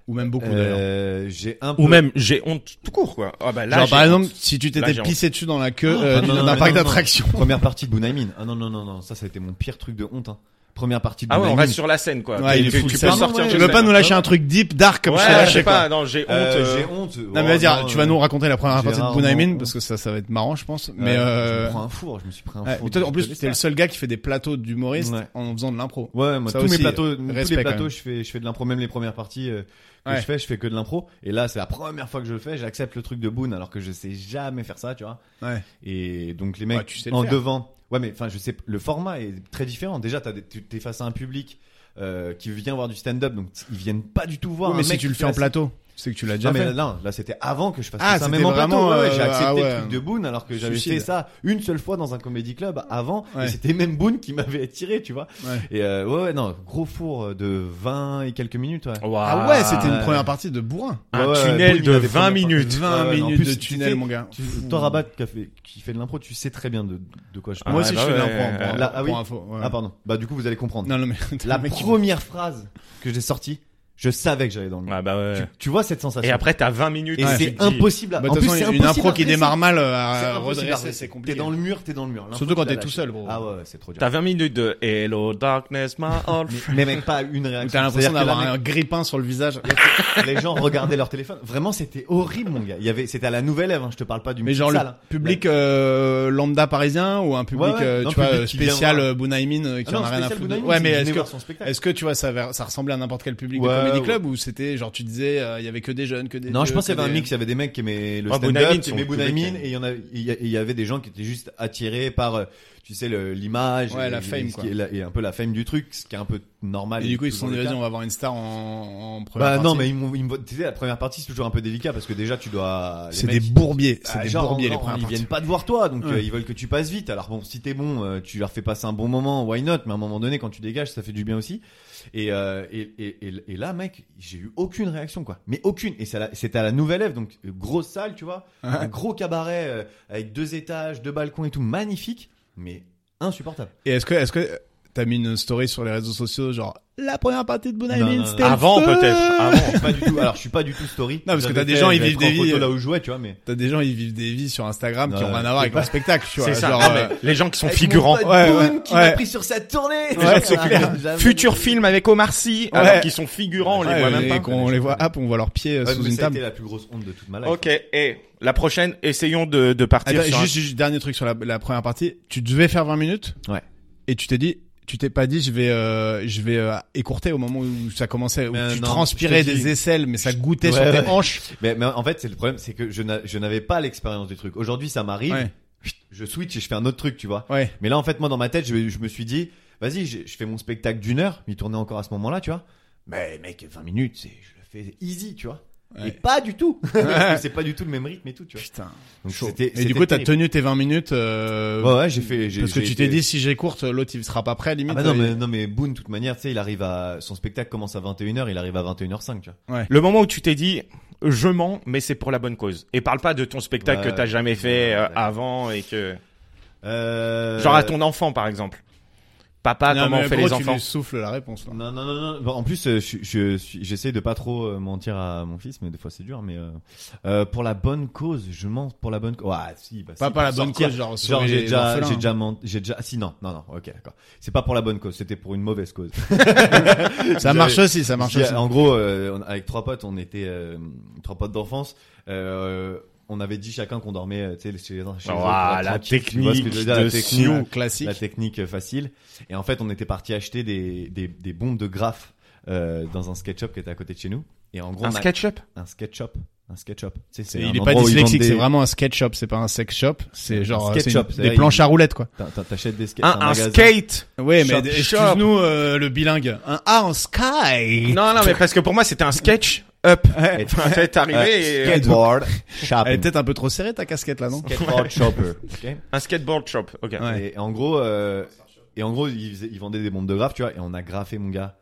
Speaker 3: Ou même beaucoup d'ailleurs.
Speaker 1: Euh, j'ai un peu.
Speaker 4: ou même j'ai honte tout court quoi. Ah bah là
Speaker 3: Genre
Speaker 4: j'ai
Speaker 3: par exemple,
Speaker 4: honte.
Speaker 3: si tu
Speaker 4: Là,
Speaker 3: t'étais
Speaker 4: j'ai
Speaker 3: pissé dessus dans la queue
Speaker 1: Oh,
Speaker 3: euh,
Speaker 1: non,
Speaker 3: d'un
Speaker 1: non, non,
Speaker 3: parc
Speaker 1: non, non.
Speaker 3: d'attraction.
Speaker 1: Première partie de Bunaimin. Ah non non non non, ça ça a été mon pire truc de honte. Hein. Première partie de
Speaker 4: Ah ouais, on
Speaker 1: Bunaimin.
Speaker 4: reste sur la scène quoi.
Speaker 3: Ouais,
Speaker 4: Tu-
Speaker 3: il est
Speaker 4: tu
Speaker 3: fou,
Speaker 4: tu
Speaker 3: ça.
Speaker 4: peux
Speaker 1: Non,
Speaker 4: sortir
Speaker 1: ouais,
Speaker 3: Tu
Speaker 4: de
Speaker 3: veux
Speaker 1: je
Speaker 3: pas
Speaker 4: scène.
Speaker 3: nous lâcher un truc deep, dark comme
Speaker 4: Ouais,
Speaker 3: je t'ai
Speaker 4: je
Speaker 3: lâché
Speaker 4: sais
Speaker 3: quoi.
Speaker 4: pas, non, j'ai honte.
Speaker 1: Euh,
Speaker 4: euh,
Speaker 1: J'ai honte. Oh,
Speaker 3: Non mais vas-y, ah, tu vas nous raconter la première
Speaker 1: j'ai
Speaker 3: partie de
Speaker 1: rarement
Speaker 3: Bunaimin
Speaker 1: honte.
Speaker 3: parce que ça, ça va être marrant, je pense.
Speaker 1: Ouais,
Speaker 3: Mais
Speaker 1: je
Speaker 3: euh,
Speaker 1: me prends un four, je me suis pris un
Speaker 3: ouais,
Speaker 1: four.
Speaker 3: mais toi, en plus,
Speaker 1: de-
Speaker 3: t'es le seul gars qui fait des plateaux d'humoristes
Speaker 1: Ouais.
Speaker 3: en faisant de l'impro.
Speaker 1: Ouais, moi
Speaker 3: Ça
Speaker 1: tous
Speaker 3: aussi,
Speaker 1: mes plateaux, tous
Speaker 3: respect,
Speaker 1: les
Speaker 3: quand
Speaker 1: plateaux,
Speaker 3: même.
Speaker 1: je fais je fais de l'impro même les premières parties euh, que
Speaker 3: Ouais.
Speaker 1: je fais, je fais que de l'impro et là c'est la première fois que je le fais, j'accepte le truc de Boone alors que je sais jamais faire ça, tu vois.
Speaker 3: Ouais.
Speaker 1: Et donc les
Speaker 3: Ouais,
Speaker 1: mecs
Speaker 3: tu sais le
Speaker 1: en
Speaker 3: faire.
Speaker 1: devant. Ouais, mais enfin, je sais, le format est très différent. Déjà, t'as des- tu- t'es face à un public euh, qui vient voir du stand-up, donc ils viennent pas du tout voir.
Speaker 3: Oui,
Speaker 1: un
Speaker 3: mais si
Speaker 1: mec
Speaker 3: tu le
Speaker 1: qui
Speaker 3: fais en
Speaker 1: reste-
Speaker 3: plateau, c'est que tu l'as
Speaker 1: Non,
Speaker 3: déjà
Speaker 1: mais
Speaker 3: fait.
Speaker 1: là, là, là, c'était avant que je fasse
Speaker 3: Ah,
Speaker 1: ça,
Speaker 3: c'était
Speaker 1: même en
Speaker 3: vraiment,
Speaker 1: plateau. Ouais, ouais, j'ai
Speaker 3: euh,
Speaker 1: accepté
Speaker 3: ah ouais.
Speaker 1: le truc de Boone alors que j'avais
Speaker 3: Suicide.
Speaker 1: fait ça une seule fois dans un comédie club avant,
Speaker 3: Ouais.
Speaker 1: et c'était même Boone qui m'avait attiré, tu vois.
Speaker 3: Ouais.
Speaker 1: Et euh, ouais, ouais, non, gros four euh, de 20 et quelques minutes, ouais.
Speaker 4: Waouh.
Speaker 3: Ah ouais, c'était une
Speaker 1: ouais.
Speaker 3: première partie de bourrin.
Speaker 4: un
Speaker 1: Ouais, ouais,
Speaker 4: tunnel
Speaker 1: Boone, il
Speaker 4: de
Speaker 1: a des
Speaker 4: 20
Speaker 1: premières
Speaker 4: minutes.
Speaker 1: parties.
Speaker 3: 20
Speaker 1: Ouais, ouais, non, en
Speaker 3: minutes
Speaker 1: plus,
Speaker 3: de
Speaker 1: tu
Speaker 3: tunnel,
Speaker 1: sais,
Speaker 3: mon gars.
Speaker 1: tu- Toi, Rabat, qui a fait- qui fait de l'impro, tu sais très bien de, de quoi je parle.
Speaker 3: Moi
Speaker 4: Ah,
Speaker 3: aussi,
Speaker 4: bah
Speaker 3: je fais de
Speaker 4: ouais.
Speaker 3: l'impro. pour-
Speaker 1: Là, ah
Speaker 3: pour
Speaker 1: oui.
Speaker 3: info, ouais.
Speaker 1: Ah, pardon. Bah, du coup, vous allez comprendre.
Speaker 3: Non, non mais
Speaker 1: La
Speaker 3: le mec, il-
Speaker 1: première phrase que j'ai sortie, je savais que j'allais dans le mur.
Speaker 4: Ah bah ouais.
Speaker 1: Tu, tu vois cette sensation.
Speaker 4: Et après Ah, t'as 20 minutes.
Speaker 1: Et
Speaker 4: où tu
Speaker 1: c'est
Speaker 4: te dis-
Speaker 1: impossible. à-
Speaker 3: Bah, de
Speaker 1: en
Speaker 3: toute
Speaker 1: plus,
Speaker 3: façon,
Speaker 1: c'est
Speaker 3: une
Speaker 1: impossible
Speaker 3: impro
Speaker 1: à
Speaker 3: qui
Speaker 1: dresser.
Speaker 3: démarre mal euh,
Speaker 1: C'est
Speaker 3: à
Speaker 1: impossible à
Speaker 3: redresser,
Speaker 1: dresser.
Speaker 3: c'est compliqué.
Speaker 1: T'es dans le mur, t'es dans le mur. L'impro,
Speaker 3: Surtout quand
Speaker 1: tu l'as
Speaker 3: t'es tout
Speaker 1: lâché.
Speaker 3: seul, bro.
Speaker 1: Ah ouais, ouais, c'est trop dur.
Speaker 4: T'as 20 minutes de Hello Darkness, my old friend.
Speaker 1: Mais mec, pas une
Speaker 3: Où
Speaker 1: réaction.
Speaker 3: t'as l'impression
Speaker 1: C'est-à-dire que
Speaker 3: d'avoir
Speaker 1: la
Speaker 3: un grippin sur le visage.
Speaker 1: les gens regardaient leur téléphone. Vraiment, c'était horrible, mon gars. Il y avait, c'était à la nouvelle Ève. hein, Je te parle pas du
Speaker 3: Mais genre le
Speaker 1: salle, hein.
Speaker 3: public euh, lambda parisien ou un public
Speaker 1: Ouais, ouais,
Speaker 3: euh,
Speaker 1: non,
Speaker 3: tu vois
Speaker 1: public
Speaker 3: euh,
Speaker 1: qui vient
Speaker 3: spécial
Speaker 1: voir.
Speaker 3: euh, Bunaimin euh, qui
Speaker 1: Ah non,
Speaker 3: en a rien à
Speaker 1: spécial
Speaker 3: foutre.
Speaker 1: Bounaimin,
Speaker 3: ouais
Speaker 1: c'est
Speaker 3: mais
Speaker 1: qu'il
Speaker 3: est-ce
Speaker 1: venait
Speaker 3: que
Speaker 1: voir son spectacle.
Speaker 3: est-ce que tu vois ça ver- ça ressemblait à n'importe quel public de
Speaker 1: Ouais,
Speaker 3: comedy
Speaker 1: ouais.
Speaker 3: club ou c'était genre tu disais euh, il y avait que des jeunes que des
Speaker 1: Non, je
Speaker 3: vieux,
Speaker 1: pense qu'il y
Speaker 3: que
Speaker 1: avait un
Speaker 3: des-
Speaker 1: mix. Il y avait des mecs qui aimaient le
Speaker 4: Ouais,
Speaker 1: stand-up,
Speaker 4: Bounaimin,
Speaker 1: qui
Speaker 4: son
Speaker 1: aimaient
Speaker 4: public,
Speaker 1: Bounaimin,
Speaker 4: hein.
Speaker 1: et il y en a, il y a- il y avait des gens qui étaient juste attirés par, euh, tu sais, le- l'image,
Speaker 3: Ouais,
Speaker 1: et-
Speaker 3: la
Speaker 1: et
Speaker 3: fame,
Speaker 1: ce
Speaker 3: quoi.
Speaker 1: qui est la- et un peu la fame du truc, ce qui est un peu normal.
Speaker 3: et du coup ils se sont
Speaker 1: toujours
Speaker 3: dit
Speaker 1: le cas.
Speaker 3: vas-y on va avoir une star en, en première
Speaker 1: Bah
Speaker 3: partie.
Speaker 1: non, mais ils m'ont, ils m'ont- tu sais, la première partie c'est toujours un peu délicat parce que déjà tu dois. les
Speaker 3: c'est des
Speaker 1: mecs, ils-
Speaker 3: bourbiers
Speaker 1: Ah,
Speaker 3: c'est des
Speaker 1: genre,
Speaker 3: bourbiers
Speaker 1: en-
Speaker 3: les
Speaker 1: en-
Speaker 3: premières
Speaker 1: Ils viennent
Speaker 3: parties.
Speaker 1: pas de voir toi, donc
Speaker 3: Ouais.
Speaker 1: euh, ils veulent que tu passes vite. Alors bon, si t'es bon, euh, tu leur fais passer un bon moment, why not Mais à un moment donné, quand tu dégages, ça fait du bien aussi. Et euh, et, et, et- et là, mec, j'ai eu aucune réaction, quoi. Mais aucune. Et ça, là, c'était à la Nouvelle Ève, donc euh, grosse salle, tu vois, un gros cabaret euh, avec deux étages, deux balcons et tout, magnifique, mais insupportable.
Speaker 3: Et est-ce que est-ce que euh, t'as mis une story sur les réseaux sociaux genre la première partie de
Speaker 1: Non, non,
Speaker 3: Bunaimin
Speaker 1: non.
Speaker 3: c'était le
Speaker 4: Avant
Speaker 3: feu Ah,
Speaker 4: peut-être. Avant.
Speaker 1: Pas du tout. Alors, je suis pas du tout story.
Speaker 3: Non, parce que
Speaker 1: J'avais
Speaker 3: t'as des
Speaker 1: fait-
Speaker 3: gens, ils
Speaker 1: j'avais
Speaker 3: vivent
Speaker 1: pris en
Speaker 3: des
Speaker 1: photo
Speaker 3: vies, euh,
Speaker 1: là où je jouais, tu vois, mais.
Speaker 3: T'as des gens ils vivent des vies sur Instagram qui
Speaker 1: Non,
Speaker 3: ont rien à
Speaker 1: non,
Speaker 3: voir
Speaker 1: c'est
Speaker 3: avec le
Speaker 1: pas-
Speaker 3: spectacle tu vois
Speaker 4: C'est ça.
Speaker 3: genre,
Speaker 4: Non,
Speaker 3: euh,
Speaker 4: mais les gens qui sont
Speaker 1: Avec mon
Speaker 4: figurants.
Speaker 1: pote
Speaker 3: Ouais,
Speaker 1: Boone
Speaker 3: ouais,
Speaker 1: qui
Speaker 3: ouais.
Speaker 1: m'a pris sur sa tournée.
Speaker 3: Ouais,
Speaker 1: Genre,
Speaker 3: c'est
Speaker 1: on
Speaker 3: clair.
Speaker 1: arrête jamais.
Speaker 4: Futur film avec Omar Sy,
Speaker 3: Ouais.
Speaker 4: alors qu'ils sont figurants, on les
Speaker 3: ouais,
Speaker 4: voit
Speaker 3: et
Speaker 4: même pas.
Speaker 3: qu'on les voit hop on voit leurs pieds euh,
Speaker 1: Ouais,
Speaker 3: sous
Speaker 1: mais
Speaker 3: une
Speaker 1: ça a
Speaker 3: table
Speaker 1: été la plus grosse honte de toute ma life.
Speaker 4: Ok, et la prochaine, essayons de, de partir
Speaker 3: Attends, Ah
Speaker 4: sur un-
Speaker 3: Eh bah, ben, juste, juste dernier truc sur la, la première partie. Tu devais faire 20 minutes.
Speaker 1: Ouais.
Speaker 3: Et tu t'es dit, tu t'es pas dit, je vais, euh, je vais euh, écourter au moment où ça commençait, où
Speaker 1: Mais
Speaker 3: tu
Speaker 1: non,
Speaker 3: transpirais
Speaker 1: je te dis-
Speaker 3: des aisselles, mais ça goûtait sur
Speaker 1: Ouais,
Speaker 3: tes
Speaker 1: ouais.
Speaker 3: hanches.
Speaker 1: Mais, mais en fait, c'est le problème, c'est que je n'a- je n'avais pas l'expérience du truc. Aujourd'hui, ça m'arrive.
Speaker 3: Ouais.
Speaker 1: Je switch et je fais un autre truc, tu vois.
Speaker 3: Ouais.
Speaker 1: Mais là, en fait, moi, dans ma tête, je, je me suis dit, vas-y, je, je fais mon spectacle d'une heure. Il tournait encore à ce moment-là, tu vois. Mais mec, 20 minutes, c'est, je le fais easy, tu vois.
Speaker 3: Ouais.
Speaker 1: Et
Speaker 5: Pas du tout.
Speaker 1: parce que c'est pas du tout le même rythme et tout, tu vois.
Speaker 3: Putain.
Speaker 1: Donc
Speaker 3: chaud.
Speaker 1: c'était-
Speaker 3: Et
Speaker 1: c'était
Speaker 3: du coup, t'as
Speaker 1: terrible.
Speaker 3: tenu tes 20 minutes. euh,
Speaker 1: Ouais, ouais, j'ai fait. j'ai-
Speaker 3: parce que
Speaker 1: j'ai
Speaker 3: tu t'es
Speaker 1: été-
Speaker 3: dit, si j'ai courte, l'autre il sera pas prêt, limite.
Speaker 1: Ah bah non,
Speaker 3: euh,
Speaker 1: mais, non, mais Boone, de toute manière, tu sais, il arrive à. Son spectacle commence à 21h, il arrive à 21h05, tu vois.
Speaker 4: Le moment où tu t'es dit, je mens, mais c'est pour la bonne cause. Et parle pas de ton spectacle
Speaker 1: Ouais.
Speaker 4: que t'as jamais fait euh,
Speaker 1: Ouais.
Speaker 4: avant et que.
Speaker 1: Euh...
Speaker 4: Genre à ton enfant, par exemple. Papa,
Speaker 3: non,
Speaker 4: comment
Speaker 3: mais
Speaker 4: on fait
Speaker 3: gros,
Speaker 4: les
Speaker 3: Tu
Speaker 4: enfants
Speaker 3: lui souffles la réponse. là.
Speaker 1: Non, non, non, non. Bon, en plus, euh, je- je suis- j'essaie de pas trop euh, mentir à mon fils, mais des fois c'est dur. Mais euh, euh, pour la bonne cause, je mens pour la bonne cause. Ah, si, bah,
Speaker 3: Pas
Speaker 1: si,
Speaker 3: pas la
Speaker 1: pour
Speaker 3: bonne
Speaker 1: sortir.
Speaker 3: cause, genre.
Speaker 1: Genre
Speaker 3: sauver
Speaker 1: j'ai
Speaker 3: les
Speaker 1: déjà,
Speaker 3: orphelins.
Speaker 1: j'ai déjà menti, j'ai déjà. Si non, non, non. Ok, d'accord. C'est pas pour la bonne cause, c'était pour une mauvaise cause.
Speaker 3: Ça marche aussi, ça marche
Speaker 1: Puis,
Speaker 3: aussi.
Speaker 1: En gros, euh, on- avec trois potes, on était euh, trois potes d'enfance. euh, on avait dit chacun qu'on dormait, euh, tu sais, chez les uns chez les autres,
Speaker 4: Ouah,
Speaker 1: euh,
Speaker 4: la
Speaker 1: tranquille, tu vois ce que je
Speaker 4: technique
Speaker 1: veux dire, la
Speaker 4: de
Speaker 1: technique,
Speaker 4: Sion.
Speaker 3: classique.
Speaker 1: la technique euh, facile. Et en fait, on était parti acheter des, des, des bombes de graphes euh, dans un sketch-up qui était à côté de chez nous. Et en gros,
Speaker 4: Un
Speaker 1: on a-
Speaker 4: SketchUp
Speaker 1: un sketch-up. Un sketch-up. Tu sais, c'est
Speaker 3: Et
Speaker 1: un
Speaker 3: il est pas
Speaker 1: endroit où ils
Speaker 3: dyslexique,
Speaker 1: vendent
Speaker 3: c'est
Speaker 1: des-
Speaker 3: vraiment un sketch shop, c'est pas un sex shop, c'est genre euh,
Speaker 1: sketch
Speaker 3: c'est
Speaker 1: shop,
Speaker 3: une-
Speaker 1: c'est
Speaker 3: des
Speaker 1: vrai,
Speaker 3: planches
Speaker 1: il-
Speaker 3: à roulettes quoi.
Speaker 1: T'a- t'a- T'achètes des skates.
Speaker 4: Un,
Speaker 1: c'est
Speaker 4: un
Speaker 1: magasin.
Speaker 4: skate
Speaker 3: Ouais,
Speaker 1: Shop,
Speaker 3: mais
Speaker 1: shop.
Speaker 3: excuse-nous euh, le bilingue. Un A en sky.
Speaker 4: Non, non, mais parce que pour moi, c'était un sketch up.
Speaker 1: Ouais.
Speaker 4: En fait, t'es
Speaker 1: Euh,
Speaker 4: arrivé et...
Speaker 1: skateboard
Speaker 3: Elle est
Speaker 1: shopping.
Speaker 3: peut-être un peu trop serrée ta casquette là, non
Speaker 1: Skateboard shopper. ok
Speaker 4: euh, Un skateboard shop, ok.
Speaker 3: Ouais.
Speaker 1: Et en gros, euh, et en gros, ils, faisaient- ils vendaient des bombes de graphes, tu vois, et on a graffé mon gars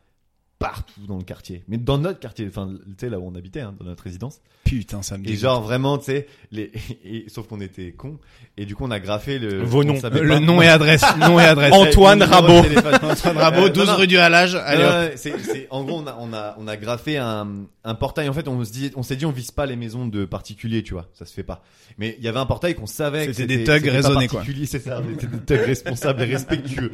Speaker 1: partout dans le quartier. Mais dans notre quartier, enfin, tu sais là où on habitait, hein, dans notre résidence.
Speaker 3: Putain, ça me
Speaker 1: Et
Speaker 3: dit.
Speaker 1: genre vraiment, tu sais, les, et- sauf qu'on était cons. Et du coup, on a graffé le.
Speaker 4: Vos
Speaker 1: on
Speaker 4: noms.
Speaker 1: savait
Speaker 3: Euh, Le
Speaker 1: pas-
Speaker 3: nom et adresse, nom et adresse.
Speaker 1: Ouais,
Speaker 4: Antoine
Speaker 1: le numéro de
Speaker 4: Rabot.
Speaker 1: téléphone.
Speaker 3: Antoine Rabot,
Speaker 1: Euh,
Speaker 3: 12
Speaker 1: non, Euh, non.
Speaker 3: rue du Halage. Allez,
Speaker 1: Non,
Speaker 3: hop.
Speaker 1: non, c'est- c'est- en gros, on a, on a, on a graffé un, un portail. En fait, on se dit, on s'est dit, on vise pas les maisons de particuliers, tu vois. Ça se fait pas. Mais il y avait un portail qu'on savait. que
Speaker 3: C'était des thugs
Speaker 1: c'était pas
Speaker 3: raisonnés, quoi.
Speaker 1: particulier, C'est ça. C'était des thugs responsables et respectueux.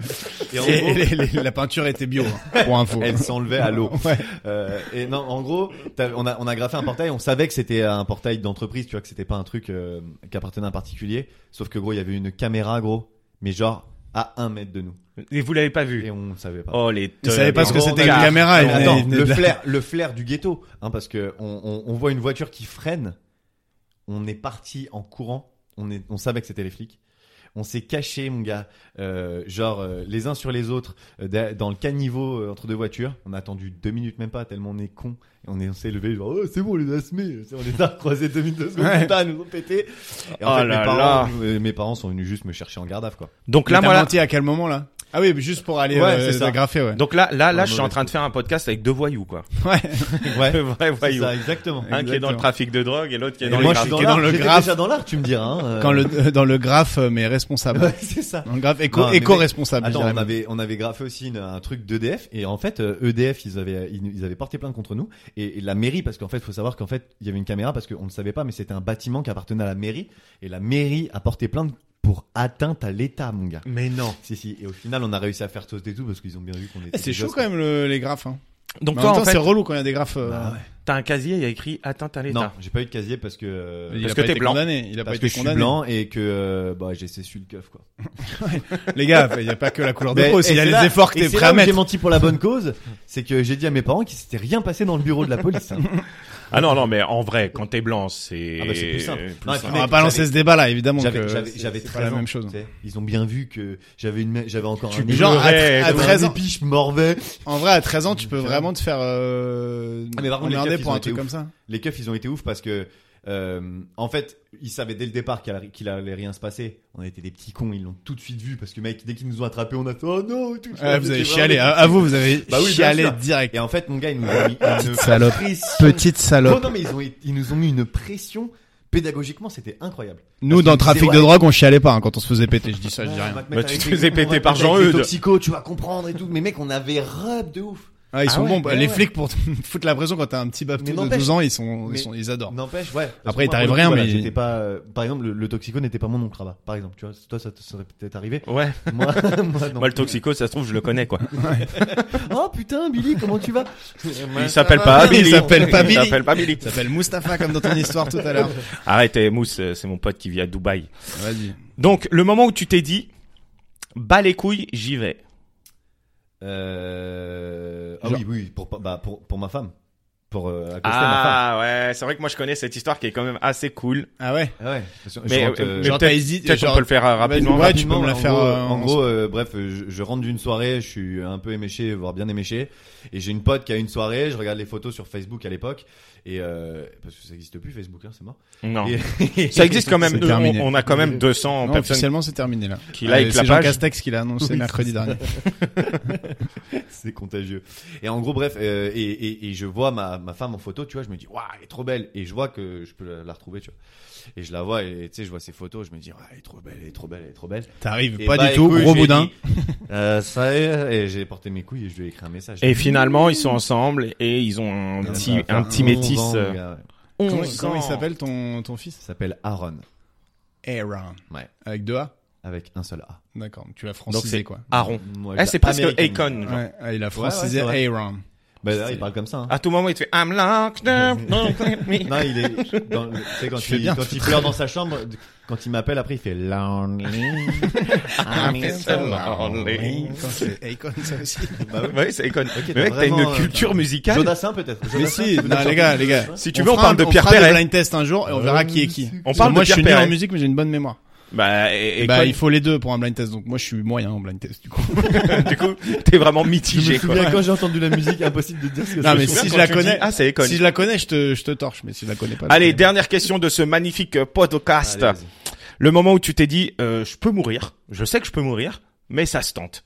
Speaker 1: Et en
Speaker 3: Et-
Speaker 1: gros,
Speaker 3: et les- les- la peinture était bio, hein, pour info.
Speaker 1: elle s'enlevait à l'eau.
Speaker 3: Ouais.
Speaker 1: Euh, et non, en gros, t'as- on a, on a graffé un portail. On savait que c'était un portail d'entreprise, tu vois, que c'était pas un truc euh, qui appartenait à un particulier. Sauf que gros, il y avait une caméra, gros, mais genre à un mètre de nous.
Speaker 4: Et vous l'avez pas vu
Speaker 1: Et on ne savait pas.
Speaker 4: Oh, les...
Speaker 3: Ils savaient pas ce que
Speaker 1: gros,
Speaker 3: c'était
Speaker 1: on
Speaker 3: une
Speaker 1: a-
Speaker 3: caméra.
Speaker 1: Ah, Mais
Speaker 3: ils venaient-
Speaker 1: attends,
Speaker 3: ils venaient
Speaker 1: le
Speaker 3: de la-
Speaker 1: flair, le flair du ghetto, hein, parce que on, on- on voit une voiture qui freine, on est parti en courant, on, est, on savait que c'était les flics. On s'est caché, mon gars, euh, genre euh, les uns sur les autres, euh, da- dans le caniveau euh, entre deux voitures. On a attendu deux minutes, même pas, tellement on est con. Et on est- on s'est levé, genre, oh, c'est bon, on les a semés. Tu sais, On les a croisés deux minutes, deux secondes,
Speaker 3: Ouais.
Speaker 1: putain, ils nous ont pété. Et
Speaker 4: Oh
Speaker 1: en fait, mes,
Speaker 4: là
Speaker 1: parents,
Speaker 4: là.
Speaker 1: euh, mes parents sont venus juste me chercher en garde à vue, quoi.
Speaker 4: Donc
Speaker 3: Mais
Speaker 4: là,
Speaker 3: t'as
Speaker 4: moi, là,
Speaker 3: menti à quel moment là Ah oui, mais juste pour aller
Speaker 1: Ouais,
Speaker 3: euh,
Speaker 1: c'est ça.
Speaker 3: la graffer, ouais.
Speaker 4: donc là, là, là,
Speaker 1: Ouais,
Speaker 4: je suis en
Speaker 1: mauvaise
Speaker 4: train de faire un podcast avec deux voyous, quoi.
Speaker 3: Ouais.
Speaker 1: Ouais,
Speaker 4: Deux vrais
Speaker 1: c'est
Speaker 4: voyous.
Speaker 1: ça, exactement.
Speaker 4: Un qui est
Speaker 3: Exactement.
Speaker 4: dans le trafic de drogue et l'autre qui est
Speaker 1: Et
Speaker 4: dans
Speaker 1: moi,
Speaker 4: le
Speaker 1: je suis
Speaker 4: trafic.
Speaker 1: dans
Speaker 3: Qui est dans
Speaker 1: l'art,
Speaker 3: le
Speaker 1: j'étais
Speaker 3: graphe.
Speaker 1: déjà dans l'art, tu me diras. hein, euh.
Speaker 3: Quand le dans le graphe euh, mais responsable.
Speaker 1: Ouais, c'est ça.
Speaker 3: Dans le graphe éco
Speaker 1: Non, mais
Speaker 3: éco
Speaker 1: mec,
Speaker 3: responsable.
Speaker 1: Attends, on avait, on avait graffé aussi une- un truc d'EDF et en fait euh, EDF ils avaient ils, ils avaient porté plainte contre nous et, et la mairie parce qu'en fait faut savoir qu'en fait il y avait une caméra parce qu'on ne savait pas mais c'était un bâtiment qui appartenait à la mairie et la mairie a porté plainte pour atteinte à l'État mon gars.
Speaker 4: Mais non.
Speaker 1: Si si et au final on a réussi à faire tous des tout parce qu'ils ont bien vu qu'on était.
Speaker 3: Eh, C'est
Speaker 1: des
Speaker 3: chaud
Speaker 1: gosses,
Speaker 3: quand même le- les graphes. Hein.
Speaker 4: Donc
Speaker 3: Mais en
Speaker 4: toi,
Speaker 3: même temps,
Speaker 4: en fait,
Speaker 3: c'est relou quand il y a des graphes. euh,
Speaker 1: Bah
Speaker 4: t'as un casier, il y a écrit atteinte à
Speaker 1: quoi. Non
Speaker 4: l'État.
Speaker 1: j'ai pas eu de casier parce que euh,
Speaker 3: il
Speaker 4: parce
Speaker 3: a
Speaker 4: que
Speaker 3: pas
Speaker 4: t'es
Speaker 3: été
Speaker 4: blanc.
Speaker 3: condamné. Il a pas
Speaker 1: parce que
Speaker 3: été
Speaker 1: je suis
Speaker 3: condamné.
Speaker 1: blanc et que euh, bah j'ai cessé le keuf quoi.
Speaker 3: Les gars, il y a pas que la couleur de
Speaker 1: Mais-
Speaker 3: peau, aussi, il y a
Speaker 1: et
Speaker 3: les
Speaker 1: c'est là-
Speaker 3: efforts que
Speaker 1: et
Speaker 3: t'es
Speaker 1: c'est
Speaker 3: prêt
Speaker 1: là
Speaker 3: à
Speaker 1: où J'ai
Speaker 3: mettre.
Speaker 1: menti pour la bonne cause, c'est que j'ai dit à mes parents qu'il s'était rien passé dans le bureau de la police. hein.
Speaker 4: Ah non, non, mais en vrai, quand t'es blanc, c'est...
Speaker 1: Ah bah, c'est plus simple. Non, et puis,
Speaker 3: On
Speaker 1: mec,
Speaker 3: va pas lancer
Speaker 1: j'avais-
Speaker 3: ce débat là, évidemment.
Speaker 1: J'avais
Speaker 3: que
Speaker 1: j'avais-
Speaker 3: c'est-
Speaker 1: j'avais
Speaker 3: c'est
Speaker 1: 13
Speaker 3: pas la
Speaker 1: ans,
Speaker 3: même chose.
Speaker 1: tu sais. Ils ont bien vu que j'avais une j'avais encore un Ah,
Speaker 4: Tu
Speaker 1: nez-
Speaker 3: Genre à,
Speaker 4: pleurais,
Speaker 3: tre- à
Speaker 1: j'avais un
Speaker 3: 13 ans,
Speaker 1: épiche morvais.
Speaker 3: en vrai à 13 ans, tu peux
Speaker 1: Différent.
Speaker 3: vraiment te faire euh,
Speaker 1: Ah, mais par contre, les
Speaker 3: emmerder
Speaker 1: keufs, ils
Speaker 3: pour
Speaker 1: ont
Speaker 3: un
Speaker 1: été
Speaker 3: truc
Speaker 1: ouf.
Speaker 3: comme ça.
Speaker 1: Les keufs, ils ont été ouf parce que euh, en fait, ils savaient dès le départ qu'il allait- qu'il allait rien se passer. On était des petits cons, ils l'ont tout de suite vu parce que mec, dès qu'ils nous ont attrapés, on a fait oh non, et tout.
Speaker 3: Ouais, vous avez
Speaker 1: C'était
Speaker 3: chialé.
Speaker 1: vraiment
Speaker 3: À,
Speaker 1: des
Speaker 3: à vous, vous avez
Speaker 1: Bah oui, bien
Speaker 3: chialé
Speaker 1: sûr.
Speaker 3: direct.
Speaker 1: Et en fait, mon gars, ils nous ont mis une
Speaker 3: salope.
Speaker 1: pression.
Speaker 3: Petite
Speaker 1: Non,
Speaker 3: salope.
Speaker 1: non, mais ils, ont, ils nous ont mis une pression. Pédagogiquement, c'était incroyable.
Speaker 3: Nous, dans le
Speaker 1: Parce que
Speaker 3: trafic
Speaker 1: c'est
Speaker 3: de
Speaker 1: vrai.
Speaker 3: drogue, on chialait pas hein, quand on se faisait péter. Je dis ça, je dis
Speaker 1: Ouais, on
Speaker 3: rien.
Speaker 1: va te
Speaker 4: Bah,
Speaker 1: mettre
Speaker 4: tu
Speaker 1: avec
Speaker 4: te
Speaker 1: les-
Speaker 4: faisais
Speaker 1: on va
Speaker 4: péter
Speaker 1: te
Speaker 4: par
Speaker 1: mettre avec
Speaker 4: Jean-Eudes.
Speaker 1: les toxicos, tu vas comprendre et tout. Mais mec, on avait rub de ouf.
Speaker 3: Ah, ils
Speaker 4: Ah
Speaker 3: sont
Speaker 4: ouais,
Speaker 3: bons. bah,
Speaker 1: ouais,
Speaker 3: les
Speaker 1: ouais.
Speaker 3: flics, pour te foutre la prison quand t'as un petit
Speaker 1: Mais
Speaker 3: baptême de
Speaker 1: n'empêche-
Speaker 3: 12 ans, ils sont, ils
Speaker 1: mais-
Speaker 3: sont, ils adorent.
Speaker 1: N'empêche, ouais. Parce
Speaker 3: Après, il
Speaker 1: que moi,
Speaker 3: t'arrive
Speaker 1: pour le
Speaker 3: rien,
Speaker 1: coup, voilà,
Speaker 3: mais-
Speaker 1: j'étais pas. euh, par exemple, le, le toxico n'était pas mon oncle là-bas. Par exemple, tu vois, toi, ça te serait peut-être arrivé.
Speaker 4: Ouais.
Speaker 1: Moi, moi, non.
Speaker 4: Moi, le toxico, ça se trouve, je le connais, quoi.
Speaker 1: Oh putain, Billy, comment tu vas
Speaker 4: Il s'appelle pas
Speaker 3: Il
Speaker 4: Billy.
Speaker 3: s'appelle pas Billy.
Speaker 4: Il s'appelle pas Billy.
Speaker 3: Il s'appelle Mustapha comme dans ton histoire tout à l'heure.
Speaker 4: Arrête, eh, Mousse, euh, c'est mon pote qui vit à Dubaï.
Speaker 3: Vas-y.
Speaker 4: Donc, le moment où tu t'es dit, bas les couilles, j'y vais.
Speaker 1: Euh. Ah
Speaker 3: Genre-
Speaker 1: Euh, oui, oui, pour, pa- bah, pour, pour ma femme. pour euh, accoster ma femme.
Speaker 4: Ah ouais, c'est vrai que moi je connais cette histoire qui est quand même assez cool.
Speaker 3: Ah ouais.
Speaker 1: Ah ouais, bien sûr. Je
Speaker 4: Mais,
Speaker 1: rentre,
Speaker 4: euh,
Speaker 1: euh,
Speaker 4: mais
Speaker 3: Genre
Speaker 4: peut-être-
Speaker 3: t'as hésité.
Speaker 4: Peut-être qu'on
Speaker 3: Genre,
Speaker 4: peut le faire euh, rapidement.
Speaker 3: Ouais, tu peux me la
Speaker 1: en
Speaker 3: faire,
Speaker 1: gros,
Speaker 3: euh,
Speaker 1: en
Speaker 3: en-
Speaker 1: gros, euh, bref, je, je rentre d'une soirée, je suis un peu éméché, voire bien éméché, et j'ai une pote qui a une soirée. Je regarde les photos sur Facebook à l'époque, et euh, parce que ça n'existe plus Facebook, hein, c'est mort.
Speaker 4: Non.
Speaker 1: Et-
Speaker 4: Ça existe quand même.
Speaker 3: C'est
Speaker 4: nous,
Speaker 3: terminé.
Speaker 4: on, on a quand même 200
Speaker 3: Non,
Speaker 4: personnes
Speaker 3: officiellement c'est terminé là.
Speaker 4: qui
Speaker 3: Euh,
Speaker 4: like
Speaker 3: c'est
Speaker 4: la
Speaker 3: Jean
Speaker 4: page.
Speaker 3: Castex qui l'a annoncé
Speaker 1: Oui,
Speaker 3: mercredi
Speaker 1: c'est
Speaker 3: dernier.
Speaker 1: c'est contagieux. Et en gros, bref, euh, et, et, et je vois ma, ma femme en photo, tu vois, je me dis, waouh, elle est trop belle. Et je vois que je peux la, la retrouver, tu vois. Et je la vois, et tu sais, je vois ses photos, je me dis, ouais, elle est trop belle, elle est trop belle, elle est trop belle.
Speaker 3: T'arrives
Speaker 4: Eh
Speaker 1: Et
Speaker 3: pas
Speaker 1: bah,
Speaker 3: du tout, gros
Speaker 1: écoute, je lui ai
Speaker 3: boudin.
Speaker 1: dit, Euh, ça y est, et j'ai porté mes couilles et je lui ai écrit un message.
Speaker 4: Et finalement, ils sont ensemble et ils ont un
Speaker 1: Ça
Speaker 4: petit,
Speaker 1: va faire
Speaker 4: un petit
Speaker 1: 11
Speaker 4: métis.
Speaker 1: ans, le
Speaker 4: euh,
Speaker 1: gars, ouais.
Speaker 4: 11
Speaker 3: Comment, comment il
Speaker 4: ans.
Speaker 3: s'appelle ton ton fils
Speaker 1: Il s'appelle Aaron,
Speaker 3: Aaron.
Speaker 1: Ouais.
Speaker 3: Avec deux A.
Speaker 1: avec un seul A.
Speaker 3: D'accord. Tu l'as francisé
Speaker 4: c'est-
Speaker 3: quoi.
Speaker 4: Aaron.
Speaker 1: Moi,
Speaker 4: Eh,
Speaker 1: je-
Speaker 4: c'est presque
Speaker 1: américaine.
Speaker 4: Akon. genre.
Speaker 3: Ouais, ah, il a
Speaker 1: ouais,
Speaker 3: francisé
Speaker 1: c'est vrai.
Speaker 3: Aaron.
Speaker 1: Bah, là, il parle comme ça. hein.
Speaker 4: À tout moment, il te fait I'm locked up. don't let me-
Speaker 1: Non, il est. Dans, le- tu sais, quand,
Speaker 3: Tu fais
Speaker 1: il,
Speaker 3: bien.
Speaker 1: quand il pleure dans sa chambre, quand il m'appelle après, il fait Lonely.
Speaker 4: Ah,
Speaker 1: I'm so lonely.
Speaker 3: Quand c'est Akon, ça aussi.
Speaker 1: Bah oui.
Speaker 4: Ouais, c'est Akon.
Speaker 1: Ok,
Speaker 4: Mais mec, t'as
Speaker 1: vraiment,
Speaker 4: une
Speaker 1: euh,
Speaker 4: culture musicale.
Speaker 1: Jodassin peut-être.
Speaker 3: Mais
Speaker 1: Jodassin,
Speaker 3: si,
Speaker 1: peut-être
Speaker 3: non, les gars, les gars.
Speaker 4: Si tu veux, on parle de Pierre
Speaker 3: On fera des
Speaker 4: Perret. Euh,
Speaker 3: blind test un jour et on verra qui est qui.
Speaker 4: On parle
Speaker 3: moi,
Speaker 4: de
Speaker 3: je suis
Speaker 4: Pierre
Speaker 3: nul en
Speaker 4: Perret.
Speaker 3: musique, mais j'ai une bonne mémoire.
Speaker 4: Bah, et, et
Speaker 3: bah,
Speaker 4: Akon,
Speaker 3: il faut les deux pour un blind test. Donc, moi, je suis moyen en blind test, du coup.
Speaker 4: du coup, t'es vraiment
Speaker 1: Je me
Speaker 4: mitigé, quoi.
Speaker 1: souviens quand j'ai entendu la musique, impossible de dire ce que
Speaker 3: Non,
Speaker 1: c'est.
Speaker 3: mais
Speaker 4: Tu te
Speaker 3: si
Speaker 4: souviens
Speaker 3: je
Speaker 4: quand
Speaker 3: la
Speaker 4: tu dis,
Speaker 3: connais,
Speaker 4: Ah, c'est Akon.
Speaker 3: si je la connais, je te, je te torche, mais si je la connais pas. je
Speaker 4: Allez,
Speaker 3: connais
Speaker 4: dernière question de ce magnifique euh, podcast.
Speaker 1: Allez, vas-y.
Speaker 4: Le moment où tu t'es dit, euh, je peux mourir, je sais que je peux mourir, mais ça se tente.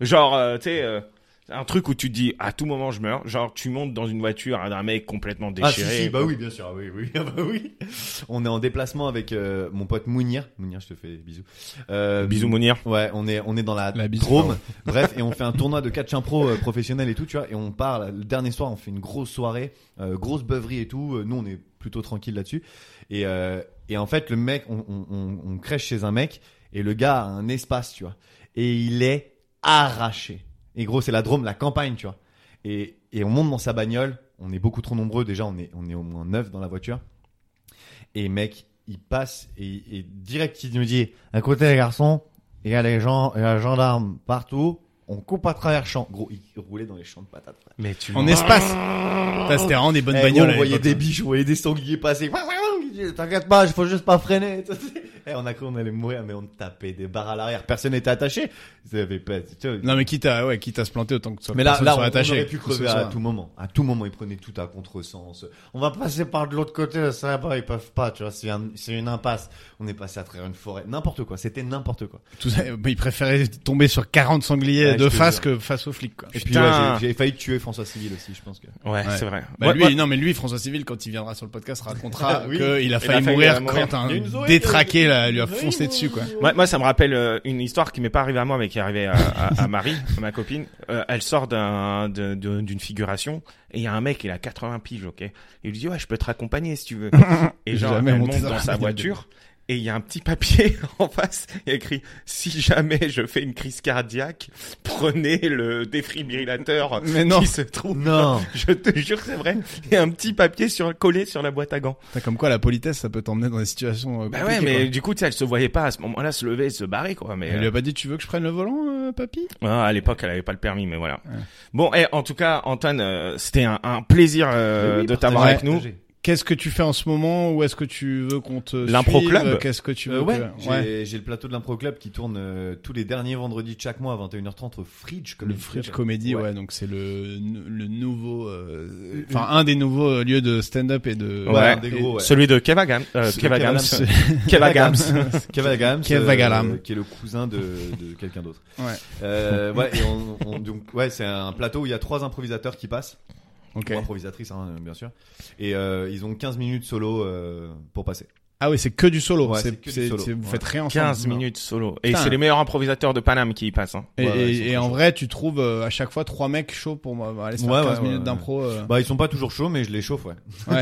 Speaker 4: Genre, euh, tu sais, euh, un truc où tu te dis, à tout moment je meurs. Genre, tu montes dans une voiture hein, d'un mec complètement
Speaker 1: Ah si,
Speaker 4: déchiré.
Speaker 1: si, bah oui, bien sûr, ah oui, oui, ah bah oui. On est en déplacement avec euh, mon pote Mounir. Mounir, je te fais bisous. Euh,
Speaker 4: Bisous Mounir.
Speaker 1: Ouais, on est on est dans la,
Speaker 3: La bise,
Speaker 1: Drôme. Bref, et on fait un tournoi de catch impro euh, professionnel et tout, tu vois. Et on part là, le dernier soir, on fait une grosse soirée, euh, grosse beuverie et tout. Euh, Nous, on est plutôt tranquille là-dessus. Et euh, et en fait, le mec, on on, on, on crèche chez un mec et le gars a un espace, tu vois. Et il est arraché. Et gros, c'est la Drôme, la campagne, tu vois. Et et on monte dans sa bagnole. On est beaucoup trop nombreux déjà. On est on est au moins neuf dans la voiture. Et mec, il passe et, et direct il nous dit écoutez les garçons, il y a les gens, il y a les gendarmes partout, on coupe à travers champs. Gros, il roulait dans les champs de patates. frère.
Speaker 4: Mais tu
Speaker 3: pas. En espace.
Speaker 4: Ah
Speaker 3: Ça, c'était vraiment des bonnes
Speaker 1: Eh, gros,
Speaker 3: bagnoles. à
Speaker 1: on voyait
Speaker 3: l'époque. hein.
Speaker 1: des biches, on voyait des sangliers passer. Il dit, T'inquiète pas, faut juste pas freiner. Eh, on a cru qu'on allait mourir, mais on tapait des barres à l'arrière. Personne n'était attaché. Ils avaient pas- tu sais,
Speaker 3: Non, mais quitte à, ouais, quitte à se planter autant que ça.
Speaker 1: mais là,
Speaker 3: personne
Speaker 1: là, on,
Speaker 3: soit attaché,
Speaker 1: on aurait pu
Speaker 3: que ce
Speaker 1: crever
Speaker 3: soit-
Speaker 1: à tout moment. À tout moment, ils prenaient tout à contresens. On va passer par de l'autre côté, ça là-bas, ils peuvent pas, tu vois, c'est un- c'est une impasse. On est passé à travers une forêt. N'importe quoi, c'était n'importe quoi.
Speaker 3: Tout ça, euh, il préférait tomber sur 40 sangliers
Speaker 1: Ouais,
Speaker 3: de
Speaker 1: je te
Speaker 3: face
Speaker 1: jure.
Speaker 3: que face aux flics, quoi.
Speaker 1: Et puis,
Speaker 4: Putain.
Speaker 1: ouais, j'ai j'ai failli tuer François Civil aussi, je pense que.
Speaker 4: Ouais, c'est vrai.
Speaker 3: Bah,
Speaker 4: Moi-
Speaker 3: lui,
Speaker 4: moi-
Speaker 3: non, mais lui, François Civil, quand il viendra sur le podcast, racontera
Speaker 1: Ah Oui.
Speaker 3: qu'il a failli
Speaker 4: failli,
Speaker 3: mourir
Speaker 4: euh, mourir.
Speaker 3: quand un
Speaker 1: Il y a une Zoé
Speaker 3: détraqué
Speaker 1: qui-
Speaker 3: là, lui a
Speaker 1: Zoé,
Speaker 3: foncé
Speaker 1: moi.
Speaker 3: dessus, quoi.
Speaker 4: Moi, moi, ça me rappelle euh, une histoire qui m'est pas arrivée à moi, mais qui est arrivée à, à- à Marie, ma copine. Euh, elle sort d'un- de- de- d'une figuration et il y a un mec, il a 80 piges, ok. Et il lui dit ouais, je peux te raccompagner si tu veux. Et genre,
Speaker 3: Jamais
Speaker 4: elle
Speaker 3: monté
Speaker 4: monte
Speaker 3: dans
Speaker 4: dans
Speaker 3: un
Speaker 4: sa
Speaker 3: avion.
Speaker 4: voiture et il y a un petit papier en face, il y a écrit si jamais je fais une crise cardiaque, prenez le défibrillateur
Speaker 3: Mais non.
Speaker 4: qui se trouve.
Speaker 1: Non!
Speaker 4: Je te jure que c'est vrai. Il y a un petit papier sur collé sur la boîte à gants.
Speaker 3: T'as comme quoi la politesse, ça peut t'emmener dans des situations. euh,
Speaker 4: Bah ouais,
Speaker 3: compliquées,
Speaker 4: mais
Speaker 3: quoi.
Speaker 4: du coup, tu sais, elle se voyait pas à ce moment-là se lever et se barrer quoi. Mais
Speaker 3: Elle
Speaker 4: euh,
Speaker 3: lui a pas dit, tu veux que je prenne le volant, euh, papy
Speaker 4: Ah, à l'époque, elle avait pas le permis, mais voilà. Bon, et en tout cas, Antoine, euh, c'était un, un plaisir euh, de t'avoir
Speaker 3: partagez,
Speaker 4: avec nous.
Speaker 3: Qu'est-ce que tu fais en ce moment Où est-ce que tu veux qu'on te
Speaker 4: L'impro
Speaker 3: suive
Speaker 4: club
Speaker 3: Qu'est-ce que tu veux
Speaker 1: Euh, ouais,
Speaker 3: que-
Speaker 1: j'ai j'ai le plateau de l'impro club qui tourne euh, tous les derniers vendredis de chaque mois à 21h30 au Fridge.
Speaker 3: Le Fridge Comedy, ouais,
Speaker 1: Ouais.
Speaker 3: donc c'est le le nouveau, euh, enfin un des nouveaux euh, lieux de stand-up et de
Speaker 4: Ouais.
Speaker 1: un des gros, ouais.
Speaker 4: Celui de Kevagam, euh, Kevagams,
Speaker 3: C'est-
Speaker 4: Kevagams.
Speaker 1: Kev euh,
Speaker 3: Kev Agalam.
Speaker 1: qui est le cousin de, de quelqu'un d'autre.
Speaker 3: Ouais.
Speaker 1: Euh, ouais, et on- on- donc, ouais, c'est un plateau où il y a trois improvisateurs qui passent,
Speaker 3: Ok.
Speaker 1: ou improvisatrices, hein, bien sûr. Et euh, ils ont 15 minutes solo euh, pour passer.
Speaker 3: Ah oui, c'est que du solo.
Speaker 1: Ouais,
Speaker 3: C'est-
Speaker 1: c'est que du
Speaker 3: c'est-
Speaker 1: solo.
Speaker 3: c'est- Vous
Speaker 1: Ouais.
Speaker 3: faites rien ensemble.
Speaker 4: 15 minutes solo. Et
Speaker 3: Putain.
Speaker 4: c'est les meilleurs improvisateurs de Paname qui y passent. hein.
Speaker 3: Et,
Speaker 1: Ouais, ouais,
Speaker 3: et-
Speaker 1: ils sont
Speaker 3: et
Speaker 1: très
Speaker 3: en
Speaker 1: chauds.
Speaker 3: vrai, tu trouves euh, à chaque fois trois mecs chauds pour moi. Aller se faire
Speaker 1: Ouais,
Speaker 3: 15
Speaker 1: ouais,
Speaker 3: minutes
Speaker 1: ouais,
Speaker 3: d'impro. euh.
Speaker 1: Bah, ils sont pas toujours chauds, mais je les chauffe, ouais.
Speaker 3: Ouais.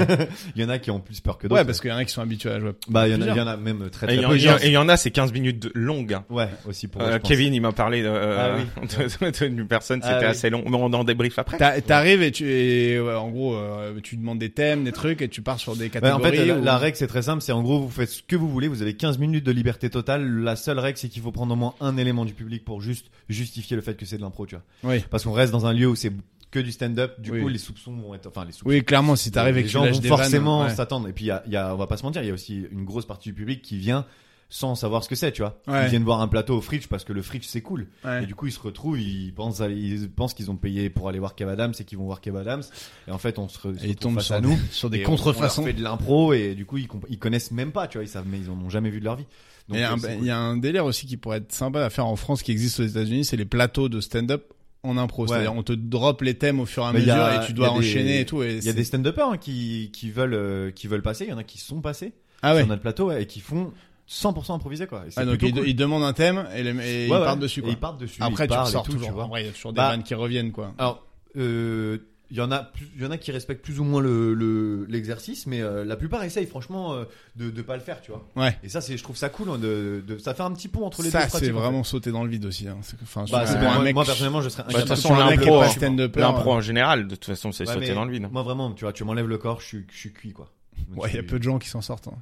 Speaker 1: Il y en a qui ont plus peur que d'autres.
Speaker 3: ouais, parce qu'il y en a qui sont habitués à jouer.
Speaker 1: Bah, il y, en a-
Speaker 3: plusieurs.
Speaker 1: il y en a même très
Speaker 4: Et
Speaker 1: très
Speaker 4: il y, en-
Speaker 1: peu.
Speaker 4: il y en- et il y en a, c'est 15 minutes de- longues. hein.
Speaker 1: Ouais, aussi pour
Speaker 4: Euh,
Speaker 1: eux, je pense.
Speaker 4: Kevin, il m'a parlé de- euh,
Speaker 1: Ah oui.
Speaker 4: de- d'une personne, c'était
Speaker 1: Ah oui.
Speaker 4: assez long. Mais on en débrief après.
Speaker 3: T'a- T'arrives et tu et ouais, en gros euh, tu demandes des thèmes, des trucs et tu pars sur des
Speaker 1: Ouais,
Speaker 3: catégories.
Speaker 1: en fait, la,
Speaker 3: ou-
Speaker 1: la règle, c'est très simple. C'est en gros, vous faites ce que vous voulez. Vous avez 15 minutes de liberté totale. La seule règle, c'est qu'il faut prendre au moins un élément du public pour juste justifier le fait que c'est de l'impro, tu vois.
Speaker 3: Oui.
Speaker 1: Parce qu'on reste dans un lieu où c'est que du stand-up. Du
Speaker 3: Oui.
Speaker 1: coup, les soupçons vont être, enfin, les soupçons.
Speaker 3: Oui, clairement, si t'arrives et
Speaker 1: les
Speaker 3: que tu
Speaker 1: gens
Speaker 3: lâches
Speaker 1: vont
Speaker 3: des vannes,
Speaker 1: forcément
Speaker 3: ouais.
Speaker 1: s'attendre. Et puis, il y a, il y a- on va pas se mentir, il y a aussi une grosse partie du public qui vient sans savoir ce que c'est, tu vois.
Speaker 3: Ouais.
Speaker 1: Ils viennent voir un plateau au Fridge parce que le Fridge c'est cool.
Speaker 3: Ouais.
Speaker 1: Et du coup, ils se retrouvent, ils pensent, à- ils pensent qu'ils ont payé pour aller voir Kev Adams et qu'ils vont voir Kev Adams. Et en fait, on se, re- se
Speaker 3: Et ils
Speaker 1: retrouve
Speaker 3: tombent
Speaker 1: face
Speaker 3: sur
Speaker 1: à nous.
Speaker 3: des, sur des
Speaker 1: Et on- On
Speaker 3: contrefaçons.
Speaker 1: leur fait de l'impro et du coup, ils, comp- ils connaissent même pas, tu vois. Ils savent, mais ils en ont jamais vu de leur vie.
Speaker 3: Il y, a
Speaker 1: euh,
Speaker 3: un- ben,
Speaker 1: c'est
Speaker 3: il y a un délire aussi qui pourrait être sympa à faire en France qui existe aux États-Unis, c'est les plateaux de stand-up en impro.
Speaker 1: Ouais.
Speaker 3: C'est-à-dire, on te drop les thèmes au fur et à
Speaker 1: Mais il y
Speaker 3: mesure
Speaker 1: a-
Speaker 3: et tu
Speaker 1: il y
Speaker 3: dois
Speaker 1: a des-
Speaker 3: enchaîner et tout. Et
Speaker 1: Il y a
Speaker 3: c'est-
Speaker 1: des stand-uppers hein, qui, qui veulent euh, qui veulent passer, il y en a qui sont passés
Speaker 3: Ah ouais.
Speaker 1: sur notre plateau ouais, et qui font 100% improvisé quoi. Et c'est
Speaker 3: Ah, donc
Speaker 1: plutôt
Speaker 3: ils, de-
Speaker 1: cool.
Speaker 3: ils demandent un thème et, les, et ils
Speaker 1: Ouais, ouais.
Speaker 3: partent dessus.
Speaker 1: Et
Speaker 3: Quoi.
Speaker 1: ils partent dessus.
Speaker 3: Après,
Speaker 1: ils
Speaker 3: tu
Speaker 1: parlent et
Speaker 3: ressors
Speaker 1: tout,
Speaker 3: toujours.
Speaker 1: tu vois.
Speaker 3: En vrai, il y a toujours des
Speaker 1: Bah,
Speaker 3: vannes qui reviennent quoi.
Speaker 1: Alors, euh, il y en a, plus- il y en a qui respectent plus ou moins le le- l'exercice, mais euh, la plupart essayent franchement euh, de de pas le faire, tu vois.
Speaker 3: Ouais.
Speaker 1: Et ça, c'est, je trouve ça cool. hein, de, de- ça fait un petit pont entre les deux.
Speaker 3: Ça,
Speaker 1: pratiques,
Speaker 3: c'est
Speaker 1: en fait.
Speaker 3: vraiment sauter dans le vide aussi. Hein. C'est- Enfin,
Speaker 1: Bah,
Speaker 3: surtout
Speaker 1: c'est-
Speaker 3: pour un
Speaker 1: moi,
Speaker 3: mec
Speaker 1: moi,
Speaker 3: qui-
Speaker 1: personnellement, je serais.
Speaker 4: de toute
Speaker 1: incapable-
Speaker 4: façon,
Speaker 1: je suis un
Speaker 3: l'impro,
Speaker 1: mec qui est
Speaker 3: hein.
Speaker 1: pas je suis-
Speaker 3: stand-upper,
Speaker 4: L'impro
Speaker 3: euh,
Speaker 4: en général, de toute façon, c'est
Speaker 1: Ouais,
Speaker 4: sauter
Speaker 1: mais
Speaker 4: dans le vide. hein.
Speaker 1: Moi, vraiment, tu vois, tu m'enlèves le corps, je suis, je suis cuit, quoi. Donc,
Speaker 3: Ouais, il y a
Speaker 1: tu-
Speaker 3: peu de gens qui s'en sortent. hein.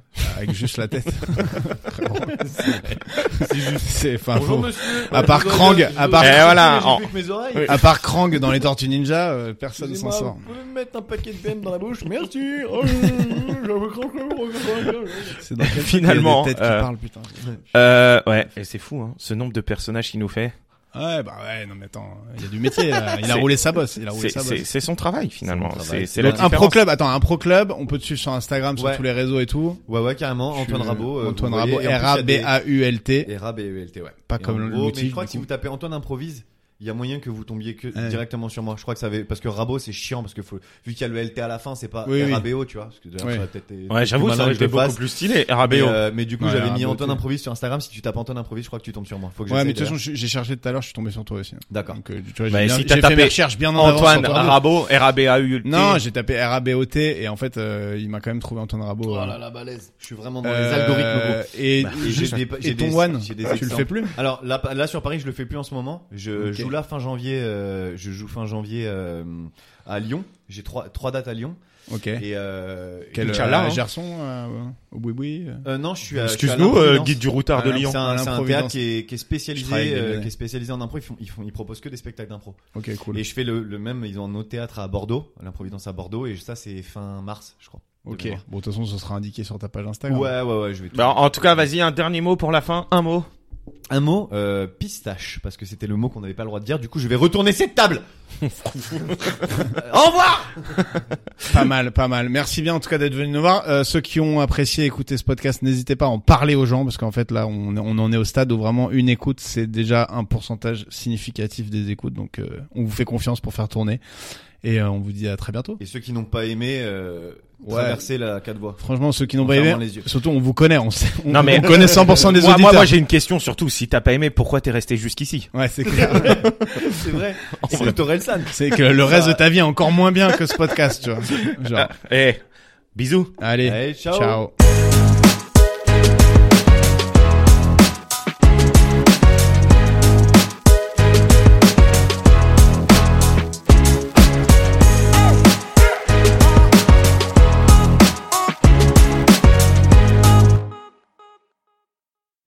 Speaker 3: Avec juste la tête. Vraiment, c'est- c'est juste. C'est enfin
Speaker 1: Bonjour,
Speaker 3: faux.
Speaker 1: monsieur.
Speaker 3: À part Krang, à part-
Speaker 4: Eh, voilà,
Speaker 1: J'ai
Speaker 4: en-
Speaker 1: plus que mes oreilles.
Speaker 4: Oui.
Speaker 3: À part Krang dans les Tortues Ninja, euh, personne s'en
Speaker 5: Excusez-moi,
Speaker 3: sort.
Speaker 5: Vous pouvez me mettre un paquet de PM dans la bouche Merci Oh, je- je- je me crois que je- je- je- je-
Speaker 3: C'est dans quel- il y
Speaker 4: Finalement,
Speaker 3: a des têtes qui
Speaker 4: euh,
Speaker 3: parlent, putain.
Speaker 4: Euh, ouais, et c'est fou, hein, ce nombre de personnages qu'il nous fait.
Speaker 3: Ouais, bah ouais, non mais attends, il y a du métier. là. Il a
Speaker 4: C'est-
Speaker 3: roulé sa bosse. Il a roulé
Speaker 4: C'est-
Speaker 3: sa
Speaker 4: C'est
Speaker 3: bosse.
Speaker 4: c'est son travail finalement.
Speaker 1: C'est son travail.
Speaker 4: C'est c'est la
Speaker 3: Donc, un
Speaker 4: différence.
Speaker 3: pro club, attends, un pro club, on peut te suivre sur Instagram, sur
Speaker 1: Ouais.
Speaker 3: tous les réseaux et tout.
Speaker 1: Ouais, ouais, carrément. Antoine
Speaker 3: Je-
Speaker 1: Rabot. euh,
Speaker 3: Antoine
Speaker 1: vous voyez,
Speaker 3: Rabot,
Speaker 1: et en plus, il y a des-
Speaker 3: R-A-B-A-U-L-T.
Speaker 1: Et Rab et ELT, ouais.
Speaker 3: Pas
Speaker 1: Et
Speaker 3: comme
Speaker 1: en
Speaker 3: le-
Speaker 1: gros,
Speaker 3: l'outil,
Speaker 1: Mais je crois
Speaker 3: du
Speaker 1: que si
Speaker 3: coup.
Speaker 1: vous tapez Antoine improvise, il y a moyen que vous tombiez que
Speaker 3: Ouais.
Speaker 1: directement sur moi. Je crois que ça avait parce que Rabo c'est chiant parce que faut... vu qu'il y a le LT à la fin, c'est pas
Speaker 3: Oui, oui.
Speaker 1: RABO, tu vois. Parce que d'ailleurs,
Speaker 3: Ouais.
Speaker 1: ça aurait peut-être été-
Speaker 4: Ouais, j'avoue,
Speaker 1: plus
Speaker 4: ça aurait
Speaker 1: malin
Speaker 4: été
Speaker 1: que je le
Speaker 4: beaucoup
Speaker 1: fasse.
Speaker 4: plus stylé.
Speaker 1: Mais,
Speaker 4: RABO.
Speaker 1: euh, mais du coup,
Speaker 3: Ah, Ouais,
Speaker 1: j'avais
Speaker 3: Rabo,
Speaker 1: mis Antoine
Speaker 3: tu-
Speaker 1: improvise sur Instagram. Si tu tapes Antoine improvise, je crois que tu tombes sur moi. Faut que
Speaker 3: Ouais,
Speaker 1: j'essaie
Speaker 3: mais de toute
Speaker 1: d'ailleurs.
Speaker 3: façon, j'ai j'ai cherché tout à l'heure, je suis tombé sur toi aussi. hein.
Speaker 1: D'accord.
Speaker 3: Donc, euh, tu vois, j'ai
Speaker 4: Bah,
Speaker 3: bien-
Speaker 4: si
Speaker 3: j'ai
Speaker 4: t'as
Speaker 3: fait
Speaker 4: tapé
Speaker 3: mes recherches bien en avance.
Speaker 4: Antoine
Speaker 3: sur toi.
Speaker 4: Rabot, RABAU.
Speaker 3: Non, j'ai tapé R-A-B-O-T et en fait, euh, il m'a quand même trouvé Antoine Rabot.
Speaker 1: Oh
Speaker 3: euh.
Speaker 1: là là, balèze. Je suis vraiment dans les
Speaker 3: Euh,
Speaker 1: algorithmes. gros.
Speaker 3: Et,
Speaker 1: Bah,
Speaker 3: et
Speaker 1: j'ai
Speaker 3: juste-
Speaker 1: des- j'ai
Speaker 3: et ton
Speaker 1: des-
Speaker 3: one,
Speaker 1: j'ai des
Speaker 3: tu le
Speaker 1: accents.
Speaker 3: fais plus
Speaker 1: Alors là, là sur Paris, je le fais plus en ce moment. Je
Speaker 3: Ok.
Speaker 1: joue là fin janvier. euh, je joue fin janvier euh, à Lyon. J'ai trois trois dates à Lyon.
Speaker 3: Ok.
Speaker 1: Et euh,
Speaker 3: Quel
Speaker 1: et-
Speaker 3: Inch'Allah, hein. Gerson euh, au boui-boui euh.
Speaker 1: Euh, non, je suis. à- je suis à
Speaker 4: Excuse-nous, euh,
Speaker 1: l'Improvidence.
Speaker 4: guide du routard de
Speaker 3: Ah,
Speaker 4: Lyon.
Speaker 1: C'est un,
Speaker 3: à
Speaker 1: c'est un
Speaker 3: l'Improvidence.
Speaker 1: théâtre qui est, qui est
Speaker 3: Je travaille avec
Speaker 1: spécialisé,
Speaker 3: des
Speaker 1: euh,
Speaker 3: Lyonnais.
Speaker 1: qui est spécialisé en impro. Ils, font, ils, font, ils proposent que des spectacles d'impro.
Speaker 3: Ok, cool.
Speaker 1: Et je fais le, le même. Ils ont un autre théâtre à Bordeaux, à l'improvidence à Bordeaux, et ça c'est fin mars, je crois. de
Speaker 3: Ok.
Speaker 1: mémoire.
Speaker 3: Bon, de toute façon, ce sera indiqué sur ta page Instagram.
Speaker 1: Ouais, ouais, ouais. Je vais. tout-
Speaker 4: Bah, en tout cas, vas-y, un dernier mot pour la fin. Un mot.
Speaker 1: Un mot, euh, pistache, parce que c'était le mot qu'on n'avait pas le droit de dire. Du coup, je vais retourner cette table.
Speaker 3: Euh,
Speaker 4: Au revoir!
Speaker 3: Pas mal, pas mal. Merci bien en tout cas d'être venu nous voir. Euh, ceux qui ont apprécié écouter ce podcast, n'hésitez pas à en parler aux gens parce qu'en fait là, on, on en est au stade où vraiment une écoute, c'est déjà un pourcentage significatif des écoutes. Donc, euh, on vous fait confiance pour faire tourner et euh, on vous dit à très bientôt.
Speaker 1: Et ceux qui n'ont pas aimé, euh,
Speaker 3: Ouais.
Speaker 1: traverser la quatre voies.
Speaker 3: Franchement, ceux qui n'ont
Speaker 1: En
Speaker 3: pas aimé,
Speaker 1: fermant les yeux.
Speaker 3: surtout on vous connaît, on, sait, on,
Speaker 4: Non, mais-
Speaker 3: on connaît 100% des
Speaker 4: moi,
Speaker 3: auditeurs.
Speaker 4: moi, moi, j'ai une question surtout. Si t'as pas aimé, pourquoi t'es resté jusqu'ici?
Speaker 3: Ouais, c'est clair.
Speaker 1: C'est vrai.
Speaker 4: En
Speaker 1: C'est le Torelsan.
Speaker 3: c'est que le reste de ta vie est encore moins bien que ce podcast, tu vois. Genre,
Speaker 4: Eh, bisous.
Speaker 3: allez,
Speaker 1: Allez,
Speaker 3: ciao.